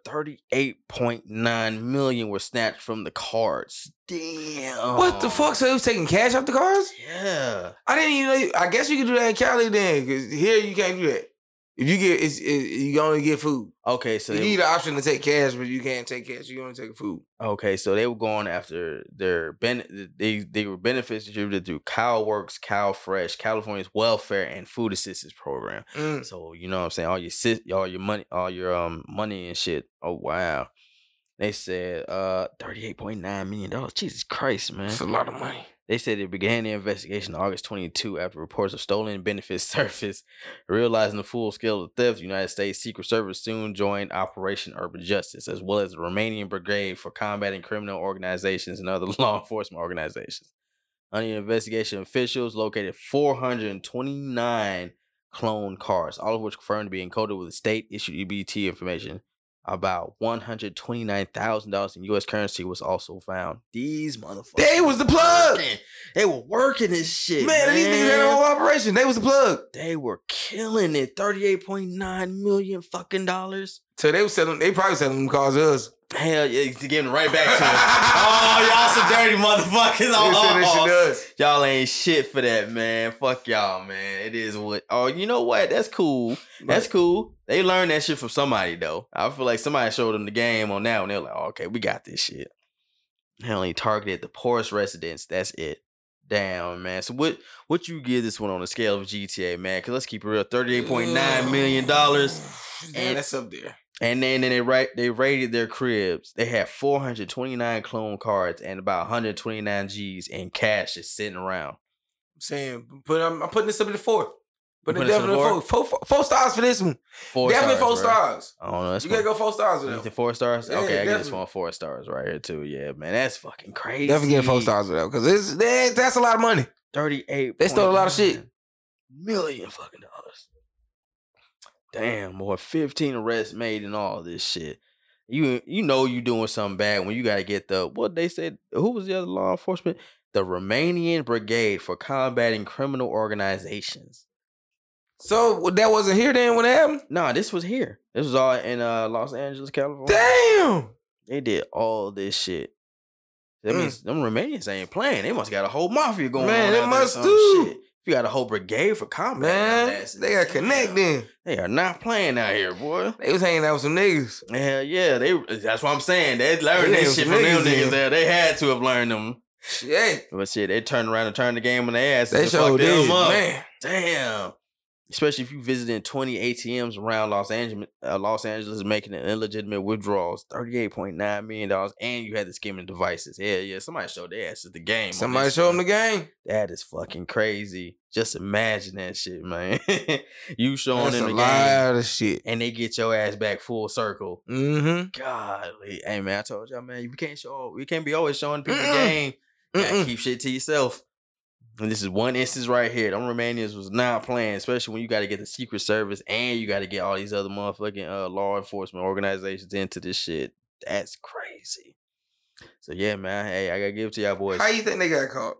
Speaker 3: 38.9 million were snatched from the cards. Damn.
Speaker 2: What the fuck? So they was taking cash off the cars?
Speaker 3: Yeah.
Speaker 2: I didn't even. know I guess you could do that in Cali then, because here you can't do that. If you get, it's, it, you only get food.
Speaker 3: Okay, so
Speaker 2: you
Speaker 3: they,
Speaker 2: need the option to take cash, but you can't take cash. You only take food.
Speaker 3: okay, so they were going after their ben- they they were benefits distributed through CalWorks, CalFresh, California's welfare and food assistance program.
Speaker 2: Mm.
Speaker 3: So you know what I'm saying? All your sis, all your money, all your um money and shit. Oh wow. They said uh thirty eight point nine million dollars. Jesus Christ, man.
Speaker 2: That's a lot of money.
Speaker 3: They said it began the investigation on August 22 after reports of stolen benefits surfaced. Realizing the full scale of the theft, the United States Secret Service soon joined Operation Urban Justice, as well as the Romanian Brigade for combating criminal organizations and other law enforcement organizations. Under investigation, officials located 429 clone cards, all of which confirmed to be encoded with state issued EBT information. About $129,000 in U.S. currency was also found. These motherfuckers.
Speaker 2: They was the plug.
Speaker 3: working. They were working this shit.
Speaker 2: Man, these niggas had a whole operation. They was the plug.
Speaker 3: They were killing it. Thirty-eight point nine million fucking dollars.
Speaker 2: So they was selling. They probably selling them cars to us.
Speaker 3: Hell yeah, to give them right back to us. oh, y'all some dirty motherfuckers.
Speaker 2: They selling that shit
Speaker 3: Oh,
Speaker 2: to us.
Speaker 3: Y'all ain't shit for that, man. Fuck y'all, man. It is what. Oh, you know what? That's cool. That's cool. They learned that shit from somebody though. I feel like somebody showed them the game on that, and they're like, oh, okay, we got this shit. They only targeted the poorest residents. That's it. Damn, man. So what? What you give this one on a scale of GTA, man? Cause let's keep it real. Thirty-eight point nine million dollars.
Speaker 2: Yeah, that's up there.
Speaker 3: And then, then they right they raided their cribs. They had 429 clone cards and about 129 G's in cash just sitting around.
Speaker 2: I'm saying, but I'm, I'm putting this up to the four. But
Speaker 3: putting
Speaker 2: putting
Speaker 3: this up
Speaker 2: definitely
Speaker 3: to
Speaker 2: four.
Speaker 3: the
Speaker 2: Four, four, four stars for this one.
Speaker 3: Four
Speaker 2: definitely
Speaker 3: stars,
Speaker 2: four
Speaker 3: bruh.
Speaker 2: stars.
Speaker 3: I don't know. That's
Speaker 2: You gotta
Speaker 3: one-
Speaker 2: go four stars with
Speaker 3: you
Speaker 2: that.
Speaker 3: think four stars?
Speaker 2: Yeah,
Speaker 3: okay, I get this
Speaker 2: definitely.
Speaker 3: one four stars right here too. Yeah, man, that's fucking crazy.
Speaker 2: Definitely get four stars with that because it's that, that's a lot of money.
Speaker 3: Thirty-eight.
Speaker 2: They stole a lot of shit.
Speaker 3: Million fucking dollars. Damn, boy. Fifteen arrests made and all this shit. You you know you doing something bad when you gotta get the what they said. Who was the other law enforcement? The Romanian Brigade for combating criminal organizations.
Speaker 2: So that wasn't here then when it happened.
Speaker 3: Nah, this was here. This was all in uh, Los Angeles, California.
Speaker 2: Damn.
Speaker 3: They did all this shit. That
Speaker 2: Mm.
Speaker 3: means them Romanians ain't playing. They must got a whole mafia going
Speaker 2: Man,
Speaker 3: on.
Speaker 2: they
Speaker 3: out there or
Speaker 2: must
Speaker 3: some
Speaker 2: do.
Speaker 3: Shit. You got a whole brigade for combat.
Speaker 2: Man, they got connect then.
Speaker 3: They are not playing out here, boy.
Speaker 2: They was hanging out with some niggas.
Speaker 3: Hell yeah, they. That's what I'm saying. They
Speaker 2: They
Speaker 3: learned
Speaker 2: was
Speaker 3: this shit from them
Speaker 2: niggas in.
Speaker 3: niggas. There, they had to have learned them.
Speaker 2: Shit.
Speaker 3: But shit, they turned around and turned the game on their ass.
Speaker 2: They
Speaker 3: and
Speaker 2: sure
Speaker 3: fucked
Speaker 2: did.
Speaker 3: them up.
Speaker 2: Man.
Speaker 3: Damn. Especially if you visiting 20 ATMs around Los Angeles, uh, Los Angeles making an illegitimate withdrawals, $38.9 million, and you had the skimming devices. Hell yeah, somebody showed their asses the game. on
Speaker 2: Somebody
Speaker 3: this
Speaker 2: show them
Speaker 3: one.
Speaker 2: the game.
Speaker 3: That is fucking crazy. Just imagine that shit, man. you showing
Speaker 2: That's
Speaker 3: them
Speaker 2: a
Speaker 3: the game,
Speaker 2: lot of shit.
Speaker 3: and they get your ass back full circle.
Speaker 2: Mm-hmm.
Speaker 3: Golly. Hey, man, I told y'all, man, you can't show, we can't be always showing people the
Speaker 2: Mm-mm.
Speaker 3: game. You gotta
Speaker 2: Mm-mm.
Speaker 3: keep shit to yourself. And this is one instance right here. Them Romanians was not playing, especially when you got to get the Secret Service and you got to get all these other motherfucking uh, law enforcement organizations into this shit. That's crazy. So yeah, man. Hey, I gotta give it to y'all boys.
Speaker 2: How you think they got caught?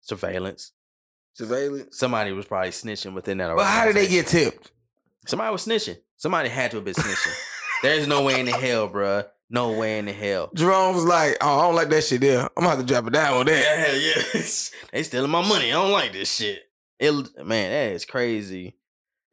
Speaker 3: Surveillance.
Speaker 2: Surveillance.
Speaker 3: Somebody was probably snitching within that.
Speaker 2: But how did they
Speaker 3: organization.
Speaker 2: get tipped?
Speaker 3: Somebody was snitching. Somebody had to have been snitching. There's no way in the hell, bruh, No way in the hell.
Speaker 2: Jerome was like, "Oh, I don't like that shit there. I'm gonna have to drop it down on that."
Speaker 3: Yeah, yeah. they stealing my money. I don't like this shit. It man, that is crazy.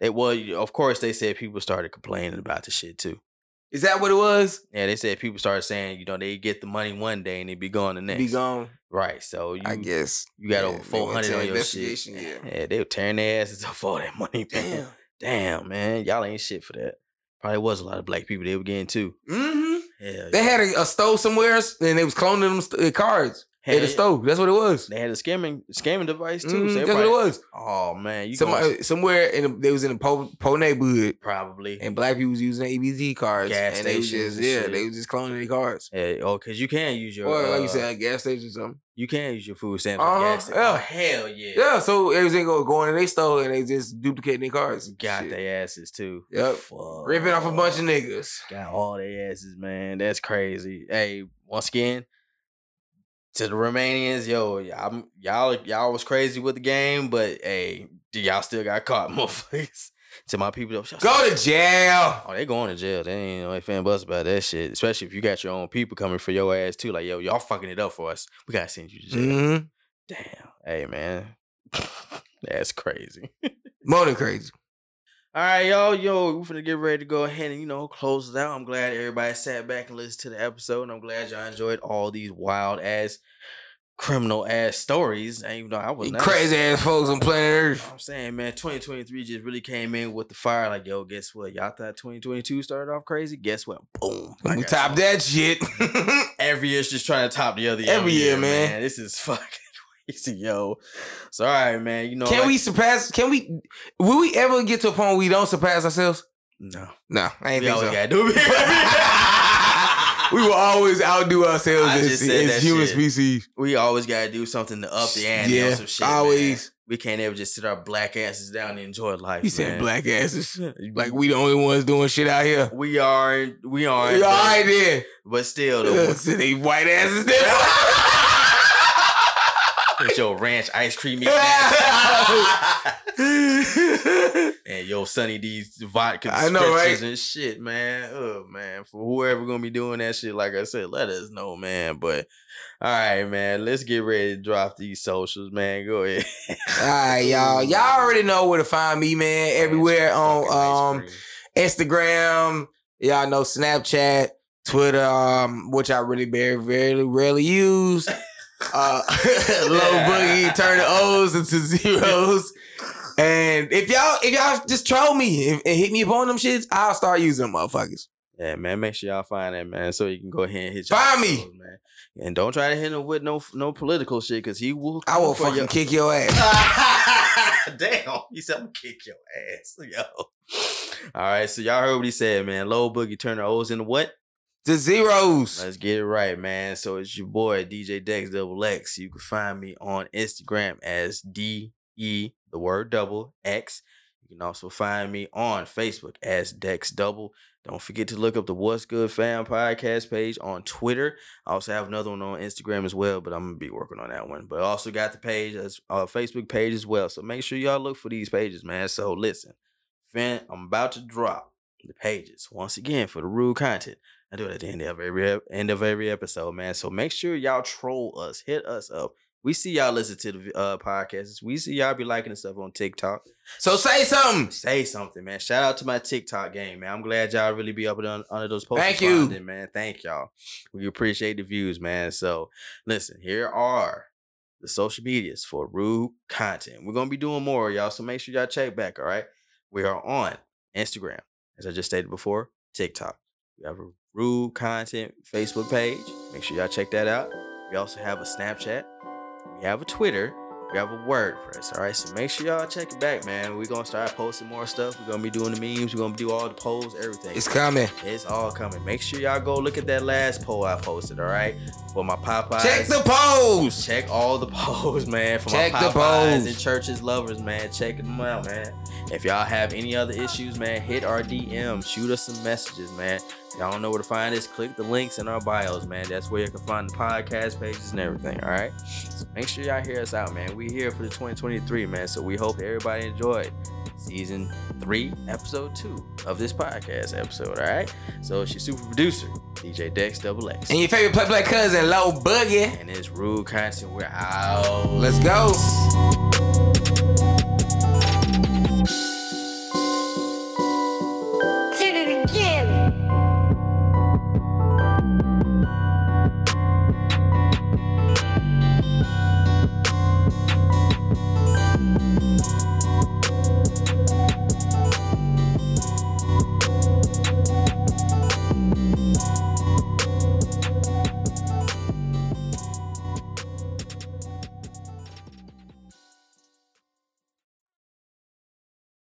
Speaker 3: They well, you- of course they said people started complaining about the shit too.
Speaker 2: Is that what it was?
Speaker 3: Yeah, they said people started saying, you know, they get the money one day and they be gone the next.
Speaker 2: Be gone.
Speaker 3: Right. So you
Speaker 2: I guess
Speaker 3: you got
Speaker 2: Yeah,
Speaker 3: over
Speaker 2: they
Speaker 3: four
Speaker 2: went
Speaker 3: hundred
Speaker 2: to
Speaker 3: on your shit.
Speaker 2: investigation, yeah.
Speaker 3: they were tearing their asses off all that money, man.
Speaker 2: Damn.
Speaker 3: Damn. man. Y'all ain't shit for that. Probably was a lot of black people they were getting too.
Speaker 2: Mm-hmm.
Speaker 3: Hell
Speaker 2: They
Speaker 3: yeah.
Speaker 2: had a, a stove somewhere else, and they was cloning them st- uh, cards at
Speaker 3: Hell
Speaker 2: the
Speaker 3: yeah.
Speaker 2: stove. That's what it was.
Speaker 3: They had a scamming scamming device too.
Speaker 2: Mhm,
Speaker 3: so
Speaker 2: that's
Speaker 3: everybody-
Speaker 2: what it was.
Speaker 3: Oh man, you
Speaker 2: Somebody, uh,
Speaker 3: gonna-
Speaker 2: somewhere in the, they was in the po po neighborhood,
Speaker 3: probably
Speaker 2: and black people was using their EBZ cards,
Speaker 3: Gas
Speaker 2: and they was
Speaker 3: stations
Speaker 2: just
Speaker 3: and
Speaker 2: yeah,
Speaker 3: shit.
Speaker 2: they was just cloning their cards,
Speaker 3: Yeah, oh, cause you can use your
Speaker 2: or like you
Speaker 3: uh,
Speaker 2: said, at gas station or something.
Speaker 3: you can use your food stamps.
Speaker 2: Uh-huh,
Speaker 3: at gas station.
Speaker 2: yeah.
Speaker 3: Oh, hell yeah.
Speaker 2: Yeah, so everything go going in they stole, and they just duplicating their cards. and
Speaker 3: Got
Speaker 2: shit.
Speaker 3: their asses too.
Speaker 2: Yep.
Speaker 3: Fuck.
Speaker 2: ripping off a bunch of niggas.
Speaker 3: Got all their asses, man. That's crazy. Hey, once again, to the Romanians, yo, y'all, y'all, y'all was crazy with the game, but hey, d- y'all still got caught, motherfuckers. to my people, yo,
Speaker 2: Go to jail.
Speaker 3: Oh, they going to jail. They ain't no fan buzz about that shit. Especially if you got your own people coming for your ass too. Like, yo, y'all fucking it up for us. We gotta send you to jail.
Speaker 2: Mm-hmm.
Speaker 3: Damn. Hey, man. That's crazy.
Speaker 2: More than crazy.
Speaker 3: All right, y'all. Yo, we're finna get ready to go ahead and, you know, close it out. I'm glad everybody sat back and listened to the episode. And I'm glad y'all enjoyed all these wild ass, criminal ass stories. And, you know, I was
Speaker 2: You
Speaker 3: not-
Speaker 2: Crazy ass folks on planet
Speaker 3: You know what
Speaker 2: Earth.
Speaker 3: I'm saying, man, 2023 just really came in with the fire. Like, yo, guess what? Y'all thought 2022 started off crazy? Guess what? Boom. I
Speaker 2: We
Speaker 3: got
Speaker 2: top that shit.
Speaker 3: every year's just trying to top the other year.
Speaker 2: Every year, man.
Speaker 3: This is fucking crazy, yo. So all right, man. You know,
Speaker 2: Can
Speaker 3: like-
Speaker 2: we surpass? Can we? Will we ever get to a point where we don't surpass ourselves?
Speaker 3: No,
Speaker 2: No, I ain't
Speaker 3: we
Speaker 2: think
Speaker 3: always
Speaker 2: so.
Speaker 3: gotta do it.
Speaker 2: we will always outdo ourselves
Speaker 3: I
Speaker 2: as,
Speaker 3: just said
Speaker 2: as
Speaker 3: that
Speaker 2: human
Speaker 3: shit.
Speaker 2: species.
Speaker 3: we always gotta do something to up the ante on
Speaker 2: Yeah,
Speaker 3: some shit.
Speaker 2: always.
Speaker 3: man. We can't ever just sit our black asses down and enjoy life.
Speaker 2: You said
Speaker 3: man.
Speaker 2: black asses. Like we the only ones doing shit out here.
Speaker 3: We aren't. We
Speaker 2: All
Speaker 3: aren't. but-
Speaker 2: right then.
Speaker 3: But still,
Speaker 2: Yeah,
Speaker 3: though,
Speaker 2: so they white asses. There.
Speaker 3: with your ranch ice cream. eating ass.
Speaker 2: I
Speaker 3: And yo, Sunny D's vodka
Speaker 2: I know,
Speaker 3: spritzers
Speaker 2: right?
Speaker 3: and shit, man. Oh man, for whoever gonna be doing that shit, like I said, let us know, man. But all right, man, let's get ready to drop these socials, man. Go ahead.
Speaker 2: All right, y'all. Y'all already know where to find me, man. Everywhere on um Instagram. Y'all know Snapchat, Twitter, um, which I really very, very rarely use. Uh, low boogie, turn the O's into zeros. And if y'all, if y'all just troll me and, and hit me up on them shits, I'll start using them motherfuckers.
Speaker 3: Yeah, man. Make sure y'all find that man, so you can go ahead and hit. y'all
Speaker 2: Find me.
Speaker 3: socials, man. And don't try to hit him with no no political shit, cause he will.
Speaker 2: I will
Speaker 3: come for
Speaker 2: fucking
Speaker 3: your-
Speaker 2: kick your ass.
Speaker 3: Damn, he said I'm gonna kick your ass, yo. All right, so y'all heard what he said, man. Low boogie turn the O's into what?
Speaker 2: The zeros.
Speaker 3: Let's get it right, man. So it's your boy DJ Dex Double X. You can find me on Instagram as D E the word double X. You can also find me on Facebook as Dex Double. Don't forget to look up the What's Good Fan podcast page on Twitter. I also have another one on Instagram as well, but I'm gonna be working on that one. But I also got the page as uh, Facebook page as well. So make sure y'all look for these pages, man. So listen, fan, I'm about to drop the pages once again for the rude content. I do it at the end of every ep- end of every episode, man. So make sure y'all troll us, hit us up. We see y'all listen to the uh, podcasts. We see y'all be liking the stuff on TikTok.
Speaker 2: So say something.
Speaker 3: Say something, man. Shout out to my TikTok game, man. I'm glad y'all really be up and un- under those posts.
Speaker 2: Thank you.
Speaker 3: responding, man. Thank y'all. We appreciate the views, man. So listen, here are the social medias for rude content. We're gonna be doing more, y'all. So make sure y'all check back. All right, we are on Instagram, as I just stated before, TikTok. We have a rude content Facebook page. Make sure y'all check that out. We also have a Snapchat. We have a Twitter. We have a WordPress. All right. So make sure y'all check it back, man. We're gonna start posting more stuff. We're gonna be doing the memes. We're gonna do all the polls, everything.
Speaker 2: It's coming.
Speaker 3: It's all coming. Make sure y'all go look at that last poll I posted, all right? For my Popeyes.
Speaker 2: Check the polls.
Speaker 3: Check all the polls, man. For
Speaker 2: Check
Speaker 3: my
Speaker 2: the
Speaker 3: Popeyes
Speaker 2: polls.
Speaker 3: and churches lovers, man. Check them out, man. If y'all have any other issues, man, hit our DM. Shoot us some messages, man. Y'all don't know where to find us. Click the links in our bios, man. That's where you can find the podcast pages and everything. All right. So make sure y'all hear us out, man. We here for the 2023, man. So we hope everybody enjoyed. season three, episode two of this podcast episode. All right. So it's your super producer, DJ Dex Double X.
Speaker 2: And your favorite play play cousin, Low Boogie.
Speaker 3: And it's Rude Content. We're out.
Speaker 2: Let's go.